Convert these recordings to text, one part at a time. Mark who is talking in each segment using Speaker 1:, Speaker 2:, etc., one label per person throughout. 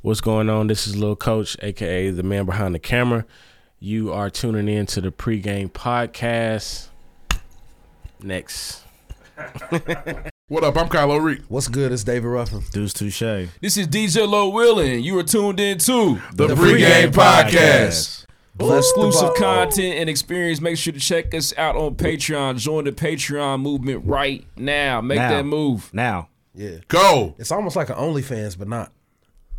Speaker 1: What's going on? This is Lil Coach, aka the man behind the camera. You are tuning in to the pregame podcast. Next.
Speaker 2: What up? I'm Kylo Reed.
Speaker 3: What's good? It's David Ruffin.
Speaker 4: Deuce Touche.
Speaker 5: This is DJ Low Willing. You are tuned in to
Speaker 2: The,
Speaker 3: The
Speaker 2: pregame
Speaker 3: Pregame
Speaker 2: podcast.
Speaker 3: Bless the
Speaker 5: exclusive
Speaker 3: ball.
Speaker 5: content and experience. Make sure to check us out on Patreon. Join the Patreon movement right now. Make
Speaker 4: Now.
Speaker 5: that move.
Speaker 4: Now.
Speaker 3: Yeah.
Speaker 2: Go.
Speaker 3: It's almost like an OnlyFans, but not.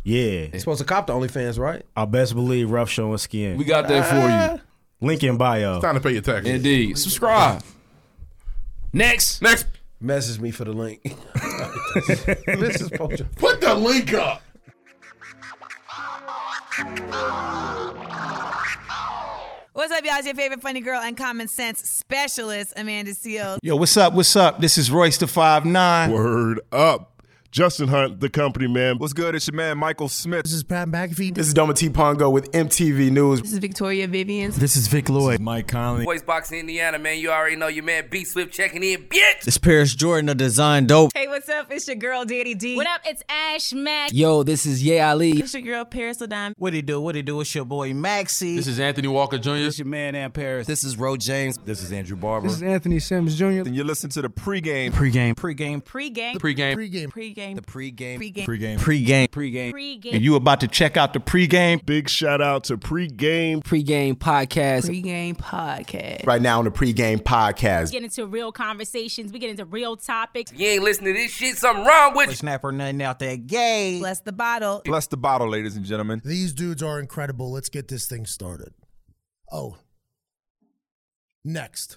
Speaker 4: Yeah.
Speaker 3: You're supposed to cop the OnlyFans, right?
Speaker 4: I best believe rough showing skin.
Speaker 5: We got that
Speaker 3: Ah.
Speaker 5: for
Speaker 4: Link in bio.
Speaker 2: Time to pay your taxes.
Speaker 5: you. Indeed. Subscribe. Next.
Speaker 2: Next,
Speaker 3: Message me for the link. this is Poacher.
Speaker 2: put the link up.
Speaker 6: What's up, y'all? It's your favorite funny girl and common sense specialist, Amanda Seals.
Speaker 7: Yo, what's up? What's up? This is Royce the Five Nine.
Speaker 8: Word up. Justin Hunt, the company man.
Speaker 9: What's good? It's your man Michael Smith.
Speaker 7: This is Pat McAfee.
Speaker 10: This is Doma T Pongo with MTV News.
Speaker 6: This is Victoria Vivian.
Speaker 7: This is Vic Lloyd. Mike Conley.
Speaker 11: Voice Box Indiana, man. You already know your man B Swift checking in, bitch.
Speaker 4: This Paris Jordan of Design Dope.
Speaker 6: Hey, what's up? It's your girl, Daddy D. What up? It's Ash Mack.
Speaker 4: Yo, this is Ye Ali.
Speaker 6: It's your girl, Paris Ladon.
Speaker 7: What he do? What he do? It's your boy Maxie.
Speaker 5: This is Anthony Walker Jr.
Speaker 7: your man Aunt Paris.
Speaker 4: This is Ro James. This is Andrew Barber.
Speaker 9: And you listen to the pregame.
Speaker 7: pregame. Pregame.
Speaker 6: Pre-game.
Speaker 5: Pre-game.
Speaker 6: Pre-game. The
Speaker 4: pregame.
Speaker 6: pre-game.
Speaker 4: Pregame. Pregame.
Speaker 7: Pregame.
Speaker 6: Pre-game.
Speaker 7: And you about to check out the pregame.
Speaker 8: Big shout out to pregame.
Speaker 4: Pregame podcast.
Speaker 6: Pre-game podcast.
Speaker 10: Right now on the pregame podcast.
Speaker 6: Get into real conversations. We get into real topics.
Speaker 11: You ain't listening to this shit, something wrong with you.
Speaker 7: Snap or nothing out that gay.
Speaker 6: Bless the bottle.
Speaker 9: Bless the bottle, ladies and gentlemen.
Speaker 10: These dudes are incredible. Let's get this thing started. Oh. Next.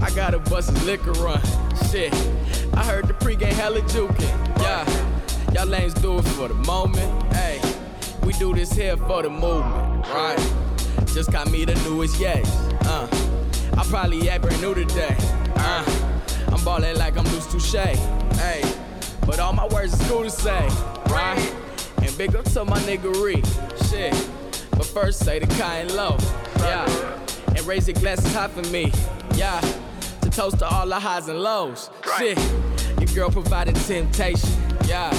Speaker 5: I got a bus's liquor run. Shit. I heard the pregame hella jukin'. Yeah. Y'all lanes do it for the moment. Hey, we do this here for the movement. Right. Just got me the newest yes. Uh, I probably act brand new today. Uh, I'm ballin' like I'm loose touche. Hey, but all my words is cool to say, right? And big up to my niggery, shit. But first say the kind low, yeah. And raise your glasses high for me, yeah. To toast to all the highs and lows, shit. Your girl provided temptation, yeah.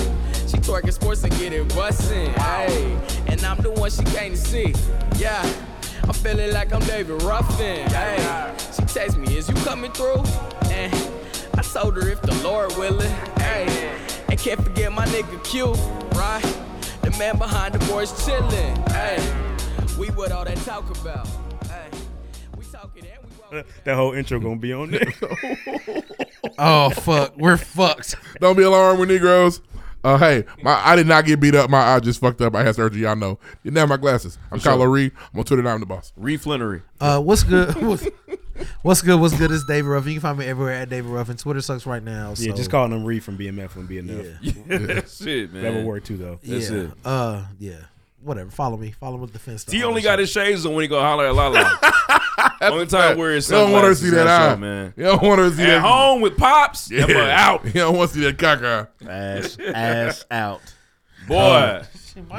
Speaker 5: She twerking sports and getting bustin', hey. And I'm the one she came to see, yeah. I'm feeling like I'm David Ruffin. Hey, she text me, is you coming through? And I told her if the Lord willing. Hey, and can't forget my nigga Q, right? The man behind the boys chillin'. Hey, we what all that talk about. Hey, we talking and we walking.
Speaker 4: That whole intro gonna be on there.
Speaker 2: Oh fuck, we're fucked. Don't be alarmed, we're Negroes. Uh, hey, my I did not get beat up. My eye just fucked up. I had surgery. Y'all know. Didn't have my glasses. I'm Kylo Reed. I'm on Twitter. now, I'm the boss.
Speaker 1: Reed Flannery.
Speaker 12: Uh, what's good? What's, what's good? What's good? It's David Ruffin. You can find me everywhere at David Ruffin. Twitter sucks right now. So.
Speaker 4: yeah, just calling him Reed from BMF wouldn't be enough.
Speaker 5: Shit,
Speaker 4: That would work too, though.
Speaker 12: yeah. Uh, yeah. Whatever. Follow me. Follow me with the fence.
Speaker 5: He only got his shades on when he go holler at Lala. only time wearing
Speaker 2: You don't want her to see that eye,
Speaker 5: man.
Speaker 2: You don't want her to see
Speaker 5: At
Speaker 2: that.
Speaker 5: home with pops, yeah.
Speaker 2: Yeah.
Speaker 5: out,
Speaker 2: You don't want to see that cock eye.
Speaker 4: Ass, ass out.
Speaker 2: Oh.
Speaker 5: boy,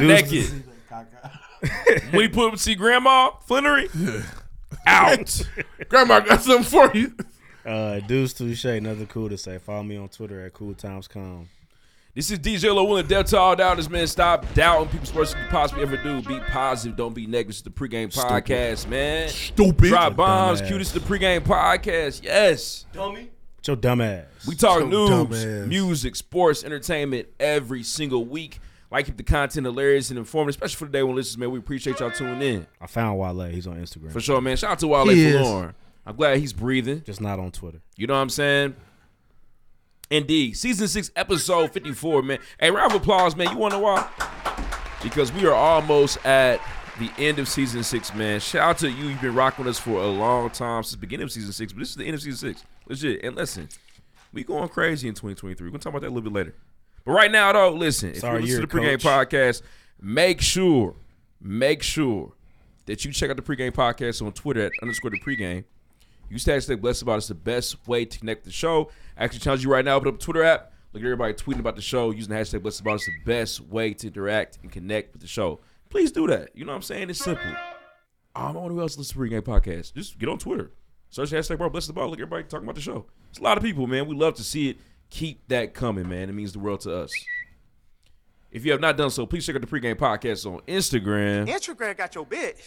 Speaker 5: naked.
Speaker 12: That's
Speaker 5: When he put up to see grandma Flannery, out.
Speaker 2: Grandma I got something for you.
Speaker 4: Uh, Deuce Touche, nothing cool to say. Follow me on Twitter at Cool Times Calm.
Speaker 5: This is DJ Lil Will and Death to All Doubters, man. Stop doubting people's worst you could possibly ever do. Be positive. Don't be negative. It's the pregame podcast, man.
Speaker 2: Stupid.
Speaker 5: Drop bombs.
Speaker 4: dumbass.
Speaker 5: Cutest the pregame podcast. Yes.
Speaker 4: It's your dumb ass.
Speaker 5: We talk
Speaker 12: So
Speaker 5: news,
Speaker 12: dumbass.
Speaker 5: music, sports, entertainment every single week. Like, keep the content hilarious and informative, especially for the day one listeners, man. We appreciate y'all tuning in.
Speaker 4: I found Wale. He's on Instagram.
Speaker 5: For sure, man. Shout out to Wale
Speaker 12: He is.
Speaker 5: Forlorn. I'm glad he's breathing.
Speaker 4: Just not on Twitter.
Speaker 5: You know what I'm saying? Indeed. Season 6, episode 54, man. Hey, round of applause, man. You want to why? Because we are almost at the end of season 6, man. Shout out to you. You've been rocking us for a long time since the beginning of season 6, but this is the end of season 6. Legit. And listen, we going crazy in 2023. We're going to talk about that a little bit later. But right now, though, listen, if
Speaker 4: Sorry,
Speaker 5: you listen
Speaker 4: you're
Speaker 5: to the pregame podcast, make sure, make sure that you check out the pregame podcast on Twitter at underscore the pregame. Use hashtag blessed about is the best way to connect the show. I actually challenge you right now, open up the Twitter app, look at everybody tweeting about the show, using the hashtag blessed about is the best way to interact and connect with the show. Please do that. You know what I'm saying? It's simple. I don't know who else listens to pregame podcast. Just get on Twitter. Search hashtag bro bless the ball. Look at everybody talking about the show. It's a lot of people, man. We love to see it. Keep that coming, man. It means the world to us. If you have not done so, please check out the pregame podcast on Instagram.
Speaker 13: Instagram got your bitch.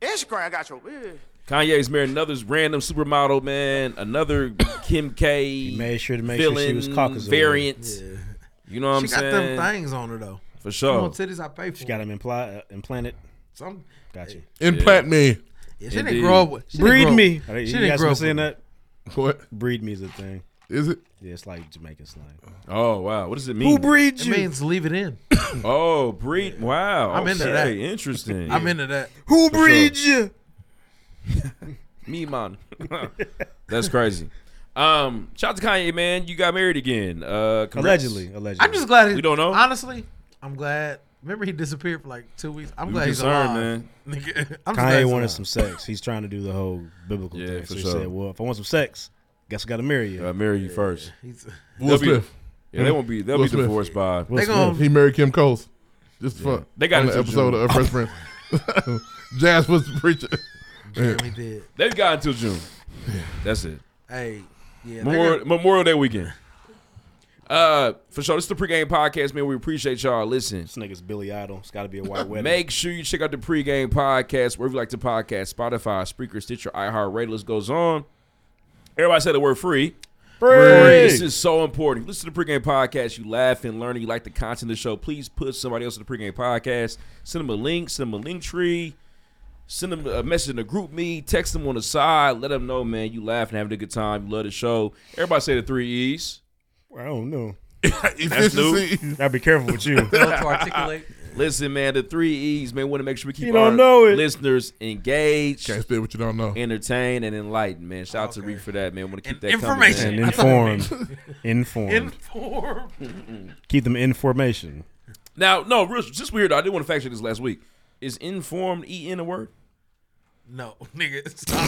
Speaker 13: Instagram got your bitch.
Speaker 5: Kanye's married another random supermodel, man. Another Kim K.
Speaker 4: made sure to make sure she was
Speaker 5: villain
Speaker 4: Caucasoid.
Speaker 5: variant.
Speaker 4: Yeah.
Speaker 5: You know what
Speaker 12: She got
Speaker 5: I'm saying?
Speaker 12: them things on her though.
Speaker 5: For sure.
Speaker 12: Them titties I pay for.
Speaker 4: Oh. She got him impli- uh, implanted.
Speaker 12: Some
Speaker 4: Got you.
Speaker 2: Implant me.
Speaker 12: Yeah, she didn't grow up with. She didn't
Speaker 4: Breed
Speaker 12: grow up-
Speaker 4: me.
Speaker 12: She
Speaker 4: Are you-
Speaker 12: didn't
Speaker 4: you guys
Speaker 12: grow
Speaker 4: been
Speaker 12: up
Speaker 4: seeing
Speaker 12: with-
Speaker 4: that?
Speaker 2: What?
Speaker 4: Breed me is a thing.
Speaker 2: Is it?
Speaker 4: Yeah, it's like Jamaican slang.
Speaker 5: Oh wow, what does it
Speaker 4: Who
Speaker 5: mean?
Speaker 4: breeds
Speaker 12: it
Speaker 4: you?
Speaker 12: means leave it in.
Speaker 5: Oh, breed. Wow.
Speaker 12: I'm into that.
Speaker 5: Okay, Interesting.
Speaker 12: I'm into that.
Speaker 4: Who
Speaker 5: For sure.
Speaker 4: breeds you?
Speaker 5: Me man. That's crazy. Um, shout out to Kanye, man. You got married again. Uh, congrats.
Speaker 4: Allegedly, allegedly.
Speaker 12: I'm just glad. he-
Speaker 5: we don't know.
Speaker 12: Honestly, I'm glad. Remember he disappeared for like two weeks. I'm
Speaker 5: We
Speaker 12: glad he's
Speaker 5: concerned,
Speaker 12: alive.
Speaker 5: man.
Speaker 12: Nigga, I'm just glad
Speaker 4: Kanye
Speaker 12: he's
Speaker 4: wanted
Speaker 12: alive.
Speaker 4: some sex. He's trying to do the whole biblical
Speaker 5: Yeah,
Speaker 4: thing.
Speaker 5: for
Speaker 4: so he
Speaker 5: sure.
Speaker 4: said, "Well, if I want some sex, guess I got to marry you.
Speaker 5: Gotta marry you first.
Speaker 12: He's-
Speaker 5: They'll
Speaker 2: Will
Speaker 5: be-
Speaker 2: Smith.
Speaker 5: Yeah, they won't be. They'll
Speaker 2: Will
Speaker 5: be
Speaker 2: Smith.
Speaker 5: divorced by.
Speaker 2: Will Smith. he married Kim Coles. Just for fun.
Speaker 5: They got
Speaker 2: on
Speaker 5: it
Speaker 2: the
Speaker 5: till
Speaker 2: episode
Speaker 5: June.
Speaker 2: of Fresh Prince. Jazz was preaching.
Speaker 12: Damn, he did.
Speaker 5: They've got until June. That's it.
Speaker 12: Hey, yeah. they
Speaker 5: Memorial,
Speaker 12: got-
Speaker 5: Memorial Day weekend. Uh, for sure. This is the pregame podcast, man. We appreciate y'all. Listen, this
Speaker 4: nigga's Billy Idol. It's got to be a white wedding.
Speaker 5: Make sure you check out the pregame podcast wherever you like to podcast: Spotify, Spreaker, Stitcher, iHeartRadio. List goes on. Everybody say the word free.
Speaker 2: Free.
Speaker 5: This is so important. Listen to the pregame podcast. You laugh and learn. and You like the content of the show. Please put somebody else in the pregame podcast. Send them a link. Send them a link tree. Send them a message in the group me. Text them on the side. Let them know, man, you laughing, having a good time. You love the show. Everybody say the three E's.
Speaker 4: I don't know.
Speaker 5: That's new.
Speaker 4: Gotta be careful with you.
Speaker 5: Listen, man, the three E's, man, want to make sure we keep
Speaker 4: You don't
Speaker 5: our
Speaker 4: know it.
Speaker 5: listeners engaged. Can't
Speaker 2: spit what you don't know.
Speaker 5: Entertain and enlightened, man. Shout out to Reed for that, man. Want to keep that
Speaker 4: And
Speaker 5: Coming, man.
Speaker 4: informed. informed.
Speaker 12: Informed.
Speaker 4: Keep them in formation.
Speaker 5: now, no, real, just weird. though. I did want to fact check this last week. Is informed E in a word?
Speaker 12: No, nigga, stop.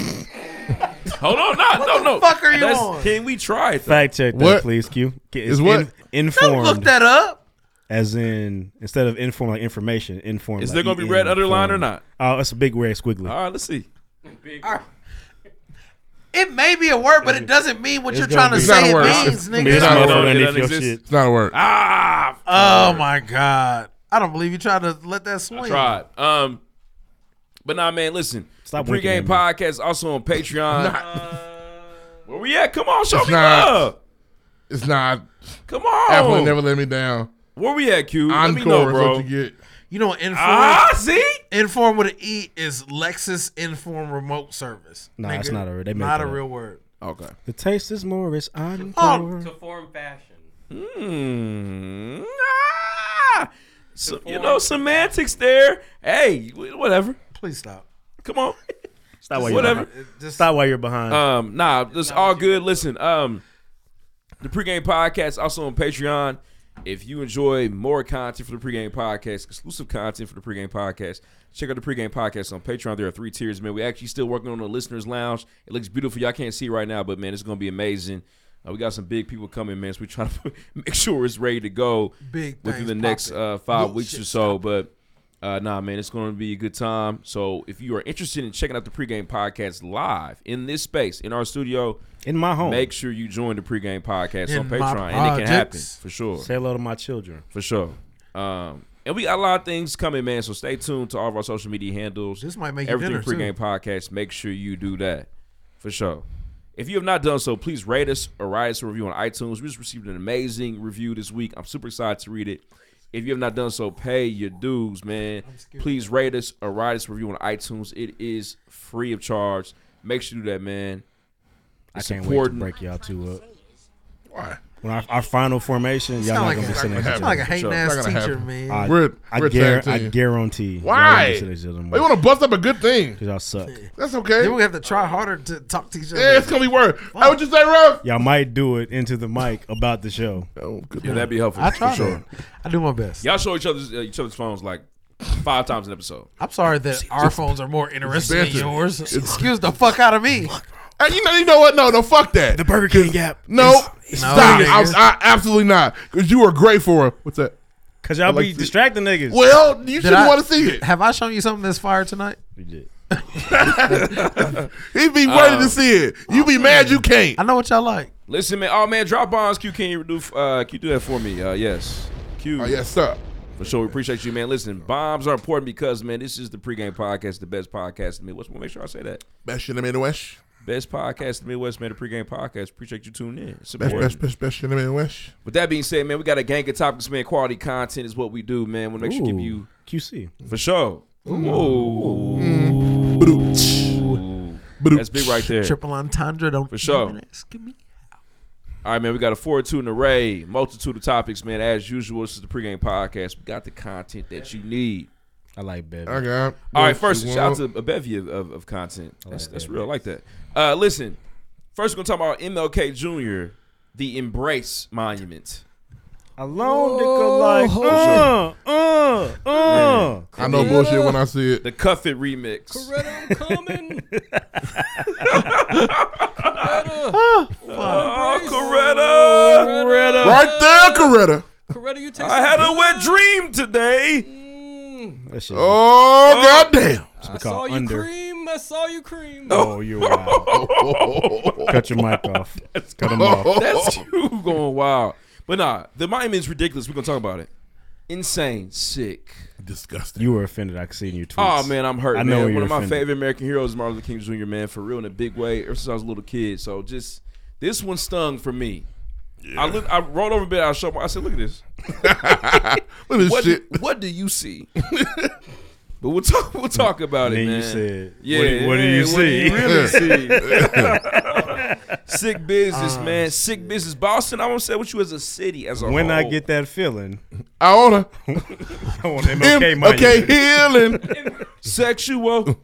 Speaker 5: Hold on, nah,
Speaker 12: What
Speaker 5: no,
Speaker 12: the
Speaker 5: no.
Speaker 12: fuck are you
Speaker 5: That's-
Speaker 12: on?
Speaker 5: Can we try it? though?
Speaker 4: Fact check that,
Speaker 5: What?
Speaker 4: please, Q. K,
Speaker 5: Is
Speaker 4: it's
Speaker 5: what?
Speaker 4: in- informed.
Speaker 12: Look that up.
Speaker 4: As in, instead of informed, like information, informed.
Speaker 5: Is
Speaker 4: like
Speaker 5: there gonna be
Speaker 4: EN,
Speaker 5: red underline or
Speaker 4: informed.
Speaker 5: not?
Speaker 4: Oh, it's a big red squiggly.
Speaker 5: All right, let's see.
Speaker 12: It may be a word, but it doesn't mean what you're trying to
Speaker 2: It's not
Speaker 12: say.
Speaker 2: a
Speaker 12: It
Speaker 2: word. It's-
Speaker 12: means, nigga.
Speaker 2: it's not a word.
Speaker 5: It
Speaker 2: It's not
Speaker 5: doesn't
Speaker 2: a
Speaker 5: exist.
Speaker 2: word. It's not a word.
Speaker 5: Ah.
Speaker 12: Oh my god! I don't believe you tried to let that swing.
Speaker 5: Tried. Um, but nah, man, listen.
Speaker 12: Stop
Speaker 5: the
Speaker 12: winking
Speaker 5: pregame
Speaker 12: at me.
Speaker 5: podcast also on Patreon. Where we at? Come on, show
Speaker 2: It's
Speaker 5: me
Speaker 2: not.
Speaker 5: love.
Speaker 2: It's not.
Speaker 5: Come on.
Speaker 2: Apple never let me down.
Speaker 5: Where we at, Q? Oh. Let me
Speaker 2: Encore
Speaker 5: know,
Speaker 2: is
Speaker 5: bro.
Speaker 2: what you get.
Speaker 12: You know, inform.
Speaker 5: Ah, see?
Speaker 12: inform with an e is Lexus Inform Remote Service.
Speaker 4: Nah,
Speaker 12: nigga.
Speaker 4: it's not a word. They made
Speaker 12: not
Speaker 4: that
Speaker 12: a
Speaker 4: up.
Speaker 12: real word.
Speaker 5: Okay.
Speaker 4: The taste is Morris. I'm
Speaker 12: Oh.
Speaker 14: To form fashion.
Speaker 5: Mm. Ah. So, you know, semantics there. Hey, wh- whatever.
Speaker 12: Please stop.
Speaker 5: Come on.
Speaker 4: Stop while you're
Speaker 5: whatever.
Speaker 4: behind. Stop while you're behind.
Speaker 5: Um, nah, it's all good. Listen, um, the pregame podcast also on Patreon. If you enjoy more content for the pregame podcast, exclusive content for the pregame podcast, check out the pregame podcast on Patreon. There are three tiers, man. we actually still working on the listeners' lounge. It looks beautiful. Y'all can't see it right now, but man, it's gonna be amazing. Uh, we got some big people coming, man. So we trying to make sure it's ready to go
Speaker 12: Big
Speaker 5: within
Speaker 12: things
Speaker 5: the next
Speaker 12: popping.
Speaker 5: uh, five
Speaker 12: Little
Speaker 5: weeks
Speaker 12: shit
Speaker 5: or so. But uh, nah, man, it's going to be a good time. So if you are interested in checking out the pregame podcast live in this space in our studio,
Speaker 4: In my home.
Speaker 5: make sure you join the pregame podcast on
Speaker 4: In my
Speaker 5: Patreon, and it can happen
Speaker 4: projects.
Speaker 5: for sure,
Speaker 4: Say hello to my children.
Speaker 5: for sure. Um, and we got a lot of things coming, man. So stay tuned to all of our social media handles.
Speaker 12: This might make you
Speaker 5: everything
Speaker 12: dinner, too.
Speaker 5: pregame podcast. Make sure you do that for sure. If you have not done so, please rate us or write us a review on iTunes. We just received an amazing review this week. I'm super excited to read it. If you have not done so, pay your dues, man. Please rate us or write us a review on iTunes. It is free of charge. Make sure you do that, man.
Speaker 4: I
Speaker 5: It's
Speaker 4: can't wait to
Speaker 5: important.
Speaker 4: break y'all two up.
Speaker 2: Why?
Speaker 4: When our, our final formation, y'all
Speaker 12: Sound
Speaker 4: not
Speaker 12: like
Speaker 4: gonna
Speaker 12: a-
Speaker 4: be sending.
Speaker 12: sound
Speaker 4: each
Speaker 12: like
Speaker 4: other.
Speaker 12: a hating ass Not gonna teacher, happen. man.
Speaker 4: I,
Speaker 2: We're-
Speaker 4: I,
Speaker 2: we're
Speaker 4: guar-
Speaker 2: tag team.
Speaker 4: I guarantee.
Speaker 2: Why? They wanna bust up a good thing.
Speaker 4: Cause y'all suck.
Speaker 2: That's okay.
Speaker 12: Then we have to try harder to talk to each other.
Speaker 2: Yeah, it's gonna be worse. How would you say, Ruff?
Speaker 4: Y'all might do it into the mic about the show.
Speaker 2: Oh, good
Speaker 5: Yeah, that'd be helpful.
Speaker 12: I
Speaker 5: for
Speaker 12: try
Speaker 5: sure.
Speaker 12: that. I do my best.
Speaker 5: Y'all show each other's uh, each other's phones like five times an episode.
Speaker 12: I'm sorry that our phones are more interesting than
Speaker 5: Expensive.
Speaker 12: yours.
Speaker 5: It's-
Speaker 12: Excuse the fuck out of me.
Speaker 2: And you know, you know what? No, no, fuck that. The
Speaker 12: Burger King app.
Speaker 2: No,
Speaker 12: is-
Speaker 2: stop.
Speaker 12: No,
Speaker 2: I,
Speaker 12: nigga.
Speaker 2: I, absolutely not. Because you were great for what's that?
Speaker 4: Because y'all be distracting niggas.
Speaker 2: Well, you
Speaker 12: Did
Speaker 2: shouldn't
Speaker 12: I-
Speaker 2: want to see it.
Speaker 12: Have I shown you something that's fire tonight?
Speaker 2: He be waiting to see it. You be mad you can't.
Speaker 12: I know what y'all like.
Speaker 5: Listen, man. Oh man, drop bombs. Q, can you do? Uh, Q, do that for me. Uh, yes. Q.
Speaker 2: Oh, yes, sir.
Speaker 5: For sure, we appreciate you, man. Listen, bombs are important because, man, this is the pregame podcast, the best podcast in the Midwest. Well, make sure I say that.
Speaker 2: Best in the Midwest.
Speaker 5: Best podcast in the Midwest, man. The pregame podcast. Appreciate you tuning in. It's
Speaker 2: Best, best,
Speaker 5: important.
Speaker 2: best, best in the Midwest.
Speaker 5: With that being said, man, we got a gang of topics, man. Quality content is what we do, man. We'll make sure to give
Speaker 4: Ooh.
Speaker 5: you
Speaker 4: QC.
Speaker 5: for sure. Ooh. That's big right there.
Speaker 12: Triple entendre. Don't
Speaker 5: For sure.
Speaker 12: even ask me.
Speaker 5: All right, man. We got a fortitude and array, multitude of topics, man. As usual, this is the pregame podcast. We got the content that you need.
Speaker 4: I like Bevy.
Speaker 2: I got-
Speaker 5: All right, first
Speaker 2: Well,
Speaker 5: shout out to a bevy of, of, of content.
Speaker 4: I like
Speaker 5: That's, that's
Speaker 4: Bevy.
Speaker 5: real. I like that. Uh, listen, first we're gonna talk about MLK Jr. The Embrace Monument.
Speaker 4: Alone, nigga, like, uh, uh, uh.
Speaker 2: I know bullshit when I see it.
Speaker 5: The Cuff It remix. Oh, Coretta.
Speaker 2: Right there, Coretta.
Speaker 5: Coretta, you I had a wet dream today.
Speaker 2: Oh, goddamn.
Speaker 4: I saw you under.
Speaker 14: cream. I saw you cream.
Speaker 4: Oh, you're wild. Cut your mic off. Cut him off.
Speaker 5: That's you going wild. But nah, the monument's ridiculous. We're gonna talk about it. Insane, sick,
Speaker 2: disgusting.
Speaker 4: You were offended. I could see in your tweets.
Speaker 5: Oh man, I'm hurt.
Speaker 4: I know
Speaker 5: man.
Speaker 4: you're
Speaker 5: one of my
Speaker 4: offended.
Speaker 5: favorite American heroes is Martin Luther King Jr. Man, for real in a big way. Ever since I was a little kid, so just this one stung for me. I look, I rolled over a bit. I showed my. I said, "Look at this.
Speaker 2: look at this
Speaker 5: what,
Speaker 2: shit.
Speaker 5: Do, what do you see?" but we'll talk. We'll talk about it.
Speaker 4: Then you
Speaker 5: man.
Speaker 4: said, what
Speaker 5: "Yeah,
Speaker 4: do- what do
Speaker 5: yeah,
Speaker 4: you see?
Speaker 5: really see?" Sick business,
Speaker 4: Ah,
Speaker 5: man. Sick business. Boston. I'm gonna say what you as a city as a
Speaker 4: When I
Speaker 5: whole.
Speaker 4: get that feeling,
Speaker 2: I wanna.
Speaker 4: I want MLK money.
Speaker 2: okay, healing.
Speaker 5: Sexual.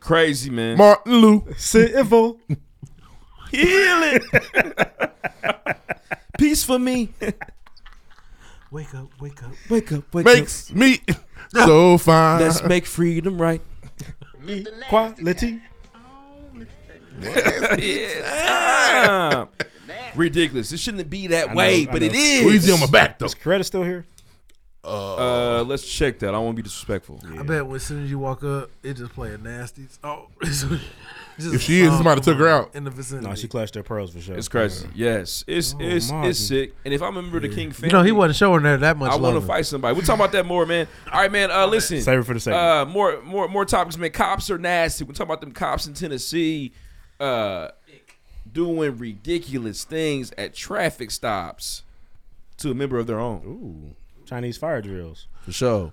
Speaker 5: Crazy man.
Speaker 2: Martin Luther.
Speaker 4: Civil.
Speaker 5: Healing. Peace for me.
Speaker 12: Wake up, wake up.
Speaker 5: Wake up, wake
Speaker 2: Makes
Speaker 5: up.
Speaker 2: me so fine.
Speaker 5: Let's make freedom right.
Speaker 4: Quality.
Speaker 5: Yeah. Ridiculous. It shouldn't be that
Speaker 4: I know,
Speaker 5: way,
Speaker 4: I
Speaker 5: but
Speaker 4: know.
Speaker 5: it is.
Speaker 4: Squeezy on my back, though. Is
Speaker 5: Coretta still here? Uh, let's check that. I won't be disrespectful.
Speaker 12: I bet as soon as you walk up, it just play a nasty. Oh,
Speaker 2: If she is, somebody took her out.
Speaker 12: in the vicinity.
Speaker 4: No, she clutched her pearls for sure. Uh,
Speaker 5: It's crazy. Yes, it's
Speaker 4: Oh,
Speaker 5: it's
Speaker 4: Martin.
Speaker 5: it's sick. And if I remember the King family,
Speaker 12: You know, he wasn't showing her that much
Speaker 5: I want to
Speaker 12: love.
Speaker 5: fight somebody. We're talking about that more, man. All right, man. Uh, listen.
Speaker 4: Save it for the segment.
Speaker 5: Uh, more more more topics, man. Cops are nasty. We're talking about them cops in Tennessee, uh, doing ridiculous things at traffic stops to a member of their own.
Speaker 4: Chinese fire drills.
Speaker 5: For sure.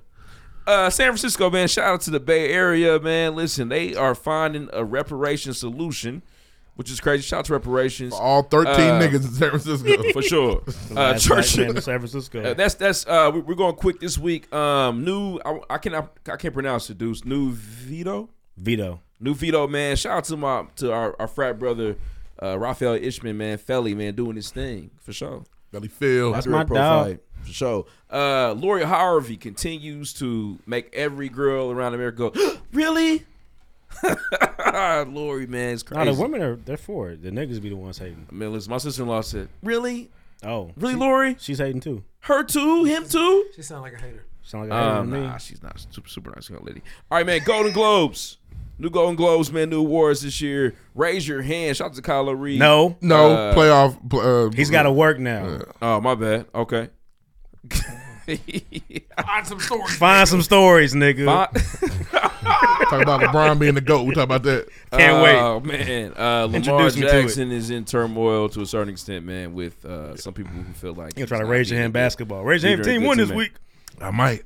Speaker 5: Uh, San Francisco, man. Shout out to the Bay Area, man. Listen, they are finding a reparation solution, which is crazy. Shout out to reparations.
Speaker 2: all 13
Speaker 5: Uh,
Speaker 2: niggas in San Francisco.
Speaker 5: for sure.
Speaker 4: The
Speaker 5: Uh,
Speaker 4: last black
Speaker 5: church
Speaker 4: man in San Francisco.
Speaker 5: Uh, that's that's uh, we- we're going quick this week. Um, new I, I cannot I can't pronounce it, dudes. New Vito,
Speaker 4: Vito.
Speaker 5: new Vito, man. Shout out to my to our, our frat brother, uh, Raphael Ishman, man. Felly, man, doing his thing for sure.
Speaker 2: Felly Phil,
Speaker 5: That's
Speaker 2: That's
Speaker 5: my
Speaker 2: my
Speaker 5: profile
Speaker 2: dog.
Speaker 5: for sure. Uh, Lori Harvey continues to make every girl around America go, really? Lori, man, it's
Speaker 4: Nah,
Speaker 5: crazy.
Speaker 4: the women are they're for it. The niggas be the ones hating.
Speaker 5: I mean, listen, my sister in law said, really?
Speaker 4: Oh,
Speaker 5: really, Lori?
Speaker 4: She's hating too.
Speaker 5: Her too, him too.
Speaker 12: She sound like a hater.
Speaker 4: Sound like a hater
Speaker 5: Um,
Speaker 4: to me.
Speaker 5: nah, she's not super, super nice young lady. All right, man. Golden Globes. New Golden Globes, man. New awards this year. Raise your hand. Shout out to Kylo Reed.
Speaker 4: No.
Speaker 2: No,
Speaker 5: Uh,
Speaker 2: playoff. pl- Uh,
Speaker 4: He's got to work now.
Speaker 5: Oh, my bad. Okay.
Speaker 12: Find some stories.
Speaker 4: Find some stories, nigga.
Speaker 2: talk about LeBron being the GOAT. We talk about that.
Speaker 5: Oh man, uh, Lamar
Speaker 4: Introduce me to it.
Speaker 5: Jackson is in turmoil to a certain extent, man. With uh, some people who feel like
Speaker 4: You gonna try to
Speaker 5: he's
Speaker 4: raise
Speaker 5: not
Speaker 4: your hand
Speaker 5: being a good-
Speaker 4: basketball. Raise your
Speaker 5: be
Speaker 4: hand
Speaker 5: very
Speaker 4: team
Speaker 5: good
Speaker 4: won this
Speaker 5: teammate.
Speaker 4: week.
Speaker 2: I might.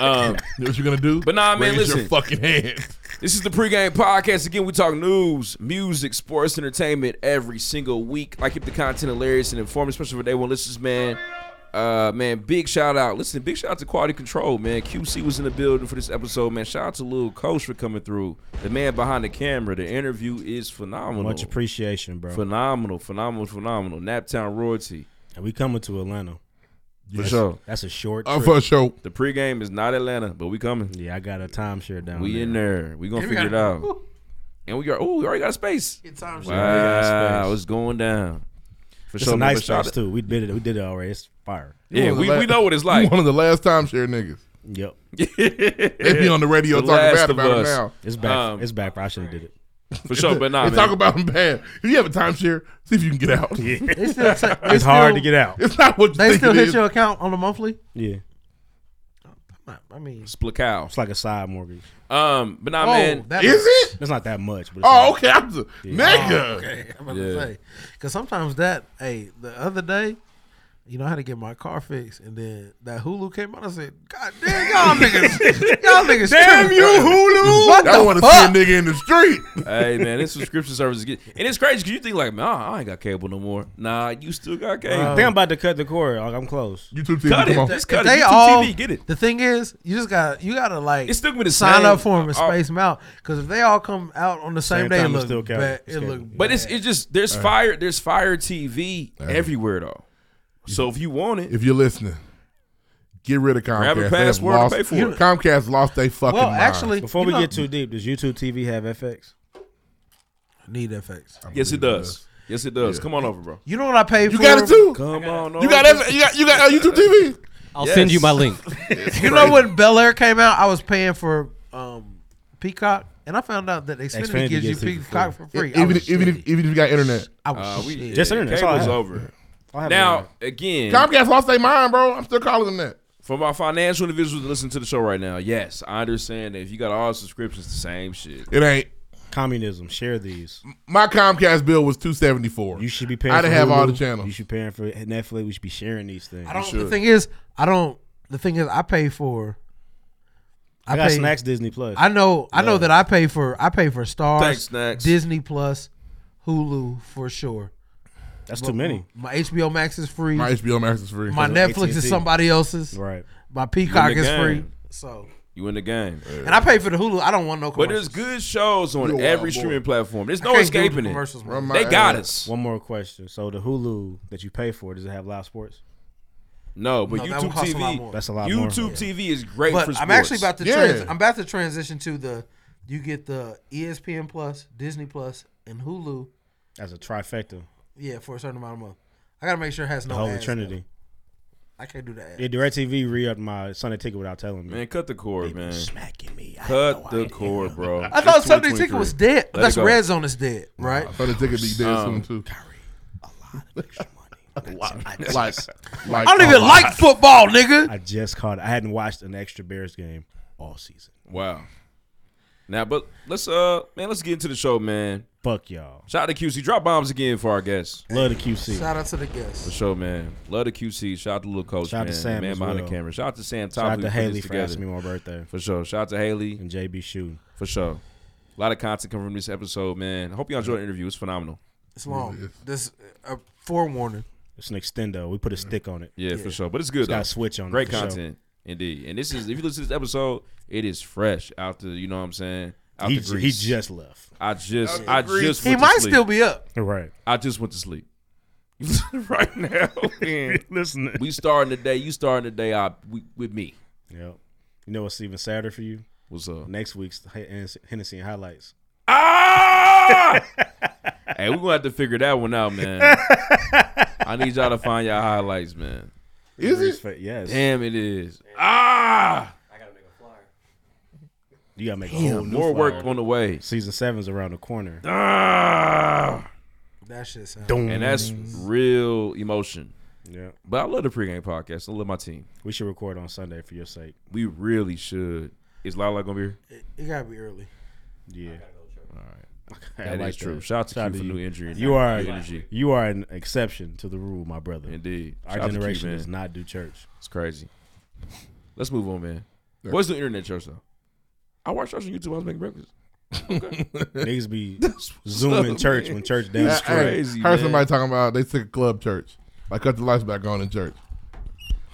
Speaker 5: Um,
Speaker 2: you know what you gonna do?
Speaker 5: But nah, man,
Speaker 2: Raise
Speaker 5: listen.
Speaker 2: your fucking hand.
Speaker 5: This is the pregame podcast. Again, we talk news, music, sports, entertainment every single week. I keep the content hilarious and informative, especially for day one listeners, man. Uh, man, big shout out. Listen, big shout out to Quality Control, man. QC was in the building for this episode, man. Shout out to Lil Coach for coming through. The man behind the camera. The interview is phenomenal.
Speaker 4: Much appreciation, bro.
Speaker 5: Phenomenal, phenomenal, phenomenal. Naptown royalty.
Speaker 4: And we coming to Atlanta.
Speaker 5: For sure.
Speaker 4: That's a short.
Speaker 2: Oh,
Speaker 5: Uh,
Speaker 4: trip.
Speaker 5: for sure. The pregame is not Atlanta, but we coming.
Speaker 4: Yeah, I got a timeshare down
Speaker 5: We
Speaker 4: there.
Speaker 5: in there. We gonna
Speaker 4: And we
Speaker 5: figure
Speaker 4: got-
Speaker 5: it out. And we got oh, we already got a space.
Speaker 4: Get timeshare. We got a space.
Speaker 5: Wow, it's going down. For
Speaker 4: it's
Speaker 5: sure,
Speaker 4: a
Speaker 5: man,
Speaker 4: nice
Speaker 5: shout
Speaker 4: place
Speaker 5: out-
Speaker 4: too. We did it. We did it already. It's fire.
Speaker 5: Yeah, we, we know what it's like.
Speaker 2: One of the last timeshare niggas.
Speaker 4: Yep.
Speaker 2: they be on the radio talking bad about him now.
Speaker 4: It's back.
Speaker 5: Um,
Speaker 4: it's back. I should have did it.
Speaker 5: For sure, but nah,
Speaker 2: they
Speaker 5: man.
Speaker 2: talk about him bad. If you have a timeshare, see if you can get out.
Speaker 12: They still ta- they
Speaker 4: It's hard
Speaker 12: still-
Speaker 4: to get out.
Speaker 2: It's not what you
Speaker 12: They
Speaker 2: think
Speaker 12: still
Speaker 2: it
Speaker 12: hit
Speaker 2: is.
Speaker 12: your account on the monthly.
Speaker 4: Yeah.
Speaker 12: I mean,
Speaker 5: Split cow. It's
Speaker 4: like a side mortgage.
Speaker 5: Um, but nah,
Speaker 12: Oh,
Speaker 5: man.
Speaker 12: that Is much.
Speaker 4: it? It's not that much. But it's
Speaker 2: Oh,
Speaker 4: not-
Speaker 2: okay. I'm the,
Speaker 4: Yeah.
Speaker 2: Nigga.
Speaker 12: Oh, okay. I'm about to say. Because sometimes that, hey, the other day, you know, I had to get my car fixed, and then that Hulu came out. I said, God damn, y'all niggas. Y'all niggas.
Speaker 2: Damn
Speaker 12: tripping."
Speaker 2: you, Hulu.
Speaker 12: What
Speaker 2: I
Speaker 12: the
Speaker 2: want to see a
Speaker 12: fuck?
Speaker 2: nigga in the street.
Speaker 5: hey man, this subscription service is getting, and it's crazy because you think like, man, I ain't got cable no more. Nah, you still got cable.
Speaker 4: I think I'm about to cut the cord. Like, I'm close.
Speaker 2: YouTube
Speaker 5: Cut it. Just cut it.
Speaker 12: They
Speaker 5: YouTube
Speaker 12: all,
Speaker 5: TV, get it.
Speaker 12: The thing is, you just got you gotta like
Speaker 5: It still gonna be the
Speaker 12: sign
Speaker 5: same.
Speaker 12: up for them and
Speaker 5: Uh,
Speaker 12: space them out. Because if they all come out on the same, day, it
Speaker 4: time, it's
Speaker 12: look
Speaker 4: still count.
Speaker 12: bad.
Speaker 4: It's
Speaker 12: It
Speaker 4: count.
Speaker 12: look
Speaker 5: But it's it's just there's
Speaker 12: Uh.
Speaker 5: fire there's fire TV everywhere though. So if you want it,
Speaker 2: If you're listening, get rid of Comcast.
Speaker 5: Grab a
Speaker 2: They have
Speaker 5: password and
Speaker 2: lost-
Speaker 5: pay for it.
Speaker 2: Comcast lost their fucking
Speaker 12: Well,
Speaker 2: mind.
Speaker 12: actually,
Speaker 4: Before
Speaker 12: you
Speaker 4: we
Speaker 12: know-
Speaker 4: get too deep, does YouTube TV have FX?
Speaker 12: need FX.
Speaker 5: yes it does. Yes it does. Come on over, bro.
Speaker 12: You know what I paid
Speaker 2: You
Speaker 12: for?
Speaker 2: got it too?
Speaker 5: Come on over.
Speaker 2: you got F- you got you got uh, YouTube TV.
Speaker 14: I'll send you my link.
Speaker 12: you know when Bel Air came out, I was paying for um, Peacock, and I found out that Xfinity,
Speaker 2: Xfinity
Speaker 12: gives you
Speaker 2: gets it for
Speaker 12: Peacock for
Speaker 2: free.
Speaker 12: free.
Speaker 2: Even- even if- even if you got internet.
Speaker 12: I was
Speaker 5: Uh, we,
Speaker 12: shit.
Speaker 5: just internet.
Speaker 2: all I
Speaker 5: Cable's
Speaker 2: have.
Speaker 5: over.
Speaker 2: All I have
Speaker 5: Now
Speaker 2: is
Speaker 5: again,
Speaker 2: Comcast lost their mind, bro. I'm still calling them that.
Speaker 5: for my financial individuals that listen to the show right now, yes, I understand that if you got all subscriptions, the same shit.
Speaker 2: It ain't.
Speaker 4: Communism. Share these.
Speaker 2: My Comcast bill was 274.
Speaker 4: You should be paying.
Speaker 2: I
Speaker 4: for
Speaker 2: didn't have all the
Speaker 4: Hulu.
Speaker 2: channels.
Speaker 4: You should be paying for Netflix. We should be sharing these things.
Speaker 12: I don't. The thing is, I don't. The thing is, I pay for.
Speaker 4: I got Snacks Disney Plus.
Speaker 12: I know. I know
Speaker 4: Love.
Speaker 12: that I pay for. I pay for Stars,
Speaker 4: Thanks, Snacks.
Speaker 12: Disney Plus, Hulu for sure.
Speaker 4: That's
Speaker 12: But
Speaker 4: too many.
Speaker 12: My HBO Max is free.
Speaker 2: My HBO Max is free.
Speaker 12: My
Speaker 2: Because
Speaker 5: of
Speaker 12: Netflix is
Speaker 5: AT&T.
Speaker 12: somebody else's.
Speaker 5: Right.
Speaker 12: My Peacock
Speaker 5: You in
Speaker 12: is
Speaker 5: the
Speaker 12: free.
Speaker 5: game.
Speaker 12: So.
Speaker 5: You in the game.
Speaker 12: And I pay for the Hulu. I don't want no.
Speaker 5: But
Speaker 12: Commercials.
Speaker 5: there's good shows
Speaker 12: You a
Speaker 5: on
Speaker 12: wild
Speaker 5: every
Speaker 12: boy.
Speaker 5: streaming platform. There's
Speaker 12: I
Speaker 5: no
Speaker 12: can't do the
Speaker 5: escaping it.
Speaker 12: commercials, man. Run my
Speaker 5: They got
Speaker 12: ass.
Speaker 5: us.
Speaker 4: One more question. So the Hulu that you pay for does it have live sports?
Speaker 5: No, but
Speaker 12: No, that
Speaker 5: YouTube
Speaker 12: would cost a lot
Speaker 5: TV,
Speaker 12: more.
Speaker 4: That's a lot more.
Speaker 5: YouTube TV is great
Speaker 12: but
Speaker 5: for sports.
Speaker 12: I'm actually about to
Speaker 5: yeah.
Speaker 12: trans- I'm about to transition to the you get the E ESPN Plus, Disney Plus, and Hulu.
Speaker 4: As a trifecta,
Speaker 12: Yeah, for a certain amount of month. I gotta make sure it has
Speaker 4: the
Speaker 12: no
Speaker 4: Holy
Speaker 12: ads,
Speaker 4: Trinity.
Speaker 12: though. I can't do that.
Speaker 4: Yeah, DirecTV re-upped my Sunday ticket without telling me.
Speaker 5: Man, cut the cord, man.
Speaker 12: Smacking me.
Speaker 4: Oh,
Speaker 5: Cut the cord, bro.
Speaker 12: I thought
Speaker 5: It's
Speaker 12: Sunday Ticket was
Speaker 5: 2023.
Speaker 12: dead.
Speaker 5: Let
Speaker 12: That's
Speaker 5: it go.
Speaker 12: Red Zone is dead, right?
Speaker 2: I thought the ticket be dead
Speaker 5: Um,
Speaker 2: soon too.
Speaker 12: A lot.
Speaker 2: Like,
Speaker 12: I don't even like football, nigga.
Speaker 4: I just caught. I hadn't watched an extra Bears game all season.
Speaker 5: Wow. Now, but let's uh, man, let's get into the show, man.
Speaker 4: Fuck y'all.
Speaker 5: Shout out to QC. Drop bombs again for our guests.
Speaker 4: Love the QC.
Speaker 12: Shout out to the guests.
Speaker 5: For sure, man. Love the QC. Shout out to little coach.
Speaker 4: Shout out
Speaker 5: man.
Speaker 4: to Sam
Speaker 5: The man
Speaker 4: as
Speaker 5: behind
Speaker 4: well.
Speaker 5: the camera. Shout out to Sam.
Speaker 4: Shout out to
Speaker 5: Topley who put this
Speaker 4: Haley for
Speaker 5: together.
Speaker 4: asking me my birthday.
Speaker 5: For sure. Shout out to Haley
Speaker 4: and JB Shooting.
Speaker 5: For sure. A lot of content coming from this episode, man. Hope y'all enjoyed the interview. It's phenomenal.
Speaker 12: It's long. This a forewarning.
Speaker 4: It's an extendo. We put a stick on it.
Speaker 5: Yeah, for sure. But it's good.
Speaker 4: Got
Speaker 5: though.
Speaker 4: a switch on. it,
Speaker 5: Great
Speaker 4: for sure.
Speaker 5: content, indeed. And this is if you listen to this episode, it is fresh out the. You know what I'm saying? Out
Speaker 4: He
Speaker 5: the
Speaker 4: ju- he
Speaker 5: grease.
Speaker 4: just left.
Speaker 5: I just.
Speaker 4: Out the
Speaker 5: I
Speaker 4: grease.
Speaker 5: just.
Speaker 4: He
Speaker 5: went to
Speaker 4: might
Speaker 5: sleep.
Speaker 4: still be up.
Speaker 5: Right. I just went to sleep. right now, man.
Speaker 4: Listen.
Speaker 5: We starting today. You starting today. I we, with me.
Speaker 4: Yep. You know what's even sadder for you?
Speaker 5: What's up?
Speaker 4: Next week's H- Hennessy and highlights.
Speaker 5: Ah! Hey, we're gonna have to figure that one out, man. I need y'all to find y'all highlights, man.
Speaker 4: Is it? Fa- yes.
Speaker 5: Damn, it is. Ah.
Speaker 4: You gotta make a
Speaker 5: Damn,
Speaker 4: whole new
Speaker 5: more
Speaker 4: flyer.
Speaker 5: work on the way.
Speaker 4: Season seven's around the corner.
Speaker 5: Ah.
Speaker 12: That shit sounds.
Speaker 5: And that's real emotion.
Speaker 4: Yeah.
Speaker 5: But I love the pregame podcast. I love my team.
Speaker 4: We should record on Sunday for your sake.
Speaker 5: We really should. Is Lala gonna be here?
Speaker 12: It gotta be early.
Speaker 4: Yeah.
Speaker 5: All right.
Speaker 4: I
Speaker 5: That is
Speaker 4: like
Speaker 5: true. Shout out to Q for
Speaker 4: you.
Speaker 5: new injury. and
Speaker 4: You are
Speaker 5: new energy.
Speaker 4: you are an exception to the rule, my brother.
Speaker 5: Indeed.
Speaker 4: Our
Speaker 5: Shout out to Q,
Speaker 4: generation
Speaker 5: man.
Speaker 4: does not do church.
Speaker 5: It's crazy. Let's move on, man. What's the internet church though? I watched church on YouTube. I was making breakfast.
Speaker 4: Niggas be zooming church when church down the street.
Speaker 2: Heard somebody talking about they took a club church, like cut the lights back on in church.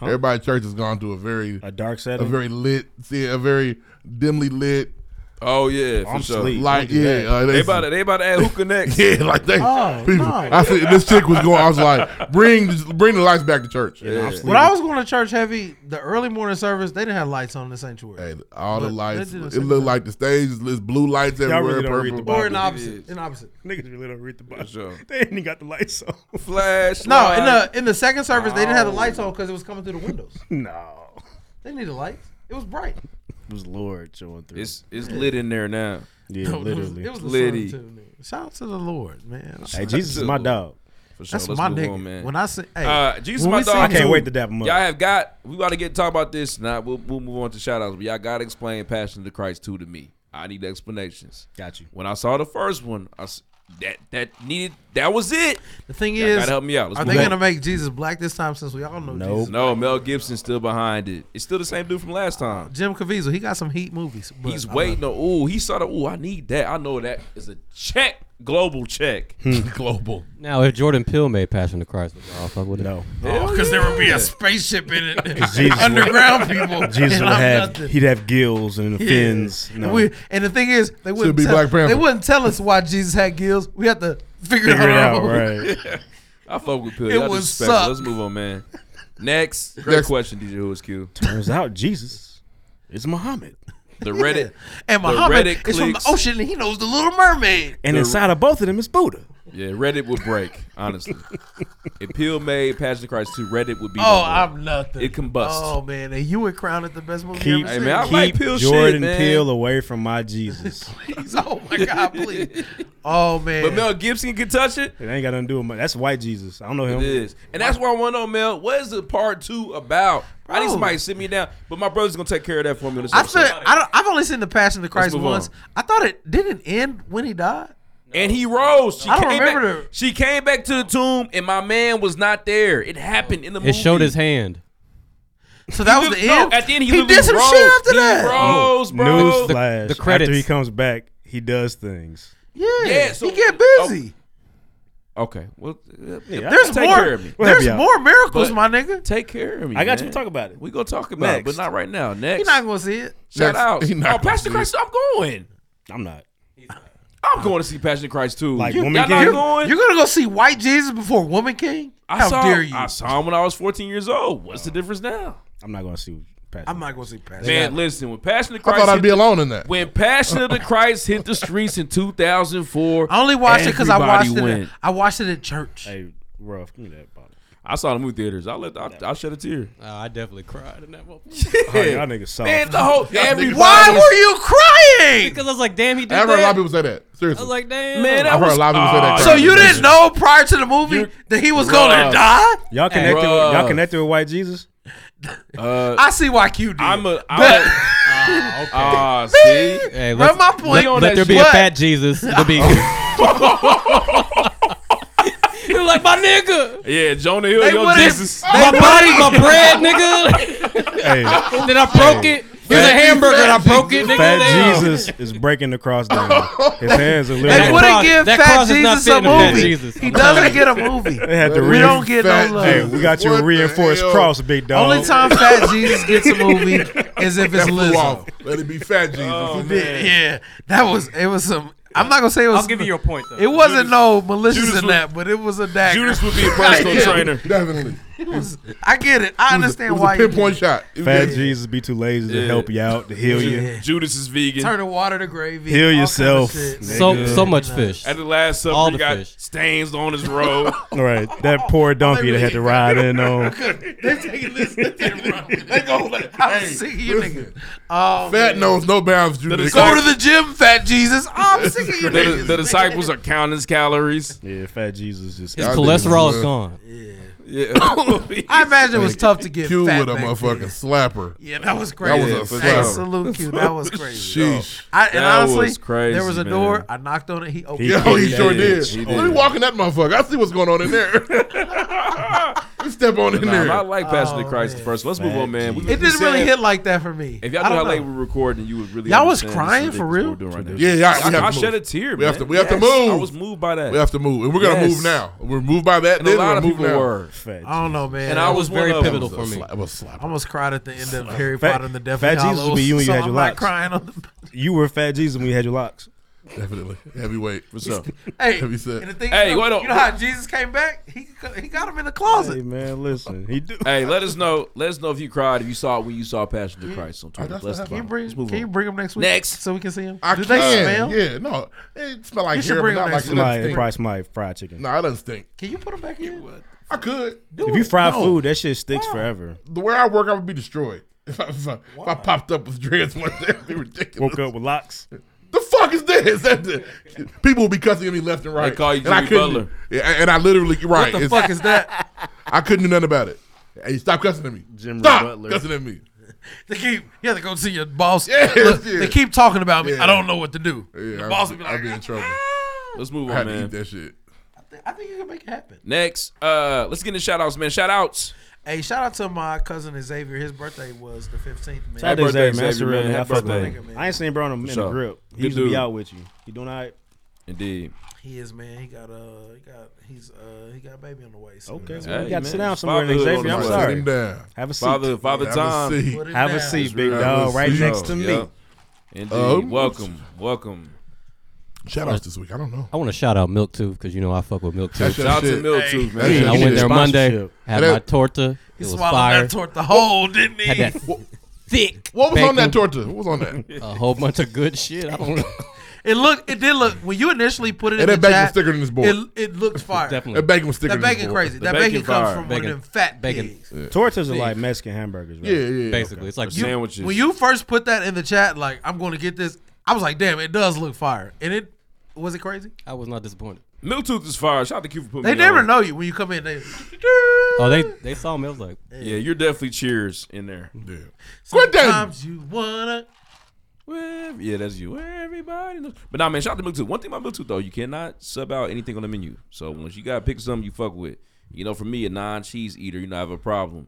Speaker 2: Everybody in church has gone to a very a
Speaker 4: dark setting,
Speaker 2: a very lit, see, a very dimly lit.
Speaker 5: Oh yeah, for
Speaker 2: I'm
Speaker 5: sure.
Speaker 2: sleep. Like, Don't do yeah, that. uh, they-
Speaker 5: they about to, they about to add hookah next.
Speaker 2: yeah, like they
Speaker 12: Oh,
Speaker 2: people. I see this chick was going. I was like, bring the- bring the lights back to church.
Speaker 5: Yeah.
Speaker 12: When I was going to church heavy, the early morning service, they didn't have lights on in the sanctuary.
Speaker 2: all the
Speaker 12: But they
Speaker 2: lights.
Speaker 12: did the
Speaker 2: It
Speaker 12: same
Speaker 2: looked like the stage is there's blue lights
Speaker 12: Y'all
Speaker 2: everywhere.
Speaker 12: really don't read the
Speaker 2: purple.
Speaker 12: Bible. Or an opposite. An opposite.
Speaker 4: Niggas really don't read the Bible.
Speaker 5: Sure.
Speaker 4: They ain't even got the lights on.
Speaker 5: Flash.
Speaker 12: No, in the in the second service, they didn't have the lights on because it was coming through the windows.
Speaker 4: No.
Speaker 12: Oh. They needed lights. It was bright.
Speaker 4: It was Lord showing through.
Speaker 5: It's it's lit in there now.
Speaker 4: Yeah,
Speaker 12: No, it was-
Speaker 4: literally.
Speaker 12: it was the sun,
Speaker 5: Liddy.
Speaker 12: too, nigga. Shout out to the Lord, man.
Speaker 4: Hey, Jesus is my dog.
Speaker 5: For sure.
Speaker 12: That's
Speaker 5: Let's
Speaker 12: my
Speaker 5: move
Speaker 12: nigga.
Speaker 5: on, man.
Speaker 12: When I say, hey,
Speaker 5: uh, Jesus,
Speaker 12: when
Speaker 5: my
Speaker 12: we
Speaker 5: dog.
Speaker 12: seen
Speaker 4: I can't
Speaker 12: Duke-
Speaker 4: wait to dap him up.
Speaker 5: Y'all have got. We got to get talk about this. Now we'll, we'll move on to shout outs. But y'all got to explain Passion of the Christ two to me. I need explanations.
Speaker 4: Got you.
Speaker 5: When I saw the first one, I s- that that needed that was it.
Speaker 12: The thing
Speaker 5: Y'all
Speaker 12: is,
Speaker 5: gotta help me out. Let's
Speaker 12: are
Speaker 5: move
Speaker 12: they
Speaker 5: on.
Speaker 12: gonna make Jesus black this time? Since we all know Jesus,
Speaker 5: No, Mel Gibson's still behind it. It's still the same dude from last time.
Speaker 12: Jim Caviezel, he got some heat movies. but uh-huh.
Speaker 5: He's
Speaker 12: I
Speaker 5: waiting on. Ooh, he saw the. Ooh, I need that. I know that is a check. Global check.
Speaker 12: Hmm.
Speaker 5: global.
Speaker 15: Now, if Jordan Peele made Passion of the Christ, would y'all fuck with it?
Speaker 4: No.
Speaker 12: Oh, because there would be a spaceship in it.
Speaker 4: 'Cause Jesus
Speaker 12: Underground
Speaker 4: would-
Speaker 12: people.
Speaker 4: Jesus
Speaker 12: and
Speaker 4: would
Speaker 12: I'm
Speaker 4: have
Speaker 12: nothing.
Speaker 4: he'd have gills and
Speaker 12: Yeah.
Speaker 4: fins.
Speaker 12: And,
Speaker 4: No.
Speaker 12: we, and the thing is, they wouldn't,
Speaker 4: be
Speaker 12: tell,
Speaker 4: Black Panther.
Speaker 12: they wouldn't tell us why Jesus had gills. We have to figure,
Speaker 4: Figure it
Speaker 12: it out.
Speaker 4: out, right.
Speaker 5: I fuck with Pill.
Speaker 12: It
Speaker 5: Y'all
Speaker 12: would
Speaker 5: disrespectful.
Speaker 12: suck.
Speaker 5: Let's move on, man. Next, great question, DJ Who's Q.
Speaker 4: Turns out Jesus is Muhammad.
Speaker 5: The Reddit,
Speaker 12: And
Speaker 5: the
Speaker 12: Muhammad
Speaker 5: Reddit
Speaker 12: is from the
Speaker 5: clicks-
Speaker 12: ocean and he knows the little mermaid.
Speaker 4: And
Speaker 5: The-
Speaker 4: inside of both of them is Buddha.
Speaker 5: Yeah, Reddit would break. Honestly, if Pill made Passion of the Christ two, Reddit would be.
Speaker 12: oh,
Speaker 5: number one.
Speaker 12: I'm nothing.
Speaker 5: It combusts.
Speaker 12: Oh, man. And you and Crown at the best movie
Speaker 4: Keep,
Speaker 12: ever seen.
Speaker 4: keep Jordan Peele away from my Jesus.
Speaker 12: please. Oh, my God, please. Oh, man.
Speaker 5: But Mel Gibson can touch it.
Speaker 4: It ain't got nothing to do with my. That's white Jesus. I don't know him.
Speaker 5: It is, and that's why I want to know, Mel. What is the part two about? I need
Speaker 12: Bro.
Speaker 5: somebody to sit me down, but my brother's gonna take care of that for me. on this
Speaker 12: I
Speaker 5: episode.
Speaker 12: said I don't, I've only seen the Passion of the Christ
Speaker 5: move on.
Speaker 12: once. I thought it didn't end when he died.
Speaker 5: And he rose. She
Speaker 12: I don't
Speaker 5: came
Speaker 12: remember
Speaker 5: back, She came back to the tomb, and my man was not there. It happened in the movie.
Speaker 15: It showed his hand.
Speaker 12: So that was the
Speaker 5: No,
Speaker 12: end.
Speaker 5: at the end, he
Speaker 12: did
Speaker 5: literally
Speaker 12: some
Speaker 5: rose.
Speaker 12: shit after
Speaker 5: He
Speaker 12: that.
Speaker 5: rose, bro.
Speaker 4: News
Speaker 5: The-
Speaker 4: flash.
Speaker 5: the
Speaker 4: After he
Speaker 5: credits.
Speaker 4: comes back, he does things.
Speaker 12: Yeah,
Speaker 5: Yeah, so-
Speaker 12: he get busy.
Speaker 5: Okay. Well, uh,
Speaker 4: Yeah,
Speaker 12: there's
Speaker 5: take
Speaker 12: more.
Speaker 5: care of me.
Speaker 4: We'll help
Speaker 12: There's
Speaker 4: you out.
Speaker 12: more miracles,
Speaker 5: But
Speaker 12: my nigga.
Speaker 5: Take care of me.
Speaker 4: I got
Speaker 5: man.
Speaker 4: you. We'll talk about it.
Speaker 5: We gonna talk about it, but
Speaker 4: Next.
Speaker 5: not right now.
Speaker 12: You're
Speaker 5: Next,
Speaker 12: not gonna see it.
Speaker 5: shout
Speaker 4: Next.
Speaker 5: out.
Speaker 4: He not
Speaker 5: Oh,
Speaker 4: gonna
Speaker 5: Pastor
Speaker 4: see
Speaker 5: Christ, I'm going.
Speaker 4: I'm not.
Speaker 5: I'm going to see Passion of Christ too.
Speaker 4: Like
Speaker 5: you,
Speaker 4: Woman
Speaker 5: y'all not
Speaker 4: King?
Speaker 5: going?
Speaker 12: You're gonna go see White Jesus before Woman King?
Speaker 5: I
Speaker 12: How
Speaker 5: saw,
Speaker 12: dare you?
Speaker 5: I saw him when I was 14 years old. What's the difference now?
Speaker 4: I'm not gonna see. Passion.
Speaker 12: I'm not gonna see Passion.
Speaker 5: Man, listen. When Passion of
Speaker 2: I
Speaker 5: Christ,
Speaker 2: thought I'd
Speaker 5: hit
Speaker 2: be
Speaker 5: the-
Speaker 2: alone in that.
Speaker 5: When Passion of the Christ hit the streets in 2004,
Speaker 12: I only watched it because I
Speaker 5: everybody
Speaker 12: watched it.
Speaker 5: went.
Speaker 12: At, I watched it at church.
Speaker 4: Hey, rough. Give me that bottle.
Speaker 5: I saw the movie theaters. I let I, Oh, I shed a tear.
Speaker 15: I definitely cried in that moment.
Speaker 4: Oh, y'all niggas soft.
Speaker 5: Man, the whole
Speaker 4: Y'all niggas
Speaker 5: everybody.
Speaker 12: Why were you crying?
Speaker 15: Because I was like, damn, he did
Speaker 2: I've heard a lot
Speaker 15: that.
Speaker 2: of people say that. Seriously,
Speaker 15: I was like, damn.
Speaker 5: Man, that
Speaker 2: I've heard a
Speaker 5: was-
Speaker 2: lot of people say that.
Speaker 5: Ah.
Speaker 2: crap.
Speaker 12: So you didn't know prior to the movie that he was gonna
Speaker 5: Bruh.
Speaker 12: die?
Speaker 4: Y'all
Speaker 5: Hey,
Speaker 4: connected.
Speaker 5: bruh.
Speaker 4: With, y'all connected with white Jesus.
Speaker 5: Uh,
Speaker 12: I see why Q did.
Speaker 5: I'm a. I'm a Ah, see.
Speaker 15: Hey,
Speaker 12: Bro,
Speaker 15: let's-
Speaker 12: my point-
Speaker 15: Let,
Speaker 12: on
Speaker 15: let
Speaker 12: that
Speaker 15: there be
Speaker 12: shit.
Speaker 15: a fat Jesus. It'll be
Speaker 5: He was like my nigga. Yeah, Jonah Hill,
Speaker 12: They
Speaker 5: yo
Speaker 12: would've-
Speaker 5: Jesus.
Speaker 15: my body, my bread, nigga.
Speaker 4: Hey,
Speaker 15: And then I broke it. There's a
Speaker 4: Fat-
Speaker 15: hamburger. and I broke it, nigga.
Speaker 4: Fat
Speaker 15: Damn.
Speaker 4: Jesus is breaking the cross down. His hands are
Speaker 12: They
Speaker 4: literally.
Speaker 12: wouldn't give
Speaker 15: that
Speaker 12: Fat
Speaker 15: cross is not
Speaker 12: Jesus a
Speaker 15: fitting to Fat
Speaker 12: movie.
Speaker 15: Jesus.
Speaker 12: He
Speaker 15: I'm telling
Speaker 12: doesn't get a movie.
Speaker 4: They had to
Speaker 12: we
Speaker 4: re-
Speaker 12: don't get no love.
Speaker 4: Hey, we got your reinforced cross, big dog.
Speaker 12: Only time Fat Jesus gets a movie is if it's
Speaker 2: That flew
Speaker 12: Lizzo.
Speaker 2: off. Let it be fat Jesus.
Speaker 12: He did. Yeah, that was it. Was some. I'm not gonna say it was.
Speaker 15: I'll give you your point, though.
Speaker 12: It wasn't no malicious
Speaker 5: Judas
Speaker 12: in
Speaker 5: would-
Speaker 12: that, but it was a dagger.
Speaker 5: Judas would be a personal
Speaker 12: Yeah.
Speaker 5: trainer.
Speaker 2: Definitely.
Speaker 12: It was- I get it. I
Speaker 2: It was a-
Speaker 12: understand
Speaker 2: it was a
Speaker 12: why. you
Speaker 2: pinpoint
Speaker 12: did it.
Speaker 2: shot. It was
Speaker 4: Fat
Speaker 2: just-
Speaker 4: Jesus be too lazy to
Speaker 5: Yeah.
Speaker 4: help you out, to heal you.
Speaker 5: Ju- Judas is vegan.
Speaker 12: Turn the water to gravy.
Speaker 4: Heal
Speaker 12: all kinda
Speaker 4: yourself,
Speaker 12: shit,
Speaker 4: nigga.
Speaker 15: So
Speaker 4: Yeah.
Speaker 15: so much fish.
Speaker 5: At the last supper,
Speaker 15: All
Speaker 5: he
Speaker 15: the
Speaker 5: got
Speaker 15: fish.
Speaker 5: stains on his robe.
Speaker 4: All right, that poor donkey that had to ride in on.
Speaker 12: They're taking this. They go like, I'm sick of you niggas. Oh,
Speaker 2: Fat
Speaker 12: man.
Speaker 2: knows no bounds.
Speaker 5: The
Speaker 2: Judas.
Speaker 12: Go to the gym, Fat Jesus. I'm sick of you
Speaker 5: the,
Speaker 12: niggas.
Speaker 5: the disciples are counting his calories.
Speaker 4: Yeah, fat Jesus just.
Speaker 15: His cholesterol is gone.
Speaker 5: Yeah.
Speaker 12: I imagine it was tough to get
Speaker 2: Q
Speaker 12: fat
Speaker 2: with a
Speaker 12: back then.
Speaker 2: motherfucking slapper.
Speaker 12: Yeah, that was
Speaker 2: That
Speaker 12: crazy.
Speaker 2: was a
Speaker 12: hey,
Speaker 2: slapper.
Speaker 12: salute you. That was crazy.
Speaker 2: Sheesh.
Speaker 12: I, and
Speaker 5: That
Speaker 12: honestly,
Speaker 5: was crazy,
Speaker 12: there was a
Speaker 5: man.
Speaker 12: door. I knocked on it. He opened
Speaker 2: Yo,
Speaker 12: it.
Speaker 2: he sure
Speaker 5: did.
Speaker 2: did.
Speaker 5: He
Speaker 2: Let me
Speaker 5: did.
Speaker 2: walk in that motherfucker. I see what's going on in there. him step on in
Speaker 5: Nah,
Speaker 2: there.
Speaker 5: I like Passion of
Speaker 12: Oh,
Speaker 5: Christ first. Let's move on, man. We-
Speaker 12: It didn't really hit like that for me.
Speaker 5: If y'all
Speaker 12: I
Speaker 5: knew
Speaker 12: don't
Speaker 5: how
Speaker 12: know.
Speaker 5: late we're recording, you would really.
Speaker 12: Y'all was
Speaker 5: understand this
Speaker 12: crying
Speaker 5: is
Speaker 12: for
Speaker 5: ridiculous
Speaker 12: real?
Speaker 5: what We're doing right now.
Speaker 2: Yeah, yeah, we
Speaker 5: I,
Speaker 2: have
Speaker 5: I
Speaker 2: to
Speaker 5: shed a
Speaker 2: move.
Speaker 5: tear.
Speaker 2: We have
Speaker 5: man.
Speaker 2: to. We have to
Speaker 5: Yes,
Speaker 2: move.
Speaker 5: I was moved by that.
Speaker 2: We have to move, and we're gonna
Speaker 5: Yes.
Speaker 2: move now. We're moved by that.
Speaker 5: And a
Speaker 2: then
Speaker 5: lot
Speaker 2: we're
Speaker 5: of
Speaker 2: moving
Speaker 5: people
Speaker 2: now.
Speaker 5: were.
Speaker 12: I don't know, man.
Speaker 5: And I was very pivotal
Speaker 12: It
Speaker 5: for
Speaker 12: was a
Speaker 5: me.
Speaker 12: slap-
Speaker 2: It was a slap.
Speaker 12: I almost cried at the end of Harry
Speaker 4: Fat-
Speaker 12: Potter and the Deathly
Speaker 4: Fat Jesus
Speaker 12: Hallows.
Speaker 4: would be you when you
Speaker 12: so
Speaker 4: had
Speaker 12: I'm
Speaker 4: your
Speaker 12: not
Speaker 4: locks.
Speaker 12: crying on the.
Speaker 4: You were Fat Jesus when you had your locks.
Speaker 2: Definitely heavyweight.
Speaker 5: What's up?
Speaker 12: Hey,
Speaker 2: Have you said-
Speaker 12: and the thing
Speaker 5: Hey,
Speaker 12: is,
Speaker 5: wait
Speaker 12: you
Speaker 5: on-
Speaker 12: know how Jesus came back? He he got him in the closet.
Speaker 4: Hey man, listen, he do.
Speaker 5: Hey, let us know. Let us know if you cried, if you saw it when you saw Passion of Christ on Twitter.
Speaker 2: that's
Speaker 5: Bless
Speaker 2: what happened.
Speaker 12: Can
Speaker 5: the
Speaker 12: you
Speaker 5: Bible.
Speaker 12: bring
Speaker 5: Let's move
Speaker 12: Can you
Speaker 5: on.
Speaker 12: bring him next week?
Speaker 5: Next.
Speaker 12: so we can see him?
Speaker 2: I
Speaker 12: Do they
Speaker 2: can.
Speaker 12: smell?
Speaker 2: Yeah, no, it smell like
Speaker 12: You should
Speaker 2: hair, but
Speaker 12: bring
Speaker 2: not
Speaker 12: them
Speaker 2: like
Speaker 12: next
Speaker 2: it
Speaker 12: to my-
Speaker 2: doesn't
Speaker 4: Somebody
Speaker 2: stink.
Speaker 4: price my fried chicken.
Speaker 2: No, it doesn't stink.
Speaker 12: Can you put him back in?
Speaker 2: I could.
Speaker 4: if you fry
Speaker 2: No.
Speaker 4: food, that shit sticks forever.
Speaker 2: the where I work, I would be destroyed. If I, if I, if I popped up with dreads one day, it'd be ridiculous.
Speaker 4: Woke up with locks.
Speaker 2: The fuck is this? That- that- people would be cussing at me left and right.
Speaker 5: call you
Speaker 2: and I
Speaker 5: Jimmy
Speaker 2: couldn't-
Speaker 5: Butler.
Speaker 2: Yeah, and I literally you're right.
Speaker 12: What the fuck is that?
Speaker 2: I couldn't do nothing about it. Hey, stop cussing at me.
Speaker 12: Jim
Speaker 2: stop
Speaker 12: Butler.
Speaker 2: cussing at me.
Speaker 12: They keep you have to go see your boss.
Speaker 2: Yes,
Speaker 12: Look,
Speaker 2: yeah.
Speaker 12: They keep talking about me.
Speaker 2: Yeah.
Speaker 12: I don't know what to do.
Speaker 2: Yeah,
Speaker 12: the
Speaker 2: I'd
Speaker 12: boss
Speaker 2: be-
Speaker 12: would be like, "Ah."
Speaker 2: I'd be in trouble.
Speaker 5: Let's move
Speaker 2: I
Speaker 5: on,
Speaker 2: had to eat
Speaker 5: man.
Speaker 2: that shit.
Speaker 12: I think you can make it happen.
Speaker 5: Next, uh, let's get into shout outs, man. Shout outs.
Speaker 12: Hey, shout out to my cousin Xavier. His birthday was the fifteenth. Man,
Speaker 4: Shout out to Xavier, man. That's
Speaker 5: Xavier,
Speaker 4: a real
Speaker 5: man.
Speaker 4: nigga. I
Speaker 5: Happy
Speaker 4: fuck with
Speaker 5: birthday.
Speaker 4: him. I ain't seen Brown in
Speaker 5: For
Speaker 4: the
Speaker 5: sure.
Speaker 4: grip. He
Speaker 5: Good
Speaker 4: used to
Speaker 5: dude.
Speaker 4: be out with you. You doing all right?
Speaker 5: Indeed.
Speaker 12: He is man. He got uh, he got he's uh, he got a baby on the way. So
Speaker 4: Okay,
Speaker 12: that's
Speaker 4: well,
Speaker 12: what-
Speaker 4: you got to sit down
Speaker 5: Fatherhood
Speaker 4: somewhere,
Speaker 5: on the
Speaker 4: Xavier. I'm
Speaker 5: way.
Speaker 4: sorry.
Speaker 5: Sit him down.
Speaker 4: Have a seat.
Speaker 5: Father- Father Have a Tom. seat. Put it
Speaker 4: Have a
Speaker 5: down.
Speaker 4: seat, big
Speaker 5: Have a
Speaker 4: dog, right
Speaker 5: seat.
Speaker 4: next to me.
Speaker 5: Yeah. Indeed.
Speaker 2: Um,
Speaker 5: welcome, welcome.
Speaker 2: Shout outs this week. I don't know.
Speaker 7: I want to shout out Milk Tooth because you know I fuck with Milk
Speaker 2: That's
Speaker 7: Tooth.
Speaker 2: your Shout out to shit. Milk Hey. Tooth, man.
Speaker 7: Yeah,
Speaker 2: That's
Speaker 7: I
Speaker 2: your
Speaker 7: went there
Speaker 2: shit.
Speaker 7: Monday,
Speaker 2: Sponsorship.
Speaker 7: had
Speaker 2: That-
Speaker 7: my torta.
Speaker 12: He
Speaker 7: It was
Speaker 12: swallowed
Speaker 7: fire.
Speaker 12: that torta whole, didn't he?
Speaker 7: Had that thick.
Speaker 2: What was on that
Speaker 7: bacon.
Speaker 2: torta? What was on that?
Speaker 7: A whole bunch of good shit. I don't know.
Speaker 12: It looked. It did look. When you initially put it
Speaker 2: And that
Speaker 12: in the
Speaker 2: bacon
Speaker 12: chat,
Speaker 2: was thicker than this board.
Speaker 12: It, it looked fire.
Speaker 7: Definitely.
Speaker 2: That bacon was thicker
Speaker 12: That
Speaker 2: than this
Speaker 12: bacon
Speaker 2: board.
Speaker 12: crazy.
Speaker 2: The
Speaker 12: that
Speaker 2: bacon
Speaker 12: bacon, comes
Speaker 2: fire.
Speaker 12: from
Speaker 7: Bacon.
Speaker 12: one of them fat
Speaker 7: Bacon.
Speaker 12: pigs.
Speaker 4: Tortas are
Speaker 12: Big.
Speaker 4: like Mexican hamburgers, right?
Speaker 2: Yeah, yeah, yeah.
Speaker 7: Basically, it's like
Speaker 5: You- Sandwiches.
Speaker 12: When you first put that in the chat, like I'm going to get this, I was like, damn, it does look fire. And it was it crazy.
Speaker 7: I was not disappointed.
Speaker 5: Miltooth is fire. Shout out to Q for putting
Speaker 12: They
Speaker 5: me
Speaker 12: never
Speaker 5: on.
Speaker 12: know you when you come in. They
Speaker 7: Oh, they they saw me. I was like,
Speaker 5: Yeah, you're definitely cheers in there. Yeah,
Speaker 12: sometimes you wanna.
Speaker 5: yeah, that's you. Everybody knows. But nah, man, shout out to Miltooth. One thing about Miltooth though, you cannot sub out anything on the menu. So once you gotta pick something you fuck with, you know, for me, a non-cheese eater, you know, I have a problem.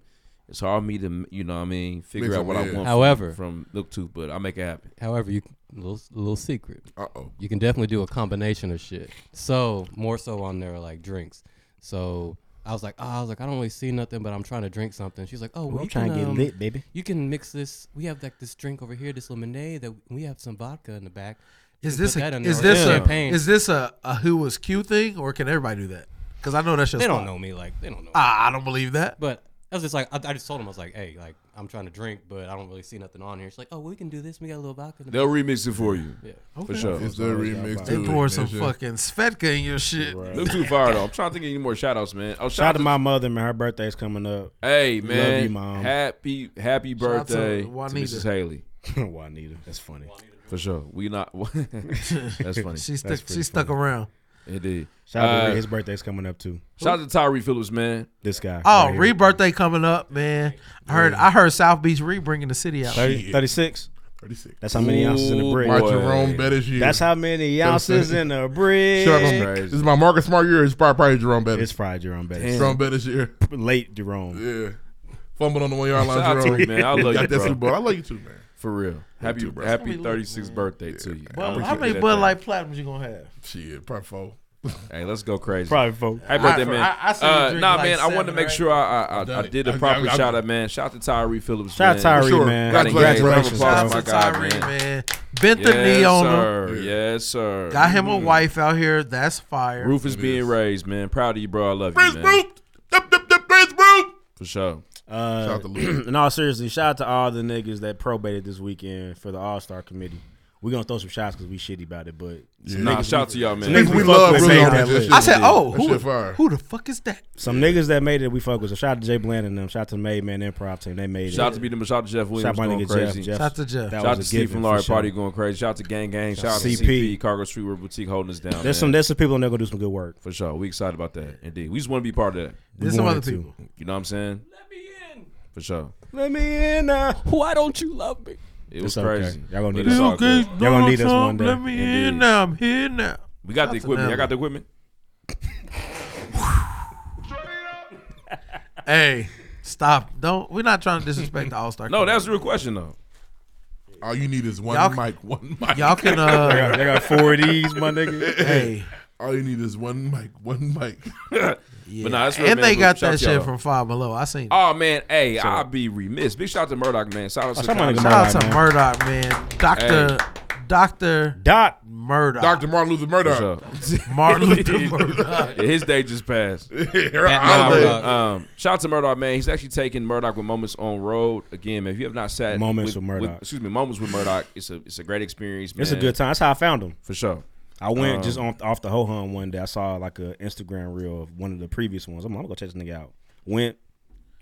Speaker 5: It's hard for me to, you know, what I mean, figure
Speaker 7: Mix
Speaker 5: out
Speaker 7: it,
Speaker 5: what I
Speaker 7: yeah.
Speaker 5: want. from-
Speaker 7: However-
Speaker 5: from, Miltooth, but I make it happen.
Speaker 7: however, you little little secret.
Speaker 2: Uh-oh.
Speaker 7: You can definitely do a combination of shit. So more so on their like drinks. So I was like, oh, I was like, I don't really see nothing, but I'm trying to drink something. She's like, oh, well,
Speaker 4: I'm
Speaker 7: you
Speaker 4: trying
Speaker 7: can,
Speaker 4: to get
Speaker 7: um,
Speaker 4: lit, baby.
Speaker 7: You can mix this. We have like this drink over here, this lemonade that we have some vodka in the back. You
Speaker 12: Is
Speaker 7: can
Speaker 12: this
Speaker 7: put that
Speaker 12: a,
Speaker 7: in
Speaker 12: is
Speaker 7: there, or
Speaker 12: this a
Speaker 7: champagne?
Speaker 12: is this a, a who was Q thing or can everybody do that? Because I know that's just
Speaker 7: They don't know me, like, they don't know.
Speaker 12: I, I don't believe that.
Speaker 7: But I was just like, I, I just told him, I was like, hey, like, I'm trying to drink, but I don't really see nothing on here. She's like, oh, we can do this. We got a little vodka. in the
Speaker 5: They'll
Speaker 7: back."
Speaker 5: remix it for you.
Speaker 7: Yeah.
Speaker 5: For sure.
Speaker 2: It's their remix
Speaker 12: They
Speaker 2: too.
Speaker 12: pour some
Speaker 2: nigga.
Speaker 12: fucking Svetka in your shit.
Speaker 5: Look too far though. I'm trying to think of any more shout outs, man. Oh, shout,
Speaker 4: Shout out to my mother, man. Her birthday's coming up.
Speaker 5: Hey man,
Speaker 4: love you, mom.
Speaker 5: happy happy
Speaker 4: Shout out to
Speaker 5: birthday to,
Speaker 4: Juanita.
Speaker 5: Mrs. Haley
Speaker 4: Juanita, that's funny.
Speaker 5: for sure. We not that's funny.
Speaker 12: She stuck-
Speaker 5: That's
Speaker 12: she
Speaker 5: pretty
Speaker 12: stuck around.
Speaker 5: Indeed.
Speaker 4: Shout out to
Speaker 5: Uh,
Speaker 4: Ree. His birthday's coming up too.
Speaker 5: Shout out to Tyree Phillips, man.
Speaker 4: This guy.
Speaker 12: Oh,
Speaker 4: right here.
Speaker 12: Ree birthday coming up, man. I heard I heard South Beach Ree bringing the city out.
Speaker 4: 30, 36.
Speaker 2: 36.
Speaker 4: That's how many ounces in a
Speaker 2: Ooh,
Speaker 4: brick.
Speaker 2: my Jerome Bettis year.
Speaker 4: That's how many ounces in a brick.
Speaker 2: Shut up. This is my Marcus Smart year. It's probably, probably Jerome Bettis.
Speaker 4: It's probably Jerome Bettis.
Speaker 2: Damn.
Speaker 4: Damn.
Speaker 2: Jerome Bettis year.
Speaker 4: Late Jerome.
Speaker 2: Yeah. Fumbled on the one yard line.
Speaker 5: Shout out to
Speaker 2: Jerome.
Speaker 5: you, man. I love
Speaker 2: Got
Speaker 5: you,
Speaker 2: that
Speaker 5: bro.
Speaker 2: Super Bowl. I love you too, man.
Speaker 5: For real. Happy
Speaker 2: too, bro.
Speaker 5: happy 36th birthday to you. I
Speaker 12: Bud, how
Speaker 5: appreciate
Speaker 12: many
Speaker 5: that,
Speaker 12: Bud
Speaker 5: man.
Speaker 12: Light Platinums you gonna have?
Speaker 2: Shit, probably four.
Speaker 5: Hey, let's go crazy.
Speaker 4: Probably folk.
Speaker 5: Happy birthday,
Speaker 12: I-
Speaker 5: man.
Speaker 12: I- I see you
Speaker 5: uh,
Speaker 12: drink
Speaker 5: nah,
Speaker 12: like
Speaker 5: man. I wanted to
Speaker 12: seven,
Speaker 5: make
Speaker 12: right?
Speaker 5: sure I I, I, I did the
Speaker 2: I'm-
Speaker 5: proper
Speaker 2: I'm- I'm-
Speaker 5: shout out, man. Shout out to Tyree Phillips.
Speaker 4: Shout out
Speaker 5: man.
Speaker 4: Tyree, For sure. man.
Speaker 5: Gotta give him a round of
Speaker 4: Congratulations,
Speaker 5: applause,
Speaker 4: bro.
Speaker 5: Oh my guy,
Speaker 12: Tyree, man. Bent
Speaker 5: Bent
Speaker 12: the
Speaker 5: yes,
Speaker 12: knee on him.
Speaker 5: sir. Mm. Yes, sir.
Speaker 12: Got him a wife out here. That's fire.
Speaker 5: Roof is being raised, man. Proud of you, bro. I love
Speaker 2: Prince
Speaker 5: you, man.
Speaker 2: Roof. Dip, dip, dip, Prince Roof.
Speaker 5: For sure.
Speaker 4: Uh,
Speaker 2: Shout out to Lou.
Speaker 4: in all seriousness, shout out to all the niggas that probated this weekend for the All Star Committee. We're gonna throw some shots because we shitty about it, but some
Speaker 5: Nah,
Speaker 4: niggas
Speaker 5: shout
Speaker 4: we-
Speaker 5: out to y'all,
Speaker 4: some
Speaker 5: man.
Speaker 4: niggas
Speaker 5: We
Speaker 4: fuck
Speaker 5: love
Speaker 4: with
Speaker 5: Rudy
Speaker 4: made
Speaker 5: on
Speaker 4: that
Speaker 5: that
Speaker 4: list.
Speaker 5: shit. I said,
Speaker 12: oh,
Speaker 2: That
Speaker 12: who,
Speaker 2: shit fire.
Speaker 12: who the fuck is that?
Speaker 4: Some niggas that made it, we fuck with. So shout out to Jay Bland and them. Shout out to the Made Man Improv team. They made
Speaker 5: Shout out
Speaker 4: it.
Speaker 5: to be them. Shout out to Jeff Williams.
Speaker 4: my
Speaker 5: going
Speaker 4: nigga
Speaker 5: crazy.
Speaker 4: Jeff. Jeff.
Speaker 12: Shout out to
Speaker 4: That
Speaker 12: Jeff.
Speaker 5: Shout out
Speaker 4: was
Speaker 5: to
Speaker 4: a
Speaker 5: Steve
Speaker 4: given
Speaker 5: from
Speaker 4: for
Speaker 5: Larry
Speaker 4: sure.
Speaker 5: Party going crazy. Shout out to Gang Gang. Shout out to
Speaker 4: CP.
Speaker 5: CP Cargo Streetwear Boutique holding us down. man.
Speaker 4: There's some there's some people in there gonna do some good work.
Speaker 5: For sure. We excited about that. Indeed. We just want to be part of that.
Speaker 4: We There's some wanted other to. people.
Speaker 5: You know what I'm saying? Let me in. For sure.
Speaker 4: Let me in. Uh,
Speaker 7: Why don't you love me?
Speaker 5: It
Speaker 4: It's
Speaker 5: was
Speaker 4: okay.
Speaker 5: crazy.
Speaker 4: Y'all gonna
Speaker 5: But
Speaker 4: need
Speaker 5: it's
Speaker 4: us.
Speaker 5: all good.
Speaker 4: Y'all gonna need us one day.
Speaker 12: Let me in
Speaker 5: Indeed.
Speaker 12: now. I'm here now.
Speaker 5: We
Speaker 12: Shout
Speaker 5: got the
Speaker 12: out to
Speaker 5: equipment.
Speaker 12: them.
Speaker 5: I got the equipment.
Speaker 12: Hey, stop! Don't. We're not trying to disrespect the All Star.
Speaker 5: No, that's the real question though.
Speaker 2: All you need is one
Speaker 12: Y'all-
Speaker 2: mic, one mic.
Speaker 12: y'all can, uh, They got- they got four of these, my nigga.
Speaker 2: Hey, all you need is one mic, one mic.
Speaker 5: But nah, that's real,
Speaker 12: and
Speaker 5: man.
Speaker 12: they
Speaker 5: But
Speaker 12: got
Speaker 5: shout
Speaker 12: that
Speaker 5: to y'all.
Speaker 12: shit from Five Below. I seen. it.
Speaker 5: Oh man, hey, I'll be remiss. Big shout out to Murdoch, man.
Speaker 4: Oh,
Speaker 5: Shout out to,
Speaker 12: shout
Speaker 5: Congress.
Speaker 12: out to Murdoch, man. Doctor, Doctor,
Speaker 5: Dot
Speaker 12: Murdoch,
Speaker 2: Doctor Martin Luther Murdoch.
Speaker 12: Martin Luther Murdoch.
Speaker 5: Yeah, His day just passed.
Speaker 2: Pat holiday. Murdoch.
Speaker 5: um, shout out to Murdoch, man. He's actually taking Murdoch with Moments on Road again, man. If you have not sat
Speaker 4: Moments with Murdoch.
Speaker 5: excuse me, Moments with Murdoch, it's a it's a great experience, man.
Speaker 4: It's a good time. That's how I found him
Speaker 5: for sure.
Speaker 4: I went
Speaker 5: Um,
Speaker 4: just on, off the ho hum one day. I saw like a Instagram reel of one of the previous ones. I'm, like, I'm gonna go check this nigga out. Went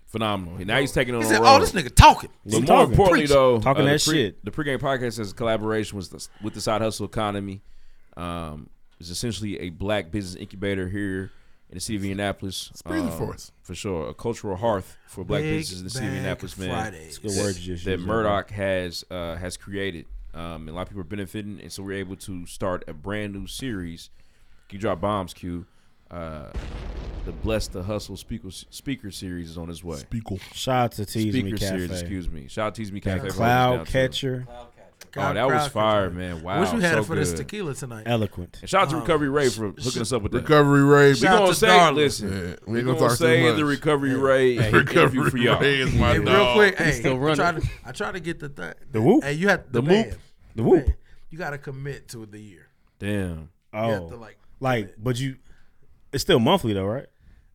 Speaker 5: phenomenal. Now he's taking it
Speaker 4: He
Speaker 5: on
Speaker 4: said,
Speaker 5: the
Speaker 4: "Oh,
Speaker 5: road."
Speaker 4: this nigga talking.
Speaker 5: But
Speaker 4: He
Speaker 5: more
Speaker 4: talking.
Speaker 5: importantly,
Speaker 4: Preaching.
Speaker 5: though, uh,
Speaker 4: Talking
Speaker 5: the
Speaker 4: that shit.
Speaker 5: The pregame podcast is a collaboration with the, with the side hustle economy. Um, it's essentially a black business incubator here in the city of Indianapolis. It's
Speaker 2: breathing for us.
Speaker 5: for sure. A cultural hearth for black
Speaker 4: Big
Speaker 5: businesses in the city of
Speaker 4: Bag
Speaker 5: Indianapolis, man.
Speaker 4: Fridays. It's a good word you just
Speaker 5: that
Speaker 4: used there,
Speaker 5: Murdoch has uh, has created. Um, and a lot of people are benefiting, and so we're able to start a brand new series. You drop bombs, Q. Uh, the Bless the Hustle speaker speaker series is on its way.
Speaker 2: Speaker.
Speaker 4: Shout out to Tease Me
Speaker 5: Speaker series,
Speaker 4: Cafe.
Speaker 5: excuse me. Shout out to Tease Me Cafe. for
Speaker 4: Cloud
Speaker 5: holding us down, too.
Speaker 4: Catcher.
Speaker 5: Oh, that was
Speaker 12: Crowd
Speaker 5: fire,
Speaker 12: control.
Speaker 5: man! Wow,
Speaker 12: Wish we had
Speaker 5: so
Speaker 12: it for this
Speaker 5: good.
Speaker 12: tequila tonight.
Speaker 4: Eloquent.
Speaker 5: And shout out to
Speaker 12: Um,
Speaker 5: Recovery Ray for
Speaker 12: sh-
Speaker 5: hooking us up with that.
Speaker 2: Recovery Ray.
Speaker 5: We
Speaker 2: Shout out
Speaker 5: gonna
Speaker 2: to
Speaker 5: say,
Speaker 2: Darla.
Speaker 5: listen,
Speaker 2: Yeah, we
Speaker 5: we
Speaker 2: ain't
Speaker 5: gonna,
Speaker 2: gonna talk too
Speaker 5: say
Speaker 2: much.
Speaker 5: the Recovery Ray interview for
Speaker 2: Recovery
Speaker 5: y'all.
Speaker 2: Ray is my
Speaker 12: Hey, real
Speaker 2: dog.
Speaker 12: quick, hey, I tried to, I tried to get the thing.
Speaker 5: The whoop?
Speaker 12: Hey, you had the,
Speaker 5: The whoop?
Speaker 12: band.
Speaker 5: The whoop?
Speaker 12: band. You got to commit to the year.
Speaker 5: Damn.
Speaker 4: Oh,
Speaker 12: have to, like,
Speaker 4: like, but you, it's still monthly though, right?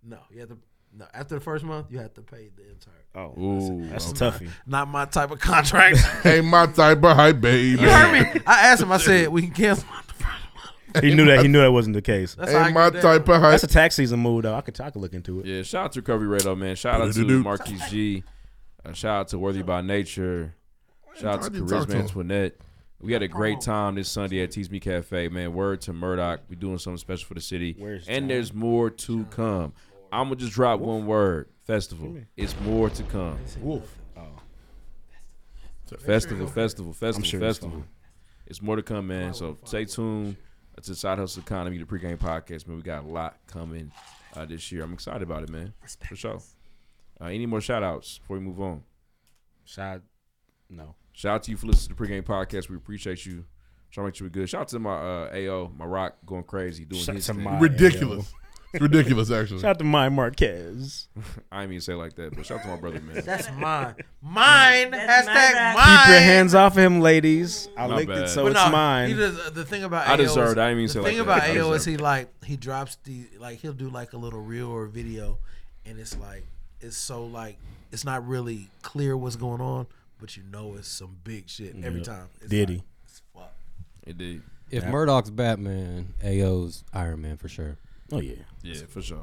Speaker 12: No, you have to. No, after the first month, you have to pay the entire.
Speaker 4: Oh,
Speaker 5: Ooh.
Speaker 4: that's a
Speaker 12: It's
Speaker 4: toughie.
Speaker 12: Not, not my type of contract.
Speaker 2: Ain't my type of hype, baby.
Speaker 12: you heard me? I asked him. I said we can cancel.
Speaker 4: He knew that. He knew that wasn't the case.
Speaker 12: That's Ain't how I my get down. type of hype.
Speaker 4: That's a tax season move though. I could, I could look into it.
Speaker 5: Yeah, shout out to Recovery Ray though, man. Shout out to
Speaker 4: Do-do-do.
Speaker 5: Marquise G. Uh, shout out to Worthy by Nature. Shout out to
Speaker 2: I didn't talk
Speaker 5: Charisma
Speaker 2: to him.
Speaker 5: Antoinette. We had a great time this Sunday at Tease Me Cafe, man. Word to Murdoch. we doing something special for the city.
Speaker 4: Where's
Speaker 5: and
Speaker 4: John?
Speaker 5: there's more to come. I'm going to just drop one word festival. It's more to come. Wolf. Festival, festival,
Speaker 4: I'm
Speaker 5: festival,
Speaker 4: sure it's
Speaker 5: festival.
Speaker 4: fine.
Speaker 5: It's more to come, man. So stay tuned to Side Hustle Economy, the pregame podcast, man. We got a lot coming uh, this year. I'm excited about it, man. For sure. Uh, any more shout outs before we move on?
Speaker 4: Shout no.
Speaker 5: Shout out to you for listening to the pregame podcast. We appreciate you. Trying to make sure we're good. Shout out to my uh, AO, my rock, going crazy, doing
Speaker 4: Shout
Speaker 5: his
Speaker 4: to
Speaker 5: thing.
Speaker 4: my
Speaker 2: Ridiculous. It's ridiculous, actually.
Speaker 4: Shout out to my Marquez.
Speaker 5: I ain't mean to say it like that, but shout out to my brother, man.
Speaker 12: That's mine. Mine.
Speaker 6: That's my
Speaker 12: hashtag
Speaker 6: bad.
Speaker 12: mine.
Speaker 4: Keep your hands off him, ladies. I
Speaker 5: My
Speaker 4: licked
Speaker 5: bad.
Speaker 4: it, so
Speaker 5: But
Speaker 4: it's
Speaker 5: nah,
Speaker 4: mine.
Speaker 12: He does, uh, the thing about
Speaker 5: I
Speaker 12: AO is-
Speaker 5: deserved it. I didn't mean to
Speaker 12: the
Speaker 5: say it
Speaker 12: thing
Speaker 5: like
Speaker 12: about
Speaker 5: that. I
Speaker 12: AO is
Speaker 5: deserved
Speaker 12: he like he drops the like he'll do like a little reel or video, and it's like it's so like it's not really clear what's going on, but you know it's some big shit every
Speaker 4: Yeah.
Speaker 12: time. It's
Speaker 4: Diddy.
Speaker 12: like, it's fuck.
Speaker 5: Indeed.
Speaker 7: If Murdoch's Batman, AO's Iron Man for sure.
Speaker 4: Oh yeah.
Speaker 5: Yeah, for sure.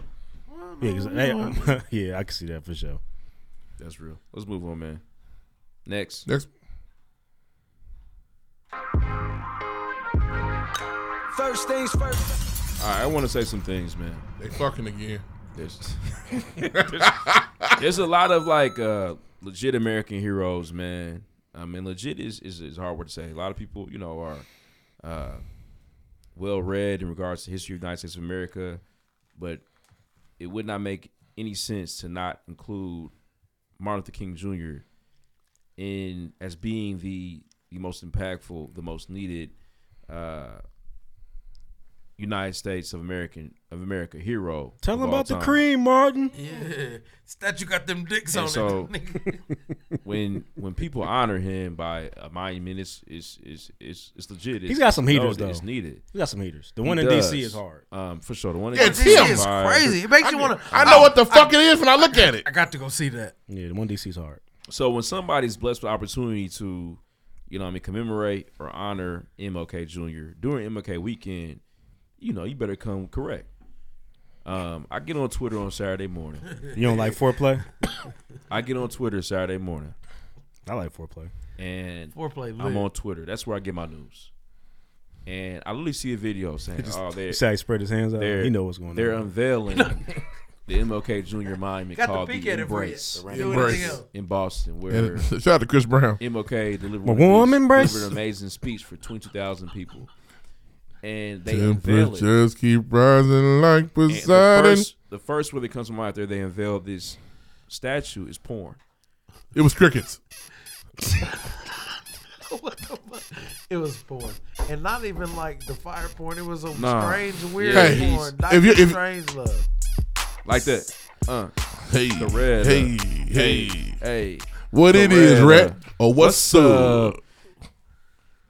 Speaker 4: Yeah,
Speaker 5: Oh,
Speaker 4: 'cause they- yeah, I can see that for sure.
Speaker 5: That's real. Let's move on, man. Next.
Speaker 2: Next.
Speaker 13: First things first.
Speaker 5: All right, I want to say some things, man.
Speaker 2: They fucking again.
Speaker 5: There's, there's, there's a lot of like uh, legit American heroes, man. I mean, legit is, is is hard word to say. A lot of people, you know, are uh, well read in regards to history of the United States of America, but it would not make any sense to not include Martin Luther King Jr. in as being the the most impactful, the most needed. Uh, United States of American of America hero.
Speaker 4: Tell
Speaker 5: of
Speaker 4: him
Speaker 5: all
Speaker 4: about the
Speaker 5: time.
Speaker 4: cream, Martin.
Speaker 12: Yeah, it's that you got them dicks
Speaker 5: And
Speaker 12: on
Speaker 5: so
Speaker 12: it. nigga.
Speaker 5: when when people honor him by a monument, it's it's it's it's, it's legit. It's,
Speaker 4: He's got some
Speaker 5: it's
Speaker 4: heaters,
Speaker 5: noted,
Speaker 4: though.
Speaker 5: It's needed.
Speaker 4: He got some heaters. The
Speaker 5: He
Speaker 4: one in DC is
Speaker 5: does.
Speaker 4: hard.
Speaker 5: Um, for sure. The one in
Speaker 2: Yeah,
Speaker 5: DC
Speaker 2: it's
Speaker 5: is hard.
Speaker 12: crazy. It makes you want to.
Speaker 2: I know what the fuck it is when I look at it.
Speaker 12: I got to go see that.
Speaker 4: Yeah, the one DC is hard.
Speaker 5: So when somebody's blessed with opportunity to, you know, what I mean, commemorate or honor MLK Jr. during MLK weekend, you know, you better come correct. Um, I get on Twitter on Saturday morning.
Speaker 4: You don't like foreplay?
Speaker 5: I get on Twitter Saturday morning.
Speaker 4: I like foreplay.
Speaker 5: and
Speaker 12: Foreplay
Speaker 5: I'm
Speaker 12: lit.
Speaker 5: on Twitter. That's where I get my news. And I literally see a video saying,
Speaker 4: Just-
Speaker 5: "Oh, they
Speaker 4: you see how he spread his hands out?
Speaker 5: they're-
Speaker 4: He know what's going
Speaker 5: They're
Speaker 4: on.
Speaker 5: unveiling the MLK Junior monument
Speaker 12: Got to
Speaker 5: called
Speaker 12: peek
Speaker 5: the
Speaker 12: at it for you.
Speaker 5: Embrace,
Speaker 12: Do anything
Speaker 5: Embrace
Speaker 12: else.
Speaker 5: in Boston, where
Speaker 2: And shout out to Chris Brown.
Speaker 5: MLK delivered,
Speaker 2: My
Speaker 5: an amazing-
Speaker 2: warm embrace.
Speaker 5: delivered an amazing speech for twenty two thousand people, and they unveil it.
Speaker 2: Temperatures keep rising like
Speaker 5: And the
Speaker 2: Poseidon.
Speaker 5: first, the first word that comes to mind out there, they unveiled this statue is porn.
Speaker 2: It was crickets.
Speaker 12: What the fuck? It was porn, and not even like the fire porn. It was a
Speaker 5: Nah.
Speaker 12: strange, weird
Speaker 5: Yeah, he's-
Speaker 12: porn.
Speaker 5: if
Speaker 12: Not
Speaker 5: you-
Speaker 12: even
Speaker 5: if-
Speaker 12: strange love.
Speaker 5: Like that. Uh.
Speaker 2: Hey,
Speaker 5: the red. uh,
Speaker 2: hey,
Speaker 5: hey, hey.
Speaker 2: What
Speaker 5: The
Speaker 2: it is,
Speaker 5: uh,
Speaker 2: Rat, or what's up?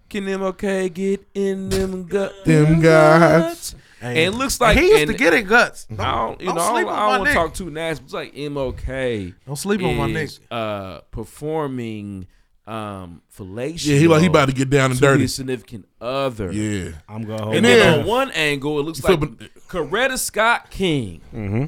Speaker 5: Can them okay get in them gut
Speaker 2: Them guys.
Speaker 5: And it looks like
Speaker 12: he used
Speaker 5: and-
Speaker 12: to get in guts. Don't,
Speaker 5: I don't, you
Speaker 12: don't
Speaker 5: know, I
Speaker 12: sleep on
Speaker 5: don't, I
Speaker 12: my
Speaker 5: don't want
Speaker 12: nigga.
Speaker 5: to talk too nasty. It's like MLK.
Speaker 12: Don't sleep on my
Speaker 5: is, Uh, performing um fellatio.
Speaker 2: Yeah, he like- he about to get down and
Speaker 5: to
Speaker 2: dirty.
Speaker 5: his significant other.
Speaker 2: Yeah.
Speaker 4: I'm gonna
Speaker 5: going.
Speaker 4: hold
Speaker 5: And
Speaker 4: my
Speaker 5: then
Speaker 4: breath.
Speaker 5: on one angle, it looks
Speaker 4: Flip
Speaker 5: like Coretta Scott King,
Speaker 2: Mm-hmm.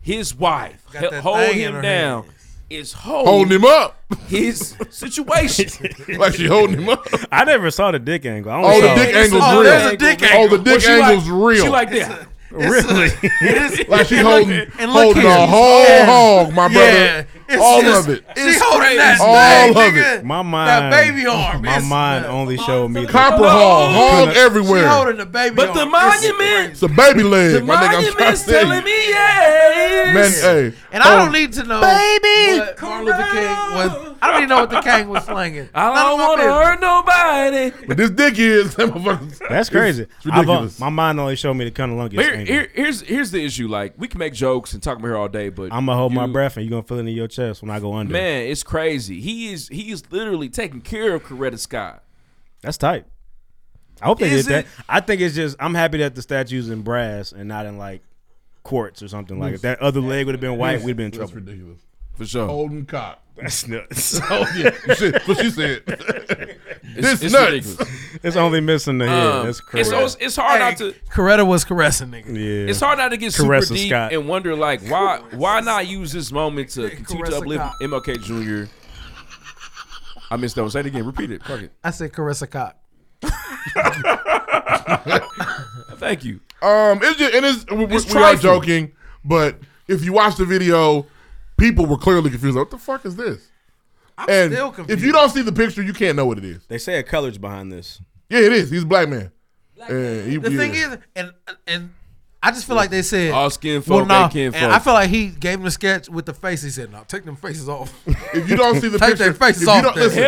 Speaker 5: his wife,
Speaker 4: Got
Speaker 5: hel-
Speaker 4: that
Speaker 5: hold
Speaker 4: thing in
Speaker 5: him
Speaker 4: her
Speaker 5: down. Is holding,
Speaker 2: Holding him up.
Speaker 5: His situation.
Speaker 2: like she holding him up.
Speaker 4: I never saw the dick angle. I only
Speaker 2: Oh, the
Speaker 4: saw-
Speaker 2: dick angle's
Speaker 4: Oh,
Speaker 2: real.
Speaker 4: there's a dick
Speaker 2: Oh,
Speaker 4: angle.
Speaker 2: the dick
Speaker 4: Well, she
Speaker 2: angle's
Speaker 4: like-
Speaker 2: real.
Speaker 4: She like that.
Speaker 2: Really?
Speaker 4: Really?
Speaker 2: like she
Speaker 4: And look-
Speaker 2: holding,
Speaker 4: and look
Speaker 2: holding
Speaker 4: here.
Speaker 2: a whole
Speaker 4: Yeah.
Speaker 2: hog, my
Speaker 4: Yeah.
Speaker 2: brother.
Speaker 4: It's
Speaker 2: All
Speaker 4: just-
Speaker 2: of it.
Speaker 4: she holding that
Speaker 2: All
Speaker 4: thing,
Speaker 2: of it.
Speaker 4: My mind,
Speaker 12: baby arm
Speaker 4: My
Speaker 12: is-
Speaker 4: mind only showed me the
Speaker 2: Copper hog, hog everywhere.
Speaker 12: the baby.
Speaker 5: But the monument,
Speaker 2: It's a baby leg.
Speaker 5: the
Speaker 2: my nigga, I'm trying
Speaker 5: monument's
Speaker 2: to tell
Speaker 5: telling
Speaker 2: you.
Speaker 5: me yes.
Speaker 2: Man, hey.
Speaker 12: And I don't
Speaker 2: Oh,
Speaker 12: need to know
Speaker 5: Baby,
Speaker 12: what Martin Luther King was. I don't even know what the king was slanging.
Speaker 5: I
Speaker 12: None of
Speaker 5: don't
Speaker 12: my
Speaker 5: want to
Speaker 12: business.
Speaker 5: hurt nobody.
Speaker 2: But this dick is. that motherfucker-
Speaker 4: That's crazy.
Speaker 2: It's
Speaker 4: I've, uh,
Speaker 2: ridiculous.
Speaker 4: my mind only showed me the cunnilingus
Speaker 5: But here,
Speaker 4: angle.
Speaker 5: here- here's here's the issue. Like we can make jokes and talk about her all day, but
Speaker 4: I'm gonna hold my
Speaker 5: you-
Speaker 4: breath, and you're gonna feel it in your chest when I go under.
Speaker 5: Man, it's crazy. He is he is literally taking care of Coretta Scott.
Speaker 4: That's tight. I hope they
Speaker 5: Is
Speaker 4: did
Speaker 5: it?
Speaker 4: that. I think it's just I'm happy that the statue's in brass and not in like quartz or something like. If that other leg would have been white, we'd have been in trouble.
Speaker 2: That's ridiculous.
Speaker 5: For sure.
Speaker 2: Holding cock.
Speaker 4: That's nuts.
Speaker 2: oh, yeah. You said, that's what she said. this
Speaker 4: it's
Speaker 2: nuts.
Speaker 4: ridiculous. It's only missing the head.
Speaker 5: Um,
Speaker 4: That's
Speaker 5: it's
Speaker 4: crazy.
Speaker 5: always- it's hard not to-
Speaker 12: Coretta was caressing nigga.
Speaker 4: Yeah.
Speaker 5: It's hard not to get
Speaker 4: Caressa
Speaker 5: super deep
Speaker 4: Scott.
Speaker 5: and wonder like why why not use this moment to continue to
Speaker 12: Caressa
Speaker 5: uplift
Speaker 12: Scott.
Speaker 5: MLK Jr. I missed that one. Say it again. Repeat it. Fuck it.
Speaker 12: I said Carissa Cock.
Speaker 5: Thank you.
Speaker 2: Um, it's just, and it's, we, we-
Speaker 5: It's
Speaker 2: we are
Speaker 5: trifling.
Speaker 2: joking, but if you watch the video, people were clearly confused. What the fuck is this? and
Speaker 4: still
Speaker 2: if you
Speaker 4: confused.
Speaker 2: don't see the picture, you can't know what it is.
Speaker 4: They say a color's behind this.
Speaker 2: Yeah, it is. He's a black man. And he-
Speaker 12: The
Speaker 2: yeah.
Speaker 12: thing is, and and I just feel like they said
Speaker 5: All skin folk
Speaker 12: Well, nah,
Speaker 5: ain't kin
Speaker 12: and
Speaker 5: folk.
Speaker 12: I feel like he gave him the sketch with the face. He said, "No, take them faces off."
Speaker 2: if you don't see the
Speaker 12: take
Speaker 2: picture,
Speaker 12: their faces
Speaker 2: if you
Speaker 12: off,
Speaker 2: don't-
Speaker 12: then.
Speaker 2: listen,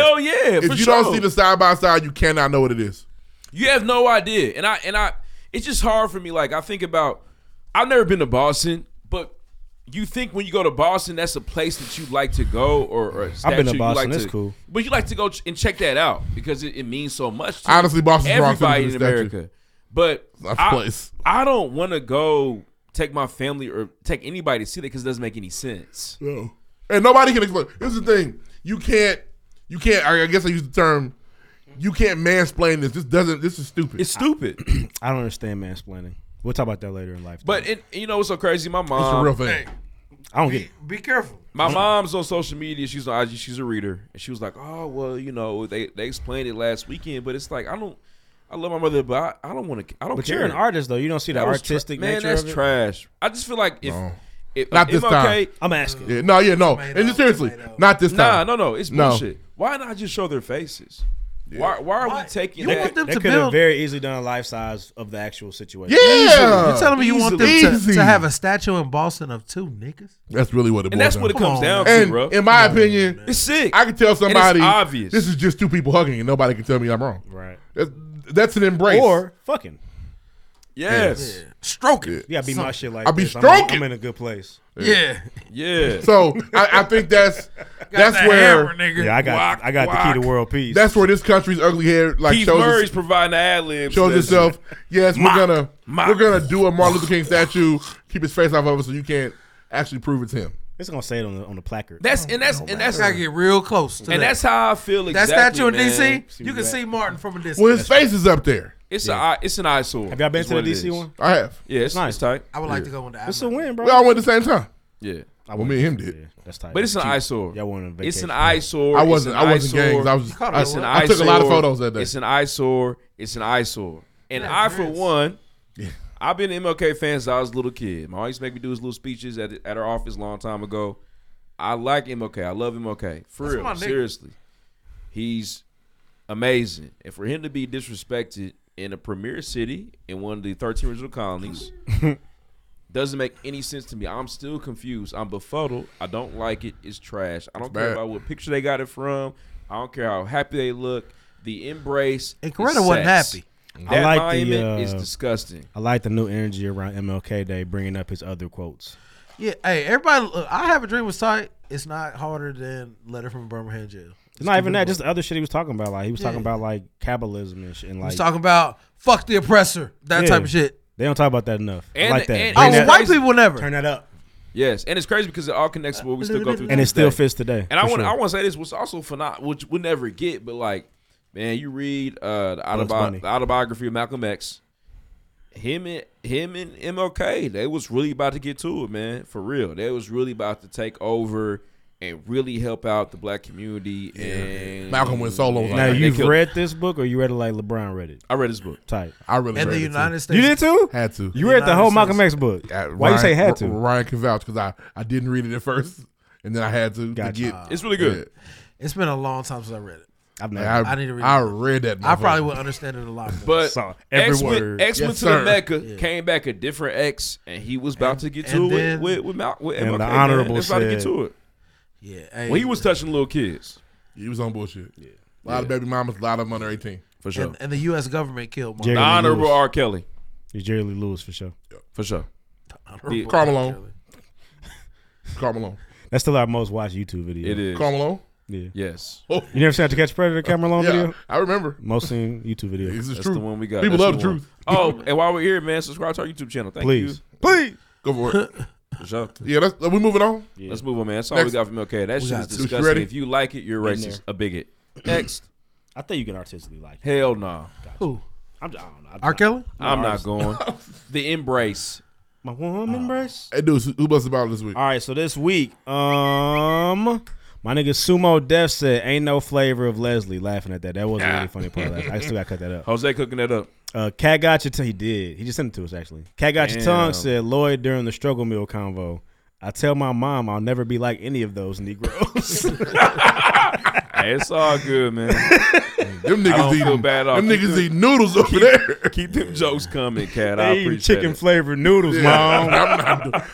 Speaker 2: If
Speaker 5: for
Speaker 2: you don't
Speaker 5: sure.
Speaker 2: see the side by side, you cannot know what it is.
Speaker 5: You have no idea. And I and I it's just hard for me. Like I think about I've never been to Boston, but you think when you go to Boston, that's a place that you like to go or, or a statue
Speaker 4: been to
Speaker 5: you
Speaker 4: Boston.
Speaker 5: Like
Speaker 4: It's
Speaker 5: to,
Speaker 4: cool.
Speaker 5: But you like to go ch- and check that out because it, it means so much to
Speaker 2: Honestly, Boston's the wrong city
Speaker 5: everybody
Speaker 2: for
Speaker 5: in
Speaker 2: the statue.
Speaker 5: America. But
Speaker 2: That's
Speaker 5: I,
Speaker 2: place.
Speaker 5: I don't want to go take my family or take anybody to see that because it doesn't make any sense.
Speaker 2: No. And nobody can explain. Here's the thing: you can't, you can't. I I guess I use the term. You can't mansplain this. This doesn't. This is stupid.
Speaker 5: It's stupid.
Speaker 4: I don't understand mansplaining. We'll talk about that later in life.
Speaker 5: But it, you know what's so crazy? My mom.
Speaker 2: real thing.
Speaker 4: I don't get it.
Speaker 12: Be careful.
Speaker 5: My mom's on social media. She's on IG. She's a reader, and she was like, "Oh well, you know, they they explained it last weekend, but it's like I don't. I love my mother, but I, I don't want to. I don't.
Speaker 4: But
Speaker 5: care.
Speaker 4: you're an artist, though. You don't see the
Speaker 5: That was tra-
Speaker 4: artistic
Speaker 5: man,
Speaker 4: nature
Speaker 5: that's
Speaker 4: of it?
Speaker 5: trash. I just feel like if,
Speaker 2: No.
Speaker 5: if
Speaker 2: Not
Speaker 5: if
Speaker 2: this time.
Speaker 4: I'm asking.
Speaker 2: Yeah, no, yeah, no. and just seriously, not this time.
Speaker 5: Nah, no, no. It's bullshit. Why not just show their faces? Why why are we taking
Speaker 4: They-
Speaker 5: that?
Speaker 4: they could have very easily done a life size of the actual situation.
Speaker 2: Yeah.
Speaker 12: You're telling me you want them
Speaker 2: Easily.
Speaker 12: to,
Speaker 2: Easy.
Speaker 12: to have a statue in Boston of two niggas?
Speaker 2: That's really what it.
Speaker 12: And
Speaker 2: boils
Speaker 12: that's what it
Speaker 2: down
Speaker 12: comes down
Speaker 5: to,
Speaker 2: And
Speaker 5: bro.
Speaker 2: In my opinion,
Speaker 5: it's sick.
Speaker 2: I can tell
Speaker 5: And it's
Speaker 2: somebody
Speaker 5: obvious.
Speaker 2: This is just two people hugging, and nobody can tell me I'm wrong.
Speaker 4: Right.
Speaker 2: That's, that's an embrace.
Speaker 4: Or fucking.
Speaker 5: Yes.
Speaker 12: Stroke it.
Speaker 4: Yeah, be my
Speaker 2: Something.
Speaker 4: shit like
Speaker 2: I be
Speaker 4: this. I'm in-
Speaker 2: stroking.
Speaker 4: I'm in a good place.
Speaker 12: Yeah.
Speaker 5: Yeah.
Speaker 2: So I, I think that's that's
Speaker 4: that
Speaker 2: where
Speaker 4: hammer, nigga. Yeah, I got- I got the key to world peace.
Speaker 2: That's where this country's ugly hair like
Speaker 5: Keith
Speaker 2: shows its-
Speaker 5: Murray's providing the ad libs.
Speaker 2: shows itself. Yes, we're gonna we're gonna do a Martin Luther King statue. Keep his face off of it so you can't actually prove it's him.
Speaker 4: It's gonna say it on the on the placard.
Speaker 5: That's and that's and that's
Speaker 12: gotta get real close. To
Speaker 5: and
Speaker 12: that.
Speaker 5: that's how I feel.
Speaker 12: That
Speaker 5: Exactly,
Speaker 12: statue in
Speaker 5: man.
Speaker 12: DC, you can see Martin from a distance.
Speaker 2: Well, his face is up there.
Speaker 5: It's a it's an eyesore.
Speaker 4: Have y'all been
Speaker 5: It's
Speaker 4: to the
Speaker 5: what it
Speaker 4: DC
Speaker 5: is.
Speaker 4: one?
Speaker 2: I have.
Speaker 5: Yeah, it's, nice. tight.
Speaker 12: I would like to go on the.
Speaker 4: It's a win, bro.
Speaker 2: We all went at the same time.
Speaker 5: Yeah,
Speaker 2: I well, me and him did.
Speaker 4: That's tight.
Speaker 5: But it's an
Speaker 4: Cute.
Speaker 5: eyesore.
Speaker 4: Y'all went on vacation.
Speaker 5: It's an eyesore.
Speaker 2: I
Speaker 5: It's
Speaker 2: wasn't-
Speaker 5: an
Speaker 2: I wasn't
Speaker 5: eyesore.
Speaker 2: gangs. I was-
Speaker 5: You caught
Speaker 2: I-
Speaker 5: it's an
Speaker 2: I took a lot of
Speaker 5: eyesore.
Speaker 2: photos that day.
Speaker 5: It's an eyesore. It's an eyesore. And I, for one, I've been an MLK fan since I was a little kid. My mom used to make me do his little speeches at at her office a long time ago. I like MLK. I love MLK. For
Speaker 12: That's my
Speaker 5: real,
Speaker 12: nigga.
Speaker 5: seriously, he's amazing. And for him to be disrespected in a premier city in one of the thirteen original colonies Doesn't make any sense to me. I'm still confused. I'm befuddled. I don't like it. It's trash. I don't
Speaker 2: It's
Speaker 5: care
Speaker 2: bad.
Speaker 5: about what picture they got it from. I don't care how happy they look. The embrace.
Speaker 12: And
Speaker 5: the
Speaker 12: Coretta wasn't
Speaker 5: sex.
Speaker 12: happy.
Speaker 5: That I like the, is disgusting.
Speaker 4: I like the new energy around MLK Day, bringing up his other quotes.
Speaker 12: Yeah, hey, everybody, look, I have a dream was tight. It's not harder than letter from Birmingham jail.
Speaker 4: It's not even that.
Speaker 12: doable.
Speaker 4: Just the other shit he was talking about. Like he was
Speaker 12: Yeah.
Speaker 4: talking about like capitalism and shit. And
Speaker 12: He
Speaker 4: like
Speaker 12: was talking about fuck the oppressor, that
Speaker 4: Yeah.
Speaker 12: type of shit. Oh,
Speaker 4: They don't talk about that enough. I
Speaker 5: And-
Speaker 4: like that.
Speaker 5: and-
Speaker 4: Bring
Speaker 5: and
Speaker 4: that-
Speaker 5: white people
Speaker 12: never
Speaker 4: turn that up.
Speaker 5: Yes, and it's crazy because it all connects to what we still go through,
Speaker 4: And it
Speaker 5: to
Speaker 4: still fits today,
Speaker 5: And I
Speaker 4: for
Speaker 5: want
Speaker 4: sure.
Speaker 5: I want to say this, was also phenomenal, which we never get, but like, man, you read uh, the,
Speaker 4: Bugs Bunny.
Speaker 5: autobi- the autobiography of Malcolm X. Him and him and MLK, they was really about to get to it, man, for real. They was really about to take over and really help out the black community. And
Speaker 2: Malcolm went solo, was like,
Speaker 4: Now
Speaker 2: "They
Speaker 4: you've
Speaker 2: killed-"
Speaker 4: read this book, or you read it like LeBron read it?
Speaker 5: I read his book.
Speaker 4: Tight.
Speaker 2: I really
Speaker 12: And
Speaker 2: read
Speaker 12: the
Speaker 2: it, too.
Speaker 12: United States.
Speaker 4: You did too.
Speaker 2: Had to.
Speaker 4: You read the whole Malcolm X book.
Speaker 2: Uh,
Speaker 4: Why you say
Speaker 2: Ryan-
Speaker 4: had to?
Speaker 2: R- Ryan can vouch because I, I didn't read it at first, and then I had to, to get.
Speaker 5: It's really good.
Speaker 12: It's been a long time since I read it.
Speaker 4: I've
Speaker 2: never-
Speaker 12: I, need to read.
Speaker 2: I
Speaker 12: it.
Speaker 2: read that
Speaker 12: I probably
Speaker 2: motherfucker.
Speaker 12: would understand it a lot more.
Speaker 5: But X went, X
Speaker 12: Yes,
Speaker 5: went to
Speaker 12: sir.
Speaker 5: the Mecca, came back a different X, and he was about to get to
Speaker 12: and
Speaker 5: it
Speaker 12: then-
Speaker 5: with with, Mal- with
Speaker 4: And
Speaker 5: MLK.
Speaker 4: the
Speaker 5: man.
Speaker 4: Honorable
Speaker 5: They was about to get
Speaker 4: said-
Speaker 5: to it.
Speaker 12: Yeah,
Speaker 5: well, he was touching little kids.
Speaker 2: He was on bullshit. Yeah. A lot of baby mamas, a lot of them under 18.
Speaker 5: For
Speaker 12: And, and the U.S. government killed
Speaker 4: Jerry
Speaker 12: Martin.
Speaker 4: Lee
Speaker 5: Honorable
Speaker 4: Lewis.
Speaker 5: R. Kelly.
Speaker 4: It's Jerry Lee Lewis for sure.
Speaker 5: For sure.
Speaker 2: Honorable Karl Malone. Karl Malone.
Speaker 4: That's still our most watched YouTube video.
Speaker 5: It is.
Speaker 2: Carmelo?
Speaker 4: Yeah.
Speaker 5: Yes.
Speaker 4: You never seen To Catch a Predator Cameron Long
Speaker 2: Yeah,
Speaker 4: video?
Speaker 2: I remember.
Speaker 4: Most seen YouTube video.
Speaker 5: That's the one we got.
Speaker 2: People
Speaker 5: That's
Speaker 2: love
Speaker 5: the
Speaker 2: the
Speaker 5: one.
Speaker 2: truth.
Speaker 5: Oh, and while we're here, man, subscribe to our YouTube channel. Thank
Speaker 4: Please.
Speaker 5: you.
Speaker 2: Please. Go
Speaker 5: for it. For sure.
Speaker 2: Yeah, that's, we moving on?
Speaker 5: Let's move on, man. That's all
Speaker 2: Next.
Speaker 5: we got from LK. That
Speaker 2: We
Speaker 5: shit
Speaker 2: got
Speaker 5: is
Speaker 2: two. You
Speaker 5: disgusting.
Speaker 2: ready?
Speaker 5: If you like it, you're
Speaker 4: In
Speaker 5: racist,
Speaker 4: there.
Speaker 5: a bigot. Next.
Speaker 4: I think you can artistically like it.
Speaker 5: Hell no.
Speaker 12: Who?
Speaker 4: I'm, I don't know. I'm
Speaker 12: R. Kelly?
Speaker 5: I'm
Speaker 4: No,
Speaker 5: not going. the embrace.
Speaker 4: My woman
Speaker 2: uh,
Speaker 4: embrace.
Speaker 2: Hey, dude, who busted about this week?
Speaker 4: All right, so this week, um, my nigga Sumo Def said, "Ain't no flavor of Leslie." Laughing at that. That was a really funny part. Of that. I still got to cut that up.
Speaker 5: Jose cooking that up.
Speaker 4: Uh, Cat got your tongue. He did. He just sent it to us actually. Cat got your tongue
Speaker 5: Damn.
Speaker 4: said Lloyd during the struggle meal convo. I tell my mom I'll never be like any of those Negroes.
Speaker 5: Hey, it's all good, man.
Speaker 2: them
Speaker 5: I
Speaker 2: niggas
Speaker 5: don't feel
Speaker 2: eating.
Speaker 5: bad.
Speaker 2: them
Speaker 5: Keep
Speaker 2: niggas eat noodles over there.
Speaker 5: Keep them jokes coming, cat. I
Speaker 4: they eating
Speaker 5: appreciate
Speaker 4: chicken
Speaker 5: it.
Speaker 4: flavored noodles,
Speaker 2: Yeah.
Speaker 4: mom.
Speaker 2: I'm not.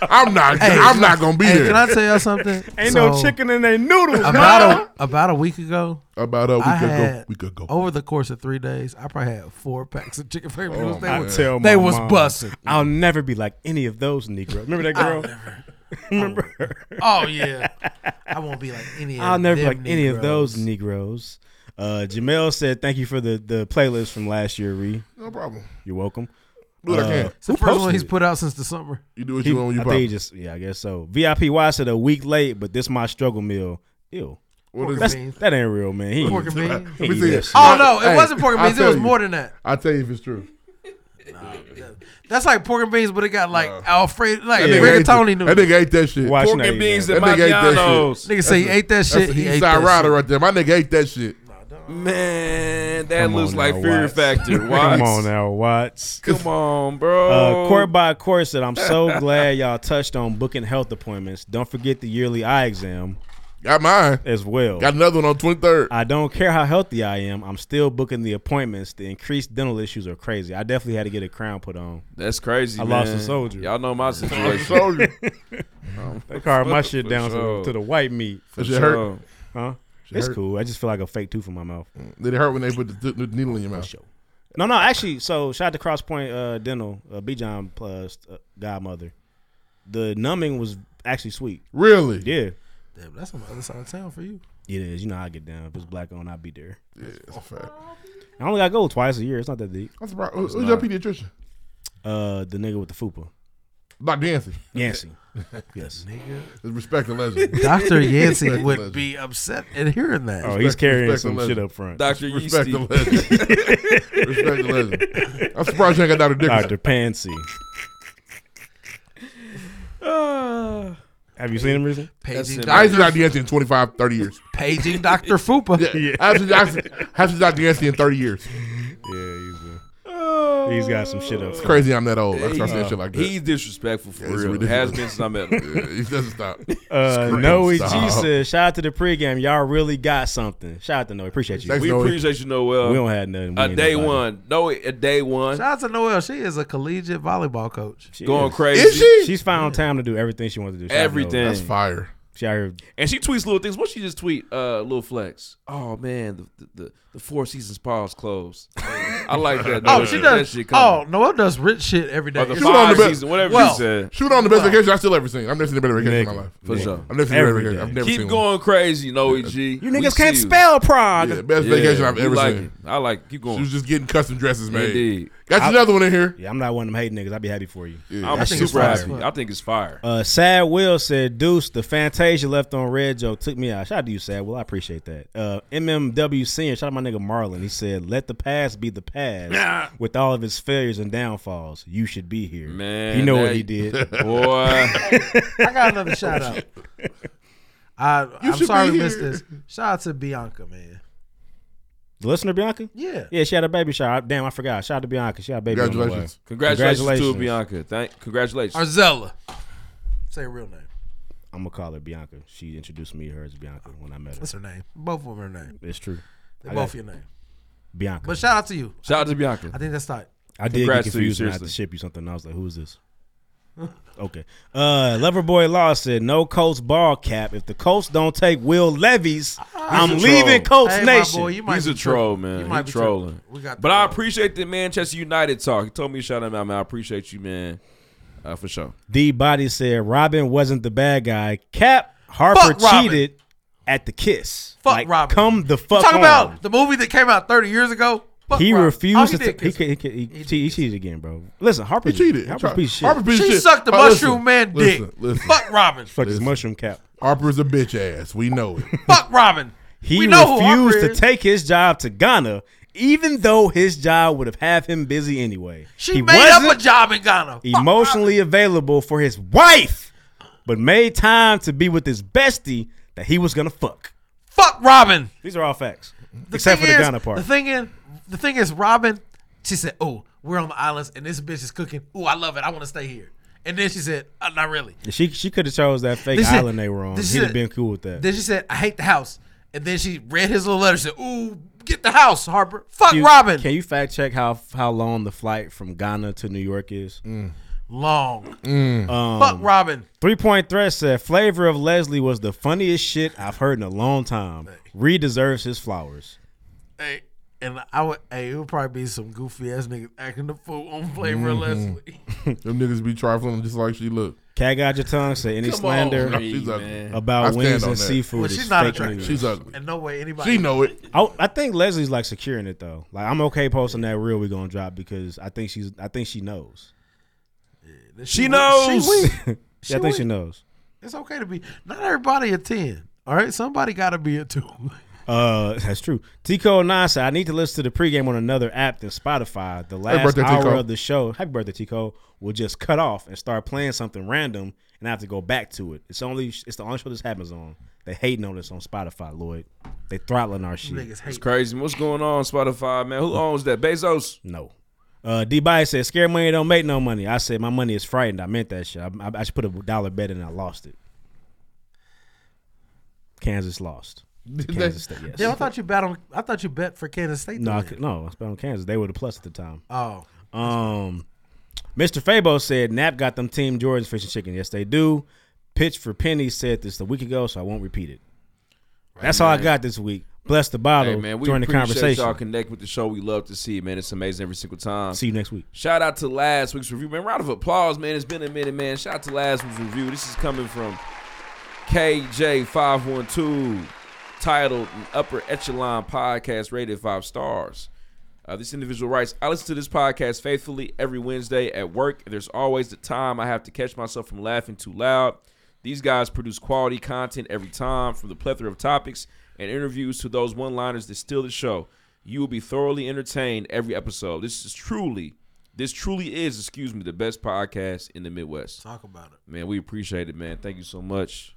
Speaker 2: I'm not. I'm not gonna be
Speaker 12: Hey,
Speaker 2: there.
Speaker 12: can I tell y'all something?
Speaker 4: Ain't no
Speaker 12: So-
Speaker 4: chicken in they noodles, mom.
Speaker 12: about a, about a week ago.
Speaker 4: uh,
Speaker 2: About a week
Speaker 12: I
Speaker 2: ago,
Speaker 12: had-
Speaker 2: week ago.
Speaker 12: Over the course of three days, I probably had four packs of chicken flavored
Speaker 2: Oh,
Speaker 12: noodles. They,
Speaker 4: I
Speaker 12: was-
Speaker 4: tell
Speaker 12: they
Speaker 4: my
Speaker 12: was
Speaker 4: mom,
Speaker 12: busting.
Speaker 4: I'll never be like any of those Negroes. Remember that girl? Remember? her?
Speaker 12: Oh yeah, I won't be like any. Of
Speaker 4: I'll never be
Speaker 12: them
Speaker 4: like any of
Speaker 12: Negroes.
Speaker 4: those Negroes. Uh, Jamel said, "Thank you for the the playlist from last year, Ree.
Speaker 2: No problem.
Speaker 4: You're welcome."
Speaker 2: Do it, I can.
Speaker 12: It's the
Speaker 4: who
Speaker 12: first
Speaker 4: posted
Speaker 12: one he's
Speaker 4: it?
Speaker 12: put out since the summer.
Speaker 2: You do what
Speaker 4: Uh, He-
Speaker 2: you want when you
Speaker 4: I
Speaker 2: pop.
Speaker 4: think he just yeah, I guess so. VIPY said a week late, but this my struggle meal. Ew.
Speaker 2: What is
Speaker 4: That's-
Speaker 2: it?
Speaker 4: that ain't real, man. He
Speaker 12: Pork and
Speaker 4: he
Speaker 12: beans?
Speaker 4: eat
Speaker 2: Let me see
Speaker 4: that
Speaker 2: it.
Speaker 4: shit.
Speaker 12: Oh no, it
Speaker 2: Hey,
Speaker 12: wasn't pork and
Speaker 2: I'll
Speaker 12: beans. It
Speaker 2: tell
Speaker 12: was
Speaker 2: you.
Speaker 12: more than that.
Speaker 2: I'll tell you if it's true.
Speaker 12: That's like pork and beans, but it got like Alfredo, like
Speaker 2: That nigga ate
Speaker 12: rigatoni
Speaker 2: that- That
Speaker 12: noodles.
Speaker 2: nigga ate that shit.
Speaker 4: Watch Pork now and you beans
Speaker 5: and
Speaker 12: Nigga
Speaker 5: Maggiano's.
Speaker 12: say he
Speaker 2: That's a-
Speaker 12: ate that
Speaker 2: that's
Speaker 12: shit,
Speaker 2: a
Speaker 12: he
Speaker 2: East
Speaker 12: ate
Speaker 2: Side
Speaker 12: that
Speaker 2: Rider
Speaker 12: shit.
Speaker 2: right there. My nigga ate that shit.
Speaker 5: Man, that
Speaker 4: Come
Speaker 5: looks
Speaker 4: on
Speaker 5: like
Speaker 4: now,
Speaker 5: Fear
Speaker 4: Watts.
Speaker 5: Factor. Watts.
Speaker 4: Come on now, Watts.
Speaker 5: Come on, bro.
Speaker 4: Uh, court by court said, "I'm so glad y'all touched on booking health appointments. Don't forget the yearly eye exam
Speaker 2: Got mine.
Speaker 4: as well.
Speaker 2: Got another one on twenty third.
Speaker 4: I don't care how healthy I am. I'm still booking the appointments. The increased dental issues are crazy. I definitely had to get a crown put on.
Speaker 5: That's crazy.
Speaker 4: I lost
Speaker 5: man.
Speaker 4: a soldier.
Speaker 5: Y'all know my situation.
Speaker 2: Soldier.
Speaker 4: They carved my shit
Speaker 5: For
Speaker 4: down to the-
Speaker 5: sure.
Speaker 4: to, the white meat.
Speaker 2: For Shit hurt? sure.
Speaker 4: Huh?
Speaker 2: Shit
Speaker 4: it's
Speaker 2: hurt?
Speaker 4: cool. I just feel like a fake tooth in my mouth.
Speaker 2: Did it hurt when they put the, the needle in your mouth?
Speaker 4: No, no, actually. So shout out to CrossPoint uh, Dental, uh, B. John plus uh, godmother. The numbing was actually sweet.
Speaker 2: Really?
Speaker 4: Yeah,
Speaker 12: Damn, that's on the other side of town for you.
Speaker 4: it is. You know how I get down. If it's black on, I'll be there.
Speaker 2: Yeah, that's a fact.
Speaker 4: I only got to go twice a year. It's not that deep.
Speaker 2: That's right. Who-
Speaker 4: It's
Speaker 2: Who's your
Speaker 4: not.
Speaker 2: pediatrician?
Speaker 4: Uh, the nigga with the fupa,
Speaker 2: Doc Dancy.
Speaker 4: Yancy. yes.
Speaker 2: Respect the legend.
Speaker 12: Doctor Yancey
Speaker 2: Respect the
Speaker 12: would
Speaker 2: legend.
Speaker 12: be upset at hearing that.
Speaker 4: Oh, he's carrying
Speaker 2: respect the
Speaker 4: some
Speaker 2: legend.
Speaker 4: shit up front.
Speaker 5: Dr.
Speaker 2: Respect the
Speaker 5: Yeasty.
Speaker 2: legend. Respect the legend. I'm surprised you ain't got Dr. Dickerson.
Speaker 4: Dr. Pansy. Have you seen him recently?
Speaker 12: Paging
Speaker 2: I ain't seen Dr.
Speaker 12: Doctor,
Speaker 2: Yancey in 25, 30 years.
Speaker 12: paging Doctor Fupa.
Speaker 2: Yeah. I haven't seen- I haven't I haven't seen Dr. Yancey in 30 years.
Speaker 4: Yeah, he's a,
Speaker 5: Oh,
Speaker 4: He's got some shit up.
Speaker 2: It's crazy I'm that old. I start saying shit like that.
Speaker 5: He's disrespectful for
Speaker 2: It's
Speaker 5: real.
Speaker 2: ridiculous.
Speaker 5: Has been since I met him.
Speaker 2: Yeah, he doesn't stop.
Speaker 4: Uh,
Speaker 5: Scream,
Speaker 4: Noe G
Speaker 5: stop.
Speaker 4: said, "Shout out to the pregame. Y'all really got something. Shout out to Noe. Appreciate you.
Speaker 5: we appreciate you, Noel.
Speaker 4: We don't have nothing. We
Speaker 5: A
Speaker 4: ain't
Speaker 5: day
Speaker 4: nobody.
Speaker 5: one. No, a day one.
Speaker 12: Shout out to Noelle. She is a collegiate volleyball coach.
Speaker 4: She
Speaker 5: Going
Speaker 4: is.
Speaker 5: crazy. Is she?
Speaker 4: She's found time to do everything she wants to do. Shout out to Noe.
Speaker 5: Everything. That's
Speaker 2: fire.
Speaker 4: She out here
Speaker 5: And she tweets little things. What she just tweet? Uh, little flex. Oh man, the the, the, the four seasons pause closed. I like that.
Speaker 12: Oh,
Speaker 5: Noel.
Speaker 12: she
Speaker 5: That
Speaker 12: does.
Speaker 5: shit
Speaker 12: Oh,
Speaker 5: coming.
Speaker 12: Noelle does rich shit every day.
Speaker 5: Or the
Speaker 12: It's
Speaker 5: five
Speaker 12: all-
Speaker 5: season, whatever
Speaker 12: Well,
Speaker 5: she said.
Speaker 2: Shoot on the best vacation I still ever seen. I've never seen a better vacation in my life.
Speaker 5: For sure.
Speaker 2: I've never seen a better
Speaker 5: Every
Speaker 2: vacation.
Speaker 5: day.
Speaker 2: I've never
Speaker 5: Keep
Speaker 2: seen one.
Speaker 5: going crazy, Noe G.
Speaker 4: You niggas can't spell Prague.
Speaker 2: Yeah, best vacation I've ever
Speaker 5: like
Speaker 2: seen.
Speaker 5: It. I like. Keep going.
Speaker 2: She was just getting custom dresses made.
Speaker 5: Indeed.
Speaker 2: Got you
Speaker 4: I-
Speaker 2: another one in here.
Speaker 4: Yeah, I'm not one of them hate niggas. I'd be happy for you.
Speaker 5: I'm
Speaker 4: That shit was
Speaker 5: super
Speaker 4: fire.
Speaker 5: happy. I think it's fire.
Speaker 4: Uh, Sad Will said, Deuce, the Fantasia left on Red Joe took me out. Shout out to you, Sad Will. I appreciate that. Uh, MMW Senior, shout out my nigga Marlon. He said, let the past be the past with all of his failures and downfalls. You should be here.
Speaker 5: Man,
Speaker 4: You know
Speaker 5: that-
Speaker 4: what he did.
Speaker 5: Boy.
Speaker 12: I got another shout out. I,
Speaker 4: You
Speaker 12: I'm
Speaker 4: should
Speaker 12: sorry
Speaker 4: be
Speaker 12: we missed
Speaker 4: here.
Speaker 12: this. Shout out to Bianca, man.
Speaker 4: The listener, Bianca?
Speaker 12: Yeah.
Speaker 4: Yeah, she had a baby shower. Damn, I forgot. Shout out to Bianca. She had a baby. on the way.
Speaker 5: Congratulations,
Speaker 4: Congratulations.
Speaker 5: to Bianca. Thank. Congratulations.
Speaker 12: Arzella. Say her real name.
Speaker 4: I'm going to call her Bianca. She introduced me to her as Bianca when I met her.
Speaker 12: What's her name? Both of them are name.
Speaker 4: It's true.
Speaker 12: They
Speaker 4: I
Speaker 12: both
Speaker 4: got-
Speaker 12: your name.
Speaker 4: Bianca.
Speaker 12: But shout out to you.
Speaker 5: Shout out to Bianca.
Speaker 12: I think that's tight.
Speaker 4: I did get
Speaker 5: Congrats to you,
Speaker 4: confused when I had to
Speaker 5: seriously.
Speaker 4: ship you something. and I was like, "Who is this?" okay. Uh, Loverboy Law said, "No Colts ball cap. If the Colts don't take Will Levis, I'm
Speaker 5: He's a
Speaker 4: leaving
Speaker 5: troll.
Speaker 4: Colts Nation."
Speaker 5: He's a troll, man.
Speaker 12: might
Speaker 5: He's
Speaker 12: be
Speaker 5: trolling.
Speaker 12: tripping. We got the
Speaker 5: but I appreciate the Manchester United talk. He told me to shout him out, man. I appreciate you, man, uh, for sure.
Speaker 4: D Body said, "Robin wasn't the bad guy. Cap Harper
Speaker 12: Fuck Robin.
Speaker 4: cheated at the kiss.
Speaker 12: Fuck Robin.
Speaker 4: Come the fuck
Speaker 12: Talk
Speaker 4: on.
Speaker 12: about the movie that came out 30 years ago. Fuck
Speaker 4: he
Speaker 12: Robin. All
Speaker 4: refused
Speaker 12: he
Speaker 4: to.
Speaker 12: did
Speaker 4: he,
Speaker 12: kiss
Speaker 4: he, he, he, he cheated again, bro. Listen, Harper cheated. Harper piece of shit.
Speaker 2: Harper piece of
Speaker 12: She
Speaker 2: shit.
Speaker 12: sucked the
Speaker 2: Oh,
Speaker 12: mushroom man dick. Fuck Robin. Fuck his
Speaker 4: mushroom cap.
Speaker 2: Harper's a bitch ass. We know it.
Speaker 12: Fuck Robin.
Speaker 4: He
Speaker 12: We know who
Speaker 4: refused
Speaker 12: Harper
Speaker 4: to
Speaker 12: is.
Speaker 4: take his job to Ghana, even though his job would have had him busy anyway.
Speaker 12: She
Speaker 4: he
Speaker 12: made up a
Speaker 4: wasn't
Speaker 12: job in Ghana.
Speaker 4: emotionally available for his wife, but made time to be with his bestie that he was gonna fuck.
Speaker 12: Fuck Robin.
Speaker 4: These are all facts,
Speaker 12: The
Speaker 4: except for
Speaker 12: thing
Speaker 4: the
Speaker 12: is-
Speaker 4: Ghana part.
Speaker 12: The thing is, the thing is, Robin. She said, "Oh, we're on the islands, and this bitch is cooking. Oh, I love it. I want to stay here." And then she said, uh, "Not really."
Speaker 4: she she could have chose that fake
Speaker 12: This shit-
Speaker 4: island they were on.
Speaker 12: this
Speaker 4: He'd have
Speaker 12: shit-
Speaker 4: been cool with that.
Speaker 12: Then she said, "I hate the house." And then she read his little letter. She said, "Ooh, get the house, Harper. Fuck
Speaker 4: Can you-
Speaker 12: Robin.
Speaker 4: Can you fact check how how long the flight from Ghana to New York is?
Speaker 12: Mm. Long.
Speaker 4: Um,
Speaker 12: Fuck Robin.
Speaker 4: Three Point Threat said, "Flavor of Leslie was the funniest shit I've heard in a long time. Ree deserves his flowers."
Speaker 12: Hey, and I would. Hey, it would probably be some goofy ass niggas acting the fool on Flavor
Speaker 2: Mhm.
Speaker 12: Leslie.
Speaker 2: Them niggas be trifling just like she look.
Speaker 4: Cat got your tongue. Say any
Speaker 12: Come
Speaker 4: slander
Speaker 2: on, She's ugly. I
Speaker 4: about
Speaker 2: stand
Speaker 4: wings
Speaker 2: on
Speaker 4: and
Speaker 2: that.
Speaker 4: seafood.
Speaker 12: Well,
Speaker 4: is
Speaker 12: she's not
Speaker 4: fake
Speaker 12: attractive.
Speaker 4: news.
Speaker 2: She's ugly.
Speaker 12: And no way anybody.
Speaker 2: it.
Speaker 4: I, I think Leslie's like securing it though. Like I'm okay posting that reel we gonna drop because I think she's. I think she knows.
Speaker 12: She,
Speaker 4: knows.
Speaker 12: win.
Speaker 4: Yeah, I think she
Speaker 12: win.
Speaker 4: knows.
Speaker 12: It's okay to be. Not everybody a ten. All right, somebody got to be a two.
Speaker 4: Uh, that's true. Tico Nine said, "I need to listen to the pregame on another app than Spotify. The last
Speaker 2: birthday,
Speaker 4: hour
Speaker 2: Tico.
Speaker 4: of the show, happy birthday, Tico, will just cut off and start playing something random, and I have to go back to it. It's only it's the only show this happens on. They hating on us on Spotify, Lloyd. They throttling our shit.
Speaker 5: It's crazy. What's going on, Spotify, man? Who owns that? Bezos?
Speaker 4: No. Uh, D Body said, "Scare money don't make no money." I said, "My money is frightened." I meant that shit. I, I, I should put a dollar bet in, and I lost it. Kansas lost. Kansas State, yes.
Speaker 12: Yeah, I thought you bet on. I thought you bet for Kansas State.
Speaker 4: No,
Speaker 12: to
Speaker 4: I,
Speaker 12: win.
Speaker 4: could- no, it's on Kansas. They were the plus at the time.
Speaker 12: Oh.
Speaker 4: Um, Mr. Fabo said Nap got them Team Jordan's fish and chicken. Yes, they do. Pitch for Penny said this a week ago, so I won't repeat it. That's all I
Speaker 5: man.
Speaker 4: got this week. Bless the bottle
Speaker 5: Hey, man, we
Speaker 4: during the
Speaker 5: appreciate
Speaker 4: conversation.
Speaker 5: Y'all connect with the show. We love to see it, man. It's amazing every single time.
Speaker 4: See you next week.
Speaker 5: Shout out to last week's review, man. Round of applause, man. It's been a minute, man. Shout out to last week's review. This is coming from KJ512, titled An Upper Echelon Podcast, rated five stars. Uh, this individual writes, I listen to this podcast faithfully every Wednesday at work. There's always the time I have to catch myself from laughing too loud. These guys produce quality content every time, from the plethora of topics and interviews to those one liners that steal the show. You will be thoroughly entertained every episode. This is truly, this truly is, excuse me, the best podcast in the Midwest.
Speaker 12: Talk about it.
Speaker 5: Man, we appreciate it, man. Thank you so much.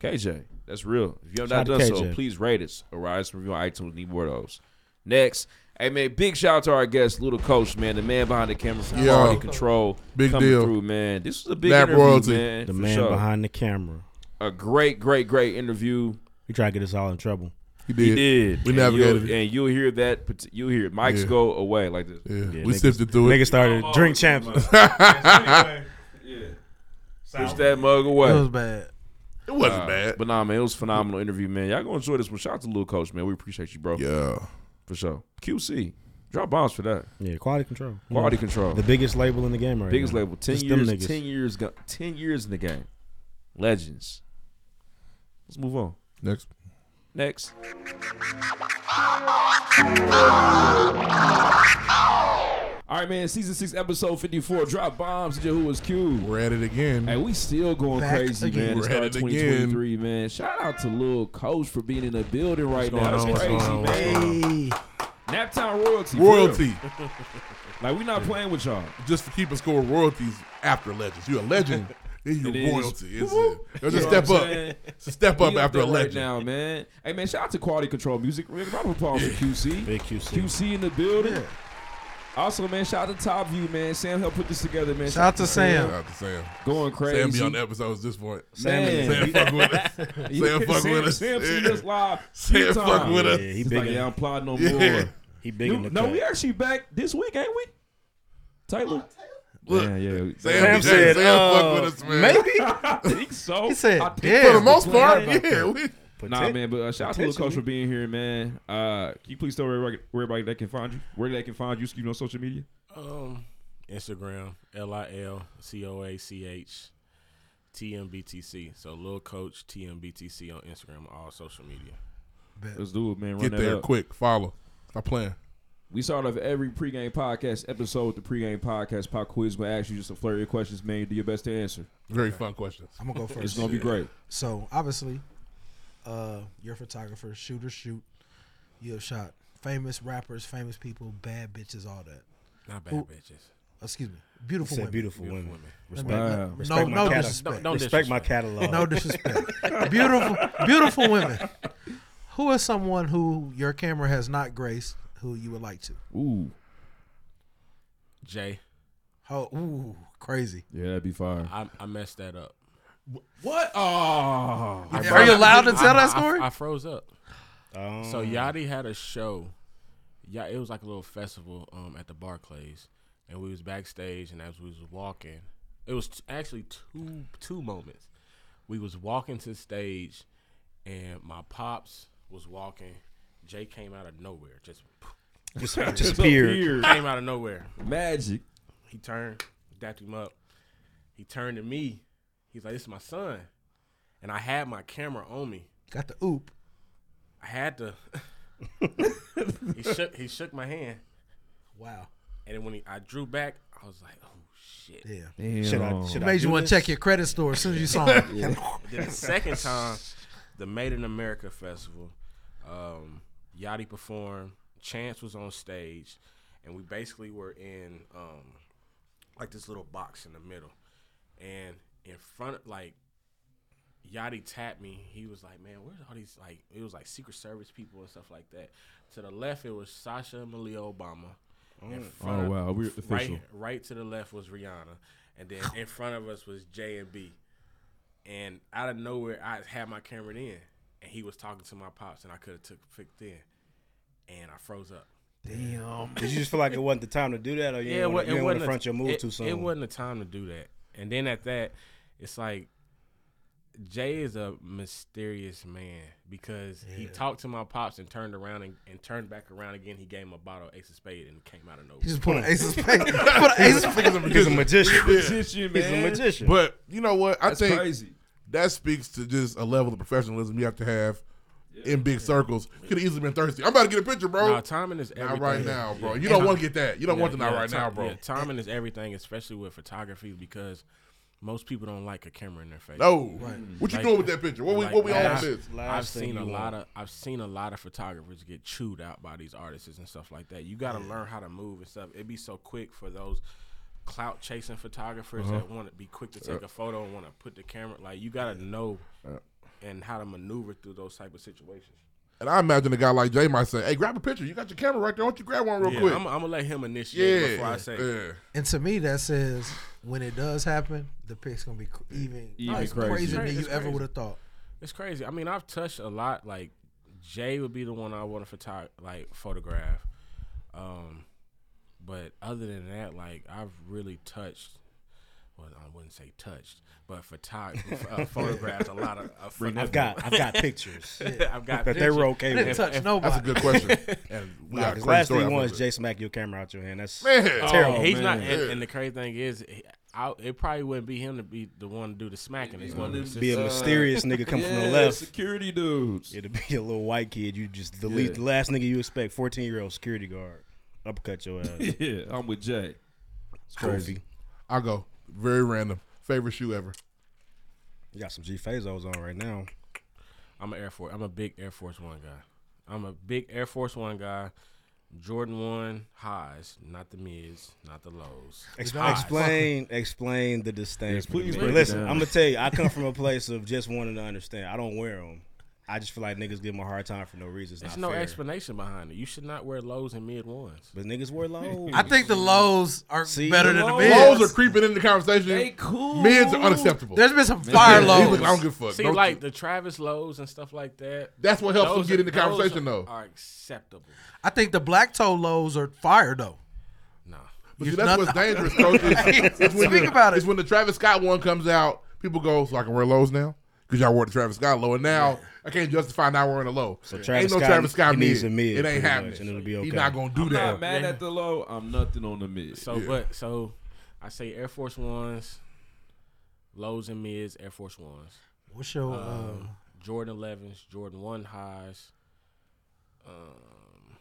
Speaker 5: KJ, that's real. If you have
Speaker 4: Shout
Speaker 5: not
Speaker 4: out
Speaker 5: done
Speaker 4: to
Speaker 5: so,
Speaker 4: KJ.
Speaker 5: please rate us or write us a review on iTunes. Need more of those. Next. Hey man, big shout out to our guest, Little Coach, man, the man behind the camera from
Speaker 2: Yeah.
Speaker 5: Quality Control.
Speaker 2: Big
Speaker 5: coming
Speaker 2: deal.
Speaker 5: through, man. This was a big
Speaker 2: Lap
Speaker 5: interview,
Speaker 2: royalty.
Speaker 5: man.
Speaker 4: The
Speaker 5: for
Speaker 4: man
Speaker 5: sure.
Speaker 4: behind the camera.
Speaker 5: a great, great, great interview.
Speaker 4: He tried to get us all in trouble.
Speaker 2: He
Speaker 5: He did.
Speaker 4: We
Speaker 5: and
Speaker 4: navigated
Speaker 5: you'll, and you'll hear that. pat- You'll hear mics
Speaker 4: Yeah.
Speaker 5: go away like this.
Speaker 2: Yeah,
Speaker 4: we niggas- sifted through it. niggas started
Speaker 5: Oh,
Speaker 4: drink
Speaker 5: push
Speaker 4: champions.
Speaker 5: that mug. Yeah. Push that mug away.
Speaker 12: It was bad.
Speaker 2: It wasn't
Speaker 5: bad. But nah, man, it was a phenomenal interview, man. Y'all gonna enjoy this one. Shout out to Lil Coach, man. We appreciate you, bro.
Speaker 2: Yeah.
Speaker 5: For sure. QC. Drop bombs for that.
Speaker 4: Yeah, quality control.
Speaker 5: Quality
Speaker 4: Yeah.
Speaker 5: control.
Speaker 4: The biggest label in the game right
Speaker 5: Biggest
Speaker 4: now.
Speaker 5: label. Ten
Speaker 4: Just them
Speaker 5: years.
Speaker 4: niggas.
Speaker 5: Ten years. go- Ten years in the game. Legends. Let's move on.
Speaker 2: Next.
Speaker 5: Next. All right, man. Season six, episode fifty-four. Drop bombs. Who was Q?
Speaker 2: We're at it again.
Speaker 5: And we still going
Speaker 2: Back
Speaker 5: crazy,
Speaker 2: again.
Speaker 5: man.
Speaker 2: We're
Speaker 5: It's
Speaker 2: at
Speaker 5: start
Speaker 2: it again.
Speaker 5: 2023, man. Shout out to Lil Coach for being in the building right
Speaker 2: What's
Speaker 5: now. That's
Speaker 2: going on?
Speaker 5: crazy,
Speaker 2: What's going on? What's going
Speaker 5: man. Naptown royalty. for
Speaker 2: Royalty.
Speaker 5: real. like we not playing with y'all.
Speaker 2: Just for keeping score of royalties after legends. You're a legend. Then
Speaker 5: It
Speaker 2: you're
Speaker 5: is.
Speaker 2: royalty. It's
Speaker 5: Woo-woo.
Speaker 2: it. It's a
Speaker 5: You know
Speaker 2: step
Speaker 5: what
Speaker 2: up.
Speaker 5: I'm saying?
Speaker 2: It's a step up
Speaker 5: We
Speaker 2: after a
Speaker 5: there right
Speaker 2: legend.
Speaker 5: now, man. Hey, man, shout out to Quality Control Music. Big round of applause for QC.
Speaker 4: Big QC.
Speaker 5: QC in the building. Also, man, shout out to Top View, man. Sam helped put this together, man.
Speaker 2: Shout out to Sam.
Speaker 5: Shout
Speaker 2: Shout out to Sam.
Speaker 5: Going
Speaker 2: Sam be
Speaker 5: crazy.
Speaker 2: on the episodes this point.
Speaker 5: Sam,
Speaker 2: Man. Sam fuck with us. Sam fuck with us.
Speaker 5: Sam seen
Speaker 2: Yeah.
Speaker 5: us live.
Speaker 2: Sam
Speaker 5: few
Speaker 2: fuck
Speaker 5: times.
Speaker 2: with us.
Speaker 5: Yeah,
Speaker 2: he
Speaker 5: he
Speaker 2: big
Speaker 5: big. Like,
Speaker 2: in-
Speaker 5: yeah, I'm plotting no
Speaker 2: Yeah.
Speaker 5: more.
Speaker 4: He big
Speaker 5: No,
Speaker 4: in the
Speaker 5: no
Speaker 4: cut.
Speaker 5: we actually back this week, ain't we? Taylor.
Speaker 2: Look,
Speaker 5: yeah, yeah.
Speaker 2: Sam, Sam, Sam
Speaker 5: uh,
Speaker 2: fuck with us, man.
Speaker 5: I think so.
Speaker 2: He said,
Speaker 5: I think
Speaker 2: "Damn." For the most part, yeah, we-
Speaker 5: nah, man, but uh, shout out to Lil Coach
Speaker 2: Potentially.
Speaker 5: for being here, man. Uh, can you please tell everybody, everybody that can find you, where they can find you, excuse me, on social media?
Speaker 16: Um, Instagram L I L C O A C H T M B T C. So Lil Coach T M B T C on Instagram, all social media.
Speaker 5: Let's do it, man. Run
Speaker 2: Get
Speaker 5: that
Speaker 2: there
Speaker 5: up.
Speaker 2: quick. Follow. Stop playing.
Speaker 5: We start off every pregame podcast episode with the pregame podcast pop quiz. We'll ask you just a flurry of questions, man. You do your best to answer.
Speaker 2: Very fun questions.
Speaker 12: I'm gonna go first.
Speaker 5: It's gonna be great.
Speaker 12: So obviously, uh, you're a photographer, shooter, shoot. You have shot famous rappers, famous people, bad bitches, all that.
Speaker 16: Not bad bitches.
Speaker 12: Excuse me.
Speaker 4: He
Speaker 12: Beautiful
Speaker 4: said
Speaker 12: women.
Speaker 4: beautiful Beautiful women. women.
Speaker 12: Let me-
Speaker 4: Respect-
Speaker 12: let-
Speaker 4: Wow.
Speaker 12: no,
Speaker 4: Respect my
Speaker 12: no
Speaker 4: catalog.
Speaker 12: disrespect.
Speaker 4: Don't- don't Respect my disrespect. catalog.
Speaker 12: No disrespect. beautiful, beautiful women. Who is someone who your camera has not graced who you would like to?
Speaker 5: Ooh.
Speaker 16: Jay,
Speaker 12: Oh, ooh, crazy.
Speaker 5: Yeah, that'd be fire.
Speaker 16: I, I messed that up.
Speaker 12: What?
Speaker 5: Oh,
Speaker 16: I
Speaker 12: are you
Speaker 16: froze-
Speaker 12: allowed to tell
Speaker 16: I-
Speaker 12: that
Speaker 16: I-
Speaker 12: story?
Speaker 16: I, froze up.
Speaker 4: Oh.
Speaker 16: So Yachty had a show. Yeah, it was like a little festival um, at the Barclays, and we was backstage, and as we was walking, it was t- actually two two moments. We was walking to stage, and my pops was walking. Jay came out of nowhere, just
Speaker 4: Just- just appeared.
Speaker 16: Came out of nowhere.
Speaker 5: Magic.
Speaker 16: He turned, dapped him up. He turned to me. He's like, "This is my son," and I had my camera on me.
Speaker 12: Got the oop.
Speaker 16: I had to. he shook. He shook my hand.
Speaker 12: Wow.
Speaker 16: And then when he, I drew back, I was like, "Oh shit!"
Speaker 12: Yeah.
Speaker 5: Damn.
Speaker 12: Should I,
Speaker 5: Should
Speaker 12: made
Speaker 16: I
Speaker 12: you
Speaker 16: do
Speaker 12: want
Speaker 16: this?
Speaker 12: to check your credit store as soon as you saw him.
Speaker 16: And then the second time, the Made in America festival, um, Yachty performed. Chance was on stage, and we basically were in um, like this little box in the middle, and in front of like Yachty tapped me. He was like, "Man, where's all these like?" It was like Secret Service people and stuff like that. To the left, it was Sasha and Malia Obama. In
Speaker 5: Oh.
Speaker 16: front
Speaker 5: Oh,
Speaker 16: of-
Speaker 5: wow, we're
Speaker 16: f-
Speaker 5: official.
Speaker 16: Right, right to the left was Rihanna, and then in front of us was J and B. And out of nowhere, I had my camera in, and he was talking to my pops, and I could have took picked in, and I froze up.
Speaker 4: Damn. Did you just feel like it wasn't the time to do that, or you
Speaker 16: Yeah,
Speaker 4: didn't
Speaker 16: it, wa-
Speaker 4: want
Speaker 16: it
Speaker 4: to
Speaker 16: wasn't a-
Speaker 4: front your move
Speaker 16: it-
Speaker 4: too soon?
Speaker 16: It wasn't the time to do that. And then at that, it's like Jay is a mysterious man because he talked to my pops and turned around and, and turned back around again. He gave him a bottle of Ace of Spade and came out of nowhere.
Speaker 12: He just put an Ace of Spade- put an Ace of Spade-
Speaker 2: He's a
Speaker 4: magician.
Speaker 5: Magician,
Speaker 4: He's a man. magician.
Speaker 2: But you know what? I
Speaker 5: That's
Speaker 2: think
Speaker 5: crazy.
Speaker 2: that speaks to just a level of professionalism you have to have in big circles. Could have easily been thirsty. I'm about to get a picture, bro.
Speaker 16: Nah, timing is
Speaker 2: not
Speaker 16: everything.
Speaker 2: right now, bro.
Speaker 16: Yeah.
Speaker 2: You don't
Speaker 16: And-
Speaker 2: want to get that. You don't
Speaker 16: Yeah,
Speaker 2: want to not
Speaker 16: yeah,
Speaker 2: right
Speaker 16: ti-
Speaker 2: now, bro.
Speaker 16: yeah, timing is everything, especially with photography, because most people don't like a camera in their face.
Speaker 2: No. Right. What you doing with that picture? What we- what we on
Speaker 16: I've-
Speaker 2: with this?
Speaker 16: I've
Speaker 2: Last thing
Speaker 16: seen a
Speaker 2: you
Speaker 16: lot
Speaker 2: want.
Speaker 16: of I've seen a lot of photographers get chewed out by these artists and stuff like that. You got to
Speaker 2: Yeah.
Speaker 16: learn how to move and stuff. It'd be so quick for those clout chasing photographers
Speaker 2: Uh-huh.
Speaker 16: that want to be quick to take
Speaker 2: Yeah.
Speaker 16: a photo and want to put the camera. Like you got to know and how to maneuver through those type of situations.
Speaker 2: And I imagine a guy like Jay might say, "Hey, grab a picture. You got your camera right there. Why don't you grab one real
Speaker 16: yeah,
Speaker 2: quick?"
Speaker 16: I'm, I'm gonna let him initiate
Speaker 2: Yeah,
Speaker 16: before I say.
Speaker 2: yeah.
Speaker 12: And to me, that says when it does happen, the pick's gonna be cr- even,
Speaker 16: Even
Speaker 12: it's
Speaker 16: crazier.
Speaker 12: crazier than
Speaker 16: It's
Speaker 12: you ever
Speaker 16: crazy.
Speaker 12: would have thought.
Speaker 16: It's crazy. I mean, I've touched a lot. Like Jay would be the one I want to photog- like photograph. Um, but other than that, like I've really touched. Well, I wouldn't say touched, but photography, uh, photographed a lot of. Uh,
Speaker 4: Bring that I've got- back. I've got pictures.
Speaker 16: I've got
Speaker 4: That they
Speaker 16: pictures.
Speaker 4: were okay with.
Speaker 16: If-
Speaker 4: Touch
Speaker 16: if-
Speaker 4: nobody. That's a good question.
Speaker 2: And
Speaker 4: Nah, 'cause last thing you want is Jay smack your camera out your hand. That's
Speaker 16: Oh,
Speaker 4: terrible.
Speaker 16: he's not.
Speaker 4: man.
Speaker 16: And, and the crazy thing is, he- I, it probably wouldn't be him to be the one to do the smacking. It's gonna
Speaker 4: It'd be a mysterious nigga come from the
Speaker 16: Yeah,
Speaker 4: left.
Speaker 5: Security dudes.
Speaker 4: It'd be a little white kid. You just delete
Speaker 5: Yeah.
Speaker 4: the last nigga you expect. Fourteen year old security guard. Uppercut your ass.
Speaker 5: yeah, I'm with Jay.
Speaker 4: It's crazy.
Speaker 2: I go very random. Favorite shoe ever?
Speaker 4: You got some G Fazos on right now.
Speaker 16: I'm an Air Force. I'm a big Air Force One guy. I'm a big Air Force One guy. Jordan One highs, not the mids, not the lows.
Speaker 4: Ex-
Speaker 16: Highs.
Speaker 4: explain, explain the disdain.
Speaker 16: Yes,
Speaker 4: for the
Speaker 16: please
Speaker 4: niggas.
Speaker 16: break it
Speaker 4: Listen,
Speaker 16: down.
Speaker 4: I'm gonna tell you, I come from a place of just wanting to understand. I don't wear them. I just feel like niggas give them a hard time for no reason. It's
Speaker 16: There's
Speaker 4: not
Speaker 16: no
Speaker 4: fair.
Speaker 16: explanation behind it. You should not wear lows and mid ones.
Speaker 4: But niggas wear lows.
Speaker 12: I think the lows are
Speaker 4: See,
Speaker 12: better
Speaker 4: the
Speaker 12: than the
Speaker 4: lows-
Speaker 12: mids.
Speaker 2: Lows are creeping in the conversation. They cool. Mids are unacceptable.
Speaker 12: There's been some fire
Speaker 2: Yeah,
Speaker 12: lows.
Speaker 2: I don't give a fuck.
Speaker 16: See,
Speaker 2: Don't-
Speaker 16: like the Travis lows and stuff like that.
Speaker 2: That's what helps them
Speaker 16: Those
Speaker 2: get
Speaker 16: are-
Speaker 2: in the
Speaker 16: those
Speaker 2: conversation,
Speaker 16: are-
Speaker 2: though.
Speaker 16: Are acceptable.
Speaker 12: I think the black toe lows are fire though.
Speaker 16: Nah.
Speaker 2: But see, that's what's dangerous, coaches. It's when
Speaker 12: Speak
Speaker 2: the,
Speaker 12: about it.
Speaker 2: It's when the Travis Scott one comes out, people go, "So I can wear lows now." Because y'all wore the Travis Scott low, and now I can't justify not wearing a low.
Speaker 4: So
Speaker 2: ain't
Speaker 4: Travis
Speaker 2: no
Speaker 4: Scott,
Speaker 2: Travis Scott
Speaker 4: he
Speaker 2: mid.
Speaker 4: needs a mid,
Speaker 2: It
Speaker 4: pretty
Speaker 2: ain't
Speaker 4: much,
Speaker 2: happening.
Speaker 4: and it'll be
Speaker 2: He's
Speaker 4: okay.
Speaker 2: not gonna do
Speaker 5: I'm
Speaker 2: that.
Speaker 5: not mad at the low. I'm nothing on the mid.
Speaker 16: So, but so I say Air Force Ones, lows and mids, Air Force Ones.
Speaker 12: What's your, uh,
Speaker 16: um, Jordan 11s, Jordan 1 highs? Um,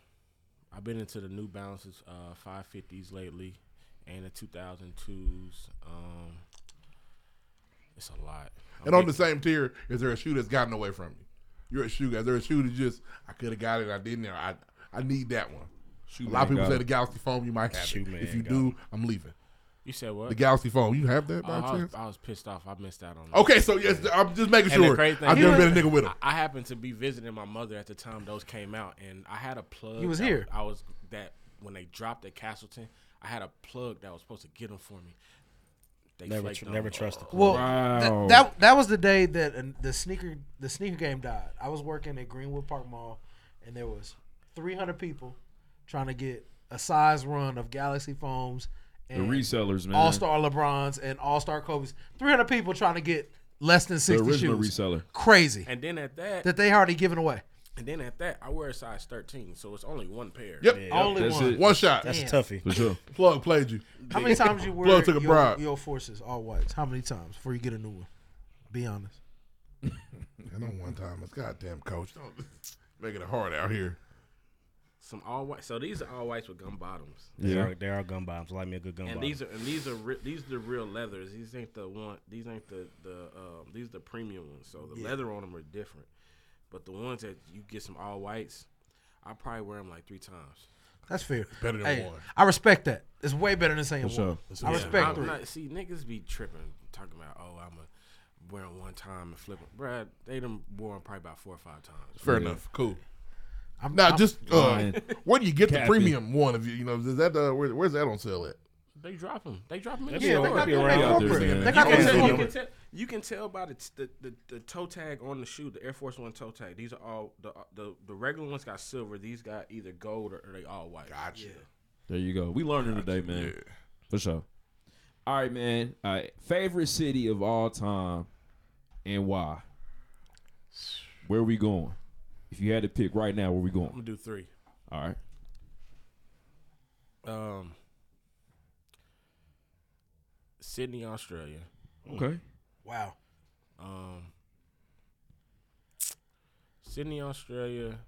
Speaker 16: I've been into the New Balances uh, 550s lately and the 2002s. Um, it's a lot.
Speaker 2: And on the same tier, is there a shoe that's gotten away from you? You're a shoe guy. Is there a shoe that just I could have got it, I didn't. or I I need that one. a lot
Speaker 16: man
Speaker 2: of people
Speaker 16: got
Speaker 2: say
Speaker 16: it.
Speaker 2: the Galaxy Foam. You might have
Speaker 16: Shoe
Speaker 2: it.
Speaker 16: man
Speaker 2: If you
Speaker 16: got
Speaker 2: do,
Speaker 16: it.
Speaker 2: I'm leaving.
Speaker 16: You said what?
Speaker 2: The Galaxy Phone. You have that
Speaker 16: Oh,
Speaker 2: by
Speaker 4: Uh-huh.
Speaker 16: I, was,
Speaker 2: chance?
Speaker 16: I was pissed off. I missed out on.
Speaker 2: Okay,
Speaker 16: that.
Speaker 2: so yes, I'm just making
Speaker 16: And the
Speaker 2: sure.
Speaker 16: crazy thing
Speaker 2: I've never
Speaker 16: is,
Speaker 2: been a nigga with 'em.
Speaker 16: I, I happened to be visiting my mother at the time those came out, and I had a plug.
Speaker 12: He was
Speaker 16: that
Speaker 12: here.
Speaker 16: I was that when they dropped at Castleton. I had a plug that was supposed to get them for me. They
Speaker 4: Never
Speaker 16: flaked
Speaker 4: tr-
Speaker 16: on
Speaker 4: never
Speaker 16: me.
Speaker 4: trust the
Speaker 12: Well, th- that that was the day that uh, the sneaker the sneaker game died. I was working at Greenwood Park Mall, and there was 300 people trying to get a size run of Galaxy foams.
Speaker 5: The resellers, man.
Speaker 12: All Star LeBrons and All Star Kobe's. 300 people trying to get less than 60
Speaker 5: original
Speaker 12: shoes.
Speaker 5: reseller.
Speaker 12: Crazy.
Speaker 16: And then at that-
Speaker 12: that they already given away.
Speaker 16: And then at that, I wear a size thirteen, so it's only one pair.
Speaker 2: Yep.
Speaker 12: Only
Speaker 2: That's
Speaker 12: one.
Speaker 2: it. One shot.
Speaker 12: That's a
Speaker 2: Damn.
Speaker 12: toughie.
Speaker 5: For sure.
Speaker 2: Plug played you.
Speaker 12: How many times you wear
Speaker 2: Plug took a
Speaker 12: your,
Speaker 2: bribe.
Speaker 12: your forces all whites? How many times before you get a new one? Be honest.
Speaker 2: I know one time. It's goddamn coach. Don't make it hard out here.
Speaker 16: Some all white. So these are all whites with gum bottoms.
Speaker 4: There are, there are gun bombs. Like me a good gun
Speaker 16: and
Speaker 4: bomb.
Speaker 16: these are and these are re- these are the real leathers. These ain't the one. These ain't the the um, these are the premium ones. So the
Speaker 12: Yeah.
Speaker 16: leather on them are different. But the ones that you get some all whites, I probably wear them like three times.
Speaker 12: That's fair.
Speaker 2: Better than
Speaker 12: Hey,
Speaker 2: one.
Speaker 12: I respect that. It's way better than saying
Speaker 2: For sure.
Speaker 12: one.
Speaker 2: That's
Speaker 12: I
Speaker 2: what I'm
Speaker 12: respect
Speaker 16: I'm
Speaker 12: three.
Speaker 16: not- see, niggas be tripping, talking about oh I'm a wear 'em one time and flip 'em. Bruh, they done wore 'em probably about four or five times.
Speaker 2: Fair enough. Cool.
Speaker 12: I'm
Speaker 2: now,
Speaker 16: I'm-
Speaker 2: just uh,
Speaker 16: Fine.
Speaker 2: where do you get
Speaker 16: Cappy.
Speaker 2: the premium one? Of you, you know, is that uh, where, where's that on sale at?
Speaker 16: They drop them. They drop them in
Speaker 2: That'd
Speaker 16: the
Speaker 2: be
Speaker 16: store.
Speaker 2: around- that'd be around out there, man.
Speaker 16: You
Speaker 2: They got
Speaker 16: can
Speaker 2: them
Speaker 16: tell-
Speaker 2: too.
Speaker 16: you can tell- You can tell by the, t- the the the toe tag on the shoe, the Air Force One toe tag. These are all the the, the regular ones got silver. These got either gold or, or they all white. Gotcha.
Speaker 5: There you go. We learning today, man. For sure. All right, man. All right. Favorite city of all time and why? Where we going? If you had to pick right now, where we going?
Speaker 16: I'm gonna do three.
Speaker 5: All right.
Speaker 16: Um, Sydney, Australia.
Speaker 5: Okay.
Speaker 12: Wow.
Speaker 16: Um, Sydney, Australia.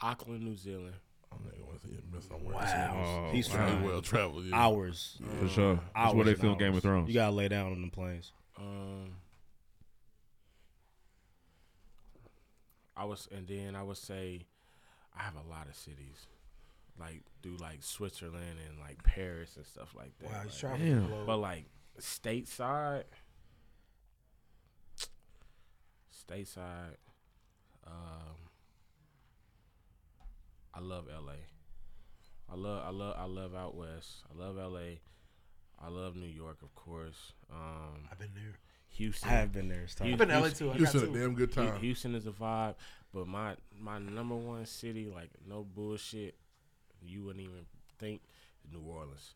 Speaker 16: Auckland, New Zealand.
Speaker 2: I'm not gonna see it miss somewhere.
Speaker 4: Wow.
Speaker 2: He's
Speaker 4: flying.
Speaker 2: well traveled. yeah.
Speaker 4: Hours.
Speaker 5: For sure. Oh, That's where they
Speaker 4: and
Speaker 5: film Game of Thrones.
Speaker 4: You gotta lay down on the planes.
Speaker 16: Um, I was, and then I would say, I have a lot of cities, like do like Switzerland and like Paris and stuff like that.
Speaker 12: Wow, he's
Speaker 16: Like,
Speaker 12: traveling the Damn. globe.
Speaker 16: But like stateside, stateside, Um, I love LA. I love I love I love out west. I love LA. I love New York, of course. Um, I've
Speaker 12: been there.
Speaker 16: Houston.
Speaker 4: I have been there, it's
Speaker 16: Hu-
Speaker 4: tough. I've been to LA
Speaker 16: Houston-
Speaker 4: too, I got Houston a
Speaker 2: two. damn good
Speaker 16: Hu-
Speaker 2: time.
Speaker 16: Houston is a vibe, but my my number one city, like no bullshit, you wouldn't even think is New Orleans.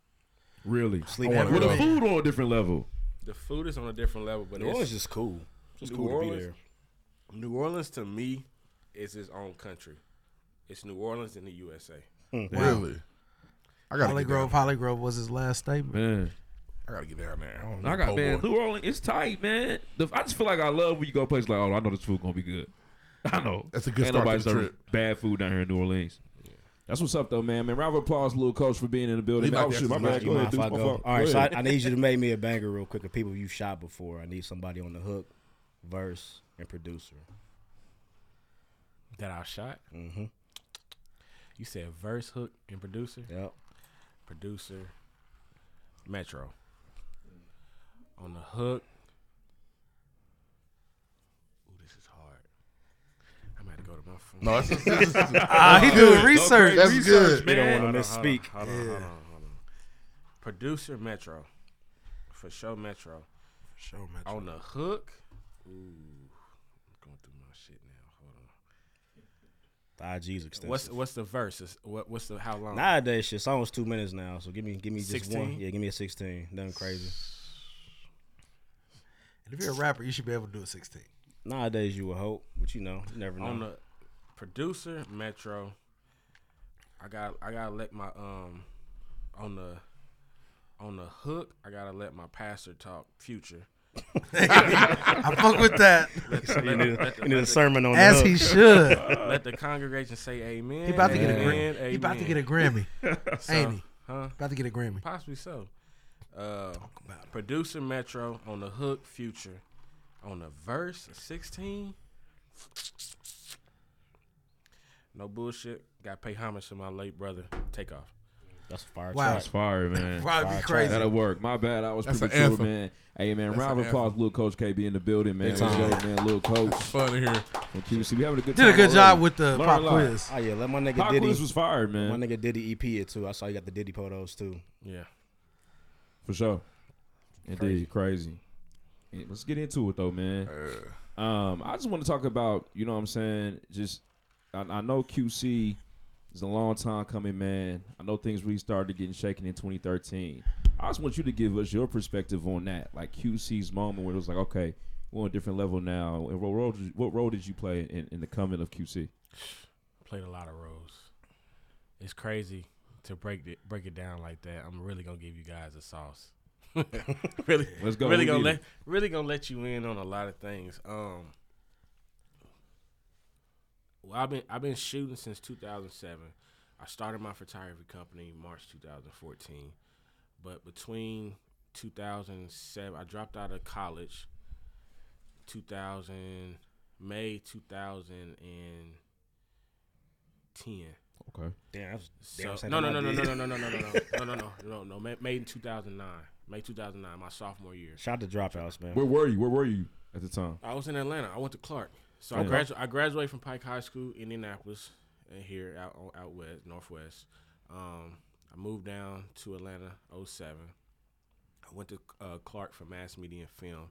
Speaker 5: Really?
Speaker 16: Sleep
Speaker 5: I wanna
Speaker 16: every
Speaker 5: go.
Speaker 16: day.
Speaker 5: With the food on a different level.
Speaker 16: The food is on a different level, but
Speaker 4: New
Speaker 16: it's,
Speaker 4: Orleans is cool. It's just cool to be
Speaker 16: there. New Orleans to me is its own country. It's New Orleans in the USA.
Speaker 2: Really? I gotta
Speaker 12: Holly
Speaker 2: get
Speaker 12: Grove. Holly Grove was his last statement.
Speaker 5: Man.
Speaker 2: I gotta get down there. I, don't
Speaker 5: I
Speaker 2: know,
Speaker 5: got
Speaker 2: po'
Speaker 5: man,
Speaker 2: boy.
Speaker 5: New Orleans. It's tight, man. The, I just feel like I love when you go to places like, oh, I know this food gonna be good. I know
Speaker 2: That's a good
Speaker 5: Ain't
Speaker 2: start to
Speaker 5: nobody
Speaker 2: the
Speaker 5: serving
Speaker 2: trip.
Speaker 5: Bad food down here in New Orleans. That's what's up though, man. Man, round of applause, little coach, for being in the building.
Speaker 2: He
Speaker 5: Man,
Speaker 2: might
Speaker 5: oh
Speaker 2: be
Speaker 5: shoot, my
Speaker 2: asking
Speaker 5: bad.
Speaker 2: me
Speaker 5: Go ahead,
Speaker 2: if
Speaker 5: dude.
Speaker 2: I
Speaker 5: My
Speaker 2: go.
Speaker 5: fault.
Speaker 4: All right,
Speaker 5: Go
Speaker 4: so I,
Speaker 5: ahead.
Speaker 4: I need you to make me a banger real quick of people you shot before. I need somebody on the hook, verse, and producer.
Speaker 16: That I shot.
Speaker 4: Mm-hmm.
Speaker 16: You said verse, hook, and producer.
Speaker 4: Yep.
Speaker 16: Producer. Metro. On the hook. Ooh, this is hard. I might have to go to my phone.
Speaker 2: No, that's- that's- that's- Ah, he doing research. That's good.
Speaker 16: You
Speaker 2: You don't
Speaker 16: don't
Speaker 2: wanna
Speaker 16: want to
Speaker 2: misspeak.
Speaker 16: misspeak. Hold on, hold on,
Speaker 2: Yeah.
Speaker 16: hold on, hold on. Producer Metro. For show Metro. For
Speaker 12: show
Speaker 16: Metro. On the hook. Ooh. I'm going through my shit now. Hold on.
Speaker 4: The IG's extensive.
Speaker 16: What's what's the verse? Is- What what's the how long?
Speaker 4: Nowadays, shit, song's two minutes now. So give me, give me just
Speaker 16: 16?
Speaker 4: one. Yeah, give me a sixteen. Nothing crazy.
Speaker 12: And if you're a rapper, you should be able to do a 16.
Speaker 4: Nowadays, you would hope, but you know, you never know.
Speaker 16: on the producer Metro. I got I gotta let my um on the on the hook. I gotta let my pastor talk future.
Speaker 12: I fuck with that.
Speaker 16: Let the-
Speaker 12: You
Speaker 16: let
Speaker 12: need a-
Speaker 16: the- let the-
Speaker 12: you need a
Speaker 16: let the-
Speaker 12: sermon on the As hook. he should.
Speaker 16: Let the congregation say amen.
Speaker 12: He about to get a Gra-
Speaker 16: amen,
Speaker 12: he about to get a
Speaker 16: amen.
Speaker 12: Grammy,
Speaker 16: So-
Speaker 12: ain't he?
Speaker 16: Huh?
Speaker 12: About to get a Grammy.
Speaker 16: Possibly so. Uh, producer Metro on the hook, Future on the verse, sixteen. No bullshit. Got to pay homage to my late brother. Take off.
Speaker 4: That's fire.
Speaker 5: Wow. That's fire, man.
Speaker 16: Probably
Speaker 5: Fire
Speaker 16: crazy.
Speaker 5: track. That'll work. My bad. I was
Speaker 16: That's an
Speaker 5: premature,
Speaker 16: anthem.
Speaker 5: man. Hey, man.
Speaker 16: That's
Speaker 5: round
Speaker 16: an
Speaker 5: of applause, little coach KB in the building, man.
Speaker 16: Big
Speaker 5: Let's go,
Speaker 16: time.
Speaker 5: man. Little coach.
Speaker 2: fun in here.
Speaker 5: From QC, we having a good.
Speaker 12: Did a
Speaker 5: time
Speaker 12: good job
Speaker 5: already.
Speaker 12: with the
Speaker 5: Learned
Speaker 12: pop
Speaker 5: a lot.
Speaker 12: quiz.
Speaker 4: Oh yeah, let my nigga
Speaker 5: Pop
Speaker 4: Diddy.
Speaker 5: quiz was fired, man.
Speaker 4: My nigga Diddy EP it too. I saw you got the Diddy photos too.
Speaker 16: Yeah.
Speaker 5: For sure. Indeed, crazy. Yeah, Let's get into it though, man. Um, I just want to talk about, you know what I'm saying? Just I, I know QC is a long time coming, man. I know things really started getting shaken in 2013. I just want you to give us your perspective on that, like QC's moment where it was like, okay, we're on a different level now. And what role did you, what role did you play in, in the coming of QC?
Speaker 16: Played a lot of roles. It's crazy to break it break it down like that. I'm really gonna give you guys a sauce. really,
Speaker 5: Let's go.
Speaker 16: Really
Speaker 5: We
Speaker 16: gonna
Speaker 5: need
Speaker 16: let
Speaker 5: it.
Speaker 16: really gonna let you in on a lot of things. Um, well, I've been I've been shooting since 2007. I started my photography company in March 2014, but between 2007, I dropped out of college. 2000 May 2010.
Speaker 5: Okay.
Speaker 4: Damn, that's
Speaker 16: So, no, no, no, no, no, no, no, no, no, no, no, no, no, no, no, no. May- Made in 2009. May 2009, my sophomore year.
Speaker 4: Shout out to dropouts, man.
Speaker 5: Where were you? Where were you at the time?
Speaker 16: I was in Atlanta. I went to Clark. So I,
Speaker 5: Okay.
Speaker 16: gradu- I graduated from Pike High School, Indianapolis, and here out o- out west, northwest. Um, I moved down to Atlanta, 07. I went to uh, Clark for mass media and film.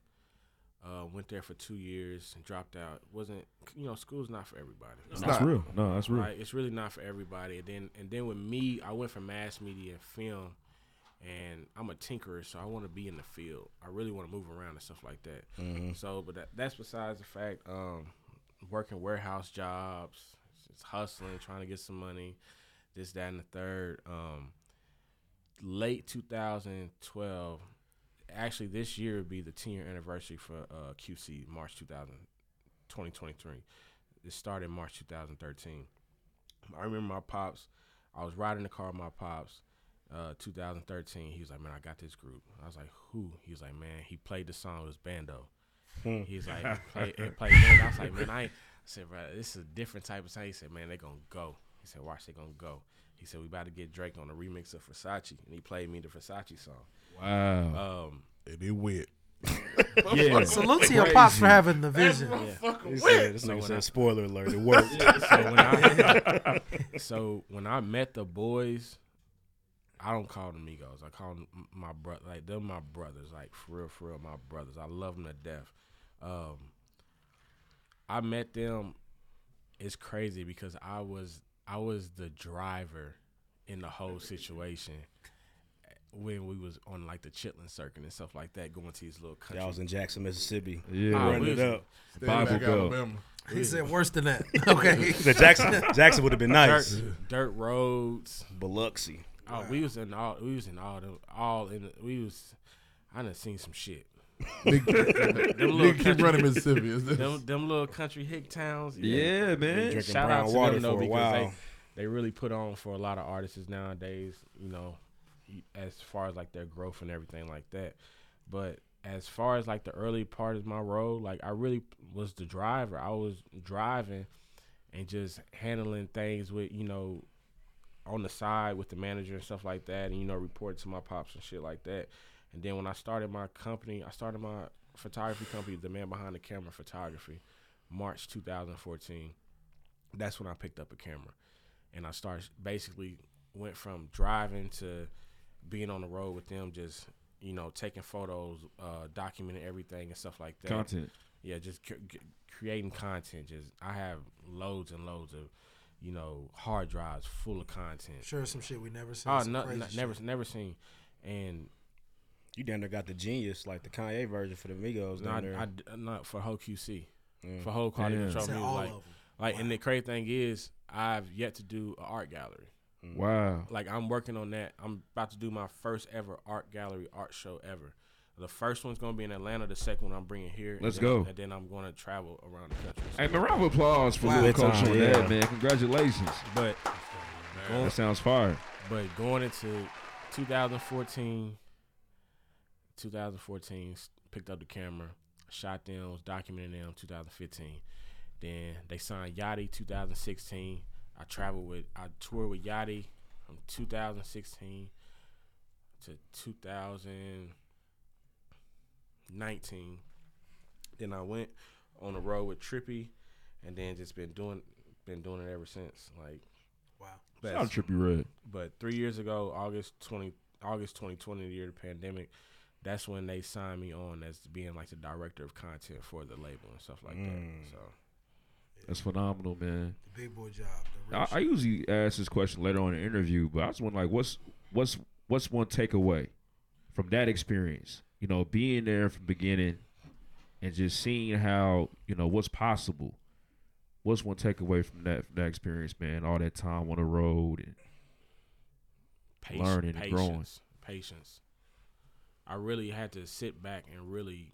Speaker 16: Uh, went there for two years and dropped out. wasn't you know school's not for everybody.
Speaker 5: It's That's not. real. No, that's real.
Speaker 16: Right? It's really not for everybody. And then and then with me, I went for mass media and film, and I'm a tinkerer, so I want to be in the field. I really want to move around and stuff like that.
Speaker 5: Mhm.
Speaker 16: So, but that, that's besides the fact. Um, working warehouse jobs, just hustling, trying to get some money, this, that, and the third. Um, late 2012, actually, this year would be the 10 year anniversary for uh, QC, March 2000, 2023. It started March 2013. I remember my pops. I was riding the car with my pops, uh, 2013. He was like, "Man, I got this group." I was like, "Who?" He was like, "Man, he played the song. It was Bando."
Speaker 4: Hmm.
Speaker 16: He was like, "Play, it played Bando." I was like, "Man, I, ain't-" I said, bro, this is a different type of song." He said, "Man, they gonna go." He said, "Watch, they gonna go." He said, "We about to get Drake
Speaker 5: Uh,
Speaker 16: on a remix of Versace," and he played me the Versace song.
Speaker 5: Wow.
Speaker 16: Um,
Speaker 2: and it went.
Speaker 17: Yeah.
Speaker 12: Salute to your pops for having the
Speaker 17: That's
Speaker 12: vision.
Speaker 17: my
Speaker 4: He said, this nigga said, spoiler alert, it worked.
Speaker 16: so, when I, so when I met the boys, I don't call them amigos. I call them my brother. Like they're my brothers. Like for real, for real, my brothers. I love them to death. Um, I met them. It's crazy because I was I was the driver in the whole situation when we was on like the Chitlin circuit and stuff like that, going to these little country.
Speaker 4: Y'all was in Jackson, Mississippi.
Speaker 17: Yeah.
Speaker 4: Running it up.
Speaker 12: He said worse than that. Okay.
Speaker 4: He said Jackson- Jackson would've been nice.
Speaker 16: Dirt, dirt roads.
Speaker 4: Biloxi.
Speaker 16: Oh, we was in all. We was in all. The, all in. The, we was. I done seen some shit.
Speaker 2: Nigga- nigga keep running Mississippi, is this-
Speaker 16: Them, them little country hick towns.
Speaker 17: Yeah, man. Been drinking
Speaker 16: Shout
Speaker 17: brown
Speaker 16: out to
Speaker 17: water
Speaker 16: them though
Speaker 17: for a
Speaker 16: because
Speaker 17: while.
Speaker 16: they they really put on for a lot of artists nowadays. You know, as far as like their growth and everything like that. But as far as like the early part of my road, like I really was the driver. I was driving and just handling things with you know on the side with the manager and stuff like that, and you know, report to my pops and shit like that. And then when I started my company, I started my photography company, The Man Behind the Camera Photography, March 2014. That's when I picked up a camera, and I started basically went from driving to being on the road with them, just you know, taking photos, uh, documenting everything and stuff like that.
Speaker 17: Content.
Speaker 16: Yeah, just cr- c- creating content. Just I have loads and loads of, you know, hard drives full of content.
Speaker 12: Sure, some shit we never seen,
Speaker 16: Oh,
Speaker 12: some
Speaker 16: no,
Speaker 12: crazy
Speaker 16: no-
Speaker 12: shit.
Speaker 16: never, never seen. And
Speaker 4: you damn near got the genius, like the Kanye version for the Migos
Speaker 16: No,
Speaker 4: down
Speaker 16: I,
Speaker 4: there.
Speaker 16: I d- uh, not for whole QC,
Speaker 4: Mm.
Speaker 16: for whole quality
Speaker 4: Damn.
Speaker 16: control.
Speaker 4: Said
Speaker 16: Music,
Speaker 4: all
Speaker 16: like,
Speaker 4: of 'em.
Speaker 16: like, and the crazy thing is, I've yet to do an art gallery.
Speaker 17: Wow.
Speaker 16: Like I'm working on that. I'm about to do my first ever art gallery art show ever. The first one's gonna be in Atlanta. The second one I'm bringing here. and
Speaker 17: Let's
Speaker 16: then-
Speaker 17: go.
Speaker 16: And then I'm gonna travel around the country.
Speaker 17: Hey, man, round of applause for Lil Coach on that, man. Congratulations.
Speaker 16: But going-
Speaker 17: That sounds fire.
Speaker 16: But going into 2014, 2014, s- picked up the camera, shot them, was documenting them. 2015, then they signed Yachty. 2016, I traveled with, I toured with Yachty from 2016 to 2019. Then I went on the road with Trippy, and then just been doing, been doing it ever since. Like,
Speaker 12: wow.
Speaker 16: But-
Speaker 17: Shout out to Trippie Redd.
Speaker 16: But three years ago, August twenty August twenty twenty, the year of the pandemic, that's when they signed me on as being like the director of content for the label and stuff like that. So
Speaker 17: That's phenomenal, man.
Speaker 12: The big boy job.
Speaker 17: I, I usually ask this question later on in the interview, but I just want like, what's what's what's one takeaway from that experience? You know, being there from beginning and just seeing how you know what's possible. What's one takeaway from that from that experience, man? All that time on the road and
Speaker 16: patience,
Speaker 17: learning and
Speaker 16: patience,
Speaker 17: growing.
Speaker 16: patience. I really had to sit back and really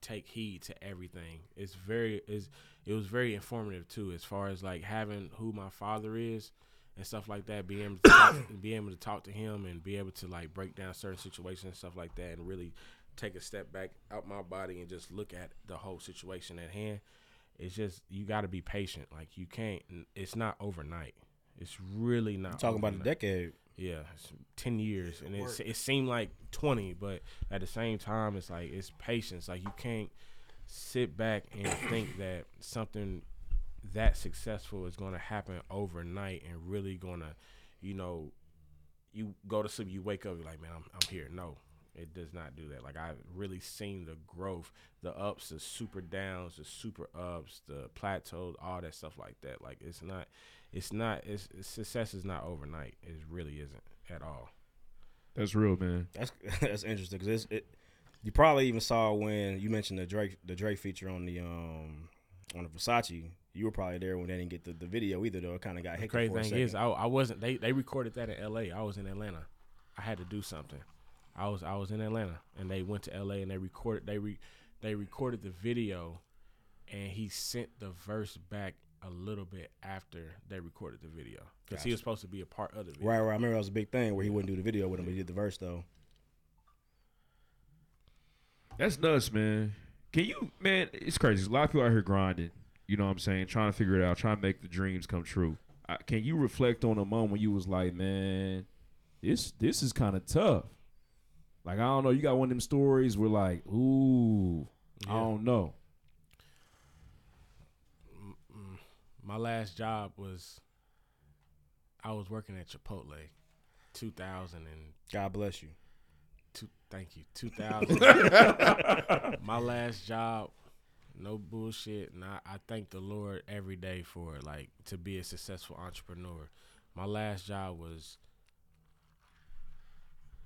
Speaker 16: take heed to everything. It's very is it was very informative too, as far as like having who my father is and stuff like that. Being able to talk, be able to talk to him and be able to like break down certain situations and stuff like that, and really take a step back out my body and just look at the whole situation at hand. It's just you got to be patient. Like you can't. It's not overnight. It's really not.
Speaker 4: You're talking about a
Speaker 16: overnight.
Speaker 4: decade.
Speaker 16: Yeah, it's ten years, and it's,
Speaker 4: work.
Speaker 16: it seemed like twenty, but at the same time, it's like it's patience. Like you can't sit back and think that something that successful is going to happen overnight and really going to, you know, you go to sleep, you wake up, you're like, man, I'm I'm here. No, it does not do that. Like I've really seen the growth, the ups, the super downs, the super ups, the plateaus, all that stuff like that. Like it's not, it's not, it's, it's- success is not overnight. It really isn't at all.
Speaker 17: That's real, man.
Speaker 4: That's that's interesting because it. You probably even saw when you mentioned the Drake the Drake feature on the um on the Versace. You were probably there when they didn't get the, the video either, though. It kind of got
Speaker 16: The
Speaker 4: hectic.
Speaker 16: crazy
Speaker 4: for a
Speaker 16: thing
Speaker 4: second.
Speaker 16: is, I, I wasn't. They they recorded that in L.A. I was in Atlanta. I had to do something. I was I was in Atlanta, and they went to L.A. and they recorded they re, they recorded the video, and he sent the verse back a little bit after they recorded the video because he
Speaker 4: Gotcha.
Speaker 16: was supposed to be a part of the video.
Speaker 4: right, right. I remember that was a big thing where he wouldn't do the video with him, but he did the verse though.
Speaker 17: That's nuts, man. Can you, man? It's crazy. There's a lot of people out here grinding. You know what I'm saying? Trying to figure it out, trying to make the dreams come true. I, can you reflect on a moment when you was like, man, this this is kind of tough. Like I don't know, you got one of them stories where like, ooh, I don't know.
Speaker 16: My last job was I was working at Chipotle, 2000 and
Speaker 4: God bless you.
Speaker 16: Two, thank you. 2000. my last job, no bullshit, and I, I thank the Lord every day for it. Like to be a successful entrepreneur. My last job was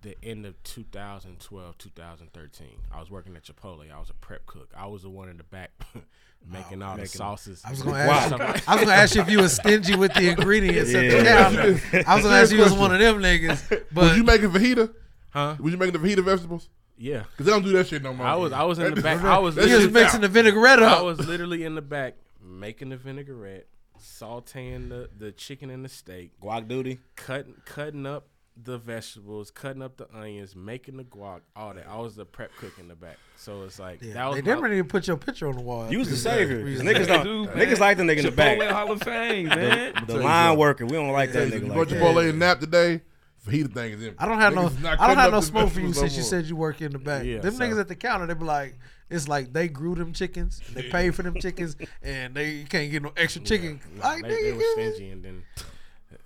Speaker 16: the end of 2012, 2013. I was working at Chipotle. I was a prep cook. I was the one in the back making all the
Speaker 12: making-
Speaker 16: sauces.
Speaker 12: I was gonna ask you- I was gonna ask you if you was stingy with the ingredients at the counter. I was gonna ask you if you was one of them niggas, but-
Speaker 2: was you making fajita?
Speaker 16: Huh?
Speaker 2: Was you making the fajita vegetables?
Speaker 16: Yeah.
Speaker 2: Cause they don't do that shit no more.
Speaker 16: I was I was in
Speaker 2: That
Speaker 16: the
Speaker 2: is-
Speaker 16: back. I was
Speaker 2: that shit
Speaker 16: literally-
Speaker 2: is out.
Speaker 16: I was literally in the back making the vinaigrette, sautéing the, the chicken and the steak,
Speaker 4: guac duty,
Speaker 16: cutting cutting up the vegetables, cutting up the onions, making the guac, all that. I was the prep cook in the back, so it's like
Speaker 12: Yeah,
Speaker 16: that was
Speaker 12: they
Speaker 16: my-
Speaker 12: never need to put your picture on the wall.
Speaker 16: You was the
Speaker 12: after
Speaker 16: savior.
Speaker 12: that.
Speaker 16: Niggas don't-
Speaker 4: niggas like the nigga in the back.
Speaker 17: Chipotle Hall of Fame,
Speaker 4: The-
Speaker 17: man.
Speaker 4: the line worker, we don't like that
Speaker 2: You
Speaker 4: nigga
Speaker 2: go
Speaker 4: like that.
Speaker 2: Chipotle and nap today. Fajita thing is empty.
Speaker 12: I don't have
Speaker 2: Niggas is
Speaker 12: no.
Speaker 2: not
Speaker 12: I
Speaker 2: cutting
Speaker 12: don't have
Speaker 2: up
Speaker 12: no
Speaker 2: the
Speaker 12: smoke for you
Speaker 2: vegetables
Speaker 12: since
Speaker 2: no
Speaker 12: you
Speaker 2: more.
Speaker 12: said you work in the back.
Speaker 2: Yeah,
Speaker 12: them
Speaker 2: so-
Speaker 12: niggas at the counter, they be like, it's like they grew them chickens, they paid for them chickens, and they you can't get no extra chicken.
Speaker 16: Nah,
Speaker 12: like
Speaker 16: they,
Speaker 12: nigga,
Speaker 16: they were
Speaker 12: give me-
Speaker 16: stingy, and then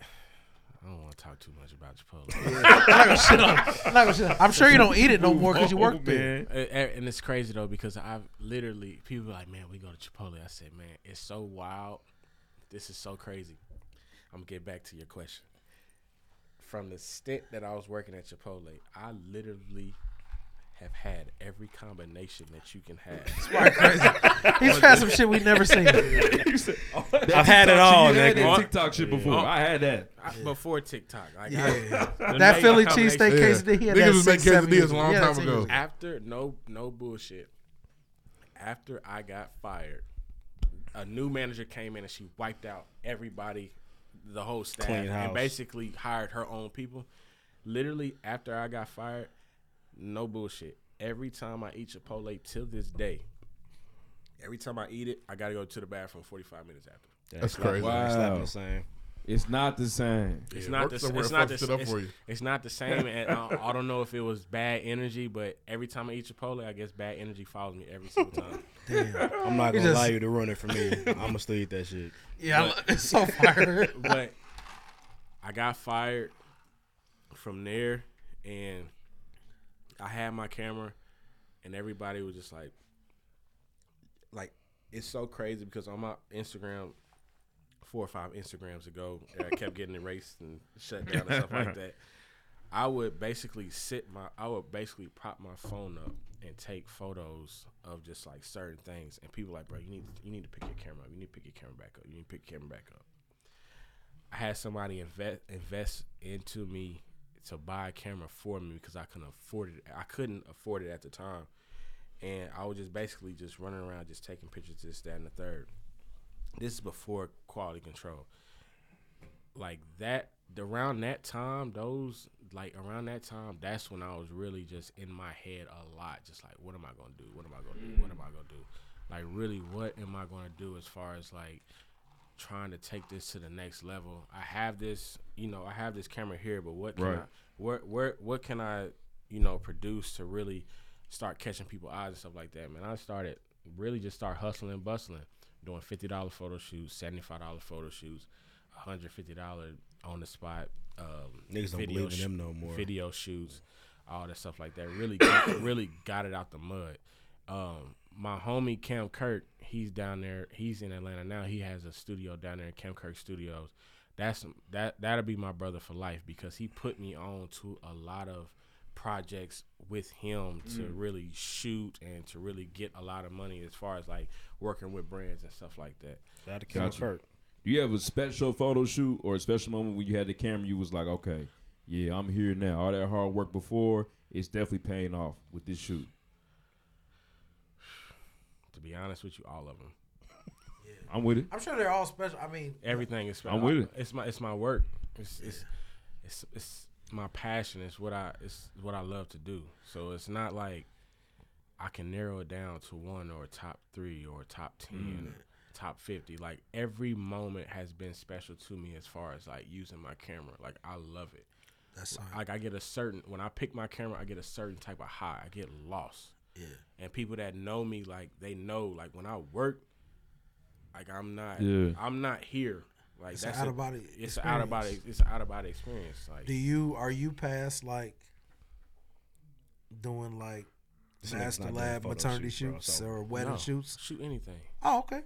Speaker 16: I don't want to talk too much about Chipotle.
Speaker 12: I'm not gonna shit on- I'm not gonna shit on- I'm sure you don't eat it no more 'cause you work there.
Speaker 16: Uh, uh, And it's crazy though because I've literally people are like, man, we go to Chipotle. I said, man, it's so wild. This is so crazy. I'm gonna get back to your question. From the stint that I was working at Chipotle, I literally have had every combination that you can have.
Speaker 12: He's had some shit we never seen.
Speaker 16: You said-
Speaker 17: oh,
Speaker 12: I've had it all,
Speaker 16: You had
Speaker 12: nigga.
Speaker 16: that
Speaker 17: TikTok shit before. I had that.
Speaker 16: I- before TikTok. Like,
Speaker 12: Yeah.
Speaker 16: I-
Speaker 12: That
Speaker 16: the
Speaker 12: Philly
Speaker 16: combination-
Speaker 12: cheesesteak Yeah. quesadilla, he had Niggas that was six, making seven quesadillas years a long ago. time ago.
Speaker 16: After no no bullshit. After I got fired, a new manager came in and she wiped out everybody, the whole staff,
Speaker 4: Clean house.
Speaker 16: and basically hired her own people. Literally after I got fired, no bullshit. Every time I eat Chipotle till this day, every time I eat it, I gotta go to the bathroom 45 minutes after.
Speaker 2: That's crazy.
Speaker 17: Wow.
Speaker 4: It's not the same.
Speaker 17: It's not the same.
Speaker 16: It's not the
Speaker 2: somewhere
Speaker 16: it's
Speaker 2: to
Speaker 16: not the
Speaker 2: fuck shit up
Speaker 16: it's,
Speaker 2: for you.
Speaker 16: it's not the same, and I, I don't know if it was bad energy, but every time I eat Chipotle, I guess bad energy follows me every single time.
Speaker 4: I'm not gonna allow you to ruin it for me. I'ma still eat that shit.
Speaker 12: Yeah, I- it's so fire.
Speaker 16: but I got fired from there, and I had my camera, and everybody was just like, like it's so crazy because on my Instagram, four or five Instagrams ago, I kept getting erased and shut down and stuff like that. I would basically sit my, I would basically prop my phone up and take photos of just like certain things, and people like, bro, you need, you need to pick your camera up, you need to pick your camera back up, you need to pick your camera back up. I had somebody invest invest into me to buy a camera for me because I couldn't afford it. I couldn't afford it at the time, and I was just basically just running around, just taking pictures, this, that, and the third. This is before quality control. Like that, around that time, those like around that time, that's when I was really just in my head a lot, just like, what am I gonna do? What am I gonna do? What am I gonna do? Like, really, what am I gonna do as far as like trying to take this to the next level. I have this, you know, I have this camera here, but what can
Speaker 17: Right.
Speaker 16: I where where what can I, you know, produce to really start catching people eyes and stuff like that, man. I started really just start hustling and bustling, doing fifty dollar photo shoots, seventy five dollar photo shoots, hundred fifty dollar on the spot um
Speaker 4: Niggas don't believe in
Speaker 16: sh-
Speaker 4: them no more.
Speaker 16: Video shoots, all that stuff like that. Really got, really got it out the mud. Um, my homie Cam Kirk, he's down there. He's in Atlanta now. He has a studio down there in Cam Kirk Studios. That's that that'll be my brother for life because he put me on to a lot of projects with him to
Speaker 17: Mm.
Speaker 16: really shoot and to really get a lot of money as far as like working with brands and stuff like that.
Speaker 17: Gotcha. Do you have a special photo shoot or a special moment when you had the camera? You was like, okay, yeah, I'm here now. All that hard work before, it's definitely paying off with this shoot.
Speaker 16: To be honest with you, all of them.
Speaker 17: I'm with it.
Speaker 12: I'm sure they're all special. I mean,
Speaker 16: Everything is.
Speaker 17: I'm with it.
Speaker 16: It's my it's my work. It's it's, it's it's my passion. It's what I it's what I love to do. So it's not like I can narrow it down to one or top three or top
Speaker 17: Mm.
Speaker 16: ten, top fifty. Like every moment has been special to me as far as like using my camera. Like I love it. like I get a certain when I pick my camera, I get a certain type of high. I get lost.
Speaker 12: Yeah.
Speaker 16: And people that know me, like they know, like when I work, like I'm not,
Speaker 12: Yeah.
Speaker 16: I'm not here. Like
Speaker 12: It's an
Speaker 16: that's
Speaker 12: out-of-body
Speaker 16: It's out of body.
Speaker 12: experience.
Speaker 16: It's an out of body experience. Like
Speaker 12: Do you are you past like doing like
Speaker 16: This nigga's not
Speaker 12: master
Speaker 16: doing
Speaker 12: lab
Speaker 16: photo
Speaker 12: maternity
Speaker 16: shoots, bro,
Speaker 12: shoots
Speaker 16: so-
Speaker 12: or wedding
Speaker 16: No,
Speaker 12: shoots?
Speaker 16: Shoot anything.
Speaker 12: Oh, okay.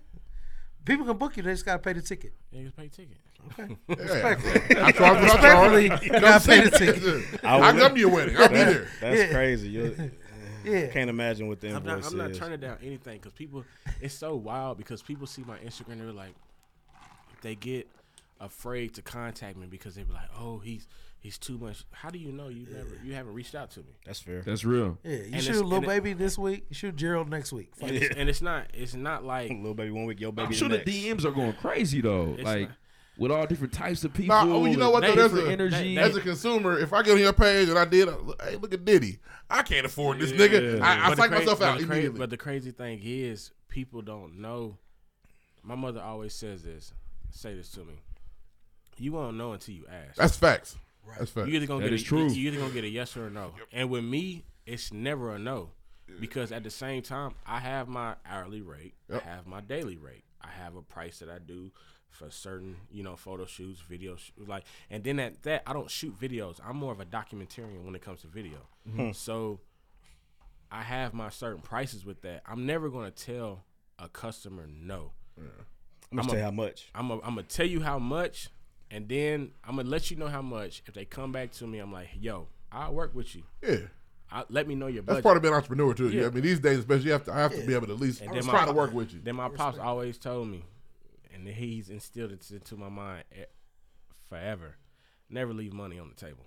Speaker 12: People can book you. They just gotta pay the ticket.
Speaker 16: They just pay ticket.
Speaker 12: Okay.
Speaker 16: Yeah.
Speaker 12: Respectfully.
Speaker 16: I charge what I
Speaker 12: Respectfully,
Speaker 16: charge.
Speaker 12: you gotta pay the ticket.
Speaker 4: I would- That- That's
Speaker 12: Yeah.
Speaker 4: crazy. You
Speaker 12: Yeah.
Speaker 4: can't imagine what the
Speaker 16: I'm
Speaker 4: invoice
Speaker 16: not, I'm not
Speaker 4: is.
Speaker 16: turning down anything because people, it's so wild because people see my Instagram, they're like, they get afraid to contact me because they be like, oh, he's he's too much. How do you know you never you haven't reached out to me?
Speaker 4: That's fair.
Speaker 17: That's real.
Speaker 12: Yeah, you
Speaker 16: And
Speaker 12: shoot
Speaker 16: it's-
Speaker 12: little
Speaker 16: and it-
Speaker 12: baby this week. You shoot Gerald next week.
Speaker 16: And it's, and it's not it's not like
Speaker 4: little baby one week, yo
Speaker 17: I'm sure the DMs are going crazy though,
Speaker 16: It's
Speaker 17: like
Speaker 16: not-
Speaker 17: with all different types of people.
Speaker 2: Nah, oh, you know what? Though,
Speaker 17: and
Speaker 2: there's
Speaker 17: different
Speaker 2: a,
Speaker 17: energy.
Speaker 2: as a consumer, if I get on your page and I did, I, hey, look at Diddy. I can't afford this nigga. I, I
Speaker 16: But the
Speaker 2: psych
Speaker 16: cra-
Speaker 2: myself
Speaker 16: but
Speaker 2: out
Speaker 16: the cra-
Speaker 2: immediately.
Speaker 16: But the crazy thing is, people don't know. My mother always says this. Say this to me. You won't know until you ask.
Speaker 2: That's facts. Right. That's facts.
Speaker 16: You either gonna
Speaker 2: That
Speaker 16: get
Speaker 2: is
Speaker 16: a,
Speaker 2: true.
Speaker 16: You either gonna get a yes or a no. And with me, it's never a no, because at the same time, I have my hourly rate.
Speaker 2: Yep.
Speaker 16: I have my daily rate. I have a price that I do for certain, you know, photo shoots, video sh- like, and then at that, I don't shoot videos. I'm more of a documentarian when it comes to video.
Speaker 2: Mm-hmm.
Speaker 5: Mhm.
Speaker 16: So I have my certain prices with that. I'm never gonna tell a customer no.
Speaker 4: I'm gonna
Speaker 16: I'ma-
Speaker 4: tell you how much.
Speaker 16: I'm gonna tell you how much, and then I'm gonna let you know how much. If they come back to me, I'm like, yo, I'll work with you.
Speaker 2: Yeah.
Speaker 16: I, let me know your budget.
Speaker 2: That's part of being an entrepreneur too.
Speaker 16: Yeah.
Speaker 2: I mean, these days, especially, you have to, I have to be able to at least
Speaker 16: And then
Speaker 2: try to
Speaker 16: my-
Speaker 2: work with you.
Speaker 16: Then my pops always told me, and he's instilled it into my mind e- forever: never leave money on the table.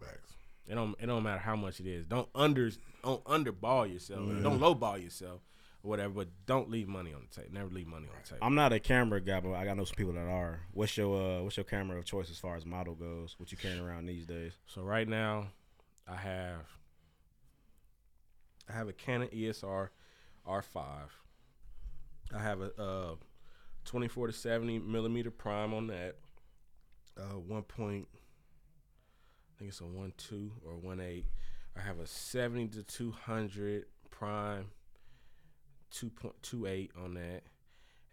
Speaker 2: Facts.
Speaker 16: It don't. It don't matter how much it is. Don't under. Don't underball yourself.
Speaker 2: Mm-hmm.
Speaker 4: Yeah.
Speaker 16: Don't lowball yourself, or whatever. But don't leave money on the table. Never leave money on the table.
Speaker 4: I'm not a camera guy, but I got know some people that are. What's your uh, what's your camera of choice as far as model goes? What you carrying around these days?
Speaker 16: So right now, I have I have a Canon E ESR R5. I have a uh, 24 to 70 millimeter prime on that. Uh, one point, I think it's a one two or one eight. I have a 70 to 200 prime, 2.28 on that.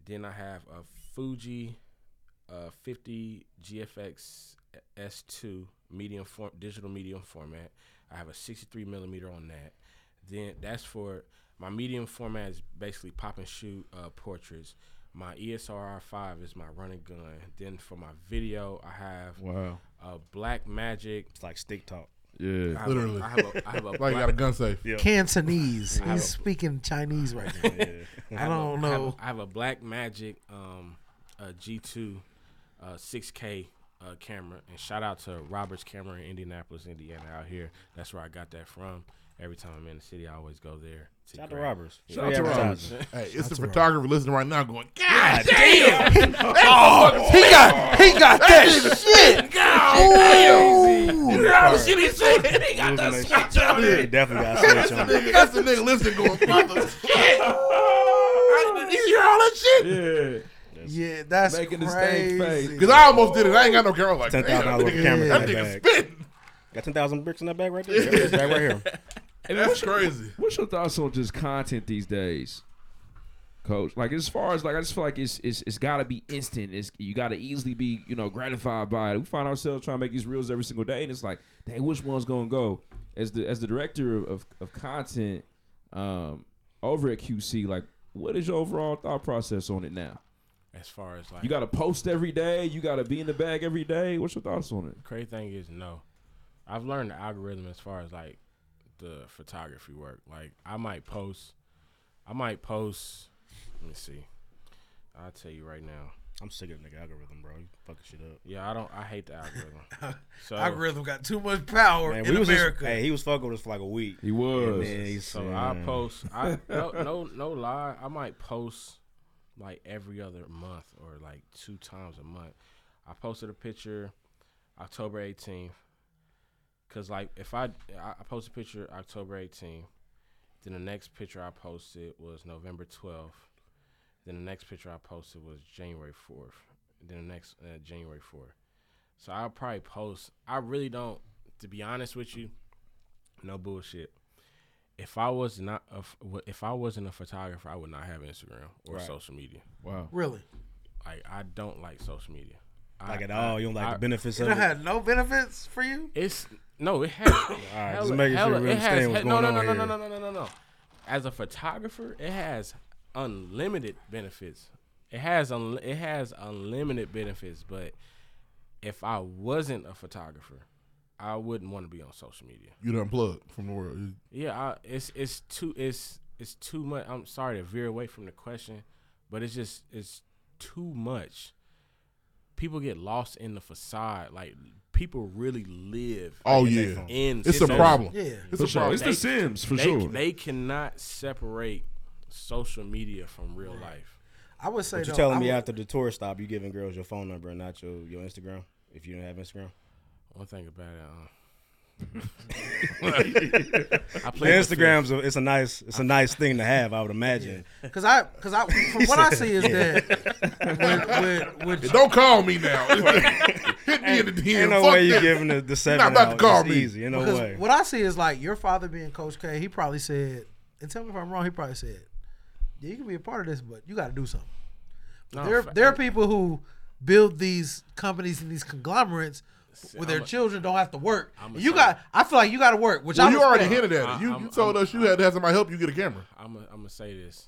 Speaker 16: Then I have a Fuji uh, 50 GFX S2 medium form, digital medium format. I have a 63 millimeter on that. Then that's for my medium format is basically pop and shoot uh, portraits. My E ESR R5 is my running gun. Then for my video, I have
Speaker 17: Wow.
Speaker 16: a Black Magic.
Speaker 4: It's like stick talk.
Speaker 17: Yeah.
Speaker 16: I have
Speaker 2: Literally.
Speaker 16: A, I have a, I have a
Speaker 2: Like you got a gun safe. Yeah.
Speaker 12: Cantonese.
Speaker 16: I have
Speaker 12: He's
Speaker 16: a-
Speaker 12: speaking Chinese right now. I
Speaker 16: have a-
Speaker 12: don't
Speaker 16: I have a-
Speaker 12: know.
Speaker 16: I have a Black Magic um, uh, G2 uh, 6K uh, camera, and shout out to Roberts Camera in Indianapolis, Indiana, out here. That's where I got that from. Every time I'm in the city, I always go there.
Speaker 4: Shout out to
Speaker 16: grab-
Speaker 4: Roberts.
Speaker 2: Shout out to Roberts. Hey, it's the
Speaker 16: Shout out to
Speaker 2: photographer listening right now going, God,
Speaker 16: God
Speaker 2: damn.
Speaker 16: damn.
Speaker 2: That
Speaker 16: He
Speaker 2: motherfucker-
Speaker 16: got- he got that shit.
Speaker 2: God
Speaker 16: Ooh.
Speaker 2: damn.
Speaker 16: You
Speaker 2: You
Speaker 16: know
Speaker 2: know
Speaker 16: how
Speaker 2: the shit he said?
Speaker 16: He got that
Speaker 2: switch on
Speaker 4: Yeah,
Speaker 2: it.
Speaker 4: he definitely got a switch
Speaker 2: That's
Speaker 4: on
Speaker 2: the
Speaker 4: it.
Speaker 2: nigga- That's the nigga listening going, mother shit. I- You hear all that shit?
Speaker 17: Yeah.
Speaker 12: Yeah, that's
Speaker 17: Making the
Speaker 12: crazy.
Speaker 17: stank face.
Speaker 2: Because I almost did it. I ain't got no camera like
Speaker 4: Ten thousand
Speaker 2: damn,
Speaker 4: dollars worth of
Speaker 2: nigga,
Speaker 4: camera in
Speaker 2: That nigga
Speaker 4: that
Speaker 2: spit.
Speaker 4: bag. Got ten thousand bricks in that bag right there. That bag right here.
Speaker 17: And
Speaker 2: That's
Speaker 17: what's your-
Speaker 2: crazy.
Speaker 17: what's your thoughts on just content these days, Coach? Like as far as like, I just feel like it's it's, it's got to be instant. It's you got to easily be you know gratified by it. We find ourselves trying to make these reels every single day, and it's like, dang, which one's gonna go? As the as the director of of, of content um, over at QC, like, what is your overall thought process on it now?
Speaker 16: As far as like
Speaker 17: You got to post every day. You got to be in the bag every day. What's your thoughts on it?
Speaker 16: Crazy thing is no. I've learned the algorithm as far as like the photography work. Like I might post, I might post. Let me see. I'll tell you right now.
Speaker 4: I'm sick of the nigga algorithm, bro. You fucking shit up.
Speaker 16: Yeah, I don't. I hate the algorithm. so
Speaker 12: Algorithm got too much power
Speaker 4: Man,
Speaker 12: in
Speaker 4: we was just-
Speaker 12: America.
Speaker 4: hey, he was fucking with us for like a week.
Speaker 17: He was.
Speaker 4: And then he
Speaker 16: so
Speaker 4: said-
Speaker 16: I post. I no, no no lie. I might post like every other month or like two times a month. I posted a picture October 18th. Cause like if I I I posted a picture October 18th, then the next picture I posted was November 12th. Then the next picture I posted was January 4th. Then the next uh, January 4th. So I'll probably post. I really don't, to be honest with you, no bullshit. If I was not a, f- if I wasn't a photographer, I would not have Instagram or
Speaker 4: Right.
Speaker 16: social media.
Speaker 17: Wow.
Speaker 12: Really?
Speaker 16: Like I don't like social media.
Speaker 4: Like
Speaker 16: I-
Speaker 4: at all? You don't like the benefits
Speaker 12: It
Speaker 4: of
Speaker 12: don't
Speaker 4: it?
Speaker 12: have no benefits for you.
Speaker 16: It's no, it has. All
Speaker 4: right, just making sure we understand what's
Speaker 16: no,
Speaker 4: going
Speaker 16: no,
Speaker 4: on here.
Speaker 16: no, no, no, no, no, no, no, no. As a photographer, it has unlimited benefits. It has un- it has unlimited benefits, but if I wasn't a photographer, I wouldn't want to be on social media.
Speaker 2: You done plugged from the world. You-
Speaker 16: Yeah, I, it's it's too it's it's too much. I'm sorry to veer away from the question, but it's just it's too much. People get lost in the facade. Like people really live.
Speaker 2: Oh,
Speaker 16: in their
Speaker 2: yeah.
Speaker 16: phone. in
Speaker 2: It's a
Speaker 16: social-
Speaker 2: problem. Yeah. It's a problem. It's The
Speaker 16: They-
Speaker 2: Sims, for
Speaker 16: they-
Speaker 2: sure.
Speaker 16: They cannot separate social media from real life.
Speaker 12: I would say
Speaker 4: But you
Speaker 12: though,
Speaker 4: telling
Speaker 12: I
Speaker 4: me
Speaker 12: would-
Speaker 4: after the tour stop, you giving girls your phone number and not your, your Instagram if you don't have Instagram.
Speaker 16: One thing about uh, it.
Speaker 4: I Instagram's a, it's a nice it's a nice thing to have, I would imagine.
Speaker 12: Because I, because I, from what I see is that with, with, with
Speaker 2: Don't call me now. Hit me in the DM.
Speaker 4: Ain't no
Speaker 2: Fuck
Speaker 4: way you
Speaker 2: that.
Speaker 4: giving the,
Speaker 2: You're
Speaker 4: the seven
Speaker 2: Not about to
Speaker 4: out.
Speaker 2: call
Speaker 4: It's
Speaker 2: me.
Speaker 4: Easy, ain't no
Speaker 12: Because
Speaker 4: way.
Speaker 12: What I see is like your father being Coach K, he probably said, and tell me if I'm wrong, he probably said, yeah, you can be a part of this, but you got to do something.
Speaker 16: No,
Speaker 12: there,
Speaker 16: fa-
Speaker 12: there are people who build these companies and these conglomerates where their
Speaker 16: I'm a-
Speaker 12: children don't have to work.
Speaker 16: I'm a
Speaker 12: You got, I feel like you got to work, which
Speaker 2: Well,
Speaker 12: I
Speaker 2: you already
Speaker 12: respect.
Speaker 2: hinted at it. You, you told us you had to have somebody help you get a camera.
Speaker 16: I'm gonna I'm say this.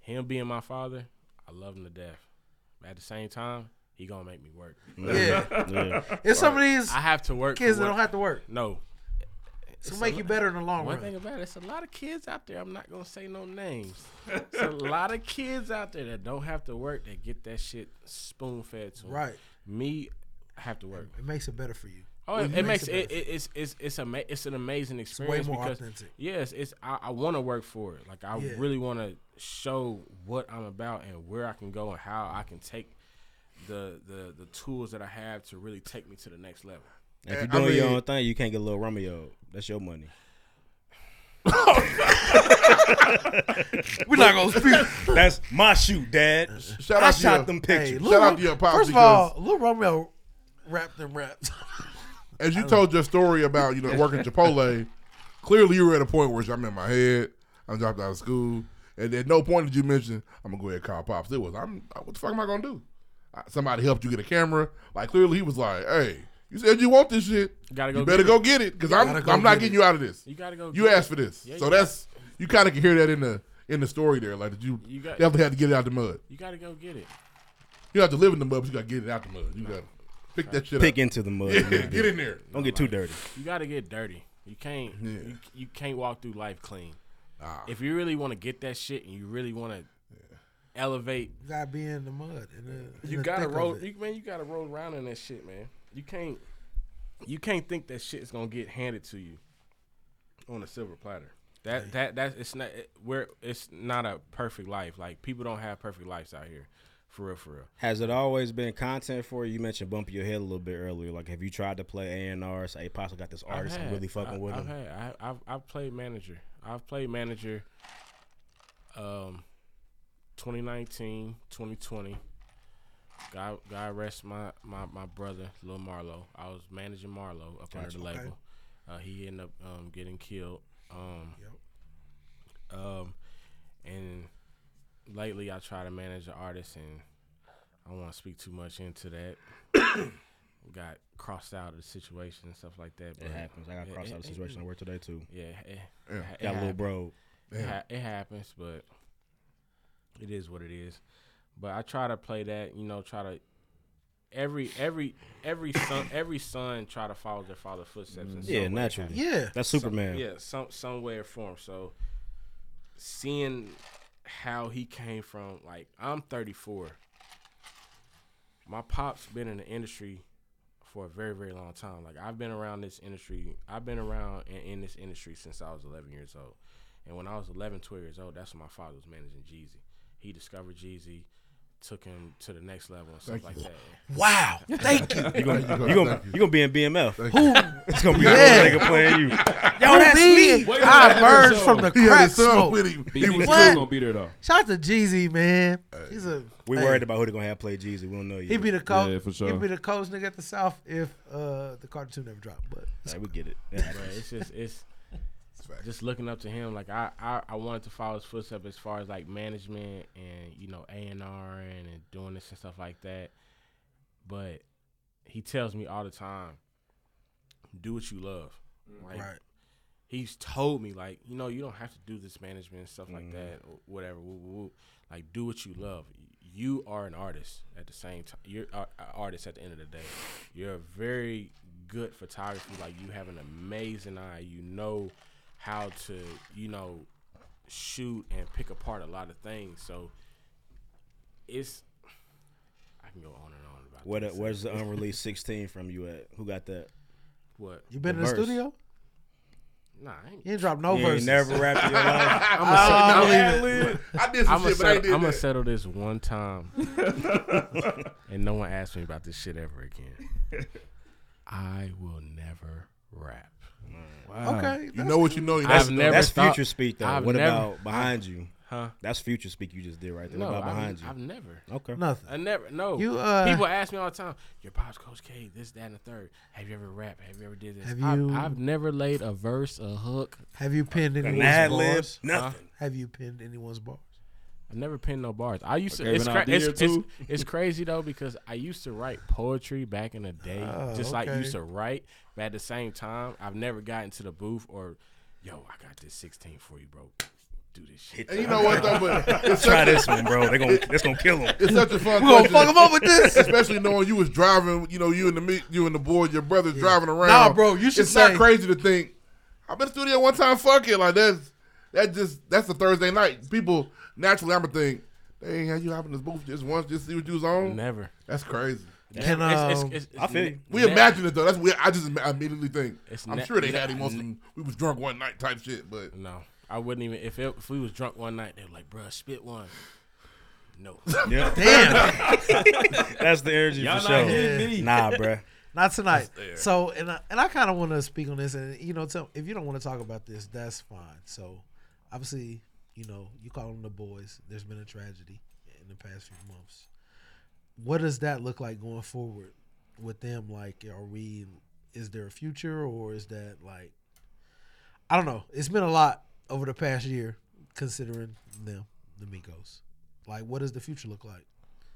Speaker 16: Him being my father, I love him to death. But at the same time, he gonna make me work.
Speaker 12: Yeah. Yeah. It's some of these
Speaker 16: I have to work.
Speaker 12: kids
Speaker 16: for
Speaker 12: that
Speaker 16: what-
Speaker 12: don't have to work.
Speaker 16: No.
Speaker 12: So
Speaker 16: It's
Speaker 12: make
Speaker 16: a
Speaker 12: you
Speaker 16: lo-
Speaker 12: better in the long
Speaker 16: one
Speaker 12: run.
Speaker 16: thing about it, it's a lot of kids out there. I'm not gonna say no names. It's a lot of kids out there that don't have to work. That get that shit spoon fed to 'em.
Speaker 12: Right.
Speaker 16: Me, I have to work.
Speaker 12: It makes it better for you.
Speaker 16: Oh, it,
Speaker 12: It
Speaker 16: it makes
Speaker 12: better
Speaker 16: it, it it's it's it's ama- it's an amazing
Speaker 12: way
Speaker 16: experience
Speaker 12: more
Speaker 16: because
Speaker 12: authentic.
Speaker 16: yes, it's I, I want to work for it. Like I
Speaker 12: Yeah.
Speaker 16: really want to show what I'm about and where I can go and how I can take the the the tools that I have to really take me to the next level.
Speaker 4: if you're doing your own thing, you can't get a little Romeo. That's your money.
Speaker 12: We're not gonna speak.
Speaker 4: That's my shoot, Dad.
Speaker 2: Shout
Speaker 4: I
Speaker 2: out to
Speaker 4: shot
Speaker 2: your-
Speaker 4: them
Speaker 12: Hey,
Speaker 4: pictures.
Speaker 12: Lil Rom- First of all, Lil Romeo rapped them raps.
Speaker 2: As you told your story about you know working Chipotle, clearly you were at a point where I'm in my head. I'm dropped out of school, and at no point did you mention I'm gonna go ahead and call pops. It was I'm uh, what the fuck am I gonna do? I- Somebody helped you get a camera. Like clearly he was like, hey. You said you want this shit.
Speaker 16: Gotta
Speaker 2: you
Speaker 16: go
Speaker 2: better
Speaker 16: get
Speaker 2: go
Speaker 16: it.
Speaker 2: get it because I'm
Speaker 16: Gotta go
Speaker 2: I'm not
Speaker 16: get
Speaker 2: getting
Speaker 16: it.
Speaker 2: you out of this.
Speaker 16: You gotta go
Speaker 2: You
Speaker 16: get
Speaker 2: asked
Speaker 16: it.
Speaker 2: for this,
Speaker 16: Yeah,
Speaker 2: so
Speaker 16: you
Speaker 2: that's you kind of can hear that in the in the story there. Like that you,
Speaker 16: You got-
Speaker 2: definitely had to get it out the mud.
Speaker 16: You got to go get it.
Speaker 2: You don't have to live in the mud, but you gotta get it out the mud. You gotta pick that shit up.
Speaker 4: Pick into the mud.
Speaker 2: Yeah,
Speaker 4: a little
Speaker 2: get
Speaker 4: bit.
Speaker 2: in there.
Speaker 4: Don't get too dirty.
Speaker 16: You got to get dirty. You can't you, you can't walk through life clean. If you really want to get that shit and you really want to elevate
Speaker 12: You gotta be in the mud. In the, in
Speaker 16: You
Speaker 12: the
Speaker 16: gotta
Speaker 12: thick of
Speaker 16: roll,
Speaker 12: it.
Speaker 16: you, man. You gotta roll around in that shit, man. You can't, you can't think that shit is gonna get handed to you on a silver platter. That that that it's not it, where it's not a perfect life. Like people don't have perfect lives out here, for real, for real.
Speaker 4: Has it always been content for you? You mentioned bumping your head a little bit earlier. Like, have you tried to play A and R's? Hey, Apostle got this artist.
Speaker 16: I've
Speaker 4: I'm
Speaker 16: had-
Speaker 4: really fucking
Speaker 16: I,
Speaker 4: with
Speaker 16: I've
Speaker 4: him.
Speaker 16: Had, I, I've I've played manager. I've played manager. Um, 2019, 2020. God, God rest my my my brother, Lil Marlowe. I was managing Marlowe up under
Speaker 12: Gotcha.
Speaker 16: the
Speaker 12: Okay.
Speaker 16: label. Uh, he ended up um, getting killed. Um, um, and lately I try to manage the artist, and I don't want to speak too much into that. Got crossed out of the situation and stuff like that.
Speaker 4: It happens. I got crossed out of the situation I work today too.
Speaker 16: Yeah, it,
Speaker 4: Yeah. Got
Speaker 16: it it
Speaker 4: a little
Speaker 16: hap-
Speaker 4: bro.
Speaker 16: It, ha- it happens, but it is what it is. But I try to play that, you know, try to every every every son every son try to follow their father's footsteps. In some
Speaker 4: Yeah,
Speaker 16: way.
Speaker 4: naturally. Yeah. That's Superman.
Speaker 16: Some, yeah, some some way or form. So seeing how he came from, like I'm 34. My pop's been in the industry for a very very long time. Like I've been around this industry. I've been around in, in this industry since I was 11 years old. And when I was 11, 12 years old, that's when my father was managing Jeezy. He discovered Jeezy, took him to the next level and stuff
Speaker 2: Thank
Speaker 16: like
Speaker 2: you.
Speaker 16: that.
Speaker 4: Wow. Thank you. You gonna- you gonna- you gonna be in BMF. Thank you.
Speaker 16: Who?
Speaker 4: It's gonna be a nigga playing you. Yo, that's
Speaker 12: me.
Speaker 4: Wait,
Speaker 12: I
Speaker 4: wait, wait,
Speaker 12: emerged
Speaker 4: wait.
Speaker 12: from the
Speaker 4: He had
Speaker 12: crack
Speaker 4: his son
Speaker 12: smoke.
Speaker 4: with him. He
Speaker 12: What?
Speaker 4: was still gonna be there, though.
Speaker 12: Shout out to Jeezy, man. He's a.
Speaker 4: Uh, We
Speaker 12: hey.
Speaker 4: worried about who they're gonna have play Jeezy. We don't know yet.
Speaker 12: He'd be the coach. He'd be the coach nigga at the South if uh, the cartoon never dropped. But
Speaker 4: Like, we get it. It
Speaker 16: But
Speaker 4: happens.
Speaker 16: it's just it's just looking up to him. Like I, I, I wanted to follow his footsteps as far as like management and you know A and R and doing this and stuff like that. But he tells me all the time, do what you love. Like,
Speaker 12: Right.
Speaker 16: He's told me like you know you don't have to do this management and stuff
Speaker 4: Mm-hmm.
Speaker 16: like that or whatever. Woo, woo, woo. Like do what you love. You are an artist at the same time. You're an artist at the end of the day. You're a very good photographer. Like you have an amazing eye. You know how to you know shoot and pick apart a lot of things. So it's I can go on and on about
Speaker 4: What, uh,
Speaker 16: this.
Speaker 4: where's the unreleased 16 from you at? Who got that?
Speaker 16: What?
Speaker 12: You been in the
Speaker 4: verse.
Speaker 12: studio?
Speaker 16: Nah, I ain't,
Speaker 12: You ain't dropped no
Speaker 4: You ain't
Speaker 12: verses.
Speaker 4: never rapped in your life.
Speaker 12: I'm
Speaker 4: I
Speaker 12: a
Speaker 4: don't
Speaker 12: I
Speaker 4: believe
Speaker 12: believe
Speaker 4: it.
Speaker 12: it. I did some
Speaker 16: I'ma
Speaker 12: shit, but I
Speaker 16: settle,
Speaker 12: did
Speaker 16: I'm gonna
Speaker 12: that.
Speaker 16: settle this one time, and no one asked me about this shit ever again. I will never rap.
Speaker 4: Wow.
Speaker 12: Okay,
Speaker 2: You know what you know, you
Speaker 16: I've
Speaker 4: that's,
Speaker 16: never
Speaker 4: that's
Speaker 16: thought-
Speaker 4: future speak though.
Speaker 16: I've
Speaker 4: what
Speaker 16: never-
Speaker 4: about behind you?
Speaker 16: Huh?
Speaker 4: That's future speak you just did right there.
Speaker 16: No,
Speaker 4: what about
Speaker 16: I mean,
Speaker 4: behind you?
Speaker 16: I've never.
Speaker 4: Okay.
Speaker 16: I never. No.
Speaker 12: You, uh,
Speaker 16: people ask me all the time. Your pops, Coach K, this, that, and the third. Have you ever rapped? Have you ever did this?
Speaker 12: Have
Speaker 16: I've-
Speaker 12: you-
Speaker 16: I've, never laid a verse, a hook.
Speaker 12: Have you pinned
Speaker 16: An
Speaker 12: anyone's
Speaker 16: ad lib?
Speaker 12: bars?
Speaker 16: Nothing.
Speaker 12: Huh? Have you pinned anyone's bars?
Speaker 16: I never penned no bars. I used to.
Speaker 12: Okay,
Speaker 16: it's,
Speaker 12: but
Speaker 16: cra-
Speaker 12: idea
Speaker 16: it's, it's,
Speaker 12: too.
Speaker 16: it's crazy though because I used to write poetry back in the day,
Speaker 12: Ah,
Speaker 16: just like
Speaker 12: okay.
Speaker 16: used to write. But at the same time, I've never gotten to the booth or, yo, I got this sixteen for you, bro. Do this shit.
Speaker 2: And you know what though, but it's
Speaker 4: Try
Speaker 2: such-
Speaker 4: this one, bro. They gonna that's gonna kill him.
Speaker 2: It's such a fun.
Speaker 4: We gonna
Speaker 2: question.
Speaker 4: fuck him up with this.
Speaker 2: especially knowing you was driving. You know, you and the me- you and the boy, your brother's driving around.
Speaker 12: Nah, bro, you should
Speaker 2: It's
Speaker 12: say-
Speaker 2: not crazy to think. I've been to the studio one time. Fuck it, like that's that just that's a Thursday night. People naturally, I'm gonna think they ain't had you hop in this booth just once, just see what you was on.
Speaker 16: Never.
Speaker 2: That's crazy.
Speaker 16: Can, It's- it's- um, it's- it's
Speaker 2: I feel
Speaker 16: ne-
Speaker 2: we
Speaker 16: ne-
Speaker 2: imagine it though. That's weird. I just im- immediately think.
Speaker 16: It's
Speaker 2: I'm
Speaker 16: ne-
Speaker 2: sure they
Speaker 16: ne-
Speaker 2: had him on
Speaker 16: ne-
Speaker 2: some. We was drunk one night type shit, but
Speaker 16: no, I wouldn't even if it, if we was drunk one night. They were like, bruh, spit one. No.
Speaker 4: Yeah. that's the energy for sure. Nah, bruh.
Speaker 12: Not tonight.
Speaker 4: That's- yeah.
Speaker 12: So and I, and I kind of want to speak on this, and you know, tell, if you don't want to talk about this, that's fine. So obviously, you know, you call them the boys. There's been a tragedy in the past few months. What does that look like going forward with them? Like, are we? Is there a future, or is that like? I don't know. It's been a lot over the past year, considering them, the Migos. Like, what does the future look like?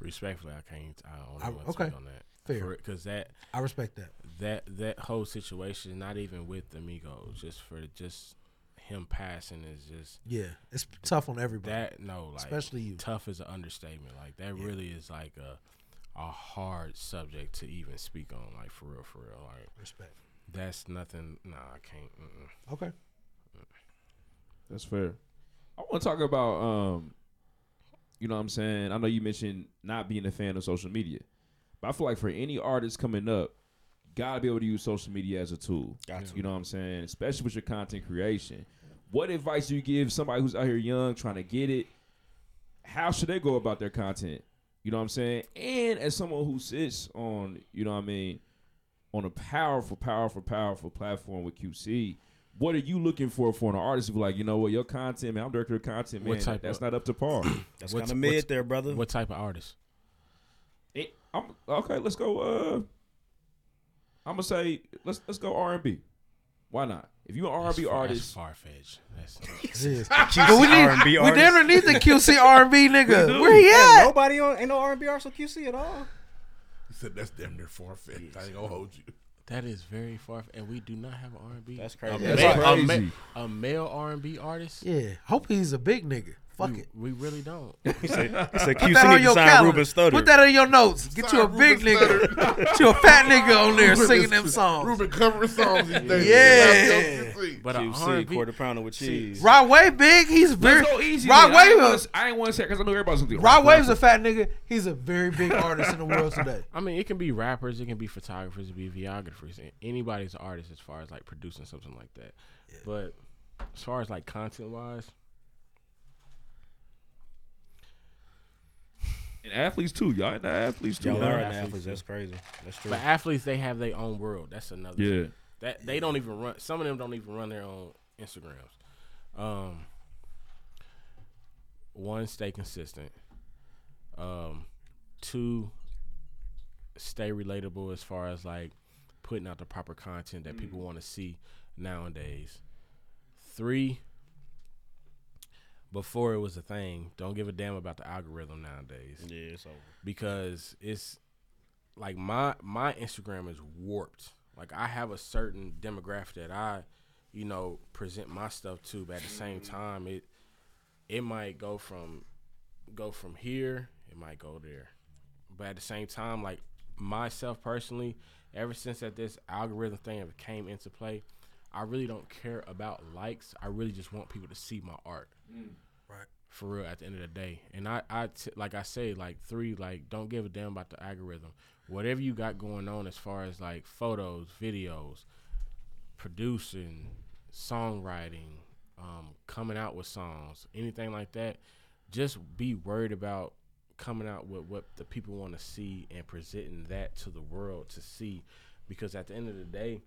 Speaker 16: Respectfully, I can't. I don't
Speaker 12: I-
Speaker 16: want to
Speaker 12: okay.
Speaker 16: speak on that.
Speaker 12: Fair.
Speaker 16: because that
Speaker 12: I respect that.
Speaker 16: That that whole situation, not even with the Migos, just for just him passing is just
Speaker 12: Yeah, it's tough on everybody.
Speaker 16: That no, like
Speaker 12: Especially you.
Speaker 16: Tough is an understatement. Like that really is like a a hard subject to even speak on. Like for real, for real. Like
Speaker 12: respect.
Speaker 16: That's nothing. Nah, I can't. Mm-mm.
Speaker 12: Okay.
Speaker 17: That's fair. I want to talk about um, you know what I'm saying? I know you mentioned not being a fan of social media. But I feel like for any artist coming up, gotta be able to use social media as a tool.
Speaker 5: Gotcha.
Speaker 17: You know what I'm saying? Especially with your content creation. What advice do you give somebody who's out here young trying to get it? How should they go about their content? You know what I'm saying? And as someone who sits on, you know what I mean, on a powerful, powerful, powerful platform with QC, what are you looking for for an artist to be like, you know what, your content, man, I'm director of content, man.
Speaker 16: What type
Speaker 17: that's
Speaker 16: of-
Speaker 17: not up to par.
Speaker 16: What's- what's- What type of artist?
Speaker 17: It- I'm- okay, let's go. Uh, I'm gonna say let's let's go R and B. Why not? If you're an R and B artist,
Speaker 16: far fetched. That's
Speaker 12: but we need, we damn near need the QC R&B nigga. Where he
Speaker 4: Ain't
Speaker 12: at?
Speaker 4: Nobody on ain't no R and B artist on QC at all.
Speaker 2: He said that's damn near far fetched. I ain't gonna hold you.
Speaker 16: That is very far, and we do not have an R and B. That's
Speaker 2: crazy.
Speaker 16: A,
Speaker 2: That's
Speaker 16: male- a
Speaker 2: crazy.
Speaker 16: ma- a male R and B artist.
Speaker 12: Yeah, hope he's a big nigga. Fuck it.
Speaker 16: We really don't.
Speaker 4: He said- he said,
Speaker 12: Put
Speaker 4: "QC
Speaker 12: that
Speaker 4: need
Speaker 12: on
Speaker 4: to
Speaker 12: your
Speaker 4: sign
Speaker 12: calendar.
Speaker 4: Ruben Studdard."
Speaker 12: Put that in your notes. Get you a big nigga. Get you a fat nigga on there singing them songs.
Speaker 2: Ruben covering songs these days.
Speaker 12: Yeah.
Speaker 4: But
Speaker 16: a
Speaker 4: QC
Speaker 16: R&B
Speaker 4: quarter pounder with cheese.
Speaker 12: Rod Wave big. He's very.
Speaker 17: let's go easy.
Speaker 12: Rod
Speaker 17: then. I
Speaker 12: Wave.
Speaker 17: didn't wanna-
Speaker 12: a-
Speaker 17: I didn't want to say because I know everybody's gonna think.
Speaker 12: Rod Wave's a fat nigga. He's a very big artist in the world today.
Speaker 16: I mean, it can be rappers, it can be photographers, it can be videographers. and Anybody's an artist as far as like producing something like that. But as far as like content wise,
Speaker 5: And athletes too. Y'all into athletes too.
Speaker 4: Y'all are into athletes. That's crazy. That's true.
Speaker 16: But athletes, they have their own world. That's another.
Speaker 5: Yeah.
Speaker 16: thing. That they don't even run. Some of them don't even run their own Instagrams. Um. One, stay consistent. Um, two, stay relatable as far as like putting out the proper content that
Speaker 4: Mm-hmm.
Speaker 16: people want to see nowadays. Three, before it was a thing, don't give a damn about the algorithm nowadays.
Speaker 4: Yeah, it's over.
Speaker 16: Because it's like my my Instagram is warped. Like I have a certain demographic that I, you know, present my stuff to, but at the same time it it might go from go from here, it might go there. But at the same time, like myself personally, ever since that this algorithm thing came into play, I really don't care about likes. I really just want people to see my art.
Speaker 10: Mm. Right.
Speaker 16: For real, at the end of the day, and I, I t- like I say, like three, like don't give a damn about the algorithm. Whatever you got going on, as far as like photos, videos, producing, songwriting, um, coming out with songs, anything like that, just be worried about coming out with what the people want to see and presenting that to the world to see. Because at the end of the day,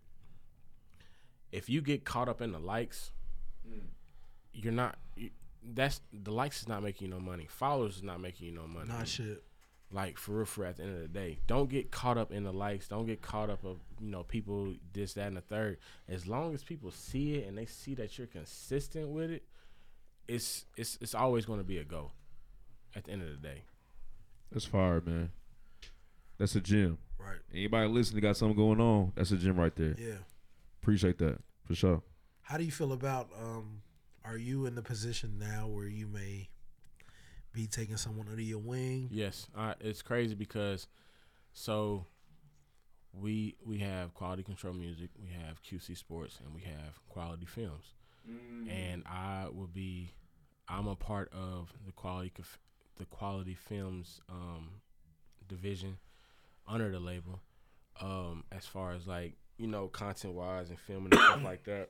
Speaker 16: if you get caught up in the likes, you're not. You, that's the likes is not making you no money. Followers is not making you no money.
Speaker 12: Nah, shit.
Speaker 16: Like for real, for real, at the end of the day, don't get caught up in the likes. Don't get caught up of you know people this, that, and the third. As long as people see it and they see that you're consistent with it, it's it's it's always going to be a go. At the end of the day,
Speaker 17: That's fire, man. That's a gym.
Speaker 12: Right.
Speaker 17: Anybody listening got something going on? That's a gym right there.
Speaker 12: Yeah.
Speaker 17: Appreciate that for sure.
Speaker 12: How do you feel about? Um, are you in the position now where you may be taking someone under your wing?
Speaker 16: Yes, I, it's crazy because so we we have quality control music, we have QC Sports, and we have quality films.
Speaker 17: Mm.
Speaker 16: And I will be, I'm a part of the quality Conf- the quality films um, division under the label, um, as far as like you know content wise and filming and stuff like that.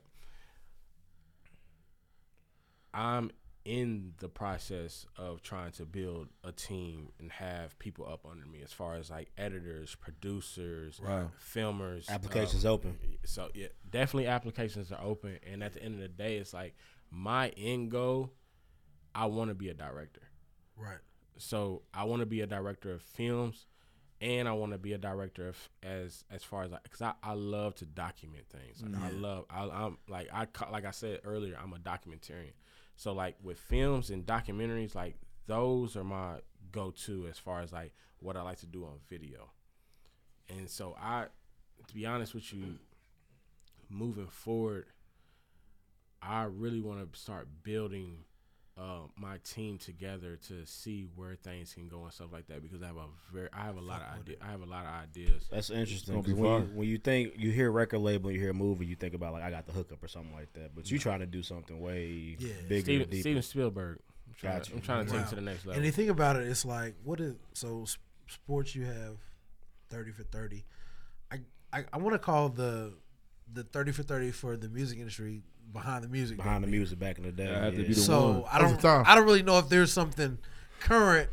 Speaker 16: I'm in the process of trying to build a team and have people up under me as far as like editors, producers,
Speaker 4: Wow.
Speaker 16: filmers. um,
Speaker 4: Applications open.
Speaker 16: So yeah, definitely applications are open. And at the end of the day, it's like my end goal. I want to be a director.
Speaker 12: Right.
Speaker 16: So I want to be a director of films, and I want to be a director of as as far as like because I, I love to document things. Like, I
Speaker 12: Yeah.
Speaker 16: love I, I'm like I ca- like I said earlier I'm a documentarian. So like with films and documentaries, like those are my go to as far as like what I like to do on video. And so I, to be honest with you, moving forward, I really want to start building uh, my team together to see where things can go and stuff like that because I have a very I have a lot of idea I have a lot of ideas.
Speaker 4: That's interesting.
Speaker 16: It's gonna
Speaker 4: 'cause
Speaker 16: be
Speaker 4: when, you,
Speaker 16: fun.
Speaker 4: when you think you hear record label, you hear movie, you think about like I got the hookup or something like that. But you trying to do something way bigger,
Speaker 16: Steven,
Speaker 4: and deeper.
Speaker 16: Steven Spielberg. I'm trying,
Speaker 4: Got
Speaker 16: to,
Speaker 4: you.
Speaker 16: I'm trying to take it to the
Speaker 12: Wow.
Speaker 16: next level.
Speaker 12: And you think about it, it's like what is so s- sports? You have thirty for thirty. I I, I want to call the the thirty for thirty for the music industry behind the music.
Speaker 4: Behind the
Speaker 12: baby.
Speaker 4: music back in the day, That had to yeah. be the
Speaker 12: so
Speaker 4: one.
Speaker 12: I
Speaker 4: That's
Speaker 12: don't
Speaker 4: the time.
Speaker 12: I don't really know if there's something current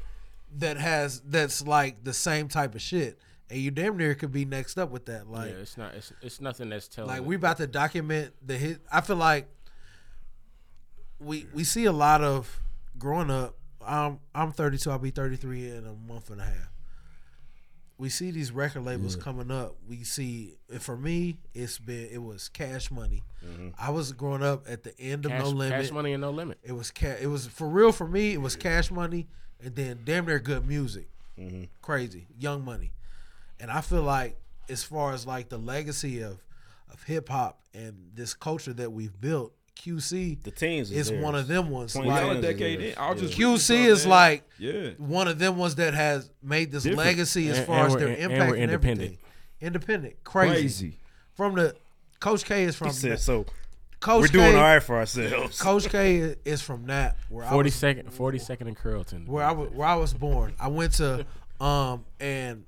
Speaker 12: that has that's like the same type of shit. And you damn near could be next up with that. Like
Speaker 16: yeah, it's not it's, it's nothing that's telling.
Speaker 12: like we about to document the hit. I feel like we we see a lot of growing up. I'm I'm 32. I'll be 33 in a month and a half. We see these record labels
Speaker 10: Yeah.
Speaker 12: coming up. We see and for me, it's been it was Cash Money.
Speaker 10: Mhm.
Speaker 12: I was growing up at the end of
Speaker 16: Cash-
Speaker 12: No
Speaker 16: Cash
Speaker 12: Limit.
Speaker 16: Money and No Limit.
Speaker 12: It was ca- It was for real for me. It was Cash Money and then damn near good music.
Speaker 4: Mm-hmm.
Speaker 12: Crazy Young Money, and I feel like as far as like the legacy of of hip hop and this culture that we've built, QC the
Speaker 4: teams
Speaker 12: is,
Speaker 4: is
Speaker 12: one
Speaker 4: theirs.
Speaker 12: of them ones.
Speaker 4: Twenty
Speaker 12: Like,
Speaker 4: teams is Decade theirs. in, I was just reading
Speaker 12: QC
Speaker 4: something,
Speaker 12: is
Speaker 4: man.
Speaker 12: like
Speaker 4: Yeah.
Speaker 12: one of them ones that has made this
Speaker 4: Different.
Speaker 12: legacy as
Speaker 4: And-
Speaker 12: far
Speaker 4: and
Speaker 12: as
Speaker 4: we're
Speaker 12: their
Speaker 4: in- and
Speaker 12: impact
Speaker 4: we're
Speaker 12: and,
Speaker 4: independent.
Speaker 12: everything. Independent, crazy.
Speaker 4: Crazy.
Speaker 12: From the Coach K is from
Speaker 4: He said,
Speaker 12: that-
Speaker 4: "So,
Speaker 12: Coach
Speaker 4: we're doing
Speaker 12: K-
Speaker 4: all right for ourselves."
Speaker 12: Coach K is from that. Where I
Speaker 16: Forty
Speaker 12: was
Speaker 16: second, forty second in Curlton.
Speaker 12: where I was where I was born. I went to um and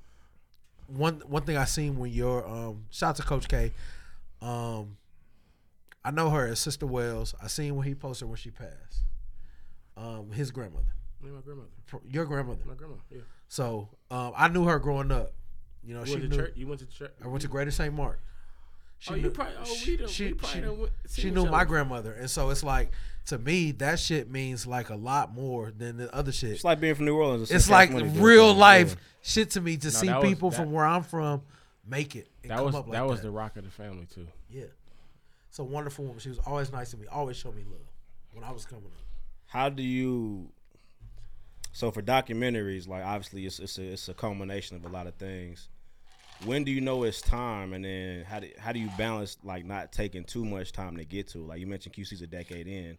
Speaker 12: one one thing I seen when your um shout out to Coach K. Um I know her as Sister Wells. I seen when he posted when she passed. Um his grandmother.
Speaker 16: Me and my grandmother.
Speaker 12: Your grandmother.
Speaker 16: My grandma, yeah.
Speaker 12: So um, I knew her growing up. You know, Oh,
Speaker 16: You
Speaker 12: she
Speaker 16: went to
Speaker 12: knew-
Speaker 16: church- you went to chur-
Speaker 12: I went to Greater St. Mark.
Speaker 16: Oh, you probably- oh, we done- we probably done went- seen
Speaker 12: she
Speaker 16: each
Speaker 12: knew my
Speaker 16: other.
Speaker 12: grandmother, and so it's like to me that shit means like a lot more than the other shit. It's
Speaker 4: like being from New Orleans.
Speaker 12: It's like real life shit to me to see people
Speaker 16: from
Speaker 12: from where I'm from make it. And
Speaker 16: that
Speaker 12: come
Speaker 16: was
Speaker 12: up like
Speaker 16: that
Speaker 12: that
Speaker 16: was the rock of the family too.
Speaker 12: Yeah. It's a wonderful woman. She was always nice to me, always showed me love when I was coming up.
Speaker 4: How do you? So for documentaries, like obviously it's it's a, it's a culmination of a lot of things. When do you know it's time, and then how do how do you balance like not taking too much time to get to? it? Like you mentioned, QC's a decade in.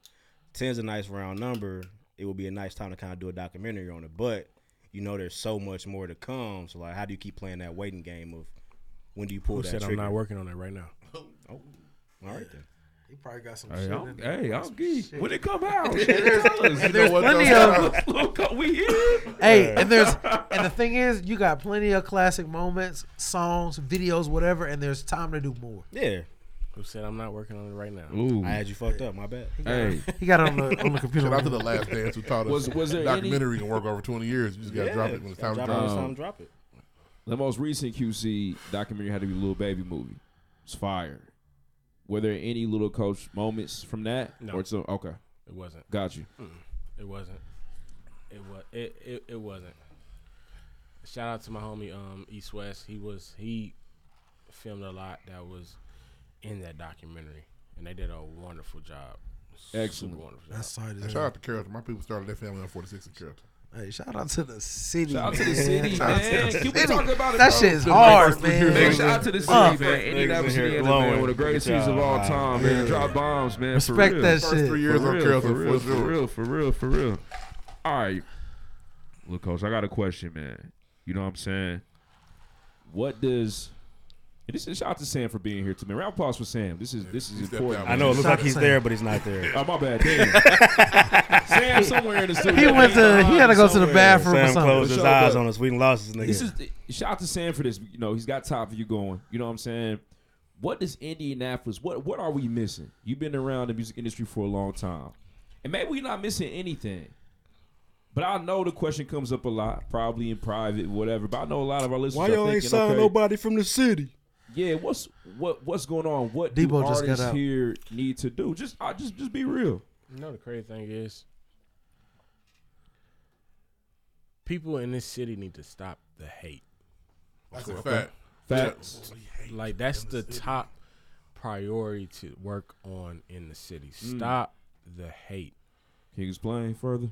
Speaker 4: Ten's a nice round number. It would be a nice time to kind of do a documentary on it, but you know there's so much more to come. So like, how do you keep playing that waiting game of when do you pull
Speaker 16: Who
Speaker 4: that
Speaker 16: said I'm
Speaker 4: trigger?
Speaker 16: not working on it right now?
Speaker 12: Oh,
Speaker 4: all right then.
Speaker 12: He probably got some
Speaker 16: Hey,
Speaker 12: shit.
Speaker 16: I'm-
Speaker 12: in there.
Speaker 16: hey, I'm
Speaker 12: Some
Speaker 16: geek.
Speaker 12: shit.
Speaker 16: When it come out,
Speaker 12: And
Speaker 16: shit,
Speaker 12: there's-
Speaker 16: tell us.
Speaker 12: and
Speaker 16: You know
Speaker 12: there's
Speaker 16: what
Speaker 12: plenty
Speaker 16: those
Speaker 12: of-
Speaker 16: Look, we here.
Speaker 12: Hey,
Speaker 16: Yeah.
Speaker 12: and there's and the thing is, you got plenty of classic moments, songs, videos, whatever, and there's time to do more.
Speaker 4: Yeah.
Speaker 16: Who said I'm not working on it right now?
Speaker 12: Ooh.
Speaker 4: I had you fucked up. My bad.
Speaker 12: Hey. He got on the- on the computer.
Speaker 2: Shout out to the last dance who taught us
Speaker 5: Was- was there
Speaker 2: documentary
Speaker 5: any-
Speaker 2: can work over twenty years. You just gotta drop it when it's time to drop.
Speaker 5: Um, The most recent QC documentary had to be Little Baby movie. It's fire. Were there any little coach moments from that?
Speaker 16: No.
Speaker 5: Or it's a, okay.
Speaker 16: It wasn't.
Speaker 5: Got you.
Speaker 16: Mm-mm. It wasn't. It was. It, it it wasn't. Shout out to my homie um East West. He was he filmed a lot that was in that documentary, and they did a wonderful job. Super
Speaker 2: Excellent.
Speaker 16: wonderful
Speaker 12: That's
Speaker 16: job.
Speaker 12: solid as
Speaker 2: And shout out to Carrollton. My people started their family on forty six in Carrollton.
Speaker 12: Hey, shout out to the city.
Speaker 2: Shout out to the
Speaker 12: man.
Speaker 2: city,
Speaker 12: Shout out to
Speaker 2: man.
Speaker 12: the
Speaker 2: Can we
Speaker 12: city.
Speaker 2: talk about it,
Speaker 12: That
Speaker 2: though?
Speaker 12: shit is
Speaker 2: The
Speaker 12: hard,
Speaker 2: first three
Speaker 12: man.
Speaker 2: years.
Speaker 18: Big shout out to the city,
Speaker 2: Fuck.
Speaker 18: man. Indianapolis,
Speaker 2: Niggas in here
Speaker 18: Indiana, man,
Speaker 2: glowing.
Speaker 18: one of the greatest
Speaker 2: Good
Speaker 18: cities of
Speaker 2: job.
Speaker 18: all time,
Speaker 2: Yeah.
Speaker 18: man. Drop bombs, man. for
Speaker 2: Respect
Speaker 18: real.
Speaker 2: that First shit. three years
Speaker 5: for
Speaker 2: on
Speaker 5: real,
Speaker 2: Carrollton,
Speaker 5: for
Speaker 2: for
Speaker 5: real, for
Speaker 2: sure.
Speaker 5: real, for real, for real. All right, look, coach, I got a question, man. You know what I'm saying? What does? And this is shout out to Sam for being here to me. Round of applause for Sam. This is this is important.
Speaker 4: I know it looks like he's there, but he's not there.
Speaker 5: Oh my bad. Damn. Sam somewhere in the studio.
Speaker 4: He went to- he had to go to the
Speaker 5: Somewhere.
Speaker 4: bathroom or Sam something. closed his eyes on us. We done lost this nigga.
Speaker 5: This is shout out to Sam for this. You know, he's got top for you going. You know what I'm saying? What does Indianapolis? What what are we missing? You've been around the music industry for a long time, and maybe we're not missing anything. But I know the question comes up a lot, probably in private, whatever. But I know a lot of our listeners.
Speaker 4: Why
Speaker 5: are
Speaker 4: y'all ain't
Speaker 5: thinking,
Speaker 4: signing
Speaker 5: okay,
Speaker 4: nobody from the city?
Speaker 5: Yeah, what's what what's going on? What do
Speaker 4: Debo just got
Speaker 5: artists
Speaker 4: out.
Speaker 5: here need to do? Just I just just be real.
Speaker 16: You know the crazy thing is, people in this city need to stop the hate.
Speaker 2: That's a fact.
Speaker 5: Facts.
Speaker 16: Like that's the top priority to work on in the city.
Speaker 5: Mm.
Speaker 16: Stop the hate.
Speaker 5: Can you explain further?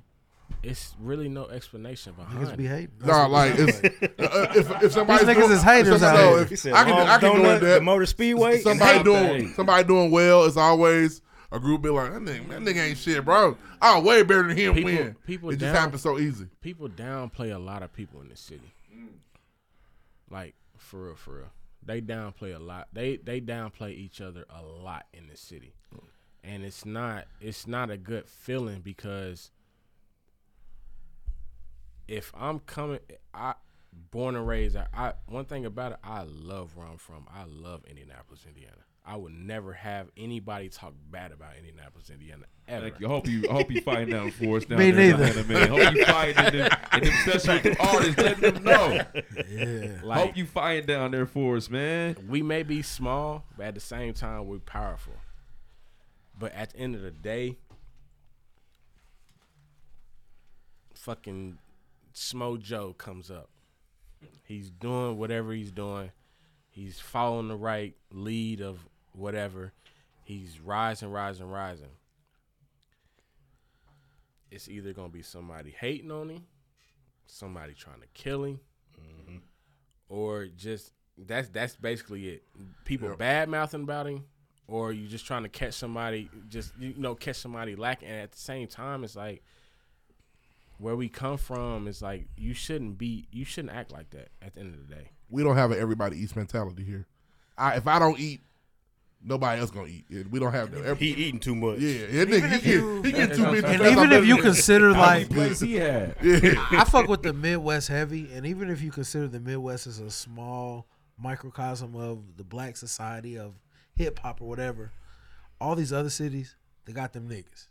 Speaker 16: It's really no explanation behind.
Speaker 12: be
Speaker 16: it.
Speaker 12: hating.
Speaker 2: Nah, like it's, uh, uh, if if somebody's
Speaker 16: These niggas
Speaker 2: doing,
Speaker 16: is haters
Speaker 2: if somebody-
Speaker 16: out
Speaker 2: no,
Speaker 16: here.
Speaker 2: Oh, if-
Speaker 16: He said
Speaker 2: I can, I
Speaker 16: Mom's
Speaker 2: can do
Speaker 16: Donut,
Speaker 2: that.
Speaker 16: the Motor Speedway, and
Speaker 2: Somebody
Speaker 16: hate
Speaker 2: doing
Speaker 16: thing.
Speaker 2: somebody doing well is always a group be like that nigga. That nigga ain't shit, bro. I way better than him. win. it just happens so easy.
Speaker 16: People downplay a lot of people in the city.
Speaker 5: Mm.
Speaker 16: Like for real, for real, they downplay a lot. They they downplay each other a lot in the city,
Speaker 5: Mm.
Speaker 16: and it's not it's not a good feeling because if I'm coming, I born and raised. I, I one thing about it, I love where I'm from. I love Indianapolis, Indiana. I would never have anybody talk bad about Indianapolis, Indiana. Ever.
Speaker 5: Thank you. I hope you- I hope you find out for us down
Speaker 12: Me
Speaker 5: there in
Speaker 12: neither.
Speaker 5: Atlanta, man. Hope you find it in- in them sessions with the artists. Let them know.
Speaker 12: Yeah.
Speaker 5: Hope you find down there for us, man.
Speaker 16: We may be small, but at the same time, we're powerful. But at the end of the day, fucking Smo Joe comes up. He's doing whatever he's doing. He's following the right lead of whatever. He's rising, rising, rising. It's either gonna be somebody hating on him, somebody trying to kill him, or just that's that's basically it. People
Speaker 2: Yep.
Speaker 16: bad mouthing about him, or you just trying to catch somebody, just you know, catch somebody lacking. And at the same time, it's like where we come from is like you shouldn't be, you shouldn't act like that. At the end of the day,
Speaker 2: We don't have an everybody eats mentality here. I, if I don't eat, nobody else gonna eat. We don't have that.
Speaker 4: He eating too much.
Speaker 2: Yeah, yeah nigga, he, get, he get too many.
Speaker 12: And even if you consider like,
Speaker 2: yeah.
Speaker 12: I fuck with the Midwest heavy, and even if you consider the Midwest as a small microcosm of the Black society of hip hop or whatever, all these other cities they got them niggas.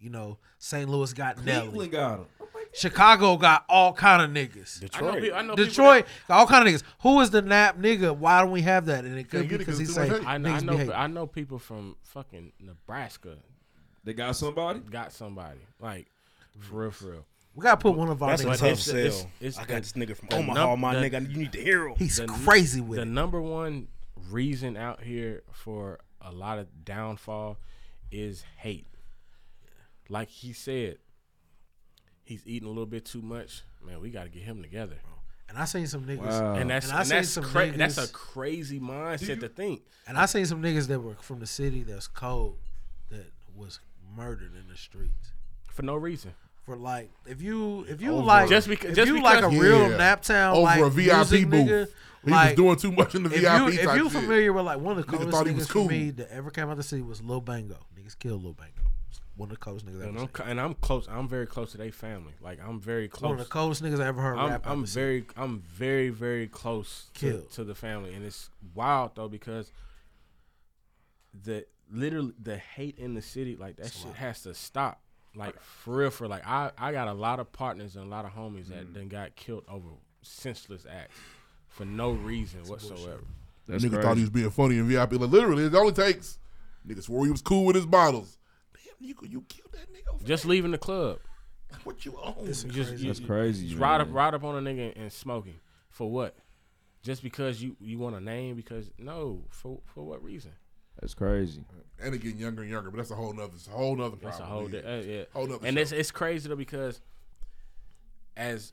Speaker 12: You know, St. Louis got Nelly.
Speaker 17: Cleveland got 'em.
Speaker 12: Chicago got all kind of niggas.
Speaker 17: Detroit. I know pe- I know people
Speaker 12: Detroit got all kind of niggas. Who is the nap nigga? Why don't we have that? And it could be because he's saying
Speaker 16: I know, I,
Speaker 12: niggas
Speaker 16: know,
Speaker 12: be hating.
Speaker 16: I know people from fucking Nebraska.
Speaker 17: They got somebody.
Speaker 16: Got somebody. Like for real, for real.
Speaker 12: We gotta put one of our
Speaker 16: That's
Speaker 12: niggas
Speaker 16: a
Speaker 12: on.
Speaker 16: tough sell.
Speaker 12: It's-
Speaker 4: I got this nigga from
Speaker 16: the
Speaker 4: Omaha, my nigga. You need to hear him. He's
Speaker 12: crazy with
Speaker 16: the
Speaker 12: it.
Speaker 16: number one reason out here for a lot of downfall is hate. Like he said, he's eating a little bit too much. Man, we got to get him together.
Speaker 12: And I seen some niggas,
Speaker 16: and that's
Speaker 12: I
Speaker 16: and
Speaker 12: seen
Speaker 16: that's
Speaker 12: some
Speaker 16: cra- that's
Speaker 12: niggas-
Speaker 16: a crazy mindset to think.
Speaker 12: And I seen some niggas that were from the city that's cold that was murdered in the streets
Speaker 16: for no reason.
Speaker 12: For like, if you if you
Speaker 16: Over
Speaker 12: like
Speaker 16: it. Just beca-
Speaker 12: if
Speaker 16: just
Speaker 12: you
Speaker 16: because-
Speaker 12: like a real
Speaker 16: Yeah.
Speaker 12: naptown
Speaker 16: Over
Speaker 12: like
Speaker 16: a VIP
Speaker 12: music
Speaker 16: booth.
Speaker 12: nigga,
Speaker 2: He was
Speaker 12: like,
Speaker 2: doing too much in the
Speaker 12: if
Speaker 2: VIP
Speaker 12: You, if
Speaker 2: type
Speaker 12: you
Speaker 2: shit.
Speaker 12: familiar with like one of the
Speaker 2: Nigga
Speaker 12: coolest
Speaker 2: thought he
Speaker 12: niggas
Speaker 2: was
Speaker 12: for
Speaker 2: cool.
Speaker 12: me that ever came out the city was Lil Bango. Niggas killed Lil Bango. One of the coolest niggas. I
Speaker 16: And
Speaker 12: ever
Speaker 16: I'm
Speaker 12: seen.
Speaker 16: co- and I'm close. I'm very close to their family. Like I'm very close.
Speaker 12: One of the coldest niggas I ever heard
Speaker 16: I'm,
Speaker 12: rap out
Speaker 16: I'm
Speaker 12: the city.
Speaker 16: very, I'm very, very close to,
Speaker 12: Killed.
Speaker 16: to the family, and it's wild though because the literally the hate in the city, like that shit has to stop. Like for real, for like I, I got a lot of partners and a lot of homies that then got killed over senseless acts for no reason whatsoever.
Speaker 2: nigga thought he was being funny in VIP. Like, literally, it only takes. Nigga swore he was cool with his bottles.
Speaker 16: Just leaving the club.
Speaker 2: What you own?
Speaker 16: That's
Speaker 2: That's
Speaker 16: just,
Speaker 2: crazy.
Speaker 16: you-
Speaker 2: That's
Speaker 16: you-
Speaker 2: crazy,
Speaker 16: just Ride up,
Speaker 2: man.
Speaker 16: ride up on a nigga and smoking for what? Just because you you want a name? Because no, for for what reason?
Speaker 17: That's crazy.
Speaker 2: And it getting younger and younger, but that's a whole nother, it's a whole nother problem.
Speaker 16: That's a whole di- uh, yeah.
Speaker 2: Whole nother
Speaker 16: and
Speaker 2: show.
Speaker 16: it's it's crazy though because as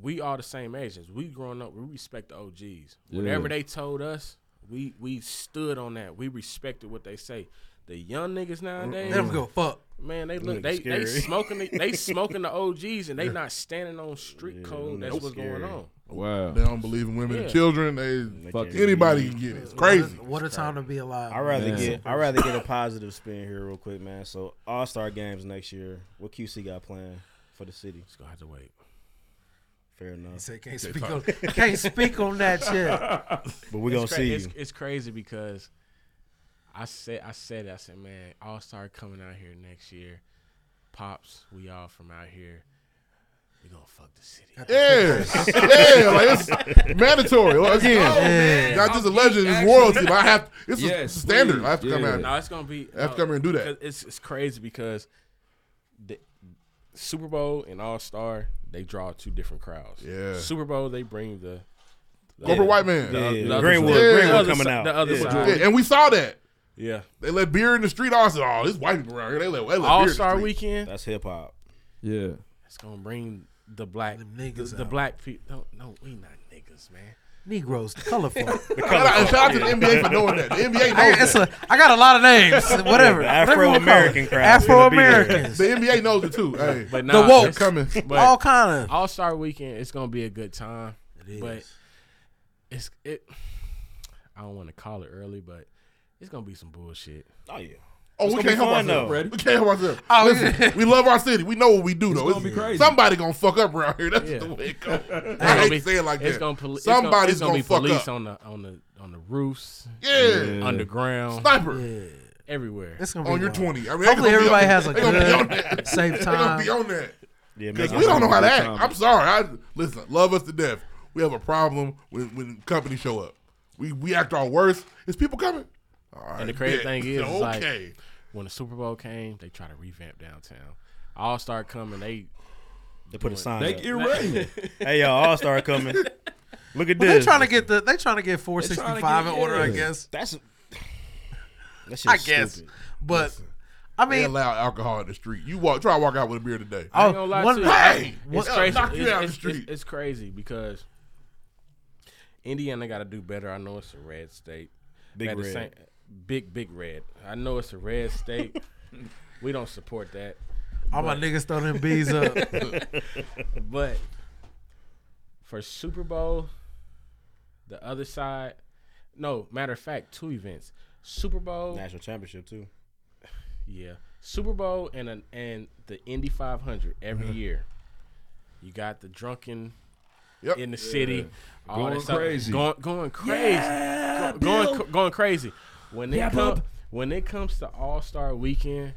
Speaker 16: we all the same Asians, we growing up, we respect the OGs. Whatever
Speaker 17: Yeah.
Speaker 16: they told us, we we stood on that. We respected what they say. The young niggas nowadays,
Speaker 12: They don't give a fuck.
Speaker 16: Man, they
Speaker 12: Them
Speaker 16: look they,
Speaker 12: niggas
Speaker 16: they
Speaker 12: scary.
Speaker 16: smoking the, they smoking the OGs and they not standing on street code. That's what's going on.
Speaker 17: Wow.
Speaker 2: They don't believe in women
Speaker 16: Yeah.
Speaker 2: and children. They,
Speaker 16: Fuck
Speaker 2: fuck anybody can get it. It's crazy.
Speaker 12: What a time to be alive.
Speaker 4: I'd rather
Speaker 12: man.
Speaker 4: get I'd rather get a positive spin here real quick, man. So All Star Games next year. What QC got planned for the city? It's
Speaker 16: gonna have to wait.
Speaker 4: Fair enough.
Speaker 12: said can't speak on- can't speak on that shit.
Speaker 4: But we're gonna
Speaker 16: It's cra-
Speaker 4: see
Speaker 16: It's,
Speaker 4: you.
Speaker 16: it's crazy because I said I said it, I said, man, All Star coming out here next year. Pops, we all from out here. We gonna fuck the city. up.
Speaker 2: Yeah, yeah, like it's mandatory. Well, again,
Speaker 16: Oh, man.
Speaker 2: not just a
Speaker 16: I'm
Speaker 2: legend,
Speaker 16: geek,
Speaker 2: it's royalty.
Speaker 16: actually.
Speaker 2: But I have it's
Speaker 16: Yes,
Speaker 2: a standard.
Speaker 16: please.
Speaker 2: I have to come
Speaker 16: Yeah.
Speaker 2: out.
Speaker 16: No, it's gonna be.
Speaker 2: I have to
Speaker 16: no,
Speaker 2: come here and do that.
Speaker 16: because It's it's crazy because the Super Bowl and All Star they draw two different crowds.
Speaker 2: Yeah.
Speaker 16: Super Bowl they bring the. the-
Speaker 2: Corporate white man.
Speaker 16: the- the
Speaker 2: Yeah.
Speaker 16: other
Speaker 2: Greenwood-
Speaker 16: side.
Speaker 2: Greenwood
Speaker 16: The other
Speaker 2: coming
Speaker 16: si-
Speaker 2: out.
Speaker 16: The other
Speaker 2: Yeah.
Speaker 16: side,
Speaker 2: Yeah, and we saw that.
Speaker 16: Yeah,
Speaker 2: They let beer in the street. I said, "Oh, this white people around here. They let, they let beer in
Speaker 16: All
Speaker 2: the
Speaker 16: Star
Speaker 2: street."
Speaker 16: Weekend.
Speaker 4: That's hip hop.
Speaker 17: Yeah.
Speaker 16: It's gonna bring the black the,
Speaker 12: niggas
Speaker 16: the
Speaker 12: out.
Speaker 16: black people. No, no, we not niggas, man.
Speaker 12: Negroes, colorful.
Speaker 16: The color folk, Shout out to the yeah. NBA for knowing that. The NBA knows
Speaker 12: I, it's
Speaker 16: that.
Speaker 12: a- I got a lot of names.
Speaker 16: Yeah,
Speaker 12: Whatever.
Speaker 16: the
Speaker 12: Whatever you wanna call
Speaker 16: Afro-American
Speaker 12: it.
Speaker 16: crowd's gonna be there.
Speaker 12: Afro-Americans.
Speaker 2: The NBA knows it too. Hey,
Speaker 16: But
Speaker 2: The
Speaker 16: nah,
Speaker 2: woke.
Speaker 16: it's-
Speaker 2: Coming.
Speaker 16: but
Speaker 2: All
Speaker 12: kinda.
Speaker 16: All Star Weekend. It's gonna be a good time.
Speaker 12: It
Speaker 16: But
Speaker 12: is.
Speaker 16: it's it. I don't want to call it early, but it's gonna be some bullshit.
Speaker 4: Oh yeah.
Speaker 2: Oh, we can't help ourselves.
Speaker 16: Ready?
Speaker 2: We can't help ourselves.
Speaker 16: Oh,
Speaker 2: Listen,
Speaker 16: yeah.
Speaker 2: we love our city. We know what we do though.
Speaker 16: gonna be crazy.
Speaker 2: Somebody gonna fuck up around here. That's
Speaker 16: Yeah.
Speaker 2: the way it goes.
Speaker 16: It's
Speaker 2: I
Speaker 16: gonna
Speaker 2: hate
Speaker 16: be-
Speaker 2: saying it like
Speaker 16: it's
Speaker 2: that.
Speaker 16: Gonna poli- it's gonna-
Speaker 2: Somebody's
Speaker 16: it's gonna,
Speaker 2: gonna,
Speaker 16: be police
Speaker 2: fuck up.
Speaker 16: on the on the on the roofs.
Speaker 2: Yeah.
Speaker 16: on the underground
Speaker 2: Sniper.
Speaker 16: everywhere.
Speaker 12: It's gonna
Speaker 2: on
Speaker 12: be
Speaker 2: your
Speaker 12: wild.
Speaker 2: twenty. I mean,
Speaker 12: Hopefully
Speaker 2: they gonna be
Speaker 12: everybody
Speaker 2: on
Speaker 12: has
Speaker 2: that.
Speaker 12: a
Speaker 2: They gonna be on
Speaker 12: good,
Speaker 2: that.
Speaker 12: safe
Speaker 2: They
Speaker 12: time.
Speaker 2: gonna be on that.
Speaker 4: Yeah,
Speaker 2: Because
Speaker 4: make
Speaker 2: we
Speaker 4: it
Speaker 2: don't know how to
Speaker 4: happen.
Speaker 2: act. I'm sorry. I listen. Love us to death. We have a problem when when companies show up. We we act our worst. Is people coming? All right,
Speaker 16: and the crazy
Speaker 2: bet.
Speaker 16: thing is, is like,
Speaker 2: okay.
Speaker 16: when the Super Bowl came, they try to revamp downtown. All Star coming, they
Speaker 4: They put a sign.
Speaker 16: They
Speaker 4: up.
Speaker 16: get ready.
Speaker 4: hey y'all, All Star coming. Look at
Speaker 12: Well,
Speaker 4: this.
Speaker 12: they trying to get the they trying to get 465 in order, I guess.
Speaker 4: That's That's
Speaker 12: I guess. But I
Speaker 2: they
Speaker 12: mean, oh,
Speaker 2: allow alcohol in the street. You walk, try to walk out with a beer today.
Speaker 16: I ain't gonna lie to you.
Speaker 2: hey,
Speaker 16: it's crazy.
Speaker 2: knock you
Speaker 16: It's-
Speaker 2: out
Speaker 16: it's-
Speaker 2: the street.
Speaker 16: It's, it's crazy because Indiana got to do better. I know it's a red state.
Speaker 4: Big
Speaker 16: At the
Speaker 4: red.
Speaker 16: big big red. I know it's a red state. we don't support that.
Speaker 12: All my
Speaker 16: but-
Speaker 12: niggas throw them bees up.
Speaker 16: but for Super Bowl, the other side. No, matter of fact, two events. Super Bowl,
Speaker 4: national championship too.
Speaker 16: Yeah, Super Bowl and an, and the Indy 500 every
Speaker 4: Mhm.
Speaker 16: year. You got the drunken
Speaker 2: Yep.
Speaker 16: in the
Speaker 2: Yeah.
Speaker 16: city, all
Speaker 17: Going
Speaker 16: that stuff.
Speaker 17: crazy.
Speaker 16: going going crazy,
Speaker 17: Yeah,
Speaker 16: Go- going
Speaker 17: Bill.
Speaker 16: going crazy. When it
Speaker 17: Yeah,
Speaker 16: come,
Speaker 17: Bub.
Speaker 16: when it comes to All Star Weekend,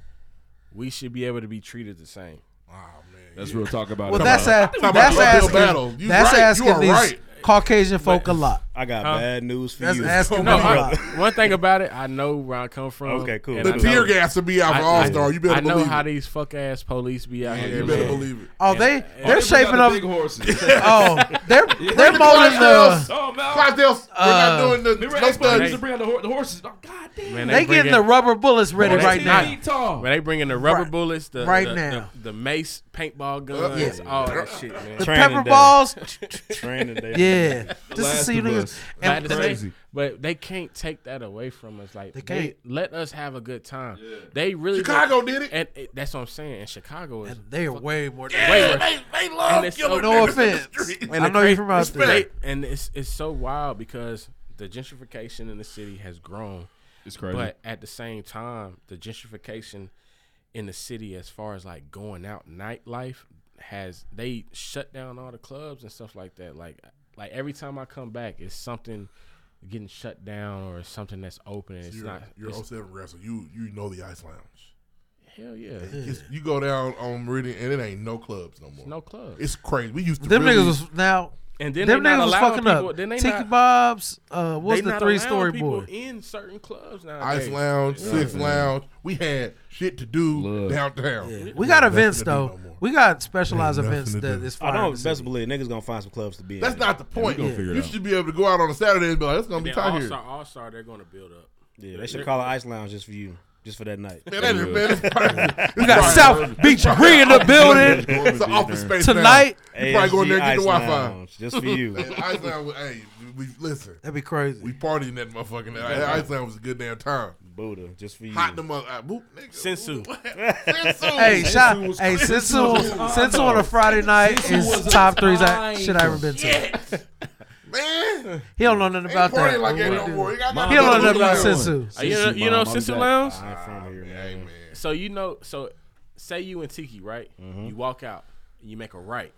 Speaker 16: we should be able to be treated the same. Wow, man.
Speaker 17: That's real talk about
Speaker 12: Well, that's a, that's asking that's asking these Caucasian folk a lot.
Speaker 4: I got
Speaker 16: Huh?
Speaker 4: bad news for
Speaker 12: That's
Speaker 4: you.
Speaker 12: asking
Speaker 16: No,
Speaker 12: me
Speaker 16: I-
Speaker 12: a lot.
Speaker 16: one thing about it, I know where I come from.
Speaker 4: Okay, cool.
Speaker 16: and
Speaker 4: The
Speaker 16: I
Speaker 4: tear
Speaker 16: know-
Speaker 4: gas will be out
Speaker 16: I-
Speaker 4: for All-Star.
Speaker 16: I-
Speaker 4: You better
Speaker 16: I know
Speaker 4: believe
Speaker 16: how these fuck ass police be out here.
Speaker 4: you better
Speaker 16: man.
Speaker 4: believe it.
Speaker 12: Oh,
Speaker 16: And-
Speaker 12: they
Speaker 16: and-
Speaker 12: they're shaping up. oh, they're
Speaker 16: Yeah.
Speaker 12: they're
Speaker 16: Bring the
Speaker 12: molding
Speaker 16: Clydesdales.
Speaker 12: the.
Speaker 16: Oh, man.
Speaker 2: Clydesdales, we're not
Speaker 16: Uh,
Speaker 2: doing the-
Speaker 17: Remember
Speaker 2: no
Speaker 17: they put- they
Speaker 2: studies.
Speaker 17: used to bring out the, hor- the horses. Oh, God damn.
Speaker 16: Man,
Speaker 12: They
Speaker 16: bringing-
Speaker 12: getting the rubber bullets ready
Speaker 16: Man, they-
Speaker 12: right now.
Speaker 16: not- Man, they bringing the rubber bullets, the
Speaker 12: Right
Speaker 16: the,
Speaker 12: now.
Speaker 16: the, the mace paintball guns,
Speaker 12: yeah.
Speaker 16: all that shit, man.
Speaker 12: The Training pepper day. balls.
Speaker 16: Training day.
Speaker 12: Yeah. Just to Last see of niggas- Us. and-
Speaker 16: Like, they-
Speaker 12: Crazy.
Speaker 16: But they can't take that away from us. Like they
Speaker 12: can't.
Speaker 16: let us have a good time. They really
Speaker 2: Chicago did it.
Speaker 16: and it- that's what I'm saying. And Chicago is
Speaker 12: they are way more.
Speaker 2: Yeah, they- they love killing No niggas in the offense. streets.
Speaker 16: And
Speaker 2: I
Speaker 16: the
Speaker 2: know you're
Speaker 16: cra-
Speaker 2: from out there.
Speaker 16: They- And it's it's so wild because the gentrification in the city has grown.
Speaker 17: It's crazy.
Speaker 16: But at the same time, the gentrification in the city, as far as like going out nightlife, has they shut down all the clubs and stuff like that. Like like every time I come back, it's something getting shut down or something that's open. And it's
Speaker 2: you're,
Speaker 16: not.
Speaker 2: You're
Speaker 16: it's-
Speaker 2: 07 rap, so you you know the Ice Lounge.
Speaker 16: Hell yeah.
Speaker 2: It's- You go down on Meridian and it ain't no clubs no more.
Speaker 16: no clubs.
Speaker 2: It's crazy. We used to
Speaker 12: Them
Speaker 2: really-
Speaker 12: niggas was now.
Speaker 16: And then
Speaker 12: them
Speaker 16: they not
Speaker 12: niggas was
Speaker 16: allowing
Speaker 12: fucking
Speaker 16: people-
Speaker 12: up.
Speaker 16: then they
Speaker 12: Tiki
Speaker 16: not-
Speaker 12: Bob's. Uh,
Speaker 16: They
Speaker 12: what's the
Speaker 16: not
Speaker 12: three
Speaker 16: allowing
Speaker 12: story
Speaker 16: people
Speaker 12: boy?
Speaker 16: in certain clubs now?
Speaker 2: Ice Lounge, Six Lounge. We had shit to do downtown.
Speaker 12: Yeah. We got events though. We got specialized
Speaker 2: Ain't nothing
Speaker 12: events
Speaker 2: to
Speaker 12: that
Speaker 2: do.
Speaker 12: is
Speaker 4: I
Speaker 12: fire.
Speaker 4: don't best believe niggas gonna find some clubs to be.
Speaker 2: That's
Speaker 4: in.
Speaker 2: not the point.
Speaker 4: Yeah.
Speaker 2: You should be able to go out on a Saturday and be like, it's gonna
Speaker 16: And
Speaker 2: be
Speaker 16: then
Speaker 2: tight
Speaker 16: All
Speaker 2: here.
Speaker 16: Star, All Star, they're going to build up.
Speaker 4: Yeah, they should call an ice lounge just for you, just for that night.
Speaker 2: Man, that is- man, it's probably-
Speaker 12: We got South Beach Green in the building.
Speaker 2: It's an office space
Speaker 12: tonight.
Speaker 2: now. You probably go in there and get the Wi Fi.
Speaker 12: Wi-Fi
Speaker 2: Man, Ice Lounge, was- hey, we, listen.
Speaker 12: That'd be crazy.
Speaker 2: We partied in that motherfucking.
Speaker 4: Yeah.
Speaker 2: Ice Lounge was a good damn time.
Speaker 4: Buddha, just for you.
Speaker 2: Hot the mother. Uh, boop, nigga.
Speaker 16: Sensu.
Speaker 2: Sensu.
Speaker 12: Hey, shout, hey, Sensu, Sensu on a Friday night
Speaker 2: Sensu
Speaker 12: is
Speaker 2: was a
Speaker 12: top three I,
Speaker 2: time.
Speaker 12: shit I ever been to.
Speaker 2: Man,
Speaker 12: he don't know nothing about that.
Speaker 2: partying like that no
Speaker 12: He
Speaker 2: more. He got
Speaker 12: don't know nothing about Sensu.
Speaker 16: Uh, You know, you know Sensu Lounge?
Speaker 2: Hey, man.
Speaker 16: So you know, so say you and Tiki, right?
Speaker 2: Mm-hmm.
Speaker 16: You walk out and you make a right.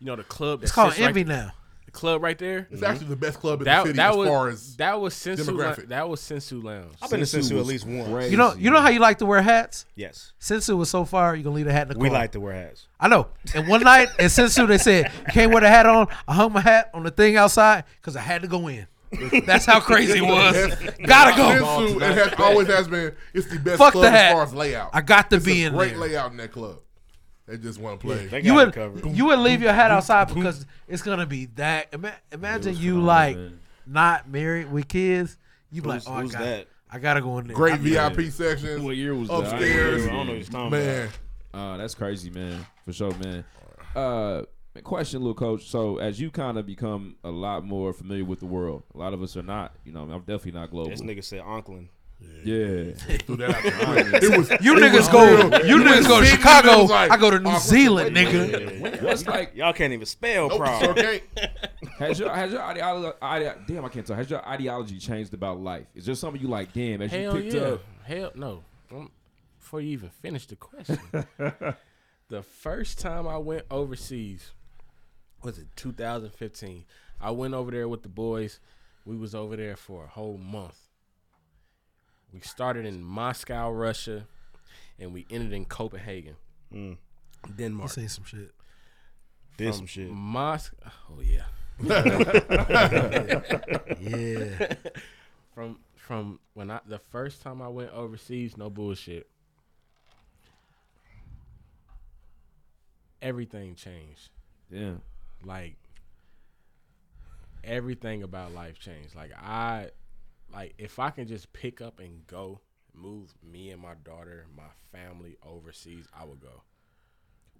Speaker 16: You know the club. That
Speaker 12: It's called
Speaker 16: sits right-
Speaker 12: Envy now.
Speaker 16: The club right there.
Speaker 2: It's actually the best club in the city as
Speaker 16: was,
Speaker 2: far as
Speaker 16: that was Sensu.
Speaker 2: demographic.
Speaker 16: That was Sensu Lounge.
Speaker 4: I've been to Sensu at least once.
Speaker 12: You know, you know how you like to wear hats.
Speaker 4: Yes.
Speaker 12: Sensu was so far, you gonna leave the hat in the car.
Speaker 4: We like to wear hats.
Speaker 12: I know. And one night at Sensu, they said you can't wear the hat on. I hung my hat on the thing outside because I had to go in. That's how crazy it was. Gotta go.
Speaker 2: Sensu, it has always has been. It's the best
Speaker 12: Fuck
Speaker 2: club
Speaker 12: the hat.
Speaker 2: as far as layout.
Speaker 12: I got to
Speaker 2: It's
Speaker 12: be
Speaker 2: a
Speaker 12: in
Speaker 2: great
Speaker 12: there.
Speaker 2: layout in that club. They just want to play.
Speaker 12: You would you would leave your hat outside because it's gonna be that. Ima- imagine you like not married with kids. You be like,
Speaker 2: Who's-
Speaker 12: oh, I
Speaker 2: who's
Speaker 12: got,
Speaker 2: that?
Speaker 12: I gotta go in there.
Speaker 2: Great
Speaker 12: I-
Speaker 2: VIP sections.
Speaker 17: What year was that? I
Speaker 2: upstairs?
Speaker 17: don't know what you're talking
Speaker 2: man.
Speaker 17: about. Uh, that's crazy, man. For sure, man. Uh, question, little coach. So as you kind of become a lot more familiar with the world, a lot of us are not. You know, I am definitely not global.
Speaker 4: This nigga said Onkland.
Speaker 17: Yeah.
Speaker 2: Threw that out the window. It was-
Speaker 12: You
Speaker 2: it
Speaker 12: niggas
Speaker 2: was
Speaker 12: go-
Speaker 2: real.
Speaker 12: you
Speaker 2: It was
Speaker 12: niggas go to
Speaker 2: big,
Speaker 12: Chicago,
Speaker 2: nigga was like,
Speaker 12: I go to New
Speaker 2: "Oh,
Speaker 12: Zealand,
Speaker 2: wait,
Speaker 12: nigga."
Speaker 2: wait, wait, wait.
Speaker 17: What's like
Speaker 4: y'all can't even spell
Speaker 2: Nope,
Speaker 17: proud.
Speaker 2: sure can't.
Speaker 17: has your has your ideology, ide- damn I can't tell has your ideology changed about life? Is there something you like? Damn, as
Speaker 16: Hell
Speaker 17: you picked
Speaker 16: yeah.
Speaker 17: up,
Speaker 16: Hell no. Um, before you even finish the question, the first time I went overseas was in 2015. I went over there with the boys. We was over there for a whole month. We started in Moscow, Russia, and we ended in Copenhagen,
Speaker 17: Mm.
Speaker 16: Denmark.
Speaker 12: You seen some shit.
Speaker 4: Did
Speaker 16: From
Speaker 4: some shit.
Speaker 16: Moscow. Oh yeah.
Speaker 12: Yeah.
Speaker 16: From from when I the first time I went overseas, no bullshit. Everything changed.
Speaker 17: Yeah.
Speaker 16: Like everything about life changed. Like I like if I can just pick up and go, move me and my daughter, my family overseas, I would go.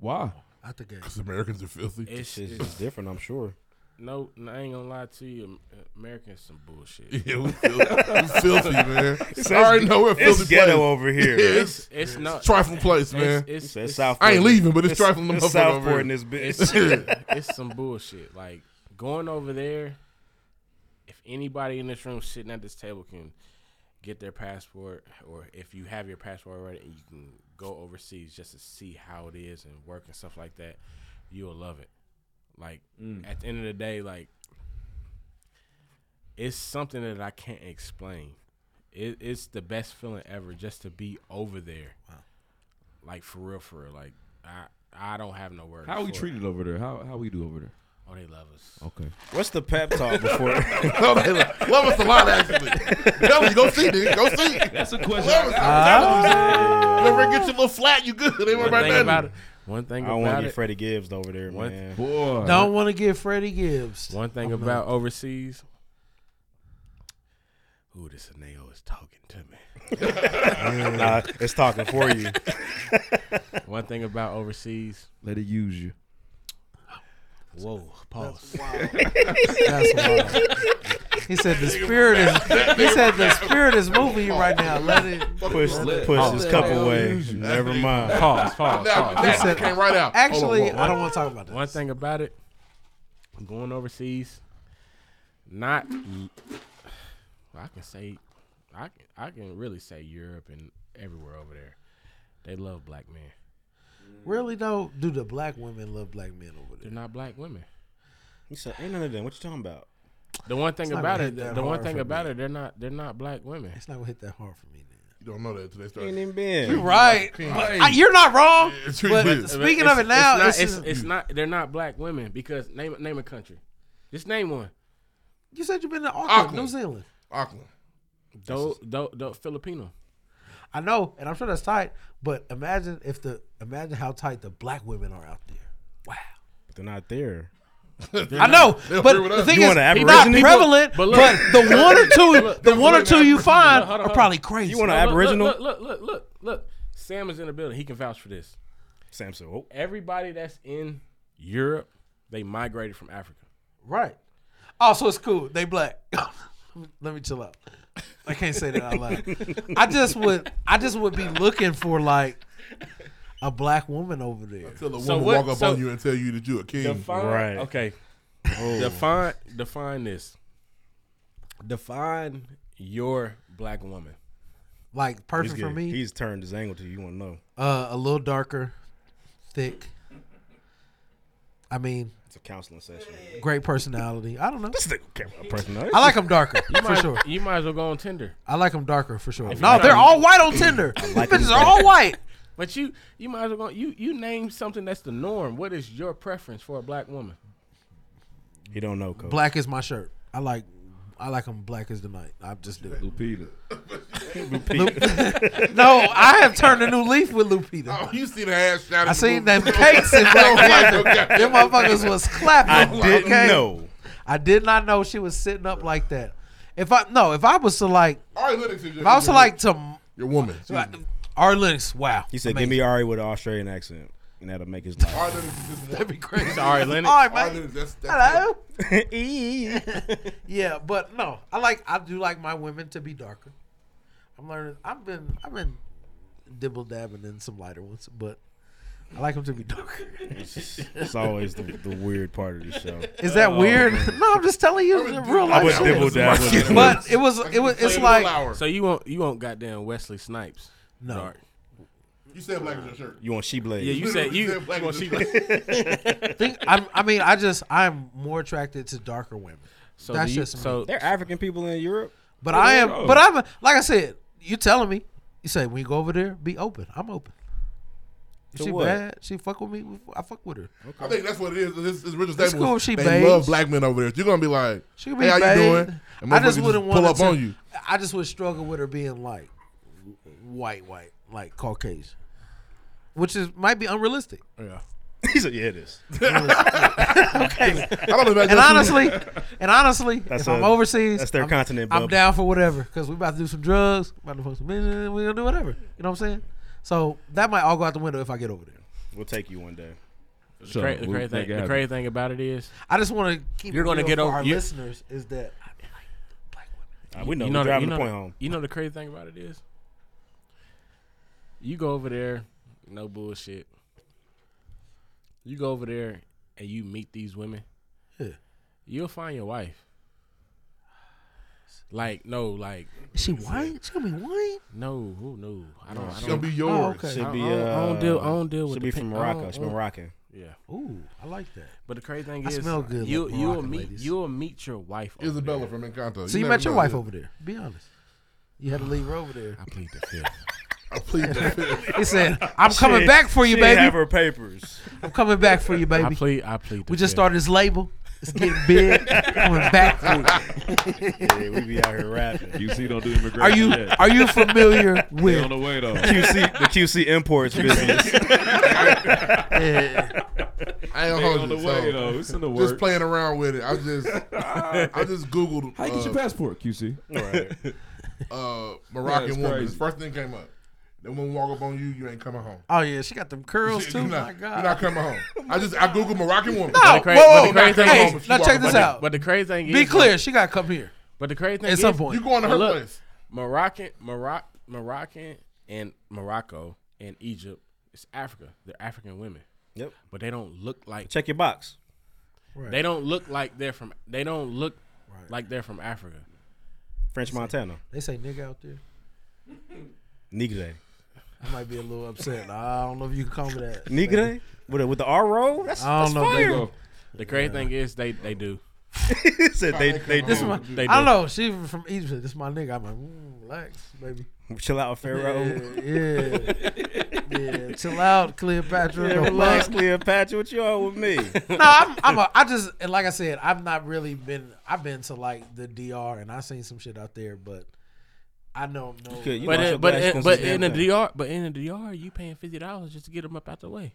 Speaker 17: Why?
Speaker 12: Out the gate.
Speaker 2: Because Americans are filthy.
Speaker 16: It's-
Speaker 4: Shit
Speaker 16: it's-
Speaker 4: is different, I'm sure.
Speaker 16: No, no, I ain't gonna lie to you. Am- Americans some bullshit.
Speaker 2: Yeah, we filthy- we filthy, man. I already know we're filthy
Speaker 4: It's ghetto
Speaker 2: place.
Speaker 4: over here.
Speaker 2: Yeah,
Speaker 16: it's, it's not
Speaker 2: trifling place,
Speaker 16: it's-
Speaker 2: man.
Speaker 16: It's,
Speaker 2: It's- it's
Speaker 16: South.
Speaker 2: I ain't leaving, but it's trifling the motherfucker over here.
Speaker 4: Southport in this bitch.
Speaker 16: It's, it's some bullshit. Like going over there. If anybody in this room sitting at this table can get their passport, or if you have your passport already and you can go overseas just to see how it is and work and stuff like that, you'll love it. Like
Speaker 17: Mm.
Speaker 16: at the end of the day, like it's something that I can't explain. It, it's the best feeling ever just to be over there. Like for real, for real. Like I, I don't have no words.
Speaker 17: How we
Speaker 16: for it.
Speaker 17: treated over there? How how we do over there?
Speaker 16: Oh, they love us.
Speaker 17: Okay.
Speaker 4: What's the pep talk before?
Speaker 2: No, they lo- love us a lot, actually. Tell me, go see, nigga. Go see.
Speaker 16: That's a
Speaker 2: Love
Speaker 16: question.
Speaker 2: us.
Speaker 16: Ah.
Speaker 2: Whenever it gets you a little flat, you good. It ain't worried
Speaker 4: One
Speaker 2: about
Speaker 4: thing
Speaker 2: nothing.
Speaker 4: about it- One thing
Speaker 16: I don't wanna
Speaker 4: about
Speaker 16: get
Speaker 4: it- Freddie Gibbs over there,
Speaker 16: One-
Speaker 4: man.
Speaker 16: Boy.
Speaker 12: Don't want to get Freddie Gibbs.
Speaker 16: One thing
Speaker 12: I'm
Speaker 16: about overseas. Ooh, this Aneo is talking to me.
Speaker 4: Nah, it's talking for you.
Speaker 16: One thing about overseas.
Speaker 17: Let it use you.
Speaker 16: Whoa, pause.
Speaker 12: That's wild. He said the spirit is. He said the spirit is moving you right now. Let it
Speaker 4: Push- push his cup away. Never mind.
Speaker 16: Pause, pause,
Speaker 12: Now,
Speaker 16: pause.
Speaker 12: that Listen, came right out. actually,
Speaker 16: Hold on,
Speaker 12: I don't wanna talk about
Speaker 16: One thing about it, going overseas, not. I can say, I can, I can really say Europe and everywhere over there, they love black men.
Speaker 12: Really though, do the black women love black men over there?
Speaker 16: They're not black women.
Speaker 4: He said, "Ain't none of them. What you talking about?"
Speaker 16: The one thing
Speaker 12: It's not
Speaker 16: about
Speaker 12: gonna
Speaker 16: it,
Speaker 12: hit that
Speaker 16: the one
Speaker 12: hard
Speaker 16: thing
Speaker 12: for
Speaker 16: about it, they're not they're not black women.
Speaker 12: It's not gonna hit that hard for me.
Speaker 2: You don't know that until they start.
Speaker 4: Ain't even been.
Speaker 12: You're right. But I- you're not wrong.
Speaker 2: It's
Speaker 12: But
Speaker 2: weird.
Speaker 12: speaking of it now,
Speaker 16: it's not,
Speaker 12: it's
Speaker 16: it's,
Speaker 12: just-
Speaker 16: it's not they're not black women because name name a country, just name one.
Speaker 12: You said you've been to Auckland, New
Speaker 16: Auckland.
Speaker 12: Zealand.
Speaker 2: Auckland.
Speaker 16: Do do do Filipino.
Speaker 12: I know, and I'm sure that's tight. But imagine if the imagine how tight the black women are out there.
Speaker 4: But they're not there.
Speaker 12: I know, but the thing
Speaker 4: You
Speaker 12: is,
Speaker 4: want an
Speaker 12: it's not
Speaker 4: Aboriginal?
Speaker 12: prevalent.
Speaker 4: But
Speaker 12: But,
Speaker 4: look-
Speaker 12: the one or two,
Speaker 16: Look,
Speaker 12: the
Speaker 16: look,
Speaker 12: one or
Speaker 16: look,
Speaker 12: two you
Speaker 16: look,
Speaker 12: find
Speaker 16: look, hold on,
Speaker 12: are
Speaker 16: hold
Speaker 12: probably
Speaker 16: on.
Speaker 12: crazy.
Speaker 16: Look, look, Look, look, look, look, look. Sam is in the building. He can vouch for this.
Speaker 4: Sam said, "Oh,
Speaker 16: Everybody that's in Europe, they migrated from Africa.
Speaker 12: Right. Also, it's cool. They black. Let me chill out. I can't say that out loud. I just would. I just would be looking for like a black woman over there.
Speaker 2: Until the woman walk up on you and tell you that you a king.
Speaker 16: Define, Okay. Define define this. Define your black woman.
Speaker 12: Like perfect
Speaker 4: He's
Speaker 12: for
Speaker 4: good.
Speaker 12: me.
Speaker 4: He's turned his angle to you. You want to know?
Speaker 12: Uh, a little darker, thick. I mean,
Speaker 4: It's a counseling session.
Speaker 12: great personality. I don't know.
Speaker 4: This nigga care about personality.
Speaker 12: I like them darker
Speaker 16: You
Speaker 12: for
Speaker 16: might,
Speaker 12: sure.
Speaker 16: You might as well go on Tinder.
Speaker 12: I like them darker for sure.
Speaker 16: If
Speaker 12: No,
Speaker 16: you-
Speaker 12: they're all white on Tinder.
Speaker 16: I
Speaker 12: These
Speaker 16: like
Speaker 12: bitches
Speaker 16: them.
Speaker 12: are all white.
Speaker 16: But you you might as well go, you you name something that's the norm. What is your preference for a black woman?
Speaker 4: He don't know. Coach.
Speaker 12: Black is my shirt. I like. I like them black as the night. I just do it.
Speaker 17: Lupita.
Speaker 12: Lup- no, Oh, I have turned a new leaf with Lupita.
Speaker 2: Oh, you see the ass shot.
Speaker 12: I seen them cakes in Black Panther. Them motherfuckers was clapping.
Speaker 2: I didn't
Speaker 12: okay?
Speaker 2: know.
Speaker 12: I did not know she was sitting up like that. If I no, if I was to like,
Speaker 2: Ari Lennox is your-
Speaker 12: if I was to like to
Speaker 2: your woman.
Speaker 12: Like, Ari Lennox, wow.
Speaker 4: He said,
Speaker 12: Amazing.
Speaker 4: "Give me Ari with an Australian accent, and that'll make his life."
Speaker 2: Ari Lennox is just one.
Speaker 12: That'd be crazy.
Speaker 4: It's Ari Lennox.
Speaker 12: All right, mate.
Speaker 2: Ari Lennox, that's-
Speaker 12: Hello.
Speaker 2: that's
Speaker 4: E.
Speaker 12: yeah, but no, I like I do like my women to be darker. I'm learning. I've been I've been dibble dabbing in some lighter ones, but I like them to be darker.
Speaker 4: It's always the, the weird part of the show.
Speaker 12: Is that
Speaker 4: Oh.
Speaker 12: weird? No, I'm just telling you the real
Speaker 4: I
Speaker 12: life.
Speaker 4: would
Speaker 12: shit.
Speaker 4: dibble dabble.
Speaker 12: But it was it was it's like
Speaker 16: so you won't you won't goddamn Wesley Snipes.
Speaker 12: No.
Speaker 16: Dark.
Speaker 2: You said black is your shirt.
Speaker 4: You want she blade?
Speaker 16: Yeah, you said you, you want she
Speaker 12: think I'm, I mean I just I'm more attracted to darker women.
Speaker 4: So
Speaker 12: That's
Speaker 4: do you-
Speaker 12: just me.
Speaker 4: so- They're African people in Europe.
Speaker 12: But
Speaker 4: They
Speaker 12: I am.
Speaker 4: don't know.
Speaker 12: But I'm. a- Like I said, you telling me. You say when you go over there, be open. I'm open. If
Speaker 2: To
Speaker 12: she
Speaker 2: what?
Speaker 12: bad. She fuck with me. I fuck with her.
Speaker 2: I think that's what it is. This is Richard
Speaker 12: It's
Speaker 2: Staples.
Speaker 12: cool if she
Speaker 2: they
Speaker 12: beige.
Speaker 2: love black men over there. You're gonna be like,
Speaker 12: She could be
Speaker 2: hey, how
Speaker 12: bad.
Speaker 2: you doing? And
Speaker 12: I just
Speaker 2: motherfuckers
Speaker 12: wouldn't want
Speaker 2: pull
Speaker 12: her
Speaker 2: up
Speaker 12: to- Oh,
Speaker 2: on you.
Speaker 12: I just would struggle with her being like white, white, like Caucasian, which is might be unrealistic.
Speaker 4: Yeah. He said, "Yeah, it is."
Speaker 12: okay.
Speaker 4: I don't know about
Speaker 12: and
Speaker 4: that, too.
Speaker 12: honestly, and honestly,
Speaker 4: That's
Speaker 12: if i I'm
Speaker 4: a-
Speaker 12: overseas,
Speaker 4: that's their
Speaker 12: I'm,
Speaker 4: continent,
Speaker 12: I'm
Speaker 4: bub.
Speaker 12: down for whatever because we about to do some drugs, about to fuck some bitches, we gonna do whatever. You know what I'm saying? So that might all go out the window if I get over there.
Speaker 4: We'll take you one day.
Speaker 16: The, cra- the crazy thing, the crazy thing about it is,
Speaker 12: I just want to keep.
Speaker 16: You're
Speaker 12: going
Speaker 16: gonna
Speaker 12: to
Speaker 16: get over
Speaker 12: our
Speaker 16: you-
Speaker 12: listeners is that
Speaker 4: Uh, we know.
Speaker 16: You
Speaker 4: We're
Speaker 16: know the-
Speaker 4: driving
Speaker 16: you know
Speaker 4: the point
Speaker 16: the-
Speaker 4: home.
Speaker 16: You know the crazy thing about it is, you go over there, no bullshit. You go over there and you meet these women.
Speaker 12: Yeah.
Speaker 16: You'll find your wife. Like no, like
Speaker 12: is she white? She gonna be white? Oh,
Speaker 16: No, who no? I don't. I
Speaker 2: She'll
Speaker 16: don't-
Speaker 2: be yours.
Speaker 16: I
Speaker 2: She'll
Speaker 16: don't-
Speaker 2: be,
Speaker 16: I don't, I don't
Speaker 2: uh,
Speaker 16: deal. I don't deal
Speaker 4: she'll
Speaker 16: with. the
Speaker 4: be
Speaker 16: pink-
Speaker 4: from
Speaker 16: I
Speaker 4: Morocco.
Speaker 16: don't- oh.
Speaker 4: She's Moroccan.
Speaker 16: Yeah.
Speaker 12: Ooh, I like that.
Speaker 16: But the crazy thing
Speaker 12: I
Speaker 16: is,
Speaker 12: smell good,
Speaker 16: You
Speaker 12: like
Speaker 16: you'll
Speaker 12: Moroccan
Speaker 16: meet
Speaker 12: ladies.
Speaker 16: you'll meet your wife. over
Speaker 2: Isabella
Speaker 16: there.
Speaker 2: from Encanto.
Speaker 12: So you, met your wife over there. Be honest. You had to leave her over there.
Speaker 16: I plead the fifth.
Speaker 12: He said, "I'm coming back for you, baby."
Speaker 19: Have her papers.
Speaker 12: I'm coming back for you, baby.
Speaker 19: I plead- I plead
Speaker 12: We
Speaker 19: the
Speaker 12: just
Speaker 19: fifth.
Speaker 12: started this label. It's getting big. coming back for you.
Speaker 19: Yeah, we be out here rapping.
Speaker 5: QC don't do
Speaker 12: Are you are you familiar
Speaker 5: They
Speaker 12: with
Speaker 5: on the way, though.
Speaker 4: QC the QC imports business.
Speaker 2: I ain't
Speaker 5: They
Speaker 2: hold
Speaker 5: on
Speaker 2: you,
Speaker 5: the way,
Speaker 2: so
Speaker 5: though. It's in the
Speaker 2: Just
Speaker 5: works.
Speaker 2: playing around with it. I just, I just googled. uh,
Speaker 5: How you get your passport, QC?
Speaker 2: Right. Uh, Moroccan
Speaker 5: That's
Speaker 2: woman.
Speaker 5: crazy.
Speaker 2: First thing came up. The woman walk up on you. You ain't coming home.
Speaker 12: Oh yeah, she got them curls too.
Speaker 2: You're
Speaker 12: My
Speaker 2: not,
Speaker 12: God.
Speaker 2: you're not coming home. I just I googled Moroccan woman.
Speaker 12: No,
Speaker 2: But the cra-
Speaker 12: whoa,
Speaker 2: but
Speaker 12: whoa,
Speaker 2: the crazy
Speaker 12: now-
Speaker 2: thing
Speaker 12: hey,
Speaker 2: is, she
Speaker 12: now
Speaker 2: walk
Speaker 12: check
Speaker 2: up
Speaker 12: this
Speaker 2: on you.
Speaker 12: out.
Speaker 16: But the crazy thing
Speaker 12: Be
Speaker 16: is,
Speaker 12: clear, she gotta come here.
Speaker 16: But the crazy thing
Speaker 12: At
Speaker 16: is,
Speaker 12: some point. You going to
Speaker 16: but
Speaker 12: her
Speaker 16: look,
Speaker 12: place.
Speaker 16: Moroccan, Morocco, Moroccan, and Morocco and Egypt. It's Africa. They're African women.
Speaker 4: Yep.
Speaker 16: But they don't look like.
Speaker 4: Check your box.
Speaker 16: Right. They don't look like they're from. They don't look like they're from Africa.
Speaker 4: French Montana.
Speaker 12: They say nigga out there.
Speaker 4: Nigre.
Speaker 12: I might be a little upset. I don't know if you can call me that.
Speaker 4: Nigre? With the, with the R roll? That's,
Speaker 12: I
Speaker 4: that's
Speaker 12: don't know,
Speaker 4: fire.
Speaker 12: baby.
Speaker 16: The crazy thing is, they they do.
Speaker 4: said they- they
Speaker 12: This
Speaker 4: do.
Speaker 12: my-
Speaker 4: They
Speaker 12: I
Speaker 4: do.
Speaker 12: don't know. She from Egypt. This is my nigga. I'm like, "Ooh, relax, baby.
Speaker 4: Chill out, Pharaoh.
Speaker 12: Yeah, yeah. Yeah, chill out, Cleopatra.
Speaker 4: Yeah,
Speaker 12: No
Speaker 4: relax,
Speaker 12: fuck.
Speaker 4: Cleopatra. What you on with me?
Speaker 12: no, I'm, I'm a, I just and like I said, I've not really been. I've been to like the DR and I've seen some shit out there, but I don't know.
Speaker 16: But it, but it, but in the DR, but in the DR, you paying fifty dollars just to get them up out the way.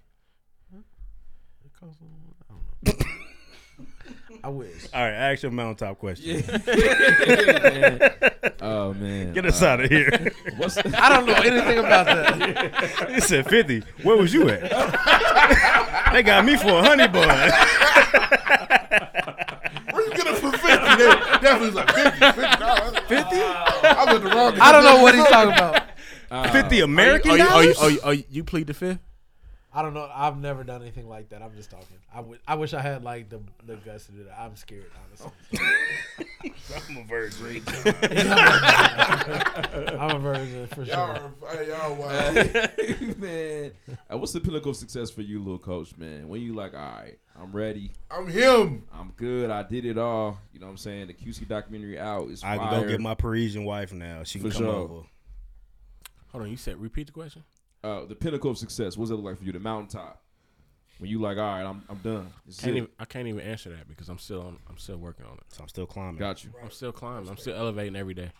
Speaker 12: I wish.
Speaker 4: All right, ask your mountaintop question.
Speaker 5: Oh, man.
Speaker 4: Get us
Speaker 5: Uh,
Speaker 4: out of here.
Speaker 5: what's-
Speaker 12: I don't know anything about that.
Speaker 4: He said fifty. Where was you at? they got me for a honey bun.
Speaker 2: Where you get it for fifty? That- That was like fifty. Fifty. Fifty. I was the wrong.
Speaker 12: I don't know what he's talking about.
Speaker 16: Uh,
Speaker 4: 50 American
Speaker 16: are you, are you,
Speaker 4: dollars?
Speaker 16: are you, are you, you plead the fifth?
Speaker 12: I don't know. I've never done anything like that. I'm just talking. I would. I wish I had like the the guts to do that. I'm scared, honestly.
Speaker 4: I'm a virgin.
Speaker 12: I'm a virgin for
Speaker 2: Y'all
Speaker 12: sure.
Speaker 2: are- hey, y'all
Speaker 5: wild. man. Uh, what's the pinnacle of success for you, little coach, man? When you like, all right, I'm ready.
Speaker 2: I'm him.
Speaker 5: I'm good. I did it all. You know what I'm saying? The QC documentary out. It's
Speaker 4: I can
Speaker 5: fire.
Speaker 4: go get my Parisian wife now. She can
Speaker 5: For
Speaker 4: come
Speaker 5: sure.
Speaker 4: over.
Speaker 16: Hold on, you said repeat the question.
Speaker 5: Uh, the pinnacle of success. What's it look like for you? The mountaintop. When you like, all right, I'm I'm done. This is
Speaker 16: Can't
Speaker 5: it.
Speaker 16: even, I can't even answer that because I'm still on. I'm still working on it.
Speaker 4: So I'm still climbing.
Speaker 5: Got you.
Speaker 16: I'm still climbing. I'm still elevating every day.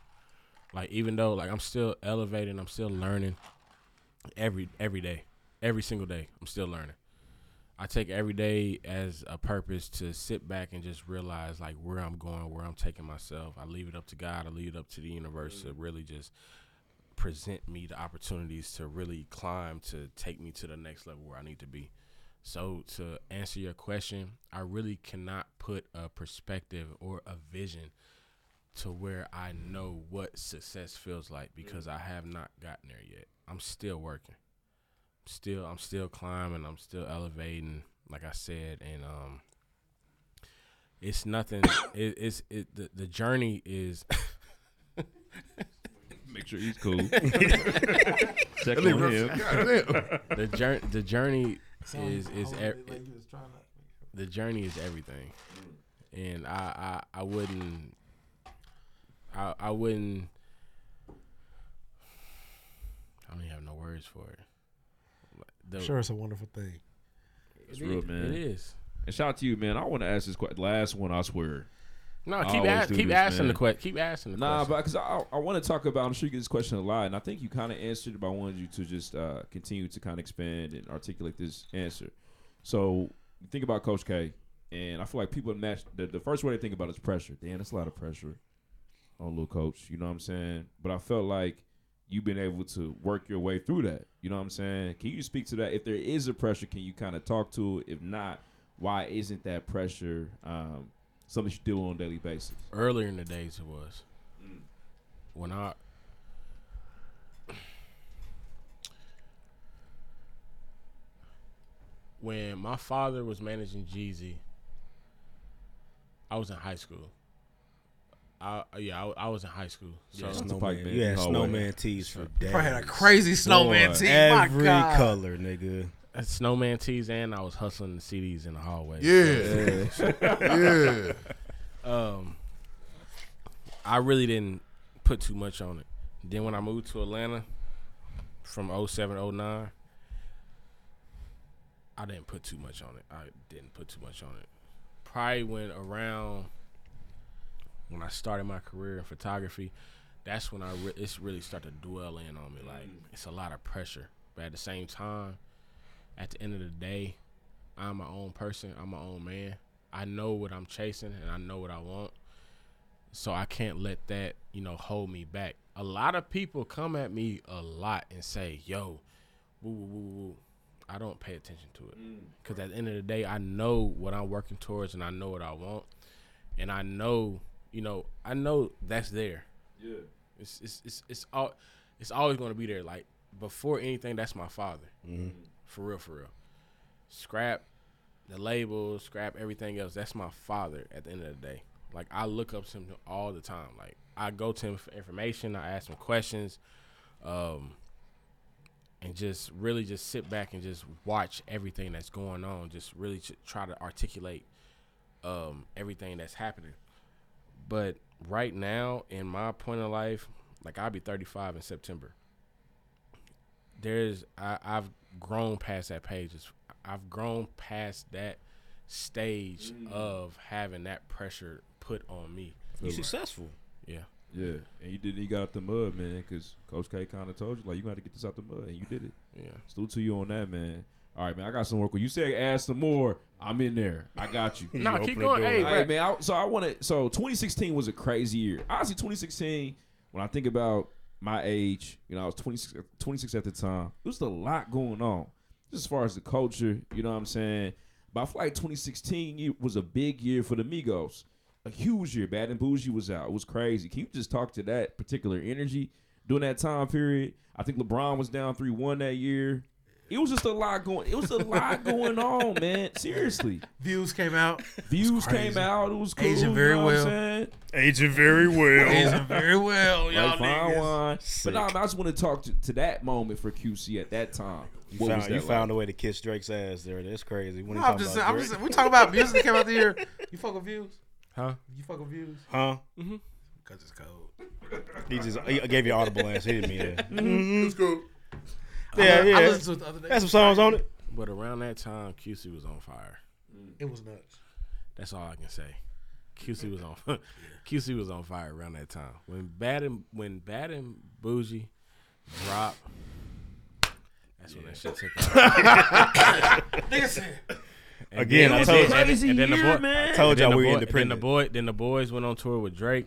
Speaker 16: Like even though like I'm still elevating, I'm still learning every every day, every single day. I'm still learning. I take every day as a purpose to sit back and just realize like where I'm going, where I'm taking myself. I leave it up to God. I leave it up to the universe to really just present me the opportunities to really climb to take me to the next level where I need to be. So to answer your question, I really cannot put a perspective or a vision to where I know what success feels like because I have not gotten there yet. I'm still working. Still I'm still climbing, I'm still elevating, like I said, and um it's nothing it, it's it the, the journey is
Speaker 5: Make sure he's cool.
Speaker 16: Check
Speaker 5: Check on him.
Speaker 16: the journey, the journey
Speaker 12: Sound-
Speaker 16: is is
Speaker 12: I
Speaker 16: ev-
Speaker 12: was like you was trying to-
Speaker 16: the journey is everything, and I I, I wouldn't I I wouldn't I don't even have no words for it. Like, the-
Speaker 12: Sure, it's a wonderful thing.
Speaker 5: It's
Speaker 16: It
Speaker 5: real,
Speaker 16: is-
Speaker 5: man.
Speaker 16: It is.
Speaker 5: And shout out to you, man. I want to ask this que- last one. I swear.
Speaker 16: No,
Speaker 5: I
Speaker 16: keep
Speaker 5: always
Speaker 16: ask-
Speaker 5: do
Speaker 16: keep
Speaker 5: this,
Speaker 16: asking
Speaker 5: man.
Speaker 16: the que- keep asking the
Speaker 5: nah,
Speaker 16: question.
Speaker 5: but because I, I want to talk about. I'm sure you get this question a lot, and I think you kind of answered. it, But I wanted you to just uh, continue to kind of expand and articulate this answer. So you think about Coach K, and I feel like people match the, the first way they think about is pressure. Damn, that's a lot of pressure on little coach. You know what I'm saying? But I felt like you've been able to work your way through that. You know what I'm saying? Can you speak to that? If there is a pressure, can you kind of talk to it? If not, why isn't that pressure um, something you do on a daily basis?
Speaker 16: Earlier in the days, it was when I when my father was managing Jeezy. I was in high school. I yeah, I, I was in high school. So
Speaker 4: Yeah, snowman. You had snowman tees for days.
Speaker 12: Probably had a crazy snowman tee. My
Speaker 4: Every
Speaker 12: God.
Speaker 4: color, nigga.
Speaker 16: Uh, Snowman tees and I was hustling the CDs in the hallway.
Speaker 2: Yeah. Yeah.
Speaker 16: Um, I really didn't put too much on it. Then when I moved to Atlanta, from 07, 09. I didn't put too much on it. I didn't put too much on it. Probably when around when I started my career in photography, that's when I re- it's really start to dwell in on me. Like it's a lot of pressure, but at the same time, at the end of the day, I'm my own person. I'm my own man. I know what I'm chasing and I know what I want. So I can't let that, you know, hold me back. A lot of people come at me a lot and say, "Yo, woo woo woo woo." I don't pay attention to it because at the end of the day, I know what I'm working towards and I know what I want, and I know, you know, I know that's there.
Speaker 5: Yeah.
Speaker 16: It's it's it's it's all it's always going to be there. Like before anything, that's my father,
Speaker 5: Mhm.
Speaker 16: for real, for real. Scrap the labels, scrap everything else. That's my father. At the end of the day, like I look up to him all the time. Like I go to him for information. I ask him questions. Um, and just really just sit back and just watch everything that's going on. Just really ch- try to articulate um, everything that's happening. But right now, in my point of life, like I'll be 35 in September. There's I, I've grown past that page. It's- I've grown past that stage
Speaker 5: Mm.
Speaker 16: of having that pressure put on me.
Speaker 4: You successful.
Speaker 16: Yeah.
Speaker 5: Yeah, and you did. You got out the mud, man, because Coach K kind of told you like you got to get this out the mud, and you did it.
Speaker 16: Yeah,
Speaker 5: still to you on that, man. All right, man, I got some work. When you said ask some more, I'm in there. I got you.
Speaker 16: Nah, You keep open the going. door. Hey,
Speaker 5: All right,
Speaker 16: bruh.
Speaker 5: man. I, so I want to. So 2016 was a crazy year. Honestly, 2016. When I think about my age, you know, I was 26, 26 at the time. It was a lot going on, just as far as the culture. You know what I'm saying? But I feel like 2016 year was a big year for the Migos. A huge year. Bad and Bougie was out. It was crazy. Can you just talk to that particular energy during that time period? I think LeBron was down 3 1 that year. It was just a lot going. It was a lot going on, man. Seriously,
Speaker 12: views came out.
Speaker 5: Views came out. It was cool.
Speaker 12: Aging
Speaker 5: you
Speaker 12: very
Speaker 5: know what I'm
Speaker 12: well.
Speaker 5: saying?
Speaker 20: Aging very well.
Speaker 12: Aging very well, y'all
Speaker 5: Like fine
Speaker 12: niggas.
Speaker 5: wine.
Speaker 4: Sick.
Speaker 5: But nah, I just want to talk to to that moment for QC at that time.
Speaker 4: You,
Speaker 5: What
Speaker 4: found,
Speaker 5: was that
Speaker 4: you
Speaker 5: like?
Speaker 4: found a way to kiss Drake's ass there. That's crazy. When
Speaker 12: No,
Speaker 4: he
Speaker 12: I'm
Speaker 4: talking
Speaker 12: just saying.
Speaker 4: about
Speaker 12: I'm
Speaker 4: Drake.
Speaker 12: just saying. We talking about music that came out the year. You fuck with views,
Speaker 16: huh?
Speaker 12: You fuck with views,
Speaker 4: Huh?
Speaker 12: Mm-hmm.
Speaker 4: He just he gave you audible ass. He didn't mean that.
Speaker 12: Mm-hmm.
Speaker 4: Mm-hmm.
Speaker 21: It's cool.
Speaker 4: Yeah, yeah.
Speaker 12: I listened to it the other day.
Speaker 4: That's some songs on it.
Speaker 16: But around that time, QC was on fire.
Speaker 12: It was nuts.
Speaker 16: That's all I can say. QC was on QC was on fire around that time. When bad and when bad and bougie drop, that's when that shit
Speaker 12: Nigga
Speaker 16: took
Speaker 12: said-
Speaker 16: off.
Speaker 4: Again, I told- Crazy year,
Speaker 16: boy-
Speaker 4: man. I told
Speaker 16: and
Speaker 4: y'all
Speaker 16: then the
Speaker 4: we
Speaker 16: boy-
Speaker 4: independent.
Speaker 16: Then the boy, then the boys went on tour with Drake.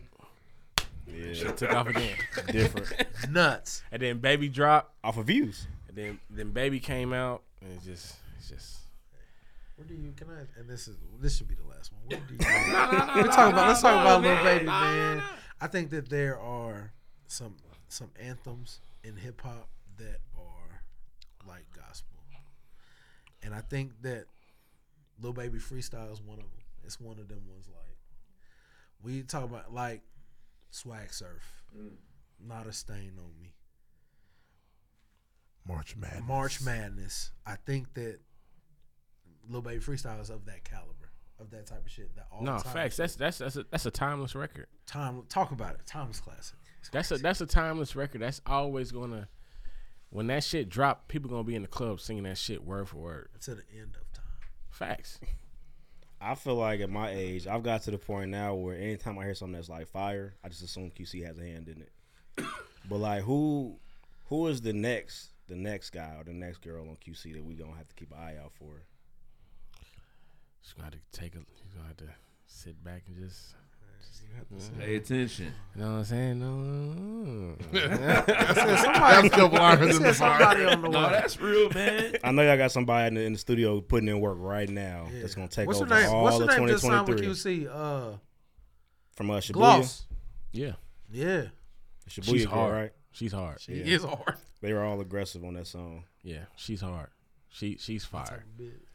Speaker 16: Yeah, shit took off again.
Speaker 4: Different.
Speaker 12: nuts.
Speaker 16: And then Baby drop
Speaker 4: off of views.
Speaker 16: And then then Baby came out and it's just it's just
Speaker 12: Where do you? Can I? And this is this should be the last one. Where do you? We're talking about. Let's talk about Lil Baby, man. I think that there are some some anthems in hip hop that are like gospel, and I think that Lil Baby Freestyle is one of them. It's one of them ones. Like we talk about, like Swag Surf, not a stain on me.
Speaker 21: March Madness.
Speaker 12: March Madness. I think that Lil Baby Freestyle is of that caliber, of that type of shit. That all
Speaker 16: no
Speaker 12: time
Speaker 16: facts. That's that's that's a, that's a timeless record.
Speaker 12: Time, talk about it. Timeless classic.
Speaker 16: That's a that's a timeless record. That's always gonna when that shit drop, people gonna be in the club singing that shit word for word.
Speaker 12: To the end of time.
Speaker 16: Facts.
Speaker 4: I feel like at my age, I've got to the point now where anytime I hear something that's like fire, I just assume QC has a hand in it. but like, who, who is the next, the next guy or the next girl on QC that we gonna have to keep an eye out for?
Speaker 16: Just gonna have to take a. Just gonna have to sit back and just. just
Speaker 2: Pay attention.
Speaker 16: You know what I'm saying? No.
Speaker 2: No, that's real, man.
Speaker 4: I know y'all got somebody in the, in the studio putting in work right now that's gonna take
Speaker 12: What's her
Speaker 4: over
Speaker 12: name?
Speaker 4: all
Speaker 12: What's her
Speaker 4: of
Speaker 12: name just signed with
Speaker 4: 2023
Speaker 12: QC? Uh,
Speaker 4: from us. Shibuya.
Speaker 12: Gloss.
Speaker 16: Yeah.
Speaker 12: Yeah.
Speaker 4: Shibuya
Speaker 16: She's
Speaker 4: girl,
Speaker 16: hard.
Speaker 4: right?
Speaker 16: She's hard.
Speaker 12: She is hard.
Speaker 4: They were all aggressive on that song.
Speaker 16: Yeah, she's hard. She she's fire.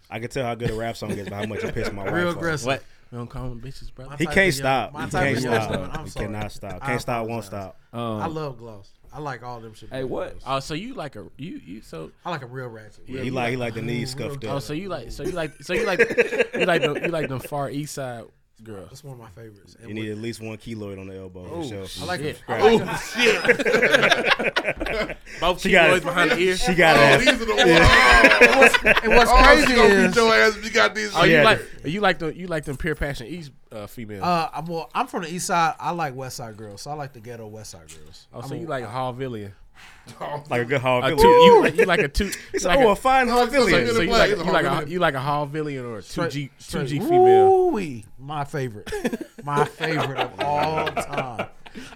Speaker 4: I can tell how good a rap song is by how much it pissed my wife
Speaker 16: Real
Speaker 4: off.
Speaker 16: aggressive. What? We don't call them bitches, brother.
Speaker 4: He can't stop. He can't stop.
Speaker 12: I'm
Speaker 4: He
Speaker 12: sorry.
Speaker 4: cannot stop.
Speaker 12: I
Speaker 4: Can't stop. Won't
Speaker 12: apologize.
Speaker 4: stop.
Speaker 5: Um,
Speaker 12: I love Gloss. I like all them shit.
Speaker 16: Oh, so you like a you you so
Speaker 12: I like a real ratchet.
Speaker 4: Yeah, he like- he like the knees scuffed up.
Speaker 16: Oh, so you like so you like so you like you like the, you like them far east side Girl.
Speaker 12: That's one of my favorites.
Speaker 4: You need at least one keloid on the elbow.
Speaker 12: Oh,
Speaker 4: for
Speaker 12: shit.
Speaker 4: sure.
Speaker 12: I like it. I like it. Both
Speaker 4: She got
Speaker 12: keloids
Speaker 4: it.
Speaker 12: behind the ear?
Speaker 4: She got
Speaker 12: Oh,
Speaker 4: it.
Speaker 12: these are the ones. And what's- and what's crazy is-
Speaker 16: Oh, you
Speaker 12: Yeah.
Speaker 16: like you like the you like them pure passion East uh, females.
Speaker 12: Uh, I'm, well, I'm from the East Side. I like West Side girls, so I like the ghetto West Side girls.
Speaker 16: oh,
Speaker 12: I'm
Speaker 16: so
Speaker 12: a-
Speaker 16: you like Hall Villian.
Speaker 2: Oh,
Speaker 4: Like a good Hall
Speaker 16: A
Speaker 4: Villian.
Speaker 16: toot- you,
Speaker 4: Ooh.
Speaker 16: like, you like a two.
Speaker 4: It's like, oh, a fine Hall Villian.
Speaker 16: So you
Speaker 4: It's
Speaker 16: like,
Speaker 4: a
Speaker 16: you,
Speaker 4: Hall
Speaker 16: like a,
Speaker 4: Villian.
Speaker 16: you like a Hall Villian or a two G two
Speaker 12: Straight-
Speaker 16: G
Speaker 12: straight-
Speaker 16: female.
Speaker 12: Ooh-wee. My favorite. My favorite of all time.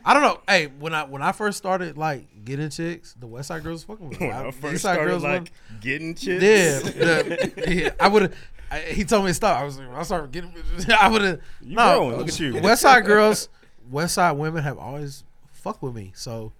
Speaker 12: I don't know. Hey, when I when I first started like getting chicks, the West Side girls was fucking with me.
Speaker 4: When I
Speaker 12: the
Speaker 4: first
Speaker 12: East Side
Speaker 4: started,
Speaker 12: was-
Speaker 4: like, getting chicks?
Speaker 12: Yeah, the- yeah, I would have. He told me to stop. I was like, when I started getting. I would have.
Speaker 4: You
Speaker 12: No,
Speaker 4: growing. Look at you.
Speaker 12: West Side girls, West Side women have always fucked with me. So.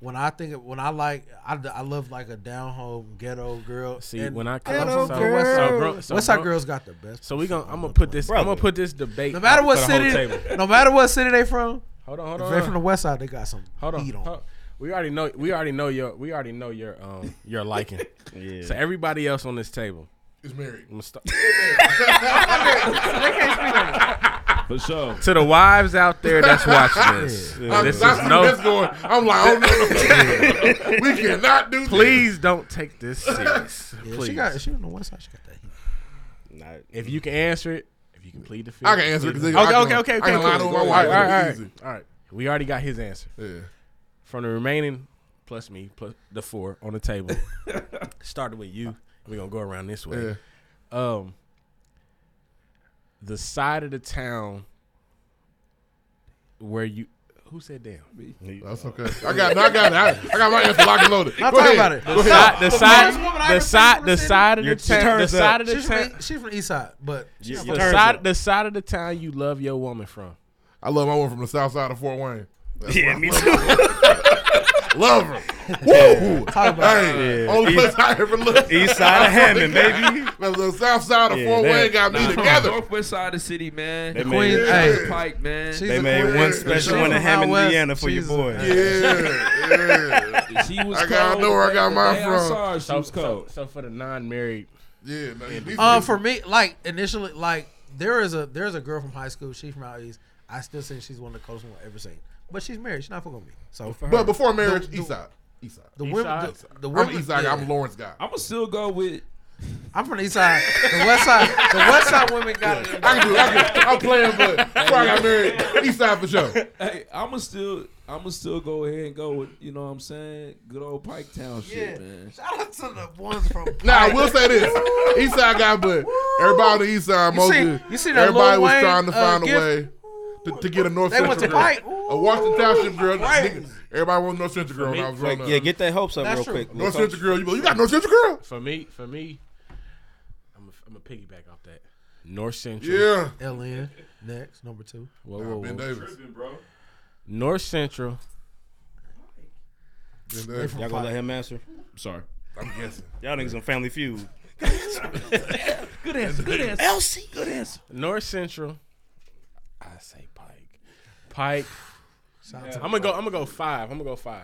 Speaker 12: When I think of, when I like I, I love like a down home ghetto girl.
Speaker 16: See
Speaker 12: And-
Speaker 16: when I
Speaker 12: I love
Speaker 16: so,
Speaker 12: West Side-
Speaker 16: so grow- so
Speaker 12: West Side
Speaker 16: grow-
Speaker 12: girls got the best.
Speaker 16: So we gonna I'm gonna put this I'm gonna put this debate.
Speaker 12: No matter
Speaker 16: out
Speaker 12: what
Speaker 16: for the whole
Speaker 12: city,
Speaker 16: table.
Speaker 12: no matter what city they from.
Speaker 16: Hold on, hold
Speaker 12: If
Speaker 16: on.
Speaker 12: they're from the west side, they got some
Speaker 16: Hold on.
Speaker 12: heat on.
Speaker 16: hold- We already know. We already know your. We already know your. Um, your liking.
Speaker 4: Yeah.
Speaker 16: So everybody else on this table
Speaker 2: is married.
Speaker 16: I'm gonna stop.
Speaker 17: For sure.
Speaker 16: To the wives out there that's watching this,
Speaker 2: Yeah.
Speaker 16: this
Speaker 12: Uh,
Speaker 2: I- I
Speaker 16: is
Speaker 2: see
Speaker 16: no.
Speaker 2: this going. I'm like, oh, no, no, no. We cannot do this.
Speaker 16: Please don't take this serious.
Speaker 12: Yeah,
Speaker 16: Please.
Speaker 12: she got she on the west side. She got that heat.
Speaker 16: if you can answer it, if you can plead the fifth,
Speaker 2: I can answer it, 'cause
Speaker 16: plead
Speaker 2: I
Speaker 16: the-
Speaker 2: can-
Speaker 16: Okay, okay,
Speaker 2: I
Speaker 16: okay.
Speaker 2: can lie
Speaker 16: cool.
Speaker 2: to my
Speaker 16: Go
Speaker 2: wife.
Speaker 16: ahead. All right, all
Speaker 2: Easy.
Speaker 16: right, all right. We already got his answer.
Speaker 2: Yeah.
Speaker 16: From the remaining, plus me, plus the four on the table. Started with you. We're gonna go around this way. Um, the side of the town where you. Who said damn?
Speaker 2: That's okay. I got, I got, I, I got my answer locked and loaded.
Speaker 16: Not
Speaker 2: Go
Speaker 16: talking
Speaker 2: ahead. Go
Speaker 16: The side,
Speaker 2: ahead.
Speaker 16: the side, the side, the side of the town, the side of the
Speaker 12: She's from,
Speaker 16: town,
Speaker 12: she's from east side, but she's
Speaker 16: the
Speaker 12: not from-
Speaker 16: side, the side of the town you love your woman from.
Speaker 2: I love my woman from the south side of Fort Wayne.
Speaker 16: Yeah,
Speaker 2: my-
Speaker 16: me
Speaker 2: too. love her. Woo!
Speaker 12: Talk about
Speaker 2: hey,
Speaker 12: it.
Speaker 2: only
Speaker 12: Yeah.
Speaker 2: place I ever looked.
Speaker 4: East side of Hammond, baby.
Speaker 2: But the south side of
Speaker 4: Yeah,
Speaker 2: Fort
Speaker 4: that-
Speaker 2: Wayne got me
Speaker 4: nah.
Speaker 2: together.
Speaker 5: Northwest side of the city, man.
Speaker 4: They
Speaker 5: The
Speaker 4: made-
Speaker 5: Queen
Speaker 4: Hey.
Speaker 5: Anne's Pike, man.
Speaker 4: She's They a made queen. one special She's one in from Hammond, out west. Indiana for your She's a- boy.
Speaker 2: Yeah, yeah.
Speaker 16: She
Speaker 2: I got, I know where I got mine from.
Speaker 16: So, so, so for the non-married,
Speaker 2: yeah, man,
Speaker 16: Uh,
Speaker 12: Um, for me, like initially, like there is a there's a girl from high school. She's from out east. I still think she's one of the coolest ones I've ever seen. But she's married. She's not fucking with me. So,
Speaker 2: But before marriage, east side. East side.
Speaker 12: The
Speaker 2: East
Speaker 12: women,
Speaker 2: side?
Speaker 12: The, the
Speaker 2: I'm
Speaker 12: women,
Speaker 2: east side guy. I'm a Lawrence guy.
Speaker 17: I'm gonna still go with.
Speaker 12: I'm from the east side. The west side. The west side women got it.
Speaker 2: I can do. it, I can. I'm playing, but before I got married, east side for sure.
Speaker 17: Hey, I'ma still I'ma still go ahead and go with you know what I'm saying good old Pike Town shit, man.
Speaker 12: Shout out to the ones from.
Speaker 2: Now I will say this: East Side guy, but everybody on the East Side,
Speaker 12: You see-
Speaker 2: mostly
Speaker 12: you see that
Speaker 2: everybody
Speaker 12: Lil
Speaker 2: was
Speaker 12: Wayne,
Speaker 2: trying to
Speaker 12: uh,
Speaker 2: find a
Speaker 12: gift?
Speaker 2: way to, to get a North
Speaker 12: They went
Speaker 2: Central
Speaker 12: to
Speaker 2: girl,
Speaker 12: fight.
Speaker 2: a Washington Township girl. niggas- Everybody wanted North Central girl when I was growing up.
Speaker 4: Yeah, get that hopes up real quick.
Speaker 2: North Central girl, you, be like, you got North Central girl?
Speaker 16: For me, for me, I'm a, I'm a piggyback off that. North Central.
Speaker 2: Yeah.
Speaker 12: LN next number two.
Speaker 16: Whoa, whoa,
Speaker 2: Ben
Speaker 16: whoa.
Speaker 2: Davis.
Speaker 16: North Central.
Speaker 2: Ben
Speaker 4: Y'all
Speaker 2: Davis.
Speaker 4: gonna let him answer?
Speaker 17: Sorry.
Speaker 2: I'm guessing.
Speaker 4: Y'all niggas on Family Feud.
Speaker 16: Good answer. Good answer.
Speaker 4: Elsie.
Speaker 16: Good answer. North Central. I say Pike. Pike.
Speaker 12: Shout out
Speaker 16: I'm
Speaker 12: to
Speaker 16: gonna go. I'm gonna go five. I'm gonna go five.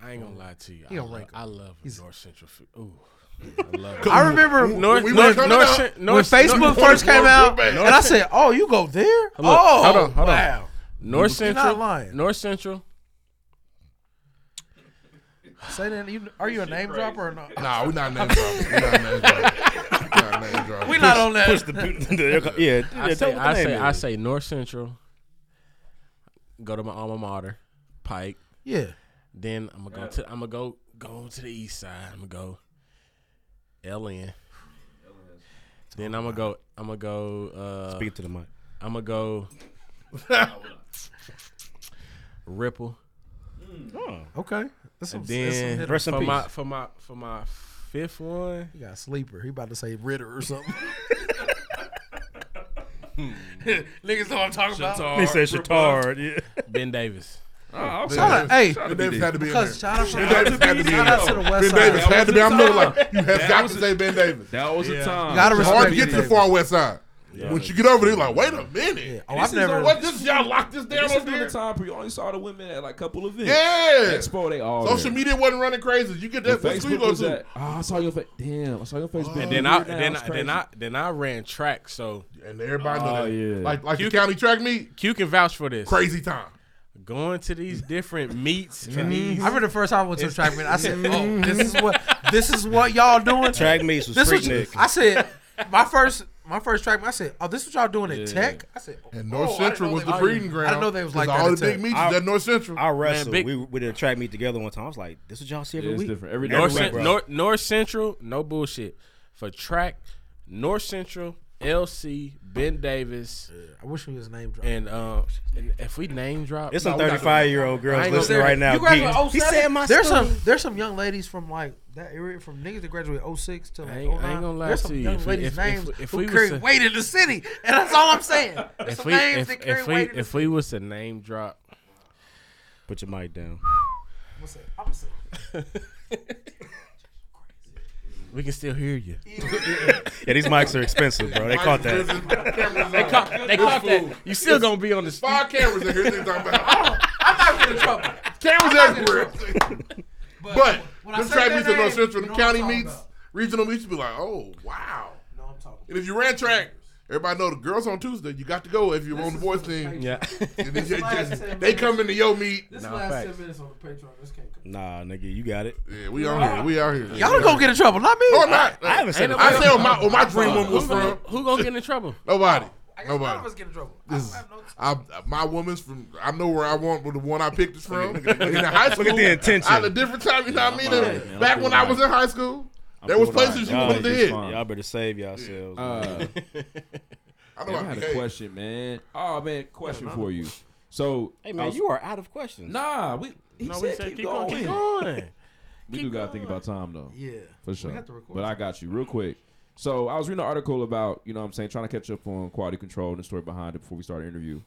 Speaker 16: I ain't gonna lie to you.
Speaker 12: He
Speaker 16: I,
Speaker 12: gonna
Speaker 16: love,
Speaker 12: rank
Speaker 16: I love North Central. Food. Ooh, I love.
Speaker 12: I remember
Speaker 16: Ooh,
Speaker 12: North,
Speaker 16: we
Speaker 12: North,
Speaker 16: were-
Speaker 12: North,
Speaker 16: Cent-
Speaker 12: when Facebook
Speaker 16: North-
Speaker 12: first came out,
Speaker 16: North-
Speaker 12: and I said, "Oh, you go there?
Speaker 16: Hold up,
Speaker 12: oh,
Speaker 16: hold on, hold on.
Speaker 12: wow."
Speaker 16: North
Speaker 12: You're
Speaker 16: Central.
Speaker 12: not lying.
Speaker 16: North Central.
Speaker 12: Say that. You, are you a name dropper or not?
Speaker 2: Nah, we're not name dropping. We're not name dropping. We're not name dropping.
Speaker 12: We not on that.
Speaker 4: Push the, the yeah. yeah,
Speaker 16: I
Speaker 4: tell
Speaker 16: say,
Speaker 4: them what
Speaker 16: I,
Speaker 4: the
Speaker 16: say,
Speaker 4: name
Speaker 16: I
Speaker 4: is.
Speaker 16: say North Central. Go to my alma mater, Pike.
Speaker 12: Yeah.
Speaker 16: Then I'm gonna go to. I'm gonna go go to the east side. I'm gonna go. LN. Then I'm gonna go. I'm gonna go. Uh,
Speaker 4: Speak to the mic.
Speaker 16: I'm gonna go. Ripple.
Speaker 4: Oh,
Speaker 12: okay. That's some- that's some
Speaker 16: and then
Speaker 12: hitters.
Speaker 16: for my
Speaker 12: peace.
Speaker 16: for my for my fifth one.
Speaker 12: You got a sleeper. He about to say Ritter or something. Niggas know what I'm talking about.
Speaker 16: Chatard,
Speaker 4: He said
Speaker 16: Ripple.
Speaker 4: Chatard, yeah.
Speaker 16: Ben Davis.
Speaker 17: Oh,
Speaker 2: okay.
Speaker 12: Shout out, hey,
Speaker 2: Ben Davis had to be in
Speaker 12: because
Speaker 2: there.
Speaker 12: shout out
Speaker 2: Ben
Speaker 12: to-
Speaker 2: Davis had to be in
Speaker 12: shout out to
Speaker 2: there.
Speaker 12: the West
Speaker 2: Ben Davis
Speaker 12: Side.
Speaker 2: had to be. I'm looking like you have
Speaker 17: That
Speaker 2: got to
Speaker 17: was a-
Speaker 2: say Ben Davis.
Speaker 17: That was a time.
Speaker 2: It's hard to get to the far west side.
Speaker 5: Yeah.
Speaker 2: Once you get over there, like, wait a minute.
Speaker 12: Oh,
Speaker 5: And this is all-
Speaker 2: What this? Y'all locked this
Speaker 5: and
Speaker 2: down
Speaker 5: this is
Speaker 2: over
Speaker 5: during
Speaker 2: here.
Speaker 5: the time period. You only saw the women at like a couple events.
Speaker 2: Yeah.
Speaker 5: Expo, they all
Speaker 2: Social
Speaker 5: there.
Speaker 2: media wasn't running crazy. You get that.
Speaker 5: When
Speaker 2: What school you
Speaker 5: Facebook
Speaker 2: go
Speaker 5: was
Speaker 2: to?
Speaker 5: at, oh, I saw your face. Damn, I saw your Facebook.
Speaker 4: Oh,
Speaker 16: And then I then I, then I then I ran track, so
Speaker 2: and everybody know that.
Speaker 16: Yeah.
Speaker 2: Like- like the county track meet.
Speaker 16: Q can vouch for this.
Speaker 2: Crazy time.
Speaker 16: Going to these different meets.
Speaker 12: Mhm.
Speaker 16: and these,
Speaker 12: I remember the first time I went to the track meet. I said,
Speaker 16: It's-
Speaker 12: "Oh, this is what this is what y'all doing."
Speaker 4: Track meets was
Speaker 12: this
Speaker 4: free,
Speaker 12: what you-
Speaker 4: Nick.
Speaker 12: I said my first my first track meet. I said, "Oh, this is what y'all doing at Tech." I said,
Speaker 2: And
Speaker 12: oh,
Speaker 2: North
Speaker 12: I didn't
Speaker 2: Central
Speaker 12: know
Speaker 2: was
Speaker 12: they
Speaker 2: the
Speaker 12: was-
Speaker 2: breeding ground.
Speaker 12: I didn't know they was like
Speaker 2: all
Speaker 12: that
Speaker 2: the
Speaker 12: at
Speaker 2: big
Speaker 12: Tech.
Speaker 2: meets
Speaker 4: I-
Speaker 2: is at North Central.
Speaker 4: I wrestled.
Speaker 16: big-
Speaker 4: we, we did a track meet together one time. I was like, "This is y'all see every
Speaker 5: Yeah, it's
Speaker 4: week."
Speaker 5: different.
Speaker 16: North,
Speaker 5: Every-
Speaker 16: Cent-
Speaker 4: bro.
Speaker 16: North, North Central, no bullshit. For track, North Central, LC, Ben Davis.
Speaker 12: I wish we was name dropped.
Speaker 16: And, uh, and if we name drop,
Speaker 4: There's some
Speaker 16: No, we not
Speaker 4: 35-year-old
Speaker 16: gonna- I
Speaker 4: girls
Speaker 16: ain't gonna-
Speaker 4: listening right now.
Speaker 12: You graduated
Speaker 4: geeked.
Speaker 12: 07?
Speaker 4: He said my
Speaker 12: There's
Speaker 4: story.
Speaker 12: some there's some young ladies from like that area from niggas that graduated 06 to like
Speaker 16: I ain't- I ain't
Speaker 12: 09.
Speaker 16: gonna lie
Speaker 12: There's
Speaker 16: to
Speaker 12: some
Speaker 16: you.
Speaker 12: young
Speaker 16: If we-
Speaker 12: ladies
Speaker 16: if-
Speaker 12: names
Speaker 16: if- if
Speaker 12: who
Speaker 16: we was
Speaker 12: carry
Speaker 16: to-
Speaker 12: weight in the city, and that's all I'm saying. There's
Speaker 16: If
Speaker 12: some
Speaker 16: we
Speaker 12: names
Speaker 16: if,
Speaker 12: that carry
Speaker 16: if we
Speaker 12: weight in the
Speaker 16: if we was to name drop,
Speaker 4: put your mic down.
Speaker 12: What's that? I'm saying.
Speaker 16: we can still hear you.
Speaker 4: Yeah, these mics are expensive, bro. They caught that.
Speaker 16: they caught, they caught that. You still gonna be on the
Speaker 2: five cameras in here. They talking about
Speaker 12: I'm not getting in trouble.
Speaker 2: cameras everywhere.
Speaker 12: But,
Speaker 2: but
Speaker 12: when I
Speaker 2: them
Speaker 12: say
Speaker 2: track
Speaker 12: their
Speaker 2: meets at North
Speaker 12: name,
Speaker 2: Central, the
Speaker 12: you know what I'm
Speaker 2: county
Speaker 12: talking
Speaker 2: meets, regional meets, you be like, oh wow. And if you ran track, everybody know the girls on Tuesday. You got to go if you're on the boys team.
Speaker 16: Yeah.
Speaker 2: And then you
Speaker 12: This last
Speaker 2: just-
Speaker 12: ten
Speaker 2: they
Speaker 12: minutes-
Speaker 2: come into your meet.
Speaker 12: This last ten minutes on the Patreon. This can't come.
Speaker 4: Nah, nigga, you got it.
Speaker 2: Yeah, we on here. We out here.
Speaker 12: Y'all gonna get in trouble, not me.
Speaker 2: No, Oh, I'm not.
Speaker 4: I haven't said
Speaker 2: Ain't
Speaker 4: it.
Speaker 2: nobody- I said where my, where my dream woman was
Speaker 16: Who
Speaker 2: from.
Speaker 16: gonna- who gonna get in trouble?
Speaker 2: Nobody. Nobody.
Speaker 12: None of us get in trouble.
Speaker 2: This is, I, my woman's from. I know where I want the one I picked is from. in the high
Speaker 4: look
Speaker 2: school,
Speaker 4: at the intention.
Speaker 2: At a different time, you know what I mean?
Speaker 4: I'm alright, man. I'm
Speaker 2: Back when
Speaker 4: doing
Speaker 2: I was in high school, there was places you wanted to hit.
Speaker 4: Y'all better save yourselves.
Speaker 5: Uh,
Speaker 4: man.
Speaker 2: I
Speaker 5: Man, I had a question, man. Oh man, question
Speaker 4: Hey, man.
Speaker 5: for you. So,
Speaker 4: Hey, man,
Speaker 5: I was-
Speaker 4: you are out of questions.
Speaker 5: Nah, we. He
Speaker 4: No, we
Speaker 5: said,
Speaker 4: said
Speaker 5: keep,
Speaker 4: keep
Speaker 5: going.
Speaker 4: going, keep going.
Speaker 5: we do gotta think about time though.
Speaker 12: Yeah.
Speaker 5: for sure.
Speaker 12: got to record
Speaker 5: but I got you real quick. So I was reading an article about you know what I'm saying trying to catch up on quality control and the story behind it before we started the interview,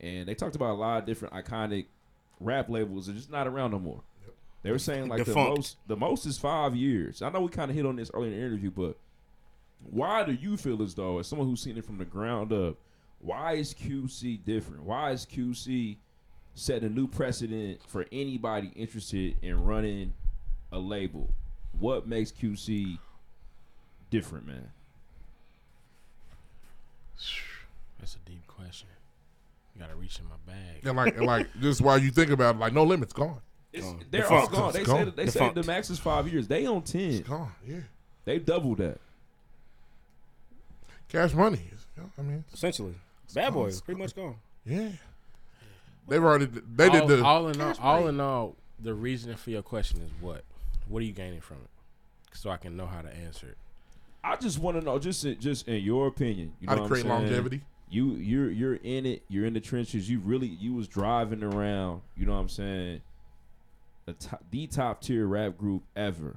Speaker 5: and they talked about a lot of different iconic rap labels that are just not around no more. They were saying like the
Speaker 4: Defunct.
Speaker 5: most the most is five years. I know we kind of hit on this earlier in the interview, but why do you feel as though, as someone who's seen it from the ground up, why is QC different? Why is QC setting a new precedent for anybody interested in running a label? What makes QC different, man?
Speaker 16: That's a deep question. You gotta reach in my bag.
Speaker 2: And like, and like, this is why you think about it, like no limits gone.
Speaker 5: It's,
Speaker 2: Gone.
Speaker 5: they're all
Speaker 2: Defunct.
Speaker 5: gone. They
Speaker 2: It's
Speaker 5: say
Speaker 2: gone.
Speaker 5: they say
Speaker 2: Defunct.
Speaker 5: the max is five years. They on ten. It's
Speaker 2: gone. Yeah,
Speaker 5: they doubled that.
Speaker 2: Cash money. is- you know, I mean,
Speaker 4: Essentially, Bad
Speaker 2: gone,
Speaker 4: Boy
Speaker 2: it's
Speaker 4: is pretty much gone.
Speaker 2: yeah. They've already. They
Speaker 16: all,
Speaker 2: did the.
Speaker 16: all in all. All in all, the reasoning for your question is what? What are you gaining from it? So I can know how to answer it.
Speaker 5: I just want to know, just in, just in your opinion, you know
Speaker 2: How to
Speaker 5: what I'm
Speaker 2: create
Speaker 5: saying?
Speaker 2: longevity.
Speaker 5: You you're you're in it. You're in the trenches. You really you was driving around. You know what I'm saying? The top, the top tier rap group ever.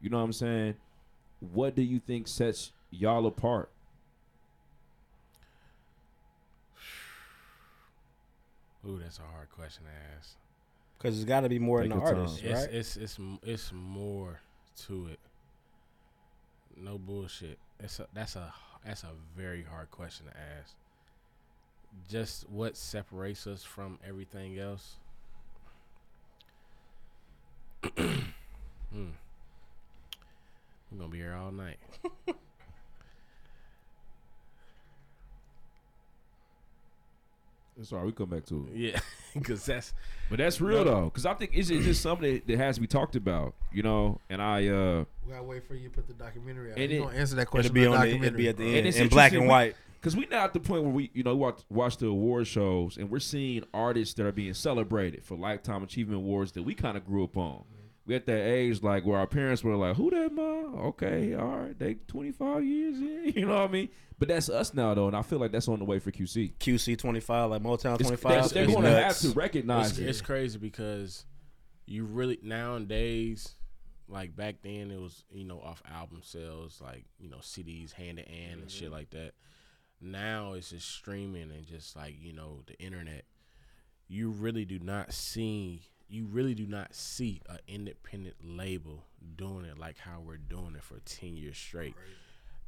Speaker 5: You know what I'm saying? What do you think sets y'all apart?
Speaker 16: Ooh, that's a hard question to ask.
Speaker 4: Because it's got to be more
Speaker 5: Take
Speaker 4: than the
Speaker 5: your time.
Speaker 4: artist,
Speaker 16: It's,
Speaker 4: right?
Speaker 16: it's it's m- it's more to it. No bullshit. It's a, that's a that's a very hard question to ask. Just what separates us from everything else? Hmm. We're gonna be here all night.
Speaker 5: Sorry, we come back to it.
Speaker 16: yeah, because that's
Speaker 5: But that's real
Speaker 16: No.
Speaker 5: though, because I think it's, it's just something that, that has to be talked about. You know, and I uh
Speaker 12: We gotta wait for you to put the documentary out.
Speaker 5: And
Speaker 12: You
Speaker 5: it-
Speaker 12: gonna answer that
Speaker 5: it'll
Speaker 12: question?
Speaker 4: be
Speaker 12: in the
Speaker 4: on the-
Speaker 12: documentary.
Speaker 4: it'll be at the end. in black and white.
Speaker 5: Because we now at the point where we, you know, watch, watch the award shows and we're seeing artists that are being celebrated for lifetime achievement awards that we kind of grew up on. We at that age like where our parents were like, "Who that ma? Okay, all right, they 25 years in." You know what I mean? But that's us now though, and I feel like that's on the way for QC.
Speaker 4: QC 25, like Motown
Speaker 5: It's-
Speaker 4: 25.
Speaker 5: they're- they're
Speaker 4: It's
Speaker 5: gonna have
Speaker 4: nuts.
Speaker 5: to recognize
Speaker 16: it's, it's crazy because you really nowadays, like back then, it was you know off album sales, like you know CDs hand to hand and shit like that. Now it's just streaming and just like you know the internet. You really do not see you really do not see an independent label doing it like how we're doing it for ten years straight.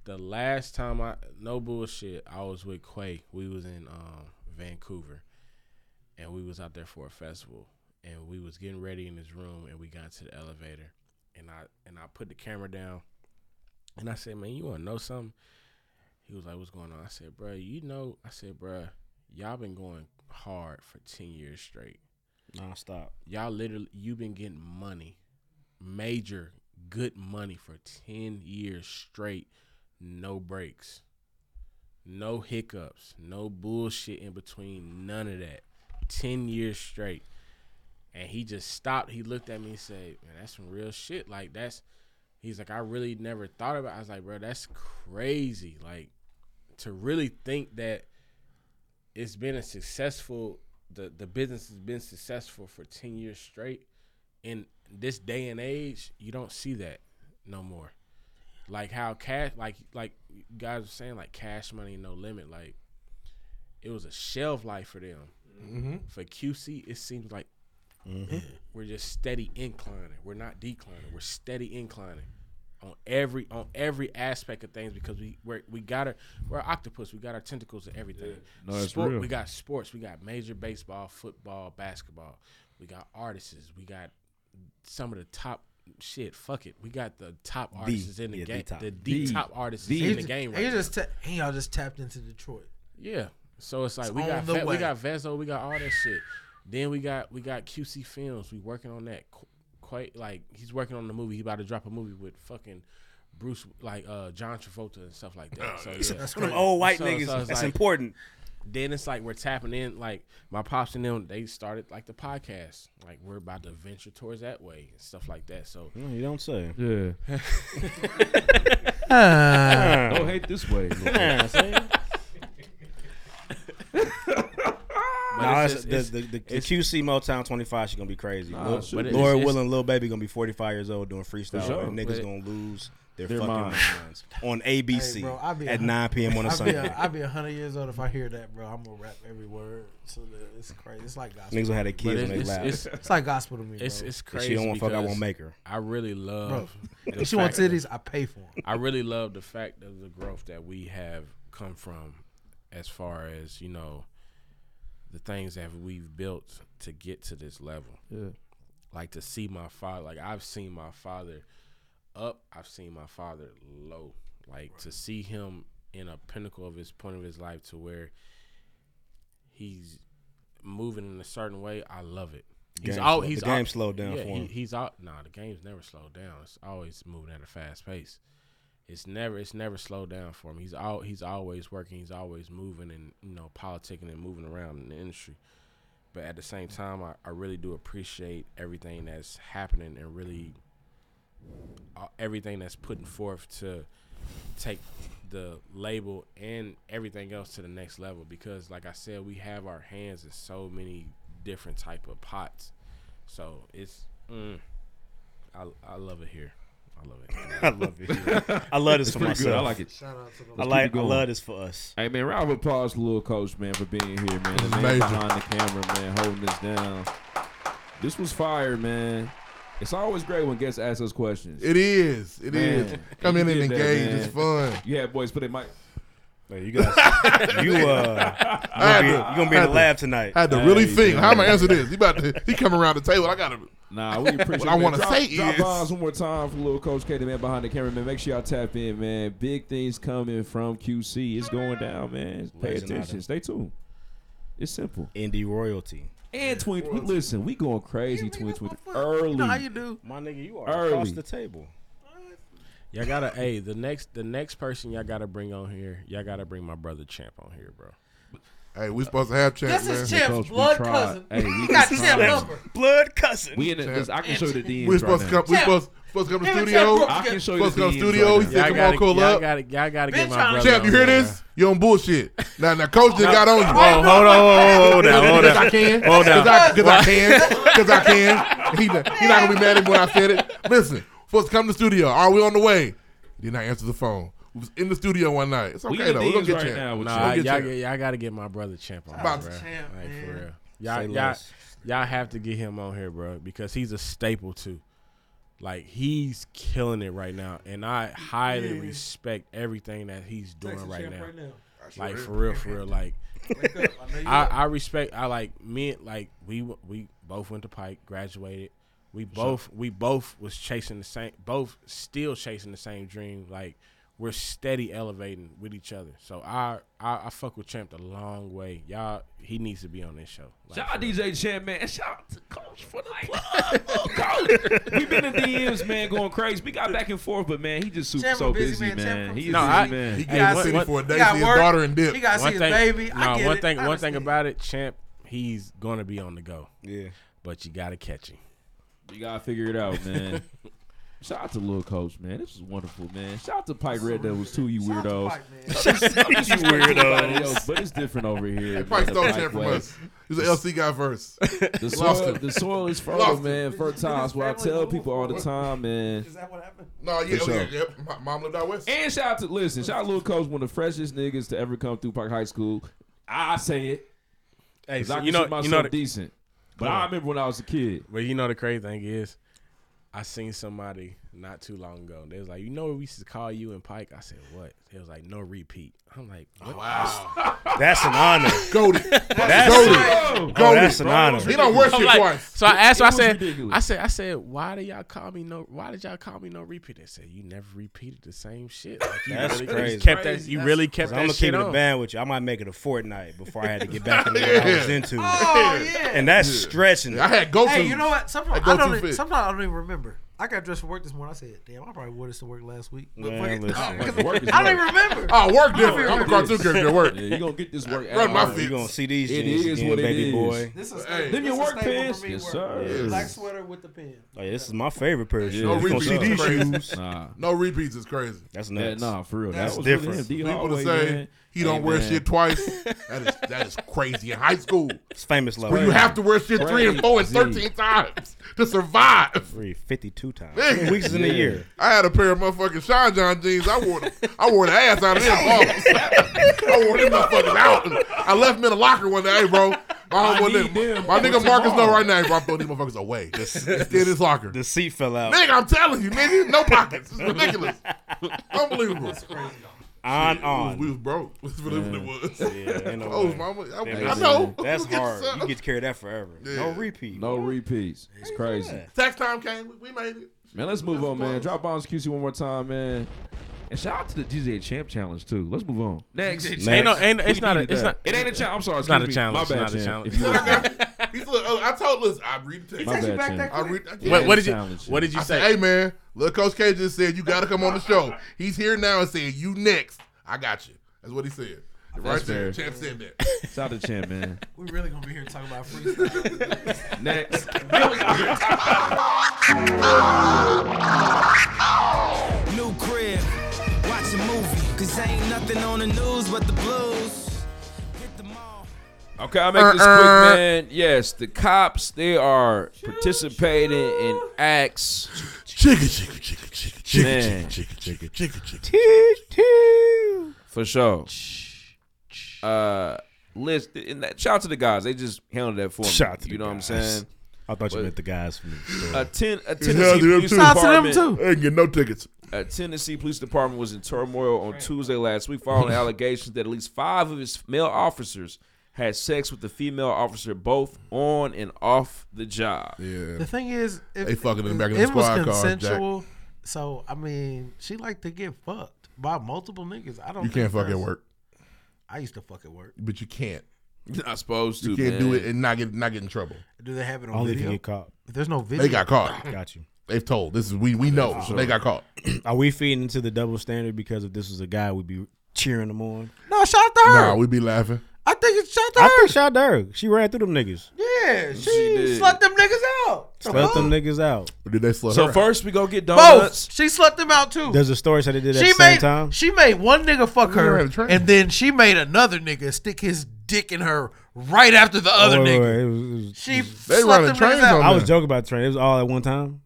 Speaker 16: The last time I no bullshit, I was with Quay. We was in um, Vancouver, and we was out there for a festival, and we was getting ready in this room, and we got to the elevator, and I and I put the camera down, and I said, "Man, you want to know something?" He was like, "What's going on?" I said, "Bro, you know," I said, "Bro, y'all been going hard for ten years straight,
Speaker 4: nonstop.
Speaker 16: Y'all literally, you been getting money, major good money for ten years straight, no breaks, no hiccups, no bullshit in between, none of that, ten years straight." And he just stopped. He looked at me and said, "Man, that's some real shit. Like that's." He's like, I really never thought about. It. I was like, bro, that's crazy. Like, to really think that it's been a successful, the the business has been successful for ten years straight. In this day and age, you don't see that no more. Like how cash, like like you guys were saying, like cash money no limit. Like it was a shelf life for them.
Speaker 12: Mhm.
Speaker 16: For QC, it seems like
Speaker 17: Mm-hmm.
Speaker 16: we're just steady inclining. We're not declining. We're steady inclining on every on every aspect of things because we we're, we got our we're an octopus. We got our tentacles and everything.
Speaker 17: No, that's
Speaker 16: Sport-
Speaker 17: real.
Speaker 16: We got sports. We got major baseball, football, basketball. We got artists. We got some of the top shit. Fuck it. We got the top artists in the
Speaker 12: yeah, the
Speaker 16: game. The,
Speaker 12: top.
Speaker 16: the
Speaker 12: The-
Speaker 16: top artists
Speaker 12: He
Speaker 16: in the
Speaker 12: just-
Speaker 16: game
Speaker 12: he
Speaker 16: right now.
Speaker 12: just ta- he all just tapped into Detroit.
Speaker 16: Yeah. So it's like
Speaker 12: It's
Speaker 16: we
Speaker 12: on
Speaker 16: got
Speaker 12: the
Speaker 16: Ve- we
Speaker 12: way.
Speaker 16: got Vezo, we got all that shit. Then we got we got QC Films. We working on that. Qu- Quite like he's working on the movie. He about to drop a movie with fucking Bruce, like uh John Travolta and stuff like that.
Speaker 4: Oh,
Speaker 16: so,
Speaker 4: that's-
Speaker 16: yeah.
Speaker 4: that's One of them old white niggas.
Speaker 16: it's
Speaker 4: That's important.
Speaker 16: Then it's like we're tapping in. Like my pops and them, they started like the podcast. Like we're about to venture towards that way and stuff like that. So
Speaker 4: Mm, you don't say.
Speaker 17: Yeah.
Speaker 4: Don't
Speaker 17: hate this way.
Speaker 16: But
Speaker 4: Nah, it's-
Speaker 16: it's just-
Speaker 4: the,
Speaker 16: it's-
Speaker 4: the, the,
Speaker 16: it's-
Speaker 4: QC Motown 25 is going to be crazy.
Speaker 16: Nah,
Speaker 4: Lil-
Speaker 16: it should be.
Speaker 4: Lord
Speaker 16: It's-
Speaker 4: willing, Lil Baby going to be 45 years old doing freestyle.
Speaker 16: For sure.
Speaker 4: and niggas
Speaker 16: But-
Speaker 4: going to lose their,
Speaker 16: Their
Speaker 4: fucking
Speaker 16: minds.
Speaker 4: minds. on ABC
Speaker 12: Hey, bro, I'd be a
Speaker 4: at
Speaker 12: hun-
Speaker 4: 9 p.m. on a
Speaker 12: I'd
Speaker 4: Sunday.
Speaker 12: Be a, I'd be hundred years old if I hear that, bro. I'm gonna rap every word. So that- it's crazy. It's like gospel.
Speaker 4: Niggas gonna have their kids
Speaker 16: But
Speaker 4: on their lap.
Speaker 16: It's,
Speaker 12: It's like gospel to me,
Speaker 16: It's,
Speaker 12: bro.
Speaker 16: it's
Speaker 4: If
Speaker 16: crazy.
Speaker 4: she don't want fuck, I
Speaker 16: because
Speaker 4: won't make her.
Speaker 16: I really love.
Speaker 12: Bro,
Speaker 16: the
Speaker 12: if she want
Speaker 16: fact
Speaker 12: titties,
Speaker 16: that-
Speaker 12: I pay for 'em.
Speaker 16: I really love the fact of the growth that we have come from, as far as you know, the things that we've built to get to this level.
Speaker 17: Yeah.
Speaker 16: Like to see my father. Like I've seen my father up. I've seen my father low. Like to see him in a pinnacle of his point of his life to where he's moving in a certain way. I love it.
Speaker 4: The
Speaker 16: He's
Speaker 4: game
Speaker 16: all
Speaker 4: slow-
Speaker 16: he's
Speaker 4: the game
Speaker 16: al-
Speaker 4: slowed down
Speaker 16: yeah,
Speaker 4: for
Speaker 16: he-
Speaker 4: him.
Speaker 16: He's out. Nah, the game's never slowed down. It's always moving at a fast pace. It's never it's never slowed down for him. He's all he's always working. He's always moving and you know politicking and moving around in the industry. But at the same time, I, I really do appreciate everything that's happening and really uh, everything that's putting forth to take the label and everything else to the next level because like i said we have our hands in so many different type of pots so it's mm, I, I love it here i love it
Speaker 4: I love it. I love this
Speaker 17: It's
Speaker 4: for
Speaker 17: pretty good. I
Speaker 4: myself.
Speaker 17: like it.
Speaker 4: I
Speaker 17: Let's
Speaker 4: like.
Speaker 17: keep it
Speaker 4: I
Speaker 17: going.
Speaker 4: love this for us.
Speaker 17: Hey man, round of applause, to little coach man, for being here, man. The man
Speaker 4: amazing.
Speaker 17: behind the camera, man, holding this down. This was fire, man. It's always great when guests ask us questions.
Speaker 2: It is.
Speaker 17: It
Speaker 2: It is.
Speaker 17: is.
Speaker 2: Come in and engage. It's fun.
Speaker 17: Yeah, boys, put it, Mike.
Speaker 4: Hey, you guys, you uh, you gonna be, you gonna be in the lab tonight.
Speaker 2: I had to really
Speaker 4: Hey,
Speaker 2: think. How am I
Speaker 4: man.
Speaker 2: answer this? He about to. He come around the table. I gotta.
Speaker 17: Nah, we appreciate
Speaker 2: What I
Speaker 17: it, man.
Speaker 2: want to
Speaker 17: Drop-
Speaker 2: say
Speaker 17: drop
Speaker 2: is.
Speaker 17: bombs one more time for little Coach K, the man behind the camera, man. Make sure y'all tap in, man. Big things coming from QC. It's going down, man. Pay
Speaker 4: Legend
Speaker 17: attention.
Speaker 4: item.
Speaker 17: Stay tuned. It's simple.
Speaker 4: Indie royalty.
Speaker 17: And twenty. Listen, we going crazy. Twenty twenty early.
Speaker 4: do, my nigga. You are
Speaker 17: Early.
Speaker 4: across the table.
Speaker 16: y'all gotta hey the next the next person y'all gotta bring on here y'all gotta bring my brother champ on here bro
Speaker 2: Hey, we supposed to have champ.
Speaker 16: This is
Speaker 2: man.
Speaker 16: Champ's Coach, we blood tried. cousin. Hey, we He got just tried. Champ number.
Speaker 4: Blood cousin.
Speaker 17: We in the- listen, I can show you the DMs
Speaker 2: We're
Speaker 17: right
Speaker 2: supposed to
Speaker 17: now.
Speaker 2: come. We're
Speaker 17: Champ.
Speaker 2: supposed, supposed to come to the
Speaker 17: Him and
Speaker 2: studio.
Speaker 17: Champ I can show you
Speaker 2: supposed
Speaker 17: the
Speaker 2: to come to
Speaker 17: DMs
Speaker 2: studio.
Speaker 17: right
Speaker 2: He
Speaker 17: now.
Speaker 2: said,
Speaker 17: Y'all
Speaker 2: "Come on,
Speaker 17: gotta-
Speaker 2: cool
Speaker 17: y'all
Speaker 2: up."
Speaker 17: gotta- y'all gotta get
Speaker 2: Been
Speaker 17: my
Speaker 2: trying to-
Speaker 17: brother
Speaker 2: Champ, you
Speaker 17: on
Speaker 2: hear
Speaker 17: here.
Speaker 2: this? You on bullshit. Now, now, coach just got on you.
Speaker 4: Oh, hold on, hold on, hold on.
Speaker 2: Because I can.
Speaker 4: Hold on.
Speaker 2: Because I can. Because I can. He, not- he not gonna be mad at me when I said it. Listen, supposed to come to the studio. Are we on the way? Did not answer the phone. We was in the studio one night. It's okay
Speaker 16: We in
Speaker 2: though.
Speaker 16: the
Speaker 2: We gonna
Speaker 16: DMs
Speaker 2: get
Speaker 16: right
Speaker 2: champ.
Speaker 16: now with
Speaker 2: We
Speaker 16: Champ.
Speaker 2: gonna get
Speaker 16: Nah, y'all
Speaker 2: Champ.
Speaker 16: get- y'all gotta get my brother Champ on, here,
Speaker 2: About
Speaker 16: bro.
Speaker 2: Champ,
Speaker 16: like for
Speaker 2: man. Say
Speaker 16: real. Y'all, y'all,
Speaker 2: less.
Speaker 16: y'all have to get him on here, bro, because he's a staple too. Like he's killing it right now, and I highly respect everything that he's doing
Speaker 12: Texas
Speaker 16: right
Speaker 12: champ
Speaker 16: now.
Speaker 12: right now. That's
Speaker 16: Like
Speaker 12: right.
Speaker 16: for real, for real. Like
Speaker 12: Wake up. I know you
Speaker 16: I,
Speaker 12: up.
Speaker 16: I respect. I like me. Like we w- we both went to Pike, graduated. We both we both was chasing the same. Both still chasing the same dream. Like we're steady elevating with each other. So I I, I fuck with Champ the long way. Y'all, he needs to be on this show. Like,
Speaker 17: Shout out DJ Champ, man. And Shout out to Coach for the plug. Oh, Coach. We've been in DMs, man, going crazy. We got back and forth, but man, he just super,
Speaker 12: Champ a
Speaker 17: so
Speaker 12: busy
Speaker 17: busy,
Speaker 12: man. Champ
Speaker 17: man. He
Speaker 12: a
Speaker 17: is
Speaker 12: busy
Speaker 17: busy,
Speaker 12: man.
Speaker 17: man.
Speaker 16: Hey, what- what- One thing- nah, one thing, one thing about it, Champ, he's gonna be on the go. Yeah, but you gotta catch him.
Speaker 17: You gotta figure it out, man. Shout out to Lil Coach, man. This was wonderful, man. Shout out to Pike Red Devils too, you weirdos.
Speaker 2: Shout out to Pike, man.
Speaker 17: you weirdos.
Speaker 2: You weirdos.
Speaker 17: But it's different over here.
Speaker 2: Hey,
Speaker 17: man.
Speaker 2: Pike
Speaker 17: The
Speaker 2: stole
Speaker 17: Pike
Speaker 2: that from
Speaker 17: way.
Speaker 2: us. He's an LC guy first.
Speaker 17: The
Speaker 2: Lost
Speaker 17: soil,
Speaker 2: him.
Speaker 17: the soil is fertile,
Speaker 2: Lost him.
Speaker 17: man. Fertile. That's what I tell people all the time, man.
Speaker 2: Is that what happened? No, yeah, oh,
Speaker 17: For sure.
Speaker 2: yeah, yeah. My mom lived out west.
Speaker 17: And shout out to listen, shout out to Lil Coach, one of the freshest niggas to ever come through Park High School. I say it.
Speaker 16: Hey,
Speaker 17: 'Cause
Speaker 16: so
Speaker 17: I
Speaker 16: you know-
Speaker 17: consider
Speaker 16: you know
Speaker 17: myself
Speaker 16: the-
Speaker 17: decent. But
Speaker 16: Come
Speaker 17: I
Speaker 16: on.
Speaker 17: remember when I was a kid.
Speaker 16: But you know the crazy thing is, I seen somebody not too long ago. They was like, you know, what we used to call you and Pike. I said, what? They was like, no repeat. I'm like, what? wow,
Speaker 4: That's an honor.
Speaker 2: Goated.
Speaker 16: That's
Speaker 2: Goated.
Speaker 16: Oh,
Speaker 4: that's an honor.
Speaker 2: He don't work
Speaker 16: I'm
Speaker 2: shit
Speaker 16: like-
Speaker 2: twice.
Speaker 16: So I asked.
Speaker 2: It
Speaker 16: her, I
Speaker 2: was
Speaker 16: said,
Speaker 2: ridiculous.
Speaker 16: I said, I said, why do y'all call me no? Why did y'all call me no repeat? They said you never repeated the same shit. Like, you
Speaker 4: That's
Speaker 16: really
Speaker 4: crazy.
Speaker 16: Kept that. You really kept
Speaker 4: I'm
Speaker 16: that
Speaker 4: gonna
Speaker 16: shit
Speaker 4: keep it a
Speaker 16: on.
Speaker 4: band with you. I might make it a fortnight before I had to get back into what I was
Speaker 16: Yeah.
Speaker 4: into.
Speaker 12: Oh, yeah.
Speaker 4: And that's stretching. it.
Speaker 12: Hey, you know what? Sometimes
Speaker 4: I
Speaker 12: I,
Speaker 4: go-to
Speaker 12: don't. Even,
Speaker 4: fit.
Speaker 12: sometimes I don't even remember. I got dressed for work this morning. I said, "Damn, I probably wore this to work last week." But
Speaker 4: Man,
Speaker 12: fuck
Speaker 4: listen.
Speaker 12: it. Because
Speaker 4: Work is
Speaker 12: I don't even
Speaker 4: work.
Speaker 12: remember.
Speaker 2: Oh, work
Speaker 12: I don't
Speaker 2: different.
Speaker 12: even
Speaker 2: I'm a
Speaker 12: remember.
Speaker 2: cartoon character at work.
Speaker 17: Yeah, you gonna get this work
Speaker 2: Run my
Speaker 17: out.
Speaker 2: fits.
Speaker 4: You gonna see these
Speaker 17: It
Speaker 4: jeans
Speaker 17: is
Speaker 4: again,
Speaker 17: what it
Speaker 4: baby
Speaker 17: is.
Speaker 4: boy.
Speaker 12: This is
Speaker 17: Hey.
Speaker 12: them
Speaker 17: Them your work pants?
Speaker 12: For me
Speaker 17: Yes,
Speaker 12: work.
Speaker 17: sir.
Speaker 12: Black
Speaker 17: Yes.
Speaker 12: sweater with the pen.
Speaker 4: Oh, yeah, this is my favorite pair of shoes.
Speaker 2: No
Speaker 4: You gonna
Speaker 2: repeats
Speaker 4: see
Speaker 2: is
Speaker 4: these
Speaker 2: crazy.
Speaker 4: shoes?
Speaker 2: No repeats is crazy.
Speaker 4: That's nuts.
Speaker 17: Yeah, nah, for real.
Speaker 4: That's
Speaker 17: that was
Speaker 4: different.
Speaker 17: Really him. D
Speaker 2: People
Speaker 17: Hardway,
Speaker 2: to say
Speaker 17: man.
Speaker 2: he don't
Speaker 17: Hey,
Speaker 2: wear
Speaker 17: man.
Speaker 2: shit twice. That is that is crazy. In high school,
Speaker 4: It's famous
Speaker 2: where
Speaker 4: level.
Speaker 2: you have to wear shit three and four and thirteen times to survive.
Speaker 4: Three fifty-two times.
Speaker 2: Nigga.
Speaker 4: Weeks in a year.
Speaker 2: I had a pair of motherfucking Sean John jeans. I wore them. I wore the ass out of them balls. I wore them motherfuckers out. I left them in the locker one day, hey, bro. My,
Speaker 4: I
Speaker 2: homeboy
Speaker 4: need
Speaker 2: nigga,
Speaker 4: them
Speaker 2: my
Speaker 4: for
Speaker 2: nigga Marcus know
Speaker 4: tomorrow.
Speaker 2: right now, bro. I'm throwing these motherfuckers away. This it's in his locker.
Speaker 4: The seat fell out.
Speaker 2: Nigga, I'm telling you, nigga, no pockets. It's ridiculous. Unbelievable.
Speaker 4: On
Speaker 2: Shit,
Speaker 4: on.
Speaker 2: We was, we was broke. That's what it was.
Speaker 4: Yeah, ain't no
Speaker 2: Clothes,
Speaker 4: way.
Speaker 2: mama. I,
Speaker 4: Yeah,
Speaker 2: I
Speaker 4: man.
Speaker 2: know.
Speaker 4: That's
Speaker 2: Get
Speaker 4: hard.
Speaker 2: yourself.
Speaker 4: You get to carry that forever. No
Speaker 2: Yeah.
Speaker 4: repeat.
Speaker 17: No repeats. It's crazy.
Speaker 2: Tax time came. We, we made it.
Speaker 17: Man, let's move on, man. Drop bombs QC one more time, man. And shout out to the DJ Champ Challenge too. Let's move on. Next,
Speaker 16: Ain't no- ain't- it's
Speaker 17: We
Speaker 16: not a-
Speaker 17: needed
Speaker 16: it's
Speaker 17: that.
Speaker 16: not-
Speaker 17: It ain't a challenge. I'm sorry.
Speaker 16: it's not
Speaker 17: excuse
Speaker 16: a
Speaker 17: me.
Speaker 16: challenge.
Speaker 17: My bad,
Speaker 16: It's not a
Speaker 17: Champ. If you listen-
Speaker 2: He's like, oh, I told. Listen, I read the text.
Speaker 17: My takes you bad, back Tim. that
Speaker 2: I read,
Speaker 17: quick? What- what did you- what did you
Speaker 2: I said,
Speaker 17: say?
Speaker 2: hey man, look, Coach K just said you got to come on the show. He's here now and saying you next. I got you. That's what he said. right
Speaker 17: That's
Speaker 2: there,
Speaker 17: fair.
Speaker 2: Champ said that.
Speaker 17: Shout out to Champ, man.
Speaker 12: We really gonna be here talking about freestyle.
Speaker 17: Next.
Speaker 22: New crib, watch a movie, cause ain't nothing on the news but the blues.
Speaker 5: Okay, I'll make this quick,
Speaker 2: Uh-uh.
Speaker 5: man. Yes, the cops, they are participating in acts.
Speaker 2: Chicka, chicka, chicka, chicka, chicka,
Speaker 5: Man.
Speaker 2: chicka, chicka, chicka,
Speaker 5: For sure. Uh, list, and that, shout out to the guys. They just handled that for me.
Speaker 4: Shout out to
Speaker 5: you
Speaker 4: the
Speaker 5: know
Speaker 4: guys.
Speaker 5: what I'm saying?
Speaker 4: I thought you
Speaker 5: But
Speaker 4: meant the guys from the store.
Speaker 5: A, ten, a
Speaker 2: Yeah, shout out
Speaker 5: Tennessee
Speaker 2: to them
Speaker 5: police
Speaker 2: too. Shout out to them
Speaker 5: department.
Speaker 2: too. They ain't get no tickets.
Speaker 5: A Tennessee police department was in turmoil on Tuesday last week following allegations that at least five of its male officers had sex with the female officer, both on and off the job.
Speaker 2: Yeah.
Speaker 12: The thing is, if,
Speaker 2: They fucking in the back of
Speaker 12: if
Speaker 2: the
Speaker 12: it was
Speaker 2: squad cars, Jack.
Speaker 12: consensual. So I mean, she liked to get fucked by multiple niggas. I don't.
Speaker 2: You can't
Speaker 12: think
Speaker 2: fuck at
Speaker 12: that's-
Speaker 2: work.
Speaker 12: I used to fuck at work.
Speaker 2: But you can't.
Speaker 5: You're not supposed
Speaker 2: You
Speaker 5: to,
Speaker 2: can't do
Speaker 5: man.
Speaker 2: it and not get not get in trouble.
Speaker 12: Do they have it on Only if you video? get caught. If there's no
Speaker 2: they
Speaker 12: video-
Speaker 2: got caught.
Speaker 4: Got you.
Speaker 2: They've told. This is we we know. so They got caught.
Speaker 4: Are we feeding into the double standard because if this was a guy, we'd be cheering them on?
Speaker 12: No, shout out to her.
Speaker 2: Nah, we be laughing.
Speaker 12: I think it's shout out to
Speaker 4: I think shout out to her. She ran through them niggas.
Speaker 12: Yeah, she,
Speaker 5: did.
Speaker 12: slut them niggas out.
Speaker 4: Slut
Speaker 12: Uh-huh.
Speaker 4: them niggas out.
Speaker 2: Did they slut
Speaker 5: So first we go get donuts.
Speaker 12: Both. She slut them out too.
Speaker 4: There's a story that they did at
Speaker 12: she
Speaker 4: the same
Speaker 12: made
Speaker 4: time.
Speaker 12: she made one nigga fuck
Speaker 4: We
Speaker 12: her,
Speaker 4: never had a train.
Speaker 12: and then she made another nigga stick his dick in her right after the other
Speaker 4: Wait, wait,
Speaker 12: nigga.
Speaker 4: wait, it was- it was-
Speaker 12: She
Speaker 4: it was-
Speaker 12: They slept running them niggas trains out. on
Speaker 4: I was
Speaker 12: them.
Speaker 4: joking about the train. It was all at one time.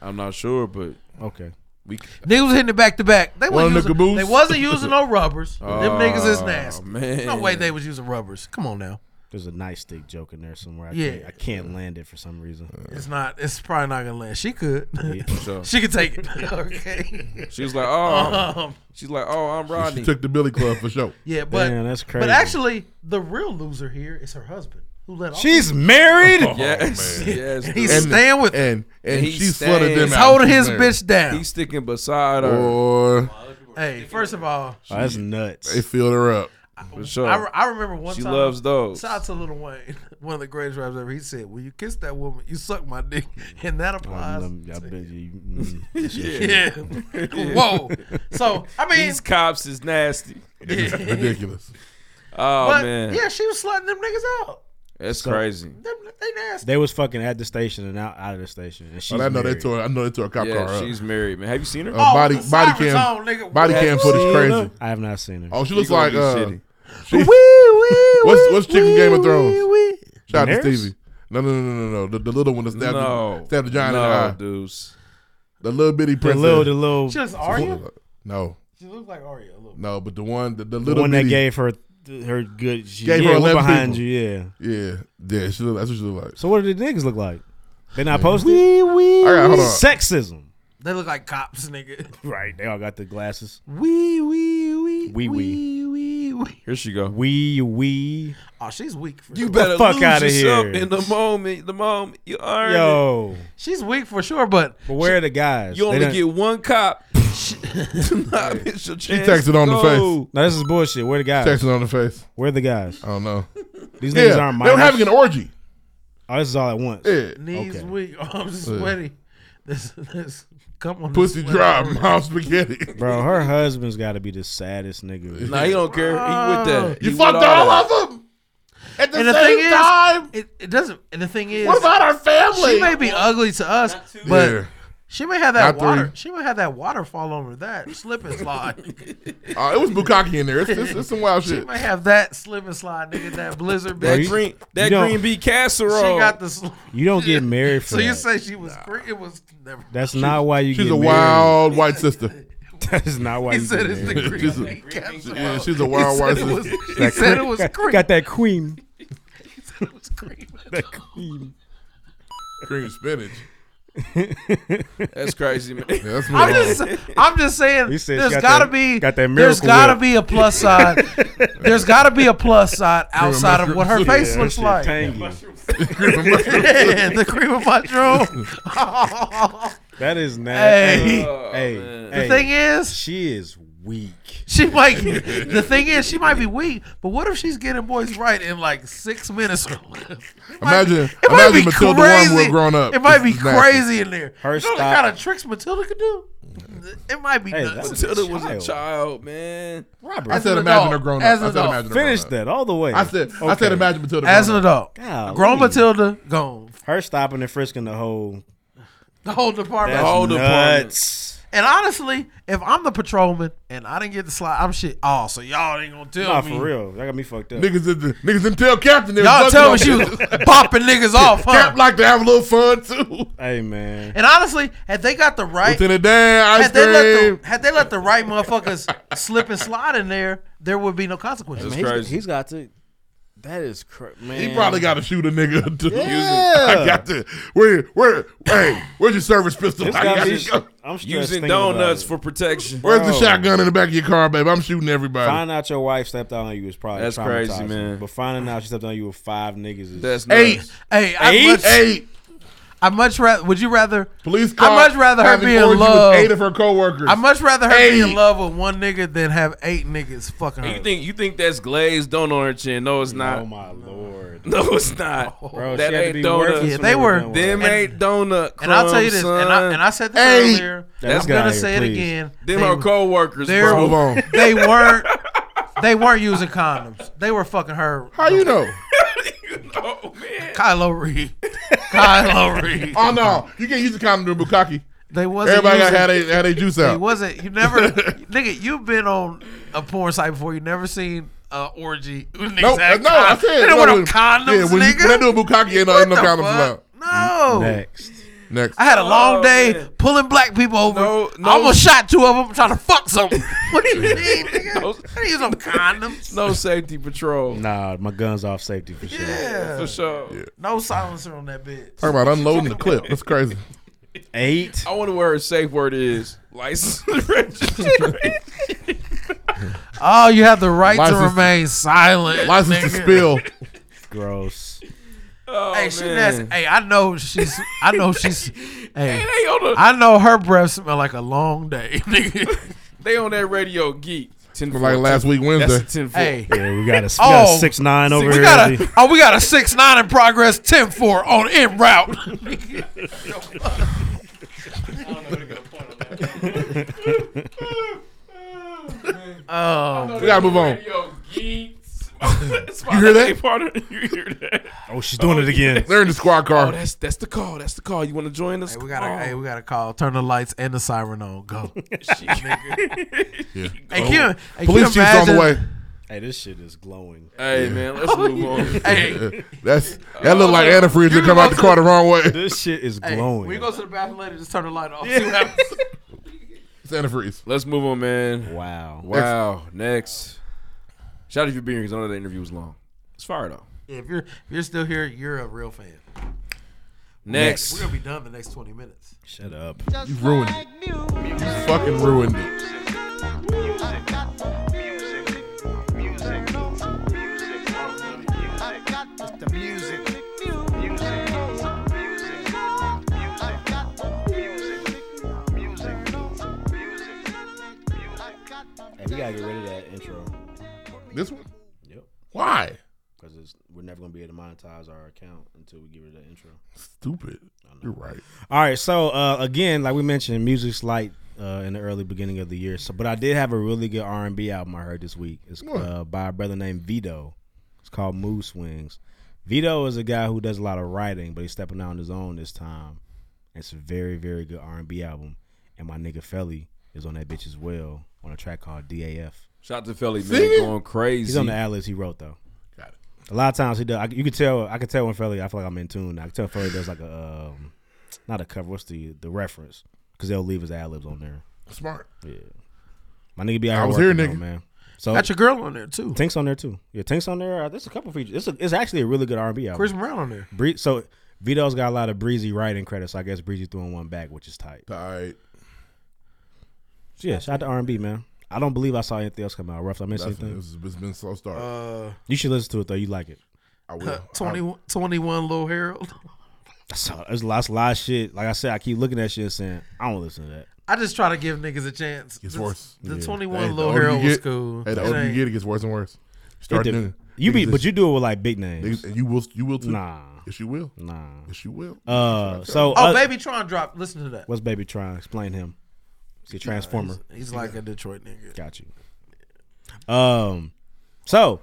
Speaker 5: I'm not sure, but
Speaker 4: okay.
Speaker 5: We
Speaker 12: Niggas was hitting it back to back. They
Speaker 4: One
Speaker 12: wasn't
Speaker 4: of the
Speaker 12: using,
Speaker 4: caboose?
Speaker 12: they wasn't using no rubbers.
Speaker 5: Oh,
Speaker 12: them niggas is nasty.
Speaker 5: man.
Speaker 12: No way they was using rubbers. Come on now.
Speaker 4: There's a nice stick joke in there somewhere. I
Speaker 12: Yeah.
Speaker 4: can't, I can't land it for some reason.
Speaker 12: It's not. It's probably not gonna land. She could.
Speaker 4: Yeah. So-
Speaker 12: she could take it. okay.
Speaker 5: She was like, oh,
Speaker 12: Um,
Speaker 5: she's like, oh, I'm Rodney.
Speaker 2: She took the Billy Club for sure.
Speaker 12: yeah, but
Speaker 4: Damn, that's
Speaker 12: But
Speaker 4: crazy.
Speaker 12: actually, the real loser here is her husband, who let. all
Speaker 4: She's
Speaker 12: the-
Speaker 4: married?
Speaker 5: yes, yes.
Speaker 12: And he's
Speaker 5: dude.
Speaker 12: staying with
Speaker 2: and and
Speaker 5: he
Speaker 2: she flooded them
Speaker 5: stands-
Speaker 2: out.
Speaker 12: holding
Speaker 2: She's
Speaker 12: his
Speaker 2: married.
Speaker 12: bitch down.
Speaker 5: He's sticking beside her.
Speaker 2: Boy,
Speaker 12: Hey, first of all,
Speaker 4: Oh, that's nuts.
Speaker 2: They filled her up.
Speaker 5: For
Speaker 4: Oh.
Speaker 5: sure.
Speaker 12: I, re- I remember one
Speaker 5: She
Speaker 12: time.
Speaker 5: loves those.
Speaker 12: Shout out to Little Wayne, one of the greatest rappers ever. He said, "When you kiss that woman, you suck my dick," and that applies.
Speaker 4: I bet you. mm.
Speaker 12: yeah. Whoa. So I mean,
Speaker 5: These cops is nasty.
Speaker 12: It's ridiculous.
Speaker 5: Oh
Speaker 12: but
Speaker 5: man,
Speaker 12: yeah, she was slutting them niggas out.
Speaker 5: that's
Speaker 4: So-
Speaker 5: crazy.
Speaker 12: Them, they nasty.
Speaker 4: They was fucking at the station and out, out of the station. And she's
Speaker 2: Oh, I know they
Speaker 4: married.
Speaker 2: tore. I know they tore a cop
Speaker 5: yeah,
Speaker 2: car up.
Speaker 5: she's married, man. Have you seen her?
Speaker 2: Uh,
Speaker 12: Oh,
Speaker 2: body body cam body cam footage crazy.
Speaker 4: I have not seen her.
Speaker 2: Oh, she
Speaker 5: You
Speaker 2: looks
Speaker 5: gonna
Speaker 2: like
Speaker 5: be
Speaker 2: uh,
Speaker 5: shitty.
Speaker 2: she, what's what's chicken Game of Thrones? Shout out to
Speaker 5: Daenerys?
Speaker 2: Stevie. No, no, no, no, no. The, the little one that stabbed,
Speaker 5: No.
Speaker 2: the, stabbed the giant in
Speaker 5: No,
Speaker 2: the eye.
Speaker 5: Deuce.
Speaker 2: The little bitty
Speaker 4: The
Speaker 2: princess.
Speaker 4: little- the little- She
Speaker 12: looks Arya?
Speaker 2: No,
Speaker 12: She looked like Arya a little.
Speaker 2: no, but the one, the,
Speaker 4: The
Speaker 2: the little
Speaker 4: one
Speaker 2: bitty,
Speaker 4: that gave her her good. She,
Speaker 2: gave
Speaker 4: yeah,
Speaker 2: her
Speaker 4: we're
Speaker 2: eleven
Speaker 4: behind
Speaker 2: people.
Speaker 4: you. Yeah.
Speaker 2: yeah, yeah. She look, that's what she look like.
Speaker 4: So what do the niggas look like? They not
Speaker 2: Yeah.
Speaker 4: posted.
Speaker 2: Wee, wee, I got- hold on.
Speaker 4: Sexism.
Speaker 12: They look like cops, nigga.
Speaker 4: Right. They all got the glasses.
Speaker 12: Wee wee wee
Speaker 4: Wee wee.
Speaker 12: wee wee.
Speaker 5: Here she go.
Speaker 4: Wee wee.
Speaker 12: Oh, she's weak. For
Speaker 5: You
Speaker 12: sure.
Speaker 5: better
Speaker 4: fuck
Speaker 5: lose
Speaker 4: outta
Speaker 5: yourself
Speaker 4: here.
Speaker 5: in the moment. The moment you earn
Speaker 4: Yo.
Speaker 12: She's weak for sure, but
Speaker 4: But where are the guys?
Speaker 5: it. You
Speaker 4: They
Speaker 5: only
Speaker 4: done-
Speaker 5: get one cop. Nah, miss your
Speaker 2: She
Speaker 5: chance
Speaker 2: texted
Speaker 5: to
Speaker 2: on the
Speaker 5: go.
Speaker 2: face.
Speaker 4: No, this is bullshit. Where the guys?
Speaker 2: Texted on the face.
Speaker 4: Where the guys?
Speaker 2: I don't know.
Speaker 4: These
Speaker 2: Yeah,
Speaker 4: niggas aren't
Speaker 2: they were
Speaker 4: minors.
Speaker 2: having an orgy.
Speaker 4: Oh, this is all at once.
Speaker 2: Yeah.
Speaker 12: Knees
Speaker 4: Okay.
Speaker 12: weak, arms
Speaker 4: Yeah.
Speaker 12: sweaty. This this come on.
Speaker 2: Pussy dry, mouth spaghetti.
Speaker 4: Bro, her husband's got to be the saddest nigga.
Speaker 5: Nah, he don't care. He with that.
Speaker 2: You
Speaker 5: He with
Speaker 2: fucked all
Speaker 5: that.
Speaker 2: of them at the
Speaker 12: And the
Speaker 2: same
Speaker 12: thing is,
Speaker 2: time.
Speaker 12: it, it doesn't. And the thing is,
Speaker 2: What about our family?
Speaker 12: She may be ugly to us, but
Speaker 2: Yeah.
Speaker 12: she may have that
Speaker 2: Not
Speaker 12: water.
Speaker 2: three.
Speaker 12: She may have that water fall over that slip and slide.
Speaker 2: Uh, it was Bukaki in there. It's, it's, it's some wild
Speaker 12: she
Speaker 2: shit.
Speaker 12: may have that slip and slide, nigga. That blizzard,
Speaker 5: That
Speaker 12: bitch.
Speaker 5: green, that
Speaker 4: you don't-
Speaker 5: green bean casserole.
Speaker 12: She got the. Sl-
Speaker 4: You don't get married for
Speaker 12: so you
Speaker 4: that.
Speaker 12: say she was? free It was never.
Speaker 4: That's not why you
Speaker 2: She's
Speaker 4: get
Speaker 2: a
Speaker 4: married.
Speaker 2: wild white sister.
Speaker 4: That is not why
Speaker 12: He
Speaker 4: you
Speaker 12: said
Speaker 4: get
Speaker 12: it's the
Speaker 4: married.
Speaker 12: green
Speaker 2: she's, a,
Speaker 12: bean casserole.
Speaker 2: yeah, she's a wild
Speaker 12: He
Speaker 2: white
Speaker 12: said it was-
Speaker 2: sister.
Speaker 12: He said it
Speaker 4: cream-
Speaker 12: was
Speaker 4: got,
Speaker 12: cream.
Speaker 4: got that cream.
Speaker 12: He said it was cream.
Speaker 4: That cream.
Speaker 2: Cream spinach.
Speaker 5: That's crazy, man.
Speaker 2: that's what
Speaker 12: I'm just, I'm just saying.
Speaker 4: He said she
Speaker 12: there's
Speaker 4: got
Speaker 12: got to
Speaker 4: that-
Speaker 12: be,
Speaker 4: got that
Speaker 12: there's
Speaker 4: Miracle
Speaker 12: got to
Speaker 4: Whip.
Speaker 12: be a plus side. there's got to be a plus side outside of what her
Speaker 4: Yeah,
Speaker 12: face
Speaker 4: that
Speaker 12: looks
Speaker 4: shit
Speaker 12: like.
Speaker 4: tangy.
Speaker 12: Yeah, the cream of mushroom.
Speaker 4: That is nasty.
Speaker 12: Hey.
Speaker 4: Hey,
Speaker 5: Oh,
Speaker 4: hey,
Speaker 12: The thing is-
Speaker 4: she is weak.
Speaker 12: she might. The thing is, she might be weak, but what if she's getting boys right in like six minutes or less? It might be-
Speaker 2: Imagine-
Speaker 12: it might
Speaker 2: imagine
Speaker 12: be
Speaker 2: Matilda Wormwood
Speaker 12: crazy.
Speaker 2: grown up.
Speaker 12: It might be
Speaker 2: This is nasty.
Speaker 12: crazy in there.
Speaker 4: Her
Speaker 12: you know the
Speaker 4: style-
Speaker 12: kind of tricks Matilda could do. It might be
Speaker 4: Hey,
Speaker 12: nuts.
Speaker 4: that's a
Speaker 5: Matilda was a
Speaker 4: child.
Speaker 5: child, man.
Speaker 2: I
Speaker 12: As
Speaker 2: said
Speaker 12: an
Speaker 2: imagine
Speaker 12: adult.
Speaker 2: her grown up.
Speaker 12: As
Speaker 2: I
Speaker 12: an
Speaker 2: said
Speaker 12: adult.
Speaker 2: imagine her
Speaker 4: Finish
Speaker 2: grown up.
Speaker 4: that all the way.
Speaker 2: I said I said
Speaker 4: Okay.
Speaker 2: imagine Matilda
Speaker 12: As an
Speaker 2: grown up.
Speaker 12: adult,
Speaker 4: Golly.
Speaker 12: grown Matilda gone.
Speaker 4: Her stopping and frisking the whole.
Speaker 12: The whole department.
Speaker 4: That's
Speaker 5: whole department.
Speaker 4: nuts.
Speaker 12: And honestly, if I'm the patrolman and I didn't get the slide, I'm shit. Oh, so y'all ain't gonna tell
Speaker 4: Nah,
Speaker 12: me.
Speaker 4: for real. That got me fucked up.
Speaker 2: Niggas didn't, niggas didn't tell Captain. they
Speaker 12: Y'all
Speaker 2: was
Speaker 12: tell me she
Speaker 2: fucking
Speaker 12: was
Speaker 2: on
Speaker 12: popping niggas off, huh?
Speaker 2: Cap like to have a little fun too.
Speaker 4: Hey man,
Speaker 12: And honestly, had they got the right,
Speaker 2: Within a day, ice
Speaker 12: had they,
Speaker 2: cream.
Speaker 12: let the, had they let the right motherfuckers slip and slide in there, there would be no consequences.
Speaker 5: That's
Speaker 4: He's-
Speaker 5: crazy.
Speaker 4: he's got to. That is crazy, man.
Speaker 2: He probably got to shoot a nigga. To
Speaker 4: Yeah.
Speaker 2: I got to. Where, where, hey, where's your service pistol?
Speaker 4: It's
Speaker 2: I
Speaker 4: gotta
Speaker 2: got
Speaker 4: be-
Speaker 2: to go.
Speaker 4: I'm stressed
Speaker 5: Using
Speaker 4: thinking about
Speaker 5: donuts
Speaker 4: it.
Speaker 5: for protection.
Speaker 2: Where's the
Speaker 4: Bro.
Speaker 2: shotgun in the back of your car, babe? I'm shooting everybody.
Speaker 4: Find out your wife stepped out on you is probably
Speaker 5: That's crazy,
Speaker 4: traumatizing.
Speaker 5: man.
Speaker 4: But finding out she stepped on you with five niggas is
Speaker 5: That's
Speaker 2: Eight.
Speaker 5: nuts.
Speaker 12: Hey, I
Speaker 4: Eight?
Speaker 12: much,
Speaker 2: Eight.
Speaker 12: I much rather. Would you rather?
Speaker 2: Police
Speaker 12: I
Speaker 2: car.
Speaker 12: much rather her
Speaker 2: having
Speaker 12: be in
Speaker 2: orgy with
Speaker 12: love.
Speaker 2: Eight of her coworkers.
Speaker 12: I much rather her be in
Speaker 2: Eight.
Speaker 12: love with one nigga than have eight niggas fucking
Speaker 5: And You
Speaker 12: her.
Speaker 5: think you think that's glazed donut on her chin? No, it's not.
Speaker 4: Oh my lord,
Speaker 5: No, it's not.
Speaker 4: bro.
Speaker 5: that
Speaker 4: she had to
Speaker 5: ain't
Speaker 4: be
Speaker 5: donuts.
Speaker 4: worthless
Speaker 12: Yeah,
Speaker 4: when
Speaker 12: they were-
Speaker 4: done with
Speaker 5: Them
Speaker 4: her.
Speaker 5: ain't donut crumbs,
Speaker 12: And I'll tell you this, and I,
Speaker 5: son.
Speaker 12: and I said this
Speaker 2: Eight.
Speaker 12: earlier.
Speaker 4: That's
Speaker 12: I'm
Speaker 4: got
Speaker 12: gonna
Speaker 4: here,
Speaker 12: say it
Speaker 4: please.
Speaker 12: again.
Speaker 5: Them
Speaker 12: They-
Speaker 5: are coworkers,
Speaker 12: they're-
Speaker 5: bro.
Speaker 2: Move on.
Speaker 12: they weren't they weren't using condoms. They were fucking her.
Speaker 2: How you know?
Speaker 5: Oh man,
Speaker 12: Kylo Reed. Kylo Reed.
Speaker 2: oh no, you can't use the condom to Bukaki.
Speaker 12: They wasn't
Speaker 2: Everybody got
Speaker 12: using,
Speaker 2: had they had they juice
Speaker 12: they
Speaker 2: out.
Speaker 12: wasn't you never nigga, you've been on a porn site before, you never seen uh, orgy. Niggas
Speaker 2: No,
Speaker 12: have
Speaker 2: uh, no, I
Speaker 12: condoms.
Speaker 2: said
Speaker 12: they don't
Speaker 2: no,
Speaker 12: want no condoms,
Speaker 2: Yeah, when,
Speaker 12: nigga.
Speaker 2: You, when they do a Bukaki, ain't no,
Speaker 12: What
Speaker 2: ain't no
Speaker 12: the
Speaker 2: condoms
Speaker 12: fuck?
Speaker 2: allowed.
Speaker 12: No.
Speaker 4: Next,
Speaker 2: Next.
Speaker 12: I had a long day pulling black people over. I almost shot two of them trying to fuck something. what do you mean, nigga? I need some condoms.
Speaker 5: No safety patrol.
Speaker 4: Nah, my gun's off safety for sure.
Speaker 12: Yeah.
Speaker 5: For sure.
Speaker 12: No silencer on that bitch.
Speaker 2: Talk about unloading the clip. That's crazy.
Speaker 4: Eight.
Speaker 5: I wonder where a safe word is. License
Speaker 12: Oh, you have the right to
Speaker 5: License-
Speaker 12: remain silent.
Speaker 5: License to
Speaker 12: nigga.
Speaker 5: spill.
Speaker 4: Gross.
Speaker 12: hey, she
Speaker 5: Oh, man.
Speaker 12: nasty. Hey, I know she's. I know she's. hey,
Speaker 5: they on the-
Speaker 12: I know her breath smell like a long day, nigga.
Speaker 5: They on that radio geek. Ten
Speaker 2: Like last week Wednesday.
Speaker 5: That's a ten
Speaker 12: Hey.
Speaker 4: Yeah, we got a, we got a six nine over
Speaker 12: Oh. we
Speaker 4: here.
Speaker 12: Got
Speaker 4: Izzy.
Speaker 12: a, oh, we got a six nine in progress, 10-4 on en route. Oh,
Speaker 2: man. We gotta move on.
Speaker 5: Radio geeks. It's
Speaker 2: You hear that?
Speaker 5: my partner. You hear that?
Speaker 4: Oh, she's doing it again.
Speaker 2: They're in the squad car.
Speaker 5: Oh, that's that's the call. That's the call. You want to join us?
Speaker 12: we gotta, hey, we gotta call. Turn the lights and the siren on. Go.
Speaker 2: Yeah.
Speaker 12: Hey, can you- hey, can
Speaker 2: Oh. Police
Speaker 12: you
Speaker 2: chief's on the
Speaker 12: imagine-
Speaker 2: way.
Speaker 4: Hey, this shit is glowing.
Speaker 5: Hey man, let's move on.
Speaker 12: Hey.
Speaker 2: That's that look
Speaker 12: Oh.
Speaker 2: like antifreeze that come out the car the wrong way.
Speaker 4: This shit is
Speaker 12: Hey, we go to the bathroom later. Just turn the light off. See what happens.
Speaker 2: It's antifreeze.
Speaker 5: Let's move on, man.
Speaker 4: Wow.
Speaker 5: Wow. Next. Shout out if you're being here because I know that interview was long. It's fire though.
Speaker 12: Yeah, if you're if you're still here, you're a real fan.
Speaker 5: Next.
Speaker 12: we're gonna be done in the next twenty minutes.
Speaker 4: Shut up.
Speaker 2: You ruined it. You fucking ruined it.
Speaker 4: Hey, we gotta get rid of that intro.
Speaker 2: This one?
Speaker 4: Yep.
Speaker 2: Why?
Speaker 4: Because we're never gonna be able to monetize our account until we get rid of that intro.
Speaker 2: Stupid. You're right.
Speaker 4: All right, so uh, again, like we mentioned, music's light uh, in the early beginning of the year. So, but I did have a really good R and B album I heard this week. It's
Speaker 2: What?
Speaker 4: uh, by a brother named Vito. It's called Mood Swings. Vito is a guy who does a lot of writing, but he's stepping out on his own this time. It's a very, very good R and B album. And my nigga Felly is on that bitch as well on a track called DAF.
Speaker 5: Shout out to Felly, man.
Speaker 4: Singing?
Speaker 5: Going crazy.
Speaker 4: He's on the ad libs he wrote though. Got it. A lot of times he does. I, you can tell. I can tell when Felly. I feel like I'm in tune. I can tell Felly does like a um, not a cover. What's the the reference? Because they'll leave his ad libs on there.
Speaker 2: Smart.
Speaker 4: Yeah. My nigga be out
Speaker 2: I
Speaker 4: here
Speaker 2: was here,
Speaker 4: working,
Speaker 2: nigga.
Speaker 4: though, man. So
Speaker 12: Got your girl on there too.
Speaker 4: Tink's on there too. Yeah, Tink's on there. Uh, There's a couple features. It's a, it's actually a really good R&B album.
Speaker 12: Chris Brown on there.
Speaker 4: Bree- so Vito's got a lot of breezy writing credits. So I guess breezy throwing one back, which is tight.
Speaker 2: Tight.
Speaker 4: So yeah, shout out to R&B man. I don't believe I saw anything else come out. Rough, I missed
Speaker 2: That's-
Speaker 4: anything.
Speaker 2: it's- it's been slow start.
Speaker 12: Uh,
Speaker 4: You should listen to it though. You like it.
Speaker 2: I will.
Speaker 12: 21, 21 Lil Harold.
Speaker 4: So there's lots, lot of shit. Like I said, I keep looking at shit and saying, I don't listen to that.
Speaker 12: I just try to give niggas a chance.
Speaker 2: It's
Speaker 12: The-
Speaker 2: worse.
Speaker 12: The
Speaker 2: Yeah. Hey,
Speaker 12: twenty one
Speaker 2: the
Speaker 12: Lil
Speaker 2: older you
Speaker 12: Harold was
Speaker 2: get-
Speaker 12: cool.
Speaker 2: Hey, the
Speaker 12: It
Speaker 2: older you
Speaker 12: ain't-
Speaker 2: get, it gets worse and worse. Start
Speaker 4: did-
Speaker 2: doing-
Speaker 4: you be,
Speaker 2: niggas
Speaker 4: but
Speaker 2: is-
Speaker 4: you do it with like big names.
Speaker 2: niggas- and you will, you will too.
Speaker 4: Nah.
Speaker 2: Yes, you will.
Speaker 4: Nah.
Speaker 2: Yes, you will.
Speaker 4: Uh, so
Speaker 12: oh,
Speaker 4: uh,
Speaker 12: Baby Tron dropped. Listen to that.
Speaker 4: what's baby trying? Explain him. He's a transformer.
Speaker 12: He's, he's like a Detroit nigga.
Speaker 4: Got you. Um, so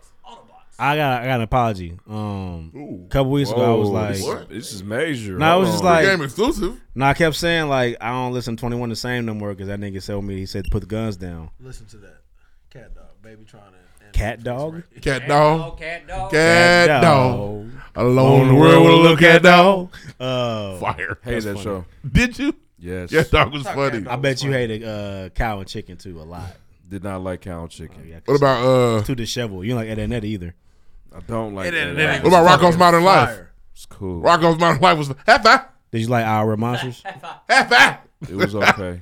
Speaker 4: I got I got an apology. Um, a couple weeks ago I was
Speaker 5: Whoa,
Speaker 4: like,
Speaker 5: this- Oh, this is major.
Speaker 4: No, I was
Speaker 5: Hold
Speaker 4: just
Speaker 5: on.
Speaker 4: like
Speaker 5: Game exclusive.
Speaker 4: No, I kept saying like I don't listen to Twenty One the same no more because that nigga told me he said put the guns down.
Speaker 12: Listen to that. Cat dog. Baby Tron. and- and-
Speaker 4: Cat dog.
Speaker 2: Cat dog.
Speaker 12: Cat dog.
Speaker 2: Cat
Speaker 4: Cat
Speaker 2: dog.
Speaker 4: dog.
Speaker 2: Alone in the world with a little cat dog.
Speaker 4: Oh,
Speaker 2: Fire.
Speaker 5: Hey, that show.
Speaker 2: Did you?
Speaker 5: Yes.
Speaker 2: Yes, dog was funny.
Speaker 4: I bet you hated uh, cow and chicken too a lot.
Speaker 5: Did not like cow and
Speaker 4: Oh,
Speaker 5: chicken.
Speaker 2: What about uh?
Speaker 4: Too disheveled. You don't like Ed and Ed either.
Speaker 5: I don't like
Speaker 12: It
Speaker 5: that.
Speaker 12: ain't- it ain't-
Speaker 2: What about Rocco's Modern
Speaker 12: Fire.
Speaker 2: Life?
Speaker 5: It's cool.
Speaker 2: Rocco's Modern Life was half five.
Speaker 4: Did you like Our Monsters?
Speaker 2: Half five.
Speaker 5: It was okay.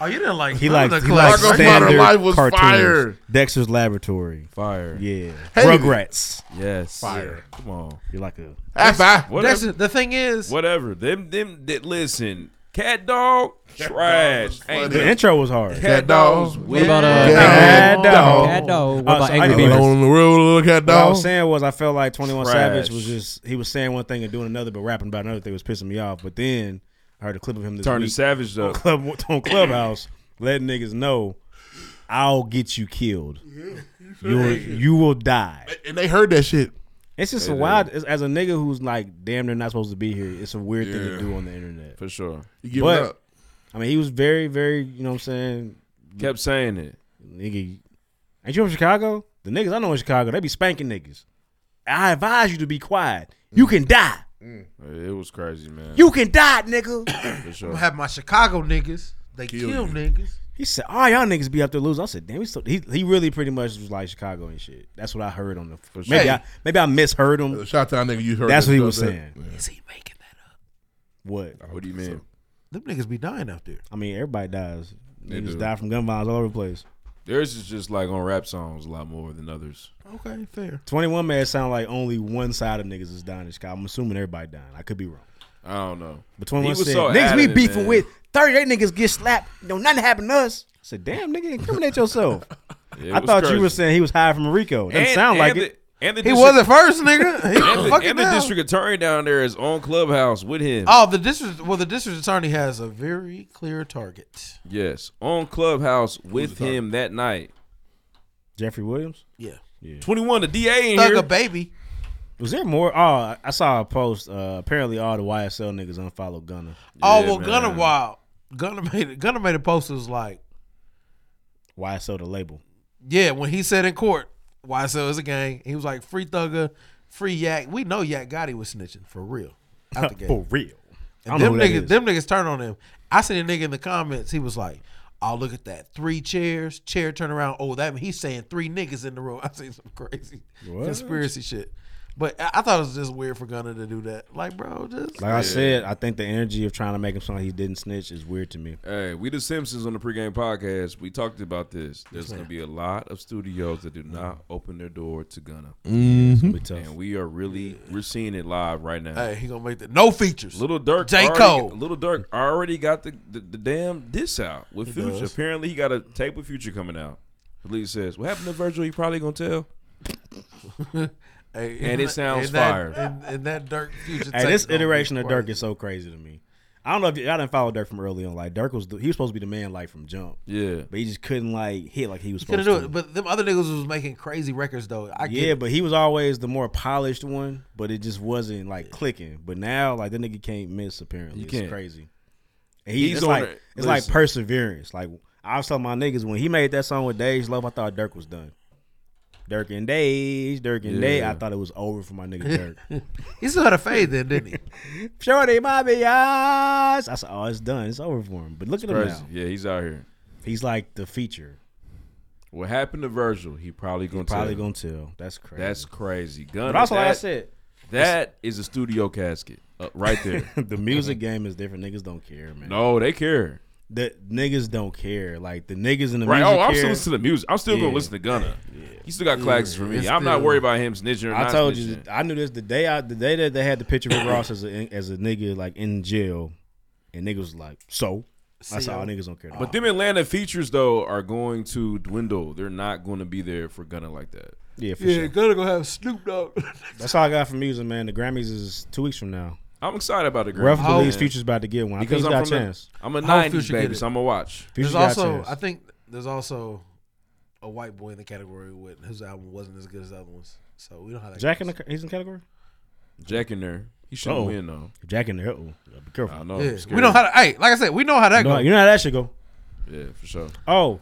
Speaker 12: Oh, you didn't like.
Speaker 4: He
Speaker 12: none of
Speaker 4: liked,
Speaker 12: the
Speaker 4: he liked
Speaker 12: classics.
Speaker 4: standard
Speaker 2: Life was
Speaker 4: cartoons.
Speaker 2: fire.
Speaker 4: Dexter's Laboratory.
Speaker 5: Fire.
Speaker 4: Yeah.
Speaker 2: Hated it.
Speaker 4: Rugrats.
Speaker 5: Yes.
Speaker 2: Fire.
Speaker 5: Come on.
Speaker 4: You're like a
Speaker 2: Half five.
Speaker 12: That's
Speaker 5: Whatever.
Speaker 12: the thing is.
Speaker 5: Whatever. Them. Them. That, listen. Cat dog. Trash. Ain't
Speaker 4: The intro was hard.
Speaker 5: Cat dog.
Speaker 7: What about, uh,
Speaker 2: Cat
Speaker 4: Cat
Speaker 2: dog.
Speaker 4: dog.
Speaker 7: Cat dog. What
Speaker 4: Uh,
Speaker 7: about
Speaker 4: so
Speaker 7: Angry
Speaker 4: I can be-
Speaker 7: Beavers?
Speaker 2: Alone in the world with a little cat
Speaker 4: What I was
Speaker 2: dog.
Speaker 4: saying was I felt like Twenty One Savage
Speaker 5: Trash.
Speaker 4: was just he was saying one thing and doing another, but rapping about another thing was pissing me off. But then I heard a clip of him this
Speaker 5: Turning
Speaker 4: week
Speaker 5: savage
Speaker 4: on,
Speaker 5: up.
Speaker 4: Club, on Clubhouse, letting niggas know I'll get you killed. You will, you will die.
Speaker 2: And they heard that shit.
Speaker 4: It's just
Speaker 5: They
Speaker 4: a wild as as a nigga who's like damn they're not supposed to be here. It's a weird thing
Speaker 2: Yeah.
Speaker 4: to do on the internet.
Speaker 5: For sure.
Speaker 2: You give
Speaker 4: but
Speaker 2: up.
Speaker 4: I mean he was very very you know what I'm saying
Speaker 5: Kept saying it.
Speaker 4: nigga. Ain't you from Chicago? The niggas I know in Chicago, they be spanking niggas. I advise you to be quiet. You can die.
Speaker 5: It was crazy, man.
Speaker 12: You can die, nigga.
Speaker 5: For sure.
Speaker 12: I'm gonna have my Chicago niggas. They kill,
Speaker 4: Kill you.
Speaker 12: niggas.
Speaker 4: He said, "All y'all niggas be up there losing." I said, "Damn, he, so, he he really pretty much was like Chicago and shit." That's what I heard on the.
Speaker 2: sure.
Speaker 4: Maybe
Speaker 2: Hey.
Speaker 4: I maybe I misheard him.
Speaker 2: Shout out nigga, you heard.
Speaker 4: That's
Speaker 2: that
Speaker 4: what he
Speaker 2: stuff
Speaker 4: was
Speaker 2: that-
Speaker 4: saying.
Speaker 2: Yeah.
Speaker 12: Is he making
Speaker 4: What?
Speaker 5: What do you mean?
Speaker 12: Them niggas be dying out there.
Speaker 4: I mean, everybody dies.
Speaker 5: They
Speaker 4: Niggas
Speaker 5: do.
Speaker 4: die from gun violence all over the place.
Speaker 5: Theirs is just like on rap songs a lot more than others.
Speaker 12: Okay, fair.
Speaker 4: Twenty one man sound like only one side of niggas is dying in Chicago. I'm assuming everybody dying. I could be wrong.
Speaker 5: I don't know.
Speaker 4: But twenty
Speaker 5: He
Speaker 4: one
Speaker 5: was
Speaker 4: said
Speaker 5: so
Speaker 4: niggas we
Speaker 5: adamant,
Speaker 4: beefing
Speaker 5: man.
Speaker 4: with thirty eight niggas get slapped. No, nothing happened to us. I said, "Damn, nigga, incriminate yourself."
Speaker 5: It
Speaker 4: I
Speaker 5: was
Speaker 4: thought you
Speaker 5: crazy.
Speaker 4: were saying he was high from Rico. Doesn't
Speaker 5: And-
Speaker 4: sound like
Speaker 5: and
Speaker 4: it.
Speaker 5: the- and the
Speaker 12: He wasn't
Speaker 5: district-
Speaker 12: first, nigga. He was
Speaker 5: and the,
Speaker 12: fucking
Speaker 5: and the
Speaker 12: down.
Speaker 5: district attorney down there is on Clubhouse with him.
Speaker 12: Oh, the district. Well, the district attorney has a very clear target.
Speaker 5: Yes, on Clubhouse with him that night.
Speaker 4: Jeffrey Williams.
Speaker 12: Yeah.
Speaker 4: Yeah.
Speaker 5: Twenty one, the DA in
Speaker 12: Thug
Speaker 5: here.
Speaker 12: a baby.
Speaker 4: Was there more? Oh, I saw a post. Uh, apparently, all the YSL niggas unfollowed Gunner.
Speaker 12: oh well, Gunner Wild. Gunner made it. Gunner made a post that was like,
Speaker 4: YSL the label.
Speaker 12: yeah, when he said in court, YSL is a gang. He was like, free thugger, free yak. We know Yak Gotti was snitching for real. Out the gate.
Speaker 4: For real. I
Speaker 12: And
Speaker 4: don't
Speaker 12: them
Speaker 4: know who that
Speaker 12: niggas,
Speaker 4: is.
Speaker 12: them niggas turned on him. I seen a nigga in the comments. He was like, "Oh, look at that! Three chairs, chair turn around. Oh, that he's saying three niggas in the room." I seen some crazy
Speaker 4: What?
Speaker 12: conspiracy shit. But I, I thought it was just weird for Gunna to do that. Like, bro, just
Speaker 4: Like I said, I think the energy of trying to make him sound like he didn't snitch is weird to me.
Speaker 5: Hey, we the Simpsons on the pregame podcast. We talked about this. There's
Speaker 12: ma'am. Mm.
Speaker 5: going to be a lot of studios that do not open their door to Gunna,
Speaker 12: It's gonna be
Speaker 5: and we are really we're seeing it live right now.
Speaker 12: Hey, he gonna make the no features.
Speaker 5: Little Dirk,
Speaker 12: J
Speaker 5: already-
Speaker 12: Cole.
Speaker 5: Little Dirk already got the, the, the damn diss out with
Speaker 12: He
Speaker 5: Future.
Speaker 12: does.
Speaker 5: Apparently, he got a tape with Future coming out. Police says, "What happened to Virgil? He probably gonna tell."
Speaker 12: Hey,
Speaker 5: and it sounds
Speaker 12: and that-
Speaker 5: fire.
Speaker 12: And, and that Dirk future.
Speaker 4: Hey, this iteration of Dirk is so crazy to me. I don't know if y- y'all didn't follow Dirk from early on. Like Dirk was, the, he was supposed to be the man, like from jump.
Speaker 5: Yeah,
Speaker 4: but he just couldn't like hit like he was
Speaker 12: Gonna
Speaker 4: supposed to.
Speaker 12: do it, but them other niggas was making crazy records though. I get
Speaker 4: yeah,
Speaker 12: it.
Speaker 4: but he was always the more polished one, but it just wasn't like clicking. But now, like that nigga can't miss. Apparently,
Speaker 5: You
Speaker 4: it's
Speaker 5: can't.
Speaker 4: crazy. And he,
Speaker 5: He's
Speaker 4: it's
Speaker 5: on
Speaker 4: like
Speaker 5: it.
Speaker 4: it's like
Speaker 5: Listen.
Speaker 4: perseverance. Like I was telling my niggas when he made that song with Dage Love, I thought Dirk was done. Dirk and Dage, Dirk and Dage.
Speaker 12: Yeah.
Speaker 4: I thought it was over for my nigga Dirk.
Speaker 12: he still had a fade then, didn't he?
Speaker 4: Shorty, mommy, eyes. I said, oh, it's done. It's over for him. But look at him
Speaker 5: Crazy.
Speaker 4: now.
Speaker 5: Yeah, he's out here.
Speaker 4: He's like the feature.
Speaker 5: What happened to Virgil? He probably gonna
Speaker 4: probably
Speaker 5: tell.
Speaker 4: gonna tell. That's crazy.
Speaker 5: That's crazy. Gunna,
Speaker 4: But also, like I
Speaker 5: that-
Speaker 4: said,
Speaker 5: that is a studio casket uh, right there.
Speaker 4: the music game is different. Niggas don't care, man.
Speaker 5: No, they care.
Speaker 4: The niggas don't care. Like the niggas in the
Speaker 5: right?
Speaker 4: music.
Speaker 5: Oh, I'm still
Speaker 4: care.
Speaker 5: listening to the music. I'm still
Speaker 4: Yeah.
Speaker 5: gonna listen to Gunna. He still got classes for me.
Speaker 4: It's
Speaker 5: I'm not
Speaker 4: still-
Speaker 5: worried about him snitching or
Speaker 4: I
Speaker 5: not
Speaker 4: told
Speaker 5: snitching.
Speaker 4: you, I knew this the day I, the day that they had the picture of Ross as a as a nigga like in jail, and niggas was like, so that's all niggas don't care.
Speaker 5: But them Atlanta features though are going to dwindle. They're not going to be there for Gunna like that.
Speaker 4: yeah, for
Speaker 12: yeah,
Speaker 4: sure.
Speaker 12: Gunna gonna have Snoop Dogg.
Speaker 4: That's all I got for music, man. The Grammys is two weeks from now.
Speaker 5: I'm excited about the Grammys.
Speaker 4: Rough
Speaker 5: man.
Speaker 4: believes Future's about to get one. I
Speaker 5: Because
Speaker 4: think he's
Speaker 5: I'm
Speaker 4: got a
Speaker 5: from the-
Speaker 4: chance.
Speaker 5: I'm a
Speaker 12: How
Speaker 5: '90s
Speaker 12: Future get
Speaker 5: baby,
Speaker 12: it?
Speaker 5: so I'm gonna watch.
Speaker 4: Future
Speaker 12: there's
Speaker 4: got
Speaker 12: also,
Speaker 4: chance.
Speaker 12: I think there's also a white boy in the category with whose album wasn't as good as the other ones. So we don't have that.
Speaker 4: Jack in the he's in category.
Speaker 5: Jack in there. He should
Speaker 4: Uh-oh.
Speaker 5: win though.
Speaker 4: Jack in there. Uh-oh. Be careful.
Speaker 5: I know.
Speaker 12: Yeah,
Speaker 5: I'm
Speaker 12: we
Speaker 5: scared.
Speaker 12: know how. To, hey, like I said, we know how that
Speaker 4: you know,
Speaker 12: goes.
Speaker 4: you know how that should go.
Speaker 5: Yeah, for sure.
Speaker 4: Oh,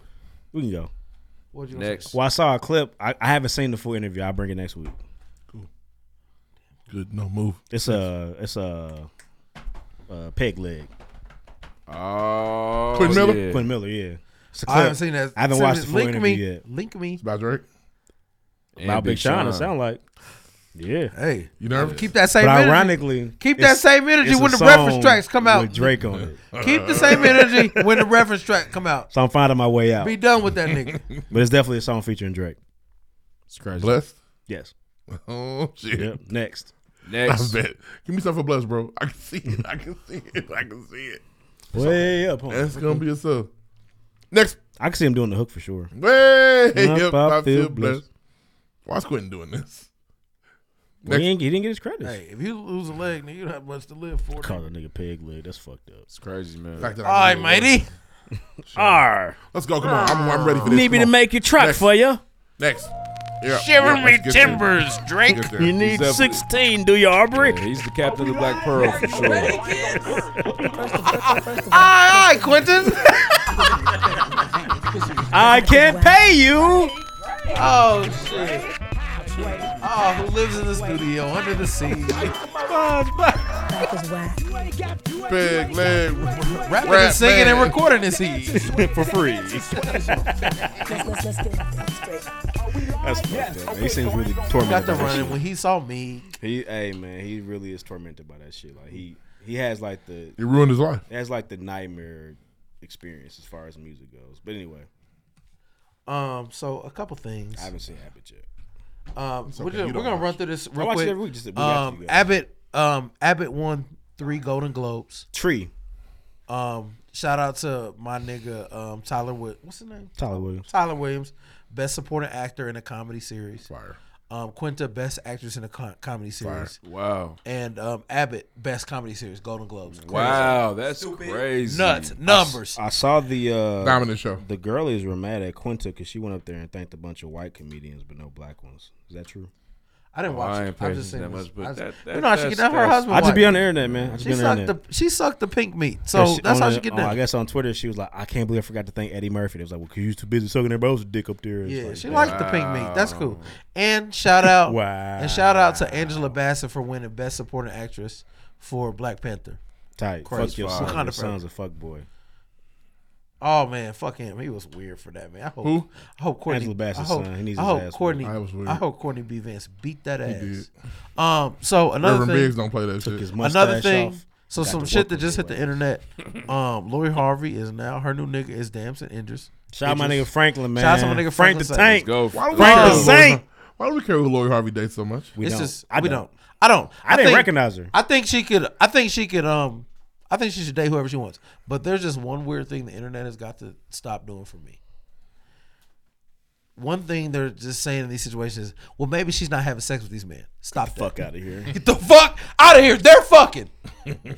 Speaker 4: we can go.
Speaker 12: What'd you
Speaker 5: Next.
Speaker 4: Well, I saw a clip. I, I haven't seen the full interview. I'll bring it next week.
Speaker 2: Good, no move.
Speaker 4: It's a it's a, uh peg leg.
Speaker 5: Oh,
Speaker 2: Quentin Miller?
Speaker 4: Quinn Miller, yeah. It's a
Speaker 12: I
Speaker 4: clip.
Speaker 12: haven't seen that.
Speaker 4: I haven't
Speaker 12: Send
Speaker 4: watched the
Speaker 12: it-
Speaker 4: full
Speaker 12: link
Speaker 4: interview
Speaker 12: me,
Speaker 4: yet.
Speaker 12: Link me.
Speaker 2: About Drake.
Speaker 5: And
Speaker 4: About Big Sean, it
Speaker 5: Sean.
Speaker 4: sound like. Yeah.
Speaker 12: Hey,
Speaker 2: You nervous?
Speaker 12: Keep that same
Speaker 4: But
Speaker 12: energy.
Speaker 4: ironically,
Speaker 12: keep that
Speaker 4: it's-
Speaker 12: same energy
Speaker 4: it's a
Speaker 12: when the reference
Speaker 4: song
Speaker 12: tracks come out.
Speaker 4: with Drake on it.
Speaker 12: Keep the same energy when the reference track come out.
Speaker 4: So I'm finding my way out.
Speaker 12: Be done with that nigga.
Speaker 4: But it's definitely a song featuring Drake.
Speaker 5: It's crazy.
Speaker 2: Blessed.
Speaker 4: Yes.
Speaker 2: Oh shit.
Speaker 4: Yep. Next.
Speaker 5: Next.
Speaker 2: I bet. Give me something for blessed, bro. I can see it. I can see it. I can see it.
Speaker 4: Way up. Homie.
Speaker 2: That's gonna be a sub. Next.
Speaker 4: I can see him doing the hook for sure.
Speaker 2: Way
Speaker 4: Up,
Speaker 2: up,
Speaker 4: I
Speaker 2: I feel
Speaker 4: feel blessed.
Speaker 2: blessed. Why's Quentin doing this?
Speaker 4: Well, He, ain't, he didn't get his credits.
Speaker 12: Hey, if you lose a leg, nigga, you don't have much to live for.
Speaker 4: Call the nigga peg leg. That's fucked up.
Speaker 5: It's crazy, man.
Speaker 2: Fact that
Speaker 12: All right,
Speaker 2: I'm really
Speaker 12: matey.
Speaker 4: R.
Speaker 2: Let's go. Come on. I'm, I'm ready for this.
Speaker 4: Need me
Speaker 2: Come
Speaker 4: to
Speaker 2: on.
Speaker 4: make your truck
Speaker 2: Next.
Speaker 4: for you.
Speaker 2: Next. Yeah.
Speaker 4: Shiver
Speaker 2: yeah,
Speaker 4: me
Speaker 2: let's get there.
Speaker 4: timbers, Drake.
Speaker 2: Get there.
Speaker 4: You need
Speaker 5: definitely-
Speaker 4: 16, do you, Aubrey?
Speaker 5: Yeah, he's the captain of the Black Pearl for sure.
Speaker 12: Aye, aye, Quentin.
Speaker 4: I can't pay you.
Speaker 12: Oh shit.
Speaker 23: Oh, who lives in the studio under the sea?
Speaker 2: Big leg.
Speaker 23: Rapping and singing and recording is he
Speaker 4: for free. That's fucked up. Man. He seems really tormented.
Speaker 23: Got the
Speaker 4: by that
Speaker 23: running
Speaker 4: shit.
Speaker 23: when he saw me.
Speaker 4: He, hey man, he really is tormented by that shit. Like he, he has like the.
Speaker 2: It ruined his life.
Speaker 4: He has like the nightmare experience as far as music goes. But anyway,
Speaker 12: Um, so a couple things.
Speaker 4: I haven't seen Abbott yet.
Speaker 12: Um,
Speaker 4: It's
Speaker 12: we're,
Speaker 4: okay,
Speaker 12: ju-
Speaker 4: you
Speaker 12: we're
Speaker 4: don't
Speaker 12: gonna
Speaker 4: watch.
Speaker 12: run through this
Speaker 4: I
Speaker 12: real
Speaker 4: watch it
Speaker 12: quick.
Speaker 4: every week, just that we have to,
Speaker 12: um,
Speaker 4: you guys.
Speaker 12: Abbott, um, Abbott won three Golden Globes.
Speaker 4: Tree.
Speaker 12: Um, shout out to my nigga um, Tyler. Wi- What's his name?
Speaker 4: Tyler Williams.
Speaker 12: Tyler Williams, best supporting actor in a comedy series. Fire. Um, Quinta, best actress in a co- comedy series.
Speaker 5: Wow.
Speaker 12: And um, Abbott, best comedy series, Golden Globes.
Speaker 5: Wow, that's crazy.
Speaker 12: Nuts, numbers.
Speaker 4: I, s- I saw the uh,
Speaker 12: Dominant show.
Speaker 4: The girlies were mad at Quinta because she went up there and thanked a bunch of white comedians, but no black ones. Is that true?
Speaker 12: I didn't watch it. I'm just saying.
Speaker 5: that
Speaker 12: this.
Speaker 5: much, but
Speaker 12: I was-
Speaker 5: that-
Speaker 12: you
Speaker 5: that-
Speaker 12: know how she
Speaker 5: that's-
Speaker 12: get out her
Speaker 5: that's-
Speaker 12: husband.
Speaker 4: I just
Speaker 12: white.
Speaker 4: be on the internet, man. I just
Speaker 12: she
Speaker 4: be on the
Speaker 12: sucked
Speaker 4: internet.
Speaker 12: the she sucked the pink meat. So that's how
Speaker 4: on
Speaker 12: she
Speaker 4: the-
Speaker 12: get
Speaker 4: on-
Speaker 12: down.
Speaker 4: I guess on Twitter she was like, "I can't believe I forgot to thank Eddie Murphy." It was like, "Well, 'cause you was too busy sucking everybody else's dick up there." It's
Speaker 12: Yeah,
Speaker 4: like,
Speaker 12: she
Speaker 4: damn.
Speaker 12: liked the pink meat. That's cool. And shout out,
Speaker 4: Wow.
Speaker 12: and shout out to Angela Bassett for winning Best Supporting Actress for Black Panther.
Speaker 4: Tight.
Speaker 12: Crazy.
Speaker 4: Fuck your
Speaker 12: Wakanda
Speaker 4: son. Your
Speaker 12: forever.
Speaker 4: son's a fuck boy.
Speaker 12: Oh man, fuck him. He was weird for that man. I hope.
Speaker 4: Who?
Speaker 12: I hope Courtney.
Speaker 4: Angela Bassett's
Speaker 12: I hope,
Speaker 4: son. He needs
Speaker 12: I
Speaker 4: his
Speaker 12: hope
Speaker 4: ass whooped.
Speaker 12: Courtney.
Speaker 4: That was weird.
Speaker 12: I hope Courtney B Vance beat that
Speaker 2: He
Speaker 12: ass.
Speaker 2: did.
Speaker 12: Um. So another
Speaker 2: Reverend
Speaker 12: thing.
Speaker 2: Biggs don't play that Took shit. his
Speaker 12: Another
Speaker 2: mustache
Speaker 12: thing.
Speaker 2: off.
Speaker 12: So
Speaker 2: Got
Speaker 12: some
Speaker 2: to
Speaker 12: shit
Speaker 2: work
Speaker 12: that
Speaker 2: with
Speaker 12: just
Speaker 2: the
Speaker 12: hit the internet. Um. Lori Harvey is now her new nigga is Damson Idris.
Speaker 4: Shout out my
Speaker 12: Idris.
Speaker 4: nigga Franklin, man.
Speaker 12: Shout out to my nigga
Speaker 4: Frank
Speaker 12: Franklin
Speaker 4: the
Speaker 12: Saint.
Speaker 4: Tank.
Speaker 2: Why do we
Speaker 4: Frank
Speaker 2: care
Speaker 4: the
Speaker 2: who Lori-
Speaker 4: Saint.
Speaker 2: Why do we care who Lori Harvey dates so much?
Speaker 12: it's just we don't. I don't.
Speaker 4: I didn't
Speaker 12: think-
Speaker 4: recognize her.
Speaker 12: I think she could. I think she could. Um, I think she should date whoever she wants. But there's just one weird thing the internet has got to stop doing for me. One thing they're just saying in these situations is, well, maybe she's not having sex with these men. Stop the
Speaker 4: fuck out of here.
Speaker 12: Get the fuck out of here. They're fucking,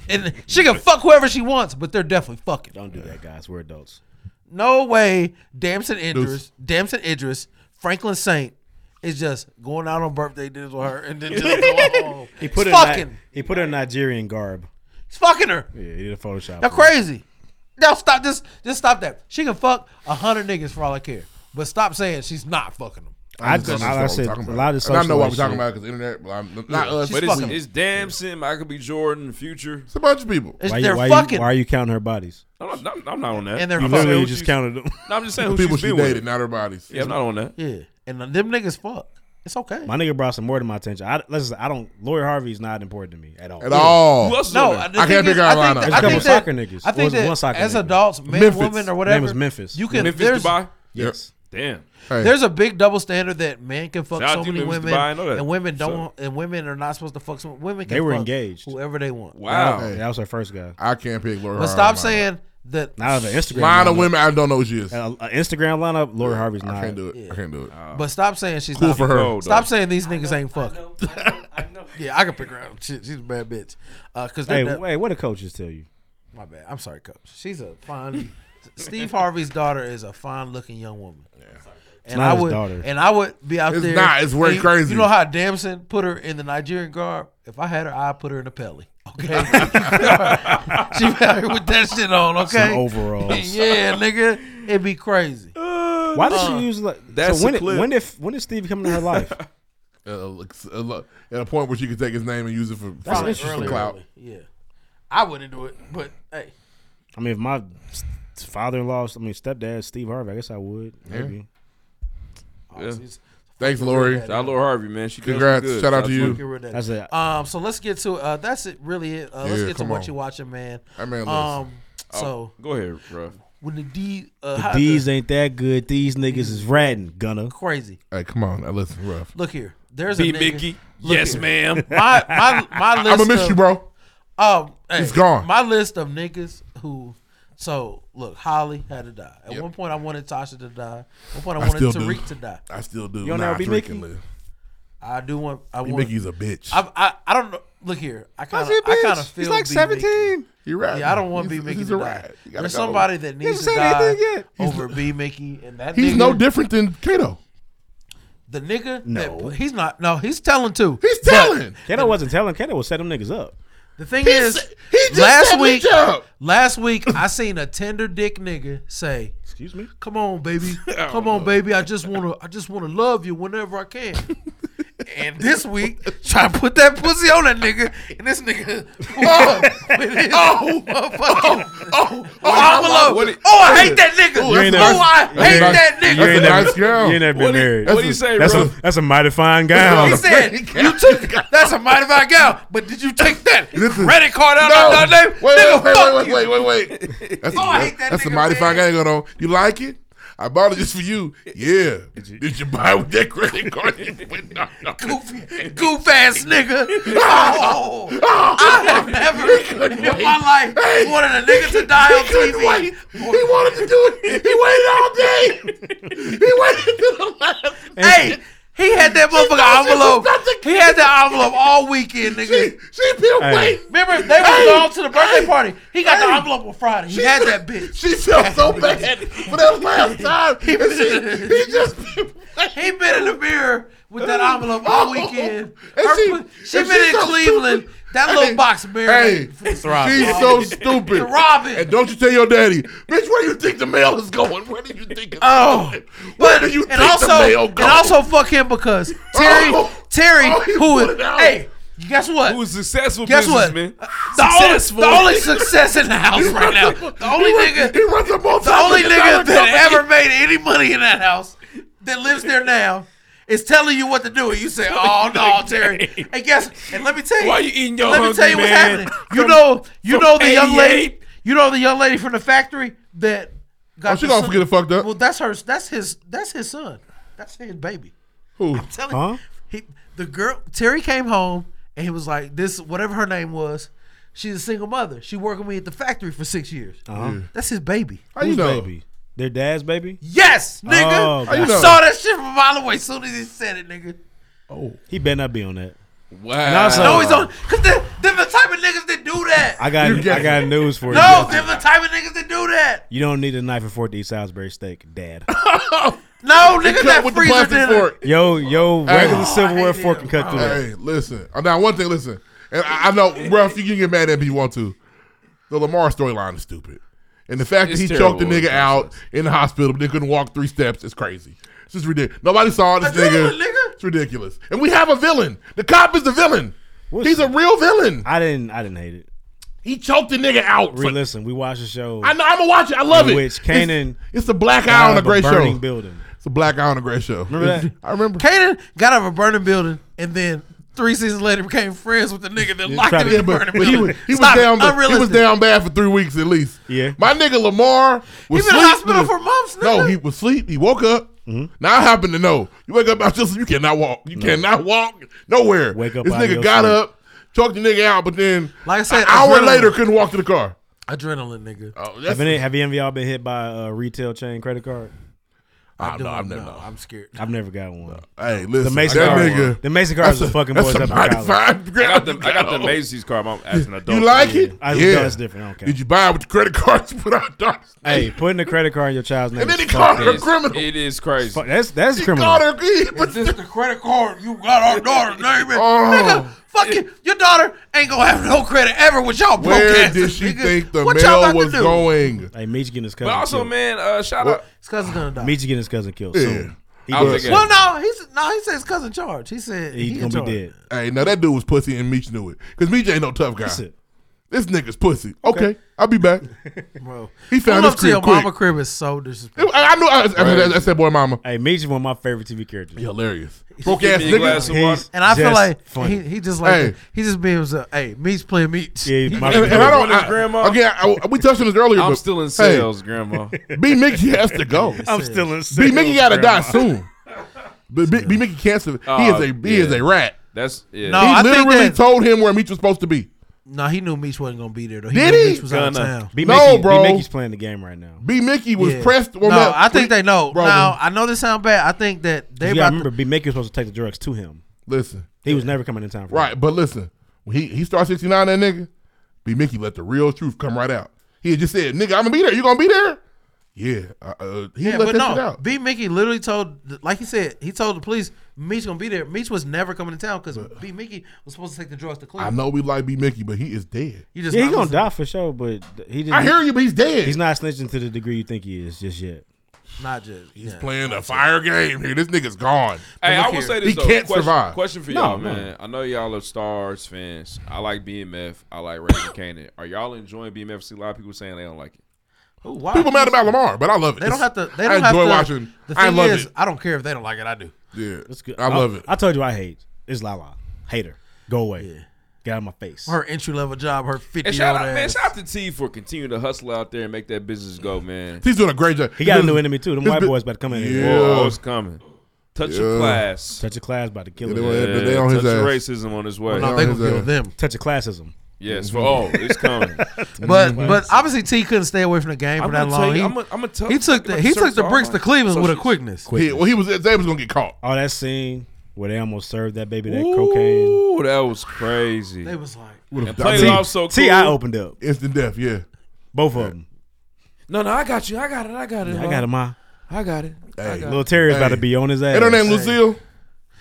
Speaker 12: and she can fuck whoever she wants, but they're definitely fucking.
Speaker 4: Don't do that, guys. We're adults.
Speaker 12: No way, Damson Idris,
Speaker 4: Deuce.
Speaker 12: Damson Idris, Franklin Saint is just going out on birthday dinners with her and then just going home.
Speaker 4: He put
Speaker 12: It's
Speaker 4: her
Speaker 12: fucking.
Speaker 4: In, Ni- he put her in Nigerian garb.
Speaker 12: He's fucking her.
Speaker 4: Yeah, he did a Photoshop.
Speaker 12: Now
Speaker 4: for her.
Speaker 12: crazy. Now stop. Just just stop that. She can fuck a hundred niggas for all I care, but stop saying she's not fucking them.
Speaker 4: I just,
Speaker 2: understand
Speaker 4: I
Speaker 2: what we're
Speaker 4: said,
Speaker 2: talking
Speaker 4: a
Speaker 2: about.
Speaker 4: lot of this
Speaker 2: And I know why we're
Speaker 4: socialite
Speaker 2: talking
Speaker 4: shit.
Speaker 2: about because the internet. Well, I'm, not us.
Speaker 5: But
Speaker 2: but
Speaker 5: it's,
Speaker 2: we.
Speaker 5: it's Damson, Michael B. Jordan, Future.
Speaker 2: It's a bunch of people.
Speaker 4: Why you,
Speaker 5: they're
Speaker 4: why
Speaker 5: fucking-
Speaker 4: You, why are you counting her bodies?
Speaker 5: I'm not, I'm not on that.
Speaker 12: And they're
Speaker 4: You
Speaker 12: fucking.
Speaker 4: literally
Speaker 12: Who
Speaker 4: just
Speaker 12: she's-
Speaker 4: counted them.
Speaker 5: No, I'm just saying
Speaker 2: The
Speaker 5: who
Speaker 2: people
Speaker 5: she's
Speaker 2: she
Speaker 5: been with.
Speaker 2: dated, not her bodies.
Speaker 5: Yeah, I'm not on that.
Speaker 12: Yeah, and them niggas fuck. It's okay.
Speaker 4: My nigga brought some more to my attention. I, let's just, I don't. Lori Harvey's not important to me at all.
Speaker 2: At all. Who else is
Speaker 12: No,
Speaker 2: on there?
Speaker 12: the
Speaker 2: I
Speaker 12: thing
Speaker 2: can't
Speaker 12: is,
Speaker 2: figure out
Speaker 12: I think
Speaker 2: lineup.
Speaker 12: that-
Speaker 4: There's a
Speaker 12: I
Speaker 4: couple
Speaker 12: think that-
Speaker 4: soccer niggas.
Speaker 12: I
Speaker 4: Or
Speaker 12: think
Speaker 4: was it
Speaker 12: that
Speaker 4: one soccer
Speaker 12: as
Speaker 4: nigga?
Speaker 12: adults, men,
Speaker 4: Memphis.
Speaker 12: women, or
Speaker 4: Name
Speaker 12: whatever,
Speaker 4: was Memphis.
Speaker 12: You can
Speaker 4: Memphis,
Speaker 12: there's-
Speaker 4: Dubai?
Speaker 5: Yes. Damn.
Speaker 12: There's a big double standard that men can fuck
Speaker 5: Shout
Speaker 12: so
Speaker 5: out to
Speaker 12: many
Speaker 5: Memphis,
Speaker 12: women,
Speaker 5: Dubai, I know that.
Speaker 12: and women don't, and women are not supposed to fuck. Some women can
Speaker 4: They were
Speaker 12: fuck
Speaker 4: engaged.
Speaker 12: whoever they want.
Speaker 5: Wow.
Speaker 4: That was- that was her first guy.
Speaker 2: I can't pick Lori Harvey.
Speaker 12: But stop saying that.
Speaker 4: Not of an Instagram
Speaker 2: Line of
Speaker 4: lineup.
Speaker 2: women I don't know who she is.
Speaker 4: Uh, uh, Instagram lineup. Lori Harvey's
Speaker 2: I
Speaker 4: not.
Speaker 2: can't do it. I can't do it.
Speaker 12: But stop saying she's
Speaker 2: Cool
Speaker 12: not
Speaker 2: for her. Cold,
Speaker 12: Stop
Speaker 2: though.
Speaker 12: saying these niggas ain't fucking. yeah, I can pick her out. She, she's a bad bitch. Uh, cause
Speaker 4: Hey,
Speaker 12: they're not-
Speaker 4: wait. What the coaches tell you?
Speaker 12: my bad. I'm sorry, coach. She's a fine. Steve Harvey's daughter is a fine-looking young woman. And
Speaker 4: not
Speaker 12: I
Speaker 4: his
Speaker 12: would,
Speaker 4: daughter.
Speaker 12: and I would be out
Speaker 2: It's
Speaker 12: there.
Speaker 2: not. It's way
Speaker 12: and you-
Speaker 2: crazy.
Speaker 12: You know how Damson put her in the Nigerian garb? If I had her, I'd put her in a pelly. Okay, she out here with that shit on. Okay,
Speaker 4: Some overalls.
Speaker 12: yeah, nigga, it'd be crazy.
Speaker 4: Why does
Speaker 12: Uh,
Speaker 4: she use like?
Speaker 2: that's
Speaker 4: so when,
Speaker 2: a
Speaker 4: did-
Speaker 2: clip.
Speaker 4: when if when did Steve come into her life?
Speaker 2: Uh, look- uh, look, at a point where she could take his name and use it for,
Speaker 4: That's
Speaker 2: for,
Speaker 4: interesting.
Speaker 2: for clout.
Speaker 12: Really, Yeah, I wouldn't do it, but hey,
Speaker 4: I mean, if my father-in-law, I mean stepdad, Steve Harvey, I guess I would.
Speaker 2: Yeah.
Speaker 4: Maybe.
Speaker 2: Thanks, Lori.
Speaker 5: Shout out Lori Harvey, man. She does
Speaker 2: Congrats.
Speaker 5: good.
Speaker 2: Shout out to
Speaker 5: Shout out
Speaker 2: you.
Speaker 5: to
Speaker 12: We're ready.
Speaker 4: That's it.
Speaker 12: Um, so let's get to uh, that's it. Really, it. Uh, let's
Speaker 2: Yeah,
Speaker 12: get to
Speaker 2: come
Speaker 12: what
Speaker 2: on.
Speaker 12: you watching, man.
Speaker 2: That man Uh, lives.
Speaker 12: Um,
Speaker 5: Oh,
Speaker 12: so
Speaker 5: go ahead, bro.
Speaker 12: When the D, uh,
Speaker 4: The
Speaker 12: how-
Speaker 4: D's ain't that good. These niggas is ratting, Gunna.
Speaker 12: Crazy.
Speaker 2: Hey, come on. Now listen, rough.
Speaker 12: Look here. There's
Speaker 5: Be
Speaker 12: a nigga.
Speaker 5: Mickey.
Speaker 12: Look
Speaker 5: Yes,
Speaker 12: here.
Speaker 5: ma'am.
Speaker 12: My my my
Speaker 2: I'ma
Speaker 12: list.
Speaker 2: miss
Speaker 12: of-
Speaker 2: you, bro.
Speaker 12: Oh, hey,
Speaker 2: It's gone.
Speaker 12: My list of niggas who. So look, Holly had to die. At one point, I wanted Tasha to die. At one point, I,
Speaker 2: I
Speaker 12: wanted
Speaker 2: still do.
Speaker 12: Tariq to die.
Speaker 2: I still do.
Speaker 12: You don't
Speaker 2: Nah,
Speaker 12: ever be
Speaker 2: Drake can
Speaker 12: Mickey?
Speaker 2: live.
Speaker 12: I do want. I
Speaker 2: Be
Speaker 12: want.
Speaker 2: Mickey's a bitch.
Speaker 12: I, I I don't know. Look here. I
Speaker 2: How's
Speaker 12: kind
Speaker 2: he
Speaker 12: of
Speaker 2: a
Speaker 12: I
Speaker 2: bitch?
Speaker 12: kind of
Speaker 2: He's
Speaker 12: feel.
Speaker 2: like
Speaker 12: B.
Speaker 2: 17.
Speaker 12: Mickey.
Speaker 2: You're right.
Speaker 12: Yeah, I don't want
Speaker 2: He's-
Speaker 12: B Mickey
Speaker 2: he's
Speaker 12: to
Speaker 2: a
Speaker 12: die.
Speaker 2: rat. You gotta
Speaker 12: There's
Speaker 2: go.
Speaker 12: somebody that
Speaker 2: He
Speaker 12: needs to
Speaker 2: hasn't said
Speaker 12: die
Speaker 2: anything yet. He's
Speaker 12: over
Speaker 2: the-
Speaker 12: B Mickey, and that
Speaker 2: He's
Speaker 12: nigga,
Speaker 2: no different than Kato.
Speaker 12: The nigga,
Speaker 4: No.
Speaker 12: that, he's not. No, he's telling too. He's
Speaker 2: telling.
Speaker 4: Kato wasn't telling. Kato was set them niggas up.
Speaker 12: The thing
Speaker 2: He
Speaker 12: is,
Speaker 2: said- he just
Speaker 12: last
Speaker 2: set me
Speaker 12: week,
Speaker 2: up.
Speaker 12: last week I seen a tender dick nigga say,
Speaker 4: "Excuse me,
Speaker 12: come on, baby, come on, baby, I just wanna, I just wanna love you whenever I can." And this week, try to put that pussy on that nigga, and this nigga, oh, oh, motherfucking, oh, oh, oh, I'm
Speaker 5: What
Speaker 12: alone.
Speaker 5: it-
Speaker 12: Oh, I hate that nigga.
Speaker 5: You ain't
Speaker 12: Oh, I
Speaker 5: never-
Speaker 12: hate that nigga.
Speaker 4: You ain't never, you ain't never been married.
Speaker 12: what'd he say,
Speaker 4: that's
Speaker 12: bro?
Speaker 4: A, that's a mighty fine gown.
Speaker 12: He said, "You took that's a mighty fine gown, but did you take that credit card out
Speaker 2: No.
Speaker 12: of that name?
Speaker 2: Wait,
Speaker 12: nigga,
Speaker 2: wait,
Speaker 12: fuck
Speaker 2: wait,
Speaker 12: you. Oh,
Speaker 2: wait, wait, wait, wait, wait. That's, that's a mighty fine gang going on. You like it? I bought it just for you. Yeah. Did you, buy it with that credit card?
Speaker 12: goofy, goof ass nigga. Oh, I have never in my life wanted a nigga to die on TV. He wanted to do it. He waited all day. He waited till the last. Hey. He had that motherfucker envelope. He had that envelope all weekend, nigga. She, been
Speaker 24: Hey. waiting.
Speaker 12: Remember, they was
Speaker 24: Hey.
Speaker 12: gone to the birthday
Speaker 24: Hey.
Speaker 12: party. He got
Speaker 24: Hey.
Speaker 12: the envelope on Friday. He
Speaker 24: She-
Speaker 12: had that bitch.
Speaker 2: She felt so bad for that last time.
Speaker 12: he,
Speaker 2: And she- he just
Speaker 12: he been in the mirror with that envelope all weekend. Her
Speaker 2: she-
Speaker 12: pu- she
Speaker 2: and
Speaker 12: been
Speaker 2: she's
Speaker 12: in
Speaker 2: so
Speaker 12: Cleveland. That
Speaker 2: Hey,
Speaker 12: little box
Speaker 2: Hey,
Speaker 12: mirror.
Speaker 2: she's so stupid.
Speaker 12: Robin.
Speaker 2: And don't you tell your daddy, bitch, where you think the mail is going? Where do you think it's
Speaker 12: Oh,
Speaker 2: going? Where
Speaker 12: but
Speaker 2: do you
Speaker 12: and
Speaker 2: think
Speaker 12: also
Speaker 2: the mail Oh!
Speaker 12: and
Speaker 2: going?
Speaker 12: also fuck him because Terry Terry who is hey guess what who's
Speaker 5: successful
Speaker 12: guess what
Speaker 5: businessman.
Speaker 12: the only,
Speaker 5: Successful.
Speaker 12: the only success in the house right now the only nigga
Speaker 2: he runs a
Speaker 12: the only
Speaker 2: multi-billion
Speaker 12: nigga
Speaker 2: dollar
Speaker 12: that
Speaker 2: company.
Speaker 12: ever made any money in that house that lives there now is telling you what to do and you say oh no Terry and guess and let me tell you
Speaker 5: Why you eating your
Speaker 12: let me
Speaker 5: hungry
Speaker 12: tell you what's
Speaker 5: man
Speaker 12: happening you
Speaker 5: from-
Speaker 12: know you
Speaker 5: from
Speaker 12: know the young lady
Speaker 5: 88?
Speaker 12: you know the young lady from the factory that
Speaker 2: Oh,
Speaker 12: got
Speaker 2: she
Speaker 12: the
Speaker 2: gonna
Speaker 12: son-
Speaker 2: get it fucked up.
Speaker 12: well, that's her. That's his. That's his son. That's his baby.
Speaker 2: Who?
Speaker 12: I'm telling you, he, the girl Terry came home and he was like, "This whatever her name was, she's a single mother. She worked with me at the factory for six years.
Speaker 4: Uh-huh. Mm.
Speaker 12: That's his baby.
Speaker 4: Who's baby? Their dad's baby?
Speaker 12: Yes,
Speaker 4: Oh,
Speaker 12: nigga. I
Speaker 4: God.
Speaker 12: saw that shit from a mile away. As soon as he said it, nigga.
Speaker 4: Oh, he better not be on that.
Speaker 5: Wow.
Speaker 4: And also,
Speaker 2: Oh.
Speaker 12: no, he's on. Cause they're, they're the type of niggas that do that.
Speaker 4: I got I got news for you.
Speaker 12: No, they're the type of niggas that do that.
Speaker 4: You don't need a knife and fork to eat Salisbury steak, Dad.
Speaker 12: No, nigga, that freezer dinner.
Speaker 4: Yo, yo,
Speaker 2: Hey.
Speaker 4: regular
Speaker 2: Oh,
Speaker 4: silverware fork can cut through that.
Speaker 2: Hey, listen. Uh, Now, one thing, listen. And I, I know, Ralph, you can get mad at me if you want to. The Lamar storyline is stupid. And the fact
Speaker 5: It's
Speaker 2: that he
Speaker 5: terrible.
Speaker 2: choked the nigga out in the hospital, but they couldn't walk three steps, is crazy. It's just ridiculous. Nobody saw this nigga. It's ridiculous. And we have a villain. The cop is the villain. He's a real villain.
Speaker 4: I didn't I didn't hate it.
Speaker 2: He choked the nigga out.
Speaker 4: Re- listen, we watched the show.
Speaker 2: I know. I'm gonna watch it. I love
Speaker 4: in
Speaker 2: it.
Speaker 4: Which Kanan,
Speaker 2: It's, it's a black eye on a
Speaker 4: of
Speaker 2: great
Speaker 4: burning
Speaker 2: show.
Speaker 4: building.
Speaker 2: It's a black eye on a great show.
Speaker 4: Remember that?
Speaker 12: I remember. Kanan got out of a burning building and then three seasons later became friends with the nigga that locked him in
Speaker 2: Yeah,
Speaker 12: the burning
Speaker 2: but, but
Speaker 12: building.
Speaker 2: he was, he was
Speaker 12: Stop it.
Speaker 2: down. but He was
Speaker 12: Unrealistic.
Speaker 2: down bad for three weeks at least.
Speaker 4: Yeah,
Speaker 2: my nigga Lamar was
Speaker 12: been in
Speaker 2: sleep-
Speaker 12: hospital for months,
Speaker 2: No,
Speaker 12: nigga.
Speaker 2: he was asleep. He woke up. Now I happen to know you wake up out just you cannot walk. You
Speaker 4: Mm-hmm. No.
Speaker 2: cannot walk nowhere.
Speaker 4: Wake up
Speaker 2: This
Speaker 4: out of
Speaker 2: nigga
Speaker 4: your
Speaker 2: got
Speaker 4: sleep.
Speaker 2: up, choked the nigga out, but then
Speaker 12: like I said,
Speaker 2: an hour
Speaker 12: adrenaline.
Speaker 2: later couldn't walk to the car.
Speaker 12: Adrenaline, nigga.
Speaker 2: Oh,
Speaker 4: Have any, have any of y'all been hit by a retail chain credit card?
Speaker 2: I don't know, I've never-
Speaker 12: no, I'm scared.
Speaker 4: I've never got one.
Speaker 2: Hey, listen,
Speaker 4: the Mason
Speaker 2: that
Speaker 4: card,
Speaker 2: nigga-
Speaker 4: the Mason card was
Speaker 2: that's
Speaker 4: the
Speaker 2: a-
Speaker 4: fucking
Speaker 2: that's
Speaker 4: boys
Speaker 2: a
Speaker 4: up in
Speaker 2: mighty
Speaker 4: college.
Speaker 2: fine
Speaker 5: I got the I got the Macy's car. I'm as an adult.
Speaker 2: You like it?
Speaker 4: I was done, it's different, I don't care.
Speaker 2: Did you buy it with the credit cards? Put out dollars.
Speaker 4: Hey, putting a credit card in your child's name.
Speaker 2: And then
Speaker 4: is
Speaker 2: he called
Speaker 4: fucked
Speaker 2: her
Speaker 4: up.
Speaker 2: criminal.
Speaker 5: It is crazy.
Speaker 4: Fuck, That's that's
Speaker 2: He
Speaker 4: criminal.
Speaker 2: called her. He, but
Speaker 12: Is this the credit card you got our daughter's name in?
Speaker 2: Oh.
Speaker 12: Nigga, fucking your daughter ain't gonna have no credit ever with y'all broke
Speaker 2: Where
Speaker 12: asses,
Speaker 2: did she
Speaker 12: nigga.
Speaker 2: think the
Speaker 12: What y'all
Speaker 2: mail
Speaker 12: about to
Speaker 2: was
Speaker 12: do?
Speaker 2: going?
Speaker 4: Hey, Meech getting his cousin.
Speaker 5: But also,
Speaker 4: killed.
Speaker 5: man, uh, shout out.
Speaker 12: His cousin's gonna die.
Speaker 4: Meech getting his cousin killed.
Speaker 2: Yeah.
Speaker 4: soon. He
Speaker 5: I
Speaker 4: dead
Speaker 5: was thinking-
Speaker 4: soon.
Speaker 12: Well, no, he's no, he said his cousin charged. He said
Speaker 4: He
Speaker 12: he
Speaker 4: gonna be
Speaker 12: in charge.
Speaker 4: dead.
Speaker 2: Hey, no, that dude was pussy and Meech knew it. Because Meech ain't no tough guy.
Speaker 4: Listen.
Speaker 2: This nigga's pussy. Okay, I'll be back.
Speaker 12: Bro,
Speaker 2: He found
Speaker 12: Pull
Speaker 2: his
Speaker 12: up to your
Speaker 2: crib quick.
Speaker 12: mama crib is so disrespectful.
Speaker 2: I, I knew I, I, I, I said, boy, mama.
Speaker 4: Hey, Meech is one of my favorite TV characters.
Speaker 2: Hilarious.
Speaker 12: He
Speaker 2: Broke
Speaker 12: should
Speaker 2: ass
Speaker 12: give me a
Speaker 2: nigga.
Speaker 12: glass of water. And I feel
Speaker 4: just
Speaker 12: like
Speaker 4: funny.
Speaker 12: he, he just like
Speaker 2: Hey.
Speaker 12: he just being himself. Hey, meat's playing meat.
Speaker 4: Yeah,
Speaker 12: He-
Speaker 4: my-
Speaker 2: And, and I don't.
Speaker 5: His
Speaker 2: I,
Speaker 5: grandma?
Speaker 2: Again, I, I- we touched on this earlier.
Speaker 5: I'm
Speaker 2: but,
Speaker 5: still in
Speaker 2: hey,
Speaker 5: sales, Grandma.
Speaker 2: B. Mickey has to go.
Speaker 4: I'm still in
Speaker 2: B. Mickey got to die
Speaker 5: Grandma.
Speaker 2: soon. But B, B. Mickey cancer. he
Speaker 5: Oh,
Speaker 2: is a he is
Speaker 5: yeah.
Speaker 2: a rat.
Speaker 5: That's yeah.
Speaker 12: No,
Speaker 2: he
Speaker 12: Oh, I think
Speaker 2: literally
Speaker 12: that-
Speaker 2: told him where Meech was supposed to be.
Speaker 12: nah, he knew Meats wasn't gonna be there though. He
Speaker 2: Did
Speaker 12: knew
Speaker 2: he?
Speaker 12: Meats was out of
Speaker 2: Gonna.
Speaker 12: town.
Speaker 4: B.
Speaker 2: No,
Speaker 4: Mickey,
Speaker 2: bro.
Speaker 4: B. Mickey's playing the game right now.
Speaker 2: B. Mickey was
Speaker 12: Yeah.
Speaker 2: pressed. Well,
Speaker 12: no,
Speaker 2: man,
Speaker 12: I think they know.
Speaker 2: Bro,
Speaker 12: Now I know this sound bad. I think that they
Speaker 4: You
Speaker 12: about
Speaker 4: gotta
Speaker 12: to-
Speaker 4: remember, B. Mickey was supposed to take the drugs to him.
Speaker 2: Listen,
Speaker 4: He was never coming in time for
Speaker 2: right? But listen, when he he starts sixty nine. That nigga, B. Mickey let the real truth come right out. He had just said, "Nigga, I'm gonna be there. You gonna be there?" Yeah, uh, uh, he
Speaker 12: yeah,
Speaker 2: let
Speaker 12: but
Speaker 2: that shit
Speaker 12: no.
Speaker 2: out.
Speaker 12: B. Mickey literally told, like he said, he told the police Meats gonna be there. Meats was never coming to town because B. Mickey was supposed to take the drugs to
Speaker 2: I
Speaker 12: Cleveland.
Speaker 2: know we like B. Mickey, but he is dead.
Speaker 4: Yeah,
Speaker 12: You just
Speaker 4: he
Speaker 12: not
Speaker 4: gonna
Speaker 12: listening.
Speaker 4: die for sure, but he didn't.
Speaker 2: I hear you, but he's dead.
Speaker 4: He's not snitching to the degree you think he is just yet.
Speaker 12: Not just
Speaker 2: He's
Speaker 12: yeah.
Speaker 2: playing a fire game here. This nigga's gone.
Speaker 5: Hey,
Speaker 2: Look
Speaker 5: I will
Speaker 2: here.
Speaker 5: say this
Speaker 2: He
Speaker 5: though.
Speaker 2: can't
Speaker 5: question,
Speaker 2: survive.
Speaker 5: Question for
Speaker 2: No,
Speaker 5: y'all,
Speaker 2: no.
Speaker 5: man. I know y'all are Stars fans. I like BMF. I like Raven Canaan. Are y'all enjoying BMF? See a lot of people saying they don't like it.
Speaker 12: Ooh, why?
Speaker 2: People mad about Lamar, but I love it.
Speaker 12: They don't have
Speaker 2: It's-
Speaker 12: to. They
Speaker 2: I
Speaker 12: don't have
Speaker 2: enjoy
Speaker 12: to,
Speaker 2: watching.
Speaker 12: The
Speaker 2: I
Speaker 12: thing
Speaker 2: love
Speaker 12: is,
Speaker 2: it.
Speaker 12: I don't care if they don't like it. I do.
Speaker 2: Yeah, that's
Speaker 4: good.
Speaker 2: I love it.
Speaker 4: I told you I hate. It's Lala. Hater. Go away. Get out of my face.
Speaker 12: Her entry level job. Her fifty
Speaker 5: And
Speaker 12: year
Speaker 5: shout
Speaker 12: old
Speaker 5: out, man,
Speaker 12: ass.
Speaker 5: shout out to T for continuing to hustle out there and make that business go, man.
Speaker 2: He's doing a great job.
Speaker 4: He got a new enemy too. Them
Speaker 2: His
Speaker 4: white
Speaker 2: bi-
Speaker 4: boys about to come in. here.
Speaker 2: Yeah.
Speaker 5: Whoa, it's coming. Touch your
Speaker 4: Yeah.
Speaker 5: class.
Speaker 4: Touch your class about to kill
Speaker 5: Yeah,
Speaker 4: him.
Speaker 5: they- they on touch his your ass. racism on his way. Well, no, they gonna kill them.
Speaker 4: Touch your classism.
Speaker 5: Yes, for- oh, it's coming.
Speaker 12: But but obviously T couldn't stay away from the game
Speaker 5: I'm
Speaker 12: for that
Speaker 5: gonna tell
Speaker 12: long.
Speaker 5: you-
Speaker 12: He-
Speaker 5: I'm gonna- I'm gonna tell-
Speaker 12: He took
Speaker 5: I'm
Speaker 12: the
Speaker 5: gonna
Speaker 12: he took
Speaker 5: search
Speaker 12: the
Speaker 5: all
Speaker 12: bricks
Speaker 5: my
Speaker 12: to Cleveland with a
Speaker 5: associates.
Speaker 12: quickness.
Speaker 4: Quickness.
Speaker 2: well, he was they was gonna get caught.
Speaker 4: Oh, that scene where they almost served that baby that cocaine.
Speaker 5: Ooh, that was crazy.
Speaker 12: They was like,
Speaker 5: and played it off so cool.
Speaker 4: T, I opened up.
Speaker 2: Instant death. Yeah,
Speaker 4: both of them.
Speaker 5: No, no, I got you. I got it. I got it.
Speaker 4: I got him. Ma.
Speaker 5: I got it. I got
Speaker 4: Little
Speaker 5: it.
Speaker 4: Terry's about
Speaker 2: Hey.
Speaker 4: to be on his ass.
Speaker 2: And her name Lucille.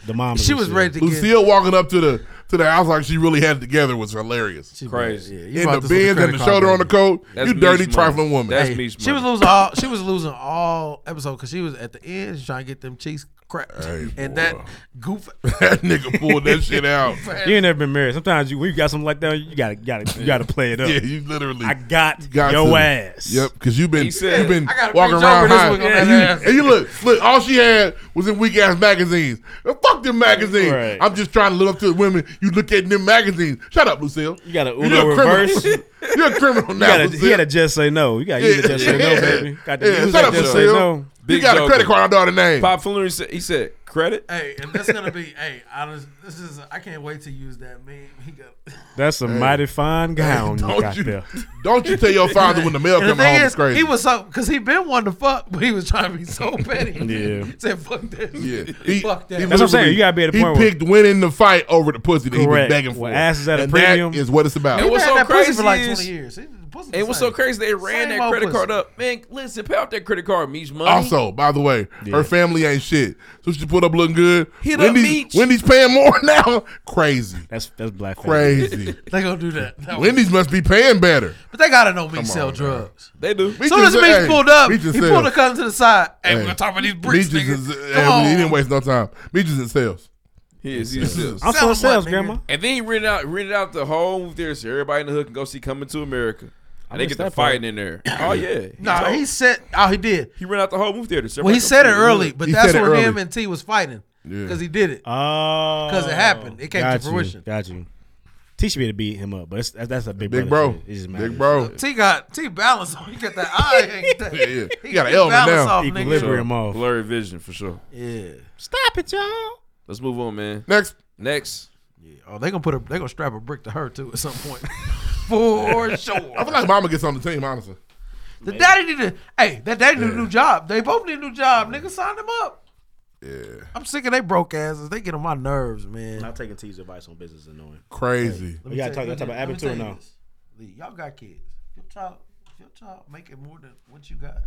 Speaker 4: The mom. is Lucille.
Speaker 2: Lucille walking up to the to the house like she really had it together was hilarious.
Speaker 5: Crazy.
Speaker 12: Yeah,
Speaker 2: In
Speaker 12: you about
Speaker 2: the
Speaker 12: to see the
Speaker 2: bins
Speaker 12: credit
Speaker 2: and the
Speaker 12: card
Speaker 2: shoulder on the
Speaker 12: baby.
Speaker 2: coat.
Speaker 5: That's
Speaker 2: you dirty
Speaker 5: Meech's
Speaker 2: trifling
Speaker 5: money.
Speaker 2: woman.
Speaker 5: That's
Speaker 12: Hey,
Speaker 5: Meech's
Speaker 12: she was
Speaker 5: money.
Speaker 12: losing all she was losing all episodes because she was at the end she trying to get them cheeks cracked and that goof
Speaker 2: that nigga pulled that shit out.
Speaker 4: You ain't never been married. Sometimes you, when you got something like that, you gotta, gotta, you gotta play it up.
Speaker 2: Yeah, you literally.
Speaker 4: I got,
Speaker 2: You got
Speaker 4: your
Speaker 2: to.
Speaker 4: ass.
Speaker 2: Yep, because you've been
Speaker 4: He said,
Speaker 2: you've been
Speaker 4: "I gotta
Speaker 2: walking
Speaker 4: reach
Speaker 2: around
Speaker 4: over this
Speaker 2: high.
Speaker 4: one on
Speaker 2: And,
Speaker 4: that
Speaker 2: you-
Speaker 4: ass."
Speaker 2: and you look, look, all she had was in weak ass magazines. Uh, Fuck them magazines. I'm just trying to live up to the women. You look at them magazines. Shut up, Lucille.
Speaker 4: You got to
Speaker 2: You're
Speaker 4: Uno
Speaker 2: a criminal.
Speaker 4: reverse.
Speaker 2: You're a criminal
Speaker 4: You
Speaker 2: now.
Speaker 4: gotta,
Speaker 2: Lucille.
Speaker 4: he gotta just say no. You gotta use the just say no, baby. Got to
Speaker 2: Yeah,
Speaker 4: use
Speaker 2: shut
Speaker 4: that
Speaker 2: up,
Speaker 4: just say
Speaker 2: Lucille.
Speaker 4: no.
Speaker 2: You got a credit card on daughter name.
Speaker 5: Pop Fluminary said, he said, credit?
Speaker 12: Hey, and that's gonna be hey, honest, this is I can't wait to use that meme. He got
Speaker 4: That's a
Speaker 2: Hey.
Speaker 4: mighty fine gown you
Speaker 2: Don't
Speaker 4: got
Speaker 2: you-
Speaker 4: there.
Speaker 2: Don't you tell your father when the mail
Speaker 12: And the
Speaker 2: comes
Speaker 12: thing
Speaker 2: home.
Speaker 12: is,
Speaker 2: it's crazy.
Speaker 12: He was so because he been wanting to fuck, but he was trying to be so petty.
Speaker 2: Yeah.
Speaker 12: He said fuck that.
Speaker 2: Yeah,
Speaker 12: shit.
Speaker 2: He-
Speaker 12: fuck that.
Speaker 2: he
Speaker 4: That's what I'm saying.
Speaker 2: literally-
Speaker 4: You gotta be at a
Speaker 2: he
Speaker 4: point where-
Speaker 2: picked winning the fight over the pussy that he been
Speaker 4: Correct.
Speaker 2: begging for.
Speaker 4: Where ass is at a
Speaker 2: and
Speaker 4: premium.
Speaker 2: That is what it's about.
Speaker 5: And what's
Speaker 12: had
Speaker 5: so
Speaker 12: that
Speaker 5: crazy
Speaker 12: pussy for like 20
Speaker 5: is-
Speaker 12: years. He- the pussy
Speaker 5: And what's so crazy? They
Speaker 12: Same
Speaker 5: ran that
Speaker 12: old
Speaker 5: credit
Speaker 12: pussy.
Speaker 5: card up. Man, listen, pay off that credit card, Meech money.
Speaker 2: Also, by the way, her family ain't shit. So she put up looking good.
Speaker 5: Hit up
Speaker 2: Wendy's,
Speaker 5: Meech.
Speaker 2: Wendy's paying more now. Crazy.
Speaker 4: That's that's black.
Speaker 2: Crazy.
Speaker 12: they gonna do that. That was-
Speaker 2: Wendy's must be paying better.
Speaker 12: but they gotta know me
Speaker 2: Come
Speaker 12: sell
Speaker 2: on,
Speaker 12: drugs.
Speaker 5: They do.
Speaker 12: As soon as Meech pulled up, he pulled a cousin to the side. Hey,
Speaker 2: Hey.
Speaker 12: we're gonna talk about these bricks,
Speaker 2: Meech
Speaker 12: nigga.
Speaker 2: is-
Speaker 12: Come
Speaker 2: hey,
Speaker 12: on.
Speaker 2: He didn't waste no time. Meech is in sales.
Speaker 5: He is. He is.
Speaker 4: I'm selling sales, grandma.
Speaker 5: And then he rented out rented out the whole movie theater so everybody in the hood can go see Coming to America.
Speaker 4: I
Speaker 5: And they
Speaker 4: missed
Speaker 5: get the
Speaker 4: that part.
Speaker 5: fighting in there. Oh yeah. He
Speaker 12: Nah,
Speaker 5: told-
Speaker 12: he said. Oh, he did.
Speaker 5: he rented out the whole movie theater. so
Speaker 12: Well, he
Speaker 5: everybody
Speaker 12: said
Speaker 5: go
Speaker 12: it
Speaker 5: see the movie.
Speaker 12: early, but that's when him and T was fighting
Speaker 2: Yeah.
Speaker 12: because he did it.
Speaker 4: Oh,
Speaker 12: because it happened. It came
Speaker 4: got
Speaker 12: to fruition.
Speaker 4: You, got you. Teach me to beat him up, but it's, that's, that's a big,
Speaker 2: Big
Speaker 4: brother
Speaker 2: bro.
Speaker 4: shit. It just
Speaker 2: Big
Speaker 4: matters.
Speaker 2: bro.
Speaker 12: T got T balance on. He got that eye. ain't that?
Speaker 2: Yeah, yeah. He got
Speaker 12: got
Speaker 2: an element
Speaker 12: balance
Speaker 2: now.
Speaker 12: off, nigga.
Speaker 4: Equilibrium
Speaker 5: Sure.
Speaker 4: off.
Speaker 5: Blurry vision for sure.
Speaker 12: Yeah.
Speaker 4: Stop it, y'all.
Speaker 5: Let's move on, man.
Speaker 2: Next.
Speaker 5: Next.
Speaker 12: Oh, they gonna put a they gonna strap a brick to her too at some point. For sure.
Speaker 2: I feel like mama gets on the team, honestly.
Speaker 12: The daddy need to hey, that daddy need a new job. They both need a new job. Nigga sign them up.
Speaker 2: Yeah.
Speaker 12: I'm sick of they broke asses. They get on my nerves, man.
Speaker 4: Not taking T's advice on business is annoying.
Speaker 2: Crazy.
Speaker 4: We gotta talk,
Speaker 12: Let
Speaker 4: gotta
Speaker 12: me
Speaker 4: talk
Speaker 12: tell
Speaker 4: about Aventura
Speaker 12: you- let me tell you
Speaker 4: now.
Speaker 12: this. Lee, Y'all got kids. If Your child, if your child make it more than what you got.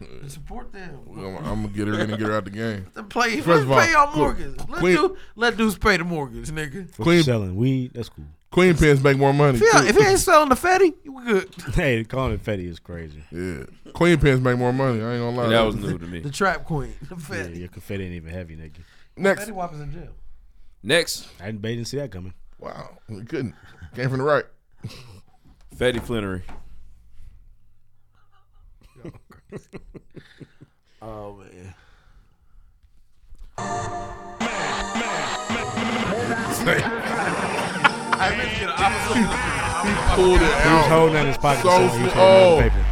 Speaker 12: then support them.
Speaker 2: I'm, gonna get her in and get her out the game.
Speaker 12: Then play.
Speaker 2: First of all,
Speaker 12: let's pay our
Speaker 2: cool.
Speaker 12: mortgage. Let
Speaker 2: Queen-
Speaker 12: do let dudes pay the mortgage, nigga.
Speaker 4: For
Speaker 2: Queen-
Speaker 4: selling weed, that's cool.
Speaker 2: Queen pins make more money.
Speaker 12: If he,
Speaker 2: too.
Speaker 12: if he ain't selling the fatty, you good.
Speaker 4: hey, calling it Fetty is crazy.
Speaker 2: Yeah. Queen pins make more money. I ain't gonna lie.
Speaker 5: And that was new to me.
Speaker 12: The trap queen,
Speaker 4: Yeah,
Speaker 12: the fatty.
Speaker 4: your confetti ain't even heavy, nigga.
Speaker 2: Next.
Speaker 12: Fatty Wap is in jail.
Speaker 5: Next.
Speaker 4: I didn't, they didn't see that coming.
Speaker 2: Wow. We couldn't. Came from the right.
Speaker 5: Fatty Flannery.
Speaker 12: Oh man.
Speaker 2: Pulled it
Speaker 4: He was
Speaker 2: out.
Speaker 4: holding it in his pocket.
Speaker 2: Oh. So
Speaker 4: So, he was holding it in
Speaker 2: sm- oh.
Speaker 4: the paper.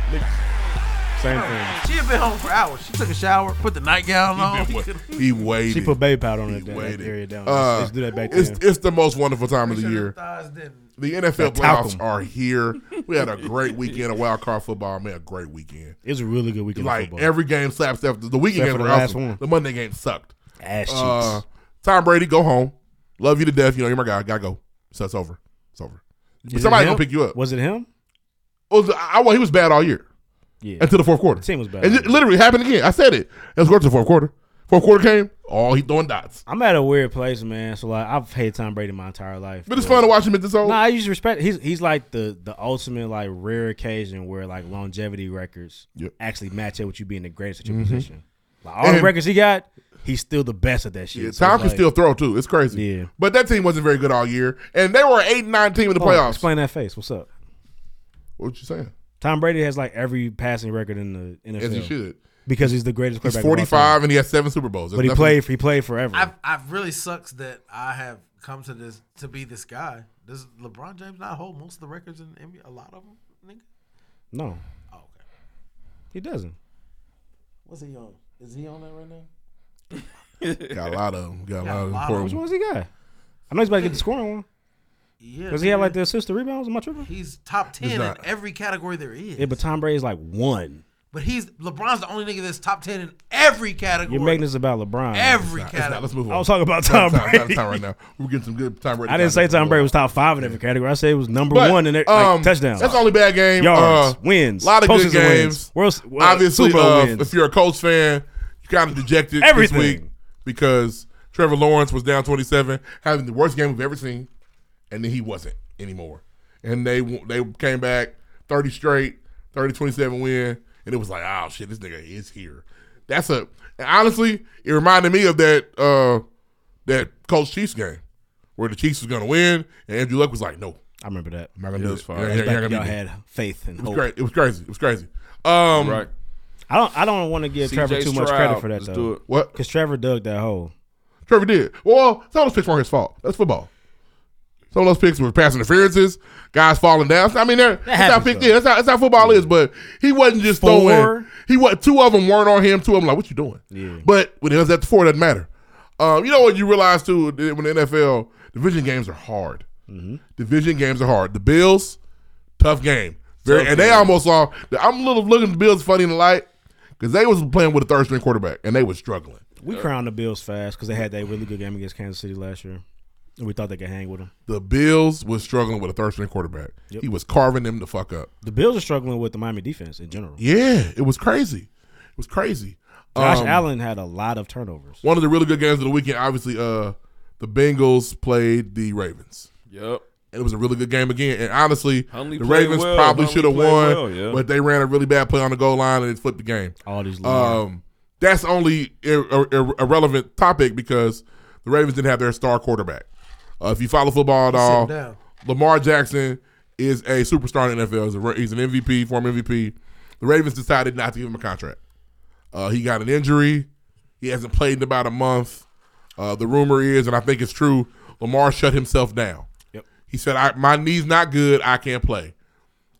Speaker 4: Same thing.
Speaker 12: She had been home for hours. She took a shower, put the nightgown on.
Speaker 2: He waited.
Speaker 4: She put baby powder on that, that
Speaker 2: waited.
Speaker 4: area down.
Speaker 2: Uh,
Speaker 4: Let's do that back
Speaker 2: it's,
Speaker 4: there.
Speaker 2: it's the most wonderful time of the year.
Speaker 12: thighs didn't-
Speaker 2: The
Speaker 4: They
Speaker 2: NFL
Speaker 4: talc
Speaker 2: playoffs
Speaker 4: 'em.
Speaker 2: are here. We had a great weekend of wild card football. Man, a great weekend.
Speaker 4: It's a really good weekend. of
Speaker 2: Like
Speaker 4: football.
Speaker 2: every game slaps after the weekend
Speaker 4: Except for
Speaker 2: games were
Speaker 4: the last
Speaker 2: awesome.
Speaker 4: one.
Speaker 2: The Monday game sucked.
Speaker 4: Ass
Speaker 2: uh,
Speaker 4: cheeks.
Speaker 2: Tom Brady, go home. Love you to death. You know you're my guy. Gotta go. So it's over. It's over.
Speaker 4: Is
Speaker 2: But
Speaker 4: it
Speaker 2: somebody
Speaker 4: him?
Speaker 2: gonna pick you up.
Speaker 4: Was it him?
Speaker 2: Well, the- I, well, he was bad all year.
Speaker 4: Yeah.
Speaker 2: Until the fourth quarter.
Speaker 4: The team was bad
Speaker 2: It
Speaker 4: all year.
Speaker 2: literally happened again. I said it. It was going to the fourth quarter. Fourth quarter came. Oh, he throwing dots.
Speaker 4: I'm at a weird place, man. So like, I've hated Tom Brady my entire life.
Speaker 2: But it's fun to watch him at this old.
Speaker 4: Nah, I used to respect. He's he's like the the ultimate like rare occasion where like longevity records actually match up with you being the greatest at your
Speaker 2: Mhm.
Speaker 4: position. Like all the
Speaker 2: And-
Speaker 4: records he got, he's still the best at that shit.
Speaker 2: Yeah,
Speaker 4: So
Speaker 2: Tom
Speaker 4: it's
Speaker 2: can
Speaker 4: like-
Speaker 2: still throw too. It's crazy. Yeah. But that team wasn't very good all year, and they were an eight and nine team in the
Speaker 4: Hold on,
Speaker 2: playoffs.
Speaker 4: Explain that face. What's up?
Speaker 2: What you saying?
Speaker 4: Tom Brady has like every passing record in the NFL.
Speaker 2: As you should.
Speaker 4: Because he's the greatest
Speaker 2: He's
Speaker 4: quarterback. of all time.
Speaker 2: 45 and he has seven Super Bowls. There's
Speaker 4: But he
Speaker 2: nothing-
Speaker 4: played. He played forever.
Speaker 12: I've, I've really sucks that I have come to this to be this guy. Does LeBron James not hold most of the records in the NBA? A lot of them, nigga. Oh,
Speaker 4: no. okay. He doesn't.
Speaker 12: What's he on? Is he on that right now?
Speaker 2: Got a lot of them. Got a
Speaker 12: Got
Speaker 2: lot
Speaker 12: a
Speaker 2: of
Speaker 12: lot
Speaker 2: important
Speaker 4: Which ones
Speaker 2: ones.
Speaker 4: he got? I know he's about to get the scoring one.
Speaker 12: Yeah,
Speaker 4: Does he have
Speaker 12: nigga.
Speaker 4: like the assist, the rebounds? Am I tripping?
Speaker 12: He's top ten in
Speaker 4: not.
Speaker 12: every category there is.
Speaker 4: Yeah, but Tom Brady's like one.
Speaker 12: But he's LeBron's the only nigga that's top ten in every category.
Speaker 4: You're making this about LeBron.
Speaker 12: Every
Speaker 4: It's not-
Speaker 12: category.
Speaker 4: it's not-
Speaker 2: Let's move on.
Speaker 4: I was talking about
Speaker 2: It's not
Speaker 4: Tom
Speaker 2: time-
Speaker 4: Brady.
Speaker 2: It's not time right now. We're getting some good Tom Brady.
Speaker 4: I didn't say Tom Brady was top five in every category. I said it was number
Speaker 2: But,
Speaker 4: one in every
Speaker 2: um,
Speaker 4: like, touchdowns.
Speaker 2: That's the only bad game.
Speaker 4: Yards,
Speaker 2: Uh,
Speaker 4: wins,
Speaker 2: A lot of good
Speaker 4: postseason wins,
Speaker 2: games.
Speaker 4: World, well,
Speaker 2: Obviously,
Speaker 4: Super Bowl
Speaker 2: uh,
Speaker 4: wins.
Speaker 2: if you're a Colts fan, you're kind of dejected
Speaker 4: Everything.
Speaker 2: this week because Trevor Lawrence was down 27, having the worst game we've ever seen, and then he wasn't anymore. And they w- they came back 30 straight, 30 27 win, and it was like, oh shit, this nigga is here. That's a and honestly, it reminded me of that uh that Colts Chiefs game where the Chiefs was gonna win, and Andrew Luck was like, no.
Speaker 4: I remember that.
Speaker 2: I'm not gonna
Speaker 4: It
Speaker 2: do
Speaker 4: was
Speaker 2: it.
Speaker 4: fire.
Speaker 2: You're-
Speaker 4: That's
Speaker 2: you're
Speaker 4: back
Speaker 2: not
Speaker 4: when
Speaker 2: gonna
Speaker 4: y'all
Speaker 2: do it.
Speaker 4: had faith and
Speaker 2: it was
Speaker 4: hope.
Speaker 2: Great. It was crazy. It was crazy.
Speaker 4: Oh.
Speaker 2: Um,
Speaker 4: Right. I don't. I don't want to give
Speaker 2: CJ
Speaker 4: Trevor too much credit
Speaker 2: Stroud.
Speaker 4: for that
Speaker 2: Let's
Speaker 4: though.
Speaker 2: do it. What?
Speaker 4: Because Trevor dug that hole.
Speaker 2: Trevor did. Well, some of those picks weren't his fault. That's football. Some of those picks were pass interferences, guys falling down. I mean, they're- that's how
Speaker 4: happens,
Speaker 2: pick, yeah, that's how that's how football is. But he wasn't just throwing.
Speaker 4: Four.
Speaker 2: He what? Two of them weren't on him. Two of them like, what you doing?
Speaker 4: Yeah.
Speaker 2: But when it was at the four, it doesn't matter. Um, you know what you realize too that when the NFL division games are hard.
Speaker 4: Mm-hmm.
Speaker 2: Division games are hard. The Bills, tough game. Very,
Speaker 5: Tough
Speaker 2: and they
Speaker 5: game.
Speaker 2: almost lost. I'm a little looking at the Bills funny in the light because they was playing with a third string quarterback and they was struggling.
Speaker 4: We crowned the Bills fast because they had that really good game against Kansas City last year, and we thought they could hang with them.
Speaker 2: The Bills was struggling with a third string quarterback.
Speaker 4: Yep.
Speaker 2: He was carving them the fuck up.
Speaker 4: The Bills are struggling with the Miami defense in general.
Speaker 2: Yeah, it was crazy. It was crazy.
Speaker 4: Josh
Speaker 2: Um,
Speaker 4: Allen had a lot of turnovers.
Speaker 2: One of the really good games of the weekend, obviously, uh, the Bengals played the Ravens.
Speaker 5: Yep.
Speaker 2: And it was a really good game again. And honestly,
Speaker 5: Hundley
Speaker 2: the
Speaker 5: played
Speaker 2: Ravens
Speaker 5: well.
Speaker 2: probably
Speaker 5: Hundley
Speaker 2: should have
Speaker 5: played
Speaker 2: won,
Speaker 5: well, yeah.
Speaker 2: but they ran a really bad play on the goal line and it flipped the game.
Speaker 4: All these little-
Speaker 2: um, that's only ir- ir- ir- irrelevant topic because the Ravens didn't have their star quarterback. Uh, if you follow football at
Speaker 12: He's sitting
Speaker 2: all,
Speaker 12: down.
Speaker 2: Lamar Jackson is a superstar in the NFL. He's, a, re- he's an MVP, former MVP. The Ravens decided not to give him a contract. Uh, he got an injury. He hasn't played in about a month. Uh, the rumor is, and I think it's true, Lamar shut himself down.
Speaker 4: Yep.
Speaker 2: He said, I, "My knee's not good. I can't play."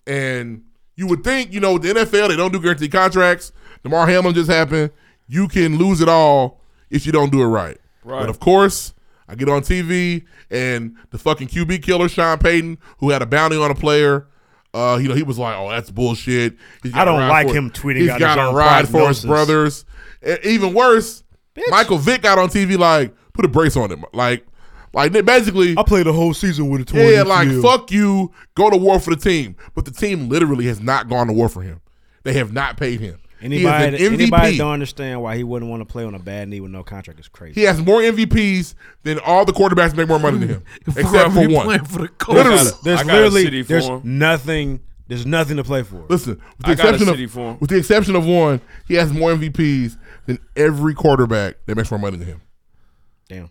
Speaker 2: And you would think, you know, the NFL they don't do guaranteed contracts. Lamar Hamlin just happened. You can lose it all if you don't do it right.
Speaker 5: Right.
Speaker 2: But of course, I get on TV and the fucking QB killer Sean Payton, who had a bounty on a player. Uh, you know, he was like, "Oh, that's bullshit." He's
Speaker 4: I
Speaker 2: gotta
Speaker 4: don't
Speaker 2: ride
Speaker 4: like
Speaker 2: for-
Speaker 4: him tweeting
Speaker 2: He's
Speaker 4: out his
Speaker 2: got to
Speaker 4: own
Speaker 2: ride for his
Speaker 4: prognosis.
Speaker 2: brothers. E- even worse, Michael Vick got on TV like, "Put a brace on him." Like, like basically,
Speaker 4: I played the whole season with a
Speaker 2: yeah, like fuck you, go to war for the team. But the team literally has not gone to war for him. They have not paid him.
Speaker 4: Anybody,
Speaker 2: he is an MVP.
Speaker 4: anybody don't understand why he wouldn't want to play on a bad knee with no contract is crazy.
Speaker 2: He has more MVPs than all the quarterbacks make more money than him, except for
Speaker 4: Forever
Speaker 2: one.
Speaker 4: playing for the Colts.
Speaker 2: Literally,
Speaker 4: There's literally there's nothing. There's nothing to play for.
Speaker 2: Listen, with the exception of with the exception of one, he has more MVPs than every quarterback that makes more money than him.
Speaker 4: Damn.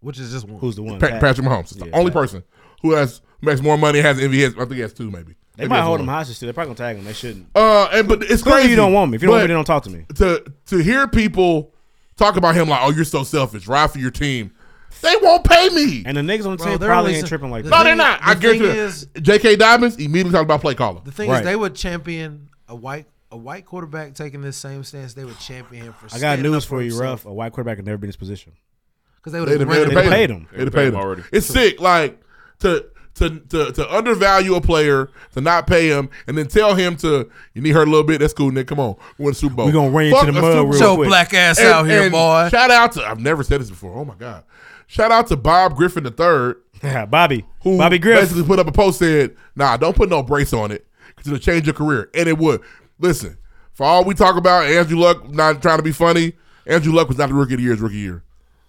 Speaker 12: Which is just one.
Speaker 4: Who's the one?
Speaker 2: Pa- Patrick Mahomes is the
Speaker 4: Yeah,
Speaker 2: only
Speaker 4: Pat.
Speaker 2: person who has makes more money has MVPs. I think he has two, maybe.
Speaker 4: They
Speaker 2: Maybe
Speaker 4: might
Speaker 2: he has
Speaker 4: hold
Speaker 2: one.
Speaker 4: him hostage too. They're probably gonna tag him. They shouldn't.
Speaker 2: Uh, and but it's
Speaker 4: Clearly
Speaker 2: crazy.
Speaker 4: You don't want me. If you don't,
Speaker 2: But
Speaker 4: want me, then don't talk to me.
Speaker 2: To to hear people talk about him like, oh, you're so selfish, ride for your team. They won't pay me.
Speaker 4: And the niggas on the
Speaker 12: Bro,
Speaker 4: team
Speaker 12: they're
Speaker 4: probably
Speaker 12: only
Speaker 4: ain't
Speaker 12: s-
Speaker 4: tripping like
Speaker 12: the
Speaker 4: that.
Speaker 2: No, they're
Speaker 12: thing-
Speaker 2: not. I
Speaker 12: the
Speaker 2: guarantee
Speaker 12: thing
Speaker 2: you.
Speaker 12: is-
Speaker 2: J.K. Dobbins immediately talked about play caller.
Speaker 12: The thing is, they would champion a white a white quarterback taking this same stance. They would champion him for.
Speaker 4: I got news for you, Ruff. A white quarterback had never been in this position.
Speaker 12: 'Cause they
Speaker 2: They'd have
Speaker 4: They'd have paid him.
Speaker 2: They'd have paid him. It's sick. Like to to to to undervalue a player, to not pay him, and then tell him to you need her a little bit. That's cool, Nick. Come on, we win the Super Bowl.
Speaker 12: We gonna rain
Speaker 2: Fuck
Speaker 12: to the
Speaker 2: a
Speaker 12: mud
Speaker 2: Super
Speaker 12: real
Speaker 2: Bowl.
Speaker 12: quick. black ass out here, boy.
Speaker 2: Shout out to I've never said this before. Oh my god. Shout out to Bob Griffin III.
Speaker 4: Bobby.
Speaker 2: Who
Speaker 4: Bobby Griff.
Speaker 2: basically put up a post said, nah, don't put no brace on it because it'll change your career. And it would. Listen, for all we talk about, Andrew Luck not trying to be funny, Andrew Luck was not the rookie of the year his rookie year.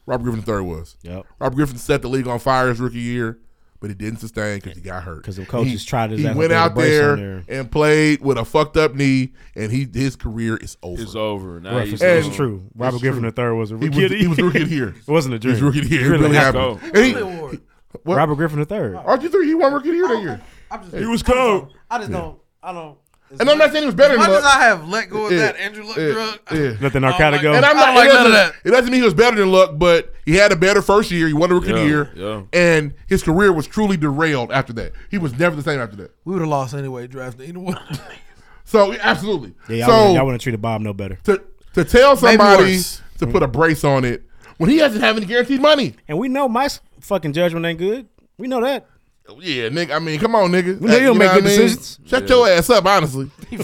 Speaker 2: Robert Griffin III was.
Speaker 4: Yep.
Speaker 2: Robert Griffin set the league on fire his rookie year, but he didn't sustain because he got hurt. Because
Speaker 4: the coaches
Speaker 2: he,
Speaker 4: tried his
Speaker 2: He
Speaker 4: ass to
Speaker 2: went
Speaker 4: put a
Speaker 2: out
Speaker 4: brace
Speaker 2: there,
Speaker 4: on there.
Speaker 2: and played with a fucked up knee, and he his career is over.
Speaker 17: It's over. Now
Speaker 4: Right,
Speaker 17: he's
Speaker 4: it's,
Speaker 17: done.
Speaker 4: it's true. Robert Griffin III was a
Speaker 2: He
Speaker 4: rookie.
Speaker 2: was- he was rookie of the year.
Speaker 4: It wasn't a
Speaker 2: He
Speaker 4: dream.
Speaker 2: was rookie of the year.
Speaker 4: It really
Speaker 2: It really
Speaker 4: happened.
Speaker 2: happened. And he-
Speaker 12: Really award.
Speaker 2: What?
Speaker 4: Robert Griffin III.
Speaker 2: RG three, he won rookie of the year that year.
Speaker 12: He was cold. I just
Speaker 2: Yeah.
Speaker 12: don't. I don't.
Speaker 2: And I'm not saying he was better
Speaker 12: Why
Speaker 2: than
Speaker 12: does
Speaker 2: Luck.
Speaker 12: I have let go of
Speaker 2: Yeah,
Speaker 12: that Andrew Luck
Speaker 2: yeah,
Speaker 12: drug?
Speaker 2: yeah.
Speaker 4: Nothing narcotic go.
Speaker 2: And I'm
Speaker 12: I
Speaker 2: not
Speaker 12: don't like
Speaker 2: it
Speaker 12: none
Speaker 2: doesn't-
Speaker 12: of that.
Speaker 2: It doesn't mean he was better than Luck, but he had a better first year. He won the rookie of the
Speaker 12: Yeah,
Speaker 2: year,
Speaker 12: yeah.
Speaker 2: and his career was truly derailed after that. He was never the same after that.
Speaker 12: We would have lost anyway, drafting either one.
Speaker 2: So absolutely.
Speaker 4: Yeah,
Speaker 2: so
Speaker 4: y'all wouldn't- y'all wouldn't have treated Bob no better.
Speaker 2: to to tell
Speaker 4: Maybe
Speaker 2: somebody
Speaker 4: worse.
Speaker 2: to put a brace on it when he doesn't have any guaranteed money.
Speaker 4: And we know Mike's fucking judgment ain't good. We know that.
Speaker 2: Yeah, nigga. I mean, come on, nigga.
Speaker 4: We know you don't make
Speaker 2: what
Speaker 4: good
Speaker 2: I mean?
Speaker 4: decisions.
Speaker 2: Shut your ass up, honestly. yo,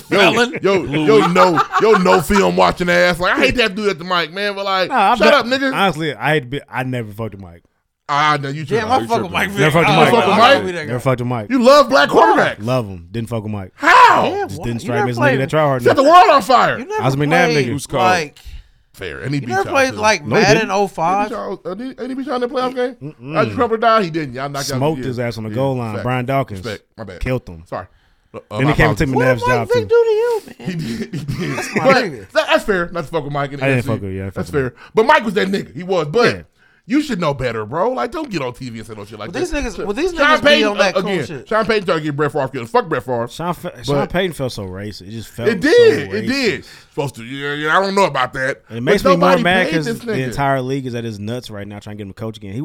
Speaker 2: yo, yo, no, yo, no film watching ass. Like I hate that dude at the mic, man. But like,
Speaker 4: Nah, I'm
Speaker 2: shut
Speaker 4: not-
Speaker 2: up, nigga.
Speaker 4: Honestly, I hate to be, I never fucked with Mike.
Speaker 2: Ah, no, you tripping.
Speaker 12: I You fuck with tripping. Mike
Speaker 4: Never
Speaker 12: Vick.
Speaker 4: fucked
Speaker 12: I
Speaker 4: with Mike.
Speaker 12: fuck with Mike.
Speaker 4: Never fucked with Mike.
Speaker 2: You love black quarterbacks.
Speaker 4: Love him. Didn't fuck with Mike.
Speaker 2: How?
Speaker 4: Just didn't strike me as a nigga that try hard.
Speaker 2: Set the
Speaker 4: enough.
Speaker 2: world on fire.
Speaker 4: I was a McNabb nigga.
Speaker 12: Who's called? like-
Speaker 2: fair. And he
Speaker 12: You
Speaker 2: beat
Speaker 12: never
Speaker 2: y'all,
Speaker 12: played,
Speaker 2: too.
Speaker 12: like, No, he Madden oh didn't. 05?
Speaker 2: Did he beat y'all- uh, Did did he beat y'all in the playoff game?
Speaker 4: Mm-mm.
Speaker 2: I just crumbled down. He didn't. Y'all knocked y'all.
Speaker 4: Smoked
Speaker 2: yeah.
Speaker 4: his ass on the
Speaker 2: Yeah,
Speaker 4: goal line.
Speaker 2: fact.
Speaker 4: Brian Dawkins.
Speaker 2: Respect. My bad.
Speaker 4: Killed him.
Speaker 2: Sorry. Uh, uh,
Speaker 4: then
Speaker 2: my
Speaker 4: he came and took
Speaker 2: apologies.
Speaker 4: McNabb's job too.
Speaker 2: That's,
Speaker 12: my
Speaker 2: but
Speaker 12: nigga.
Speaker 2: that- that's fair. Not to fuck with Mike. In the
Speaker 4: I didn't
Speaker 2: NFC.
Speaker 4: fuck with- yeah, I
Speaker 2: that's
Speaker 4: fucked
Speaker 2: fair.
Speaker 4: with
Speaker 2: But Mike was that nigga. He was. But you should know better, bro. Like, don't get on TV and say no shit like
Speaker 12: But these
Speaker 2: that.
Speaker 12: niggas- well, these
Speaker 2: Sean
Speaker 12: niggas be
Speaker 2: Payton,
Speaker 12: on that
Speaker 2: uh,
Speaker 12: cool
Speaker 2: again.
Speaker 12: shit.
Speaker 2: Sean Payton trying to get Brett Favre killed. Fuck Brett Favre.
Speaker 4: Sean, Fa- Sean
Speaker 2: But-
Speaker 4: Payton felt so racist. It just felt.
Speaker 2: It did.
Speaker 4: so
Speaker 2: it
Speaker 4: racist.
Speaker 2: did. Supposed to. Yeah, yeah, I don't know about that.
Speaker 4: It makes me more mad because the entire league is at his nuts right now trying to get him a coach again. He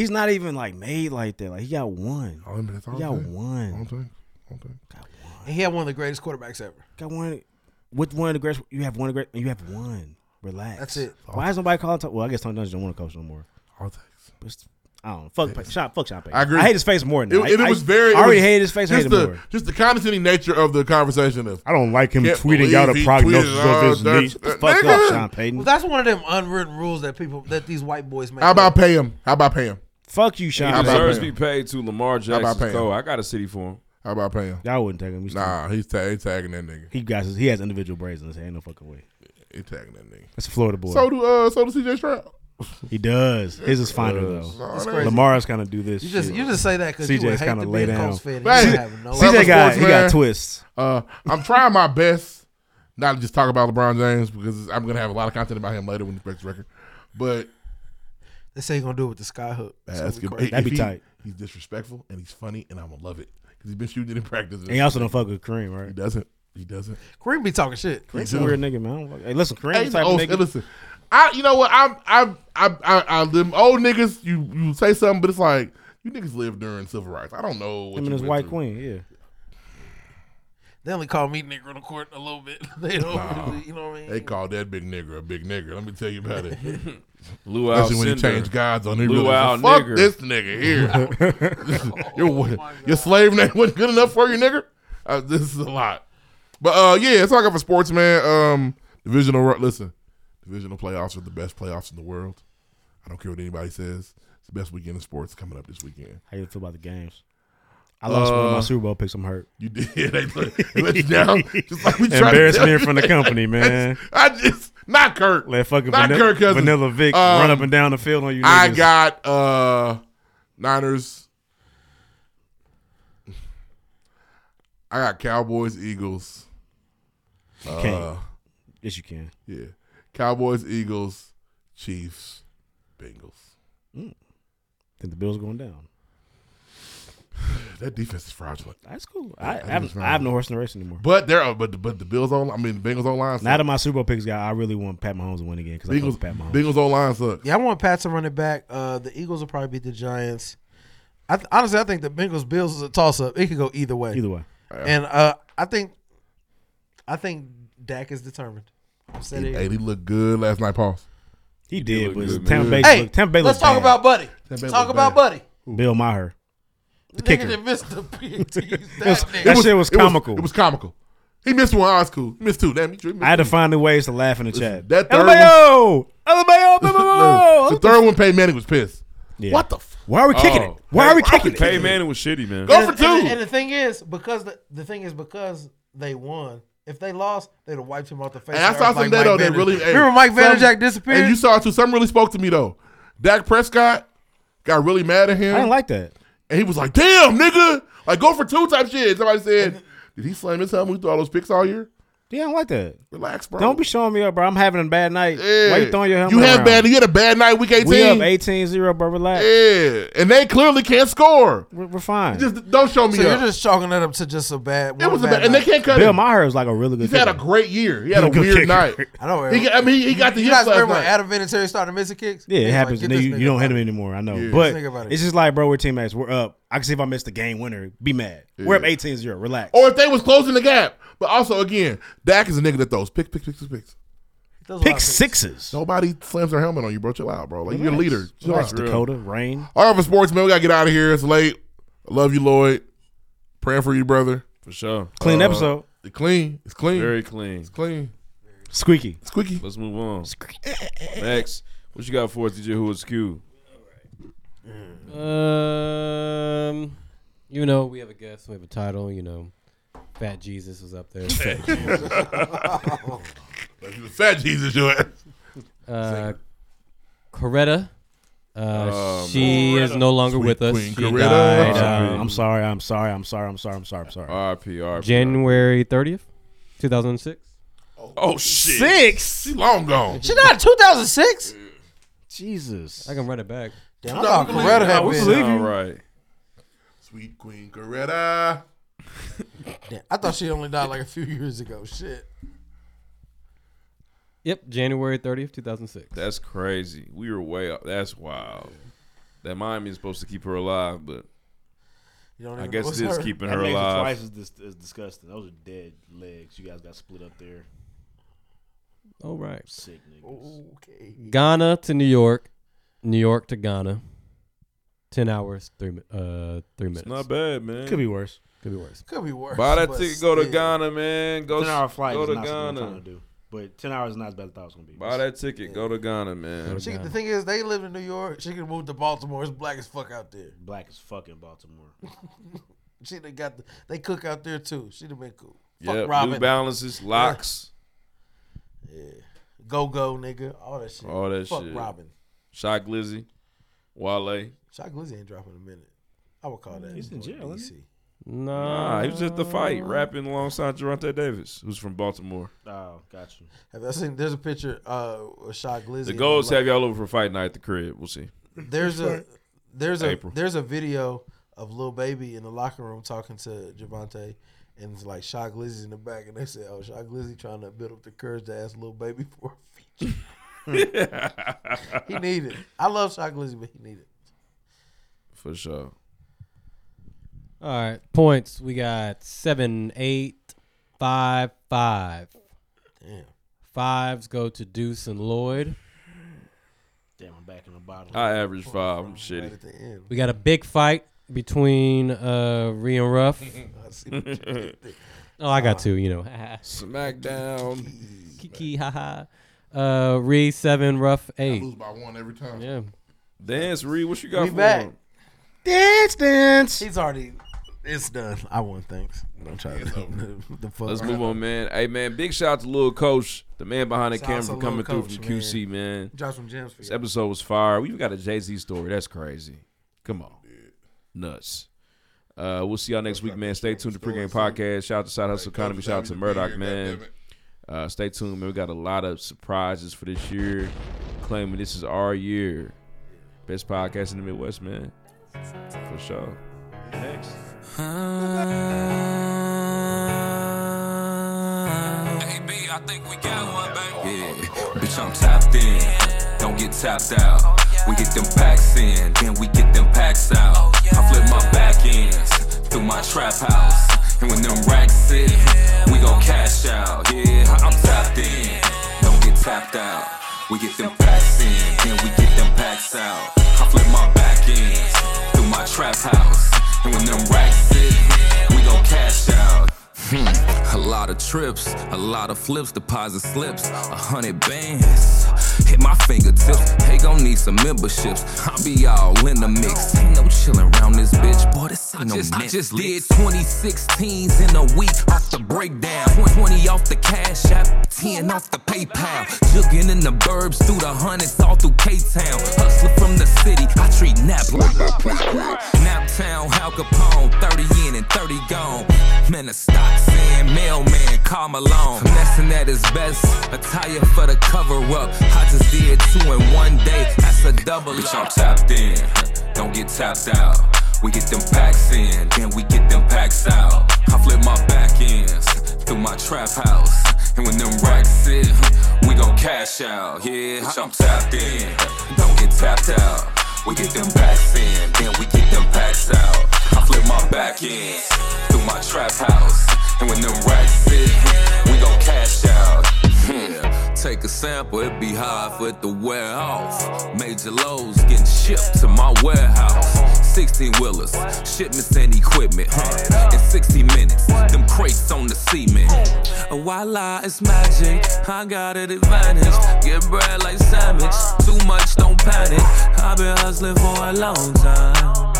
Speaker 4: he's not even like made like that. Like he got one. he got one.
Speaker 12: And he had one of the greatest quarterbacks ever.
Speaker 4: Got one. With one of the greatest, you have one of the great. You have one. Relax.
Speaker 12: That's it.
Speaker 4: Why is nobody calling? Tom- well, I guess Tom Dungy don't want to coach no more. But it's- I don't know. Fuck, Pa- Sean, fuck Sean Payton.
Speaker 2: I agree.
Speaker 4: hate his face more
Speaker 2: It,
Speaker 4: than that.
Speaker 2: it
Speaker 4: I-
Speaker 2: was very.
Speaker 4: I already
Speaker 2: it was
Speaker 4: hated his face. I
Speaker 2: Just
Speaker 4: hate him
Speaker 2: the
Speaker 4: more.
Speaker 2: just the condescending nature of the conversation. Of
Speaker 4: I don't like him
Speaker 2: Can't
Speaker 4: tweeting out a
Speaker 2: believe he
Speaker 4: prognosis
Speaker 2: tweeted,
Speaker 4: of
Speaker 2: "Oh,
Speaker 4: his
Speaker 2: that's-
Speaker 4: knee." Fuck
Speaker 2: nigga.
Speaker 4: up, Sean Payton.
Speaker 12: Well, that's one of them unwritten rules that people that these white boys make.
Speaker 2: How
Speaker 12: up.
Speaker 2: about pay him? How about pay him?
Speaker 4: Fuck you,
Speaker 2: How
Speaker 5: He
Speaker 2: about
Speaker 5: deserves to
Speaker 2: pay
Speaker 5: be
Speaker 2: him?
Speaker 5: paid to Lamar
Speaker 2: How about
Speaker 5: Jackson.
Speaker 2: paying?
Speaker 5: So I got a city for him.
Speaker 2: How about paying?
Speaker 4: Y'all wouldn't tag him. He's
Speaker 2: Nah, he's, ta- he's tagging that nigga.
Speaker 4: He got his, he has individual braids in his head. Ain't no fucking way.
Speaker 2: He tagging that nigga.
Speaker 4: That's a Florida boy.
Speaker 2: So do uh, so do CJ Stroud.
Speaker 4: he does. His is finer
Speaker 2: That's
Speaker 4: though.
Speaker 2: crazy.
Speaker 4: Lamar's kind of do this.
Speaker 12: You just-
Speaker 4: shit.
Speaker 12: you just say that 'cause you would
Speaker 4: CJ's
Speaker 12: hate
Speaker 4: kinda
Speaker 12: to be
Speaker 4: lay
Speaker 12: a
Speaker 4: down.
Speaker 12: Colts fan and
Speaker 2: Right.
Speaker 12: you have no-
Speaker 4: CJ got he
Speaker 2: Sportsman.
Speaker 4: got twists.
Speaker 2: Uh, I'm trying my best not to just talk about LeBron James because I'm gonna have a lot of content about him later when he breaks the record. But
Speaker 12: They say you're gonna do it with the sky hook. It's gonna be
Speaker 2: basketball,
Speaker 12: crazy.
Speaker 2: if he- He's disrespectful and he's funny, and I'm gonna love it because he's been shooting it in practice.
Speaker 4: And he also don't fuck with Kareem, right? He
Speaker 2: doesn't. He doesn't.
Speaker 12: Kareem be talking shit.
Speaker 4: Kareem's a weird nigga, man. I don't fuck- Hey, listen, Kareem
Speaker 2: Hey,
Speaker 4: the type
Speaker 2: old-
Speaker 4: of nigga.
Speaker 2: Listen, I you know what I'm I'm I I, I them old niggas. You you say something, but it's like you niggas lived during civil rights. I don't know. What
Speaker 4: him
Speaker 2: you
Speaker 4: and his
Speaker 2: went
Speaker 4: white
Speaker 2: through.
Speaker 4: queen, yeah.
Speaker 12: They only call me nigger on the court a little bit. They don't.
Speaker 2: Nah.
Speaker 12: really- you know what I mean?
Speaker 2: They called that big nigger a big nigger. Let me tell you about it.
Speaker 5: Luau
Speaker 2: Especially when you
Speaker 5: Cinder.
Speaker 2: change gods on
Speaker 5: Luau
Speaker 2: Luau Fuck
Speaker 5: nigger."
Speaker 2: this nigga here. your, your slave name wasn't good enough for you, nigger. Uh, this is a lot. But uh, yeah, it's like for sports, man. Um, divisional. ru- Listen, divisional playoffs are the best playoffs in the world. I don't care what anybody says. It's the best weekend in sports coming up this weekend.
Speaker 4: How you feel about the games? I lost one of my
Speaker 2: Uh,
Speaker 4: Super Bowl picks. I'm hurt.
Speaker 2: You did. They let, they let you down. Just like we tried to
Speaker 4: Embarrassed
Speaker 2: tell
Speaker 4: me in
Speaker 2: you.
Speaker 4: front of the company, man.
Speaker 2: I just not Kirk.
Speaker 4: Let fucking
Speaker 2: not
Speaker 4: Vanilla-
Speaker 2: Kirk Cousins. Um, Uh,
Speaker 4: Vanilla Vic run up and down the field on you
Speaker 2: I
Speaker 4: niggas.
Speaker 2: got uh Niners. I got Cowboys, Eagles.
Speaker 4: You can't.
Speaker 2: Uh,
Speaker 4: yes, you can.
Speaker 2: Yeah, Cowboys, Eagles, Chiefs, Bengals.
Speaker 4: think the Bills are going down.
Speaker 2: That defense is fraudulent.
Speaker 4: That's cool.
Speaker 2: That
Speaker 4: I, I,
Speaker 2: defense is
Speaker 4: have, I have
Speaker 2: fraudulent.
Speaker 4: no horse in the race anymore.
Speaker 2: But there are but the, but the Bills on. I mean, the Bengals on line.
Speaker 4: Now that my Super Bowl picks got, I really want Pat Mahomes to win again because I
Speaker 2: Bengals,
Speaker 4: love Pat Mahomes.
Speaker 2: Bengals on line suck.
Speaker 12: Yeah, I want Pat to run it back. Uh, the Eagles will probably beat the Giants. I th- honestly, I think the Bengals Bills is a toss up. It could go either way.
Speaker 4: Either way.
Speaker 12: And uh, I think, I think Dak is determined. I've said
Speaker 2: Hey,
Speaker 12: it.
Speaker 2: he looked good last night, Paul.
Speaker 4: He, did, but
Speaker 2: look good,
Speaker 4: Tampa
Speaker 2: man.
Speaker 4: Bay.
Speaker 12: Hey,
Speaker 4: look- Tampa Bay
Speaker 12: let's
Speaker 4: look
Speaker 12: talk
Speaker 4: bad.
Speaker 12: about Buddy.
Speaker 2: Tampa Bay
Speaker 12: Talk
Speaker 2: look
Speaker 12: about
Speaker 2: bad.
Speaker 12: Buddy.
Speaker 4: Bill Maher, the kicker.
Speaker 12: Nigga that missed the PTs.
Speaker 4: It was-
Speaker 12: That nigga.
Speaker 4: that shit was
Speaker 2: it
Speaker 4: comical.
Speaker 2: It was, comical. He missed one. I was cool. He missed two. Damn, he missed
Speaker 4: I had to
Speaker 2: two.
Speaker 4: find new ways to laugh in the chat.
Speaker 2: That third
Speaker 4: LMAO! LMAO!
Speaker 2: the third Oh, one, Peyton Manning was pissed.
Speaker 4: Yeah.
Speaker 2: What the? F-
Speaker 4: Why are we kicking it? Why are we kicking it?
Speaker 5: Peyton Manning was shitty, man.
Speaker 2: Go
Speaker 12: and,
Speaker 2: for two.
Speaker 12: And, and the thing is, because the, the thing is because they won, If they lost, they'd have wiped him off the face.
Speaker 2: And I saw some there though that really. hey,
Speaker 12: remember Mike
Speaker 2: some-
Speaker 12: Vanderjack disappeared.
Speaker 2: And you saw it too. Something really spoke to me though. Dak Prescott got really mad at him.
Speaker 4: I didn't like that.
Speaker 2: And he was like, "Damn, nigga, like go for two type shit." Somebody said, "Did he slam his helmet through all those picks all year?"
Speaker 4: Yeah, I don't like that.
Speaker 2: Relax, bro.
Speaker 4: Don't be showing me up, bro. I'm having a bad night. Why you throwing your helmet
Speaker 2: You had
Speaker 4: around?
Speaker 2: bad. You had a bad night week eighteen.
Speaker 4: We up 18-0, bro. Relax.
Speaker 2: Yeah, and they clearly can't score.
Speaker 4: We're, we're fine.
Speaker 2: Just don't show me.
Speaker 12: So you're
Speaker 2: up.
Speaker 12: just chalking that up to just a bad.
Speaker 2: It was a bad, and they can't cut
Speaker 4: Bill
Speaker 2: him.
Speaker 4: Maher was like a really good
Speaker 2: He's had a
Speaker 4: kicker.
Speaker 2: great year. He had a
Speaker 4: He's a good
Speaker 2: weird
Speaker 4: kicker.
Speaker 2: night.
Speaker 12: I know.
Speaker 2: He got, I mean, he got the
Speaker 12: you
Speaker 2: hits
Speaker 12: guys
Speaker 2: last
Speaker 12: remember when
Speaker 2: night.
Speaker 12: Adam Vinatieri started missing kicks?
Speaker 4: Yeah, it
Speaker 12: He's
Speaker 4: happens. and
Speaker 12: Like, "Get
Speaker 4: then
Speaker 12: this
Speaker 4: you,
Speaker 12: nigga
Speaker 4: you don't hit
Speaker 12: out
Speaker 4: him
Speaker 12: of
Speaker 4: anymore. I know.
Speaker 12: Yeah.
Speaker 4: But
Speaker 12: This nigga about it.
Speaker 4: it's just like, bro, we're teammates. We're up. I can see if I missed the game winner. Be mad. We're up 18 0. Relax.
Speaker 2: Or if they was closing the gap. But also, again, Dak is a nigga that throws pick, pick, pick, pick, picks.
Speaker 12: Those
Speaker 4: Pick sixes.
Speaker 2: Nobody slams their helmet on you, bro. Chill out, bro. Like you're a
Speaker 4: Relax.
Speaker 2: leader. Chill
Speaker 4: Relax,
Speaker 2: out.
Speaker 4: Dakota.
Speaker 25: Uh,
Speaker 4: Rain.
Speaker 2: All right, for sports, man, we gotta get out of here. It's late. I love you, Lloyd. Praying for you, brother.
Speaker 5: For sure.
Speaker 4: Clean episode.
Speaker 2: It's clean. It's clean.
Speaker 5: Very clean. It's
Speaker 2: clean.
Speaker 4: Squeaky.
Speaker 2: Squeaky.
Speaker 5: Let's move on. Next, what you got for us, DJ? Who is Q?
Speaker 7: Um, you know, we have a guest, we have a title. You know, Fat Jesus was up there.
Speaker 2: Fat Jesus. Fat Jesus, you ass.
Speaker 7: Uh, Coretta. Uh,
Speaker 4: Um,
Speaker 7: she is no longer
Speaker 4: Sweet
Speaker 7: with us.
Speaker 4: Queen
Speaker 7: She
Speaker 4: Coretta.
Speaker 7: died.
Speaker 4: uh,
Speaker 7: um,
Speaker 4: I'm sorry. I'm sorry. I'm sorry. I'm sorry. I'm sorry. I'm sorry.
Speaker 25: Uh,
Speaker 5: R.P. R.P.
Speaker 7: January 30th, 2006.
Speaker 5: Oh shit.
Speaker 12: Six.
Speaker 2: She long gone.
Speaker 12: She died in 2006.
Speaker 4: Jesus.
Speaker 7: I can run it back.
Speaker 12: Damn, I thought Coretta had been.
Speaker 5: right.
Speaker 2: Sweet Queen Coretta.
Speaker 12: Damn, I thought she only died like a few years ago. Shit.
Speaker 7: Yep, January 30th, 2006.
Speaker 5: That's crazy. We were way up. That's wild. That Miami is supposed to keep her alive, but
Speaker 12: You don't
Speaker 5: I
Speaker 12: even
Speaker 5: guess
Speaker 12: know
Speaker 5: it
Speaker 12: it's
Speaker 5: is
Speaker 12: her.
Speaker 5: keeping
Speaker 12: That
Speaker 5: her
Speaker 12: makes it
Speaker 5: alive.
Speaker 12: twice
Speaker 25: Twice is, dis- is disgusting. Those are dead legs. You guys got split up there.
Speaker 7: All right.
Speaker 25: Sick niggas.
Speaker 12: Okay.
Speaker 7: Ghana to New York, New York to Ghana. Ten hours, three mi- uh three minutes.
Speaker 5: not bad, man.
Speaker 4: Could be worse.
Speaker 7: Could be worse.
Speaker 12: Could be worse.
Speaker 5: Buy that
Speaker 25: but
Speaker 5: ticket. Go to
Speaker 25: still.
Speaker 5: Ghana, man. Go, s-
Speaker 25: ten hour flight
Speaker 5: go
Speaker 25: is
Speaker 5: to
Speaker 25: not something I'm trying
Speaker 5: Ghana.
Speaker 25: to do. But ten hours is not as bad as I thought it was gonna be.
Speaker 5: Buy that ticket. Go to Ghana, man.
Speaker 12: She, the thing is, they live in New York. She could move to Baltimore. It's black as fuck out there.
Speaker 25: Black as fuck in Baltimore.
Speaker 12: She done got the, they cook out there too. She'd have been cool. Fuck
Speaker 5: Yeah, New
Speaker 12: Robin.
Speaker 5: Balances, locks,
Speaker 12: Go go nigga. All that shit.
Speaker 5: all that
Speaker 12: fuck
Speaker 5: shit.
Speaker 12: Robin.
Speaker 5: Shot Glizzy, Wale.
Speaker 12: Shot Glizzy ain't dropping in a minute. I would call that. He's in jail. DC.
Speaker 5: Nah, Ah, he was just the fight rapping alongside Gerante Davis, who's from Baltimore.
Speaker 25: Oh, gotcha.
Speaker 12: Have I seen? There's a picture uh, of Shot Glizzy.
Speaker 5: The goals have y'all over for fight night at the crib. We'll see.
Speaker 12: There's a there's a
Speaker 5: April.
Speaker 12: there's a video of Lil Baby in the locker room talking to Javante, and it's like Shot Glizzy's in the back, and they said, "Oh, Shot Glizzy trying to build up the courage to ask Lil Baby for a feature." he needed. I love Shot Glizzy, but he needed.
Speaker 5: For sure.
Speaker 7: All right. Points. We got seven, eight, five, five.
Speaker 12: Damn.
Speaker 7: Fives go to Deuce and Lloyd.
Speaker 25: Damn, I'm back in the bottle.
Speaker 5: I average five. I'm shitty.
Speaker 7: We got a big fight between uh Ree and Ruff. oh, I got two, you know.
Speaker 5: Smackdown.
Speaker 7: Kiki, haha. Uh Ree seven, Ruff eight.
Speaker 2: Lose by one every time.
Speaker 7: Yeah.
Speaker 5: Dance, Reed. What you got
Speaker 12: We
Speaker 5: for
Speaker 12: back.
Speaker 5: him?
Speaker 4: Dance, dance.
Speaker 12: He's already. It's done. I won. Thanks. Don't try to. the fuck.
Speaker 5: Let's move on, man. Hey, man, big shout out to Lil Coach, the man behind the
Speaker 12: Shout out
Speaker 5: camera
Speaker 12: to
Speaker 5: for
Speaker 12: Lil
Speaker 5: coming through
Speaker 12: Coach,
Speaker 5: from
Speaker 12: man.
Speaker 5: QC, man.
Speaker 12: Dropped some gems for
Speaker 5: This
Speaker 12: y'all.
Speaker 5: episode was fire. We even got a Jay Z story. That's crazy. Come on. Nuts. Uh, we'll see y'all next week, man. Stay tuned to Pregame Podcast. Shout out to Side Hustle Economy. Shout out to Murdoch, man. Uh, stay tuned, man. We got a lot of surprises for this year. Claiming this is our year. Best podcast in the Midwest, man. For sure. Next.
Speaker 9: Yeah, bitch, I'm tapped in. Don't get tapped out. We get them packs in, then we get them packs out. I flip my back ends through my trap house. And when them racks hit, we gon' cash out. Yeah, I'm tapped in. Don't get tapped out. We get them packs in, then we get them packs out. I flip my back ends through my trap house. And when them racks hit, we gon' cash out. Hmm. A lot of trips, a lot of flips, deposit slips, a hundred bands. Hit my fingertips, they gon' need some memberships. I be all in the mix. Ain't no chillin' round this bitch, boy. This ain't I no just, I Netflix. just did 2016s in a week off the breakdown. 20 off the cash app, 10 off the PayPal. Jugging in the burbs through the hundreds, all through K Town. Hustler from the city, I treat Nap like Nap Town, Hal Capone, 30 in and 30 gone. Man, a stop saying mailman, call Malone. Finessing at his best, attire for the cover up. I just did two in one day, that's a double Bitch, up. I'm tapped in, don't get tapped out. We get them packs in, then we get them packs out. I flip my back ends through my trap house. And when them racks in, we gon' cash out. Yeah, bitch, I'm tapped in, don't get tapped out. We get them packs in, then we get them packs out. I flip my back ends through my trap house. And when them racks in, we gon' cash out. Yeah, take a sample, it be hard for it to wear off. Major lows getting shipped to my warehouse. 16 wheelers, shipments and equipment. huh? In 60 minutes, them crates on the cement. A Voila, it's magic. I got an advantage. Get bread like sandwich. Too much, don't panic. I've been hustling for a long time.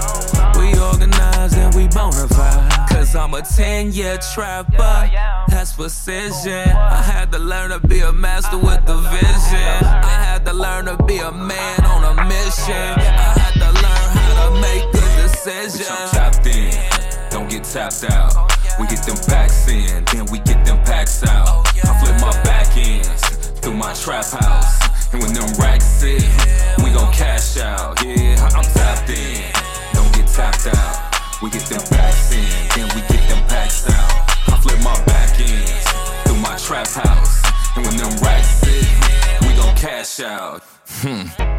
Speaker 9: We organized and we bona fide. Cause I'm a 10 year trapper. That's precision. I had to learn to be a master with the vision. I had to learn to be a man on a mission. I had to learn how to make good decisions. Bitch, I'm tapped in, don't get tapped out. We get them packs in, then we get them packs out. I flip my back ends through my trap house. And when them racks in, we gon' cash out. Yeah, I'm tapped in, don't get tapped out. We get them packs in, then we get them packs out. I flip my back ends through my trap house. And when them racks in, we gon' cash out. Hmm.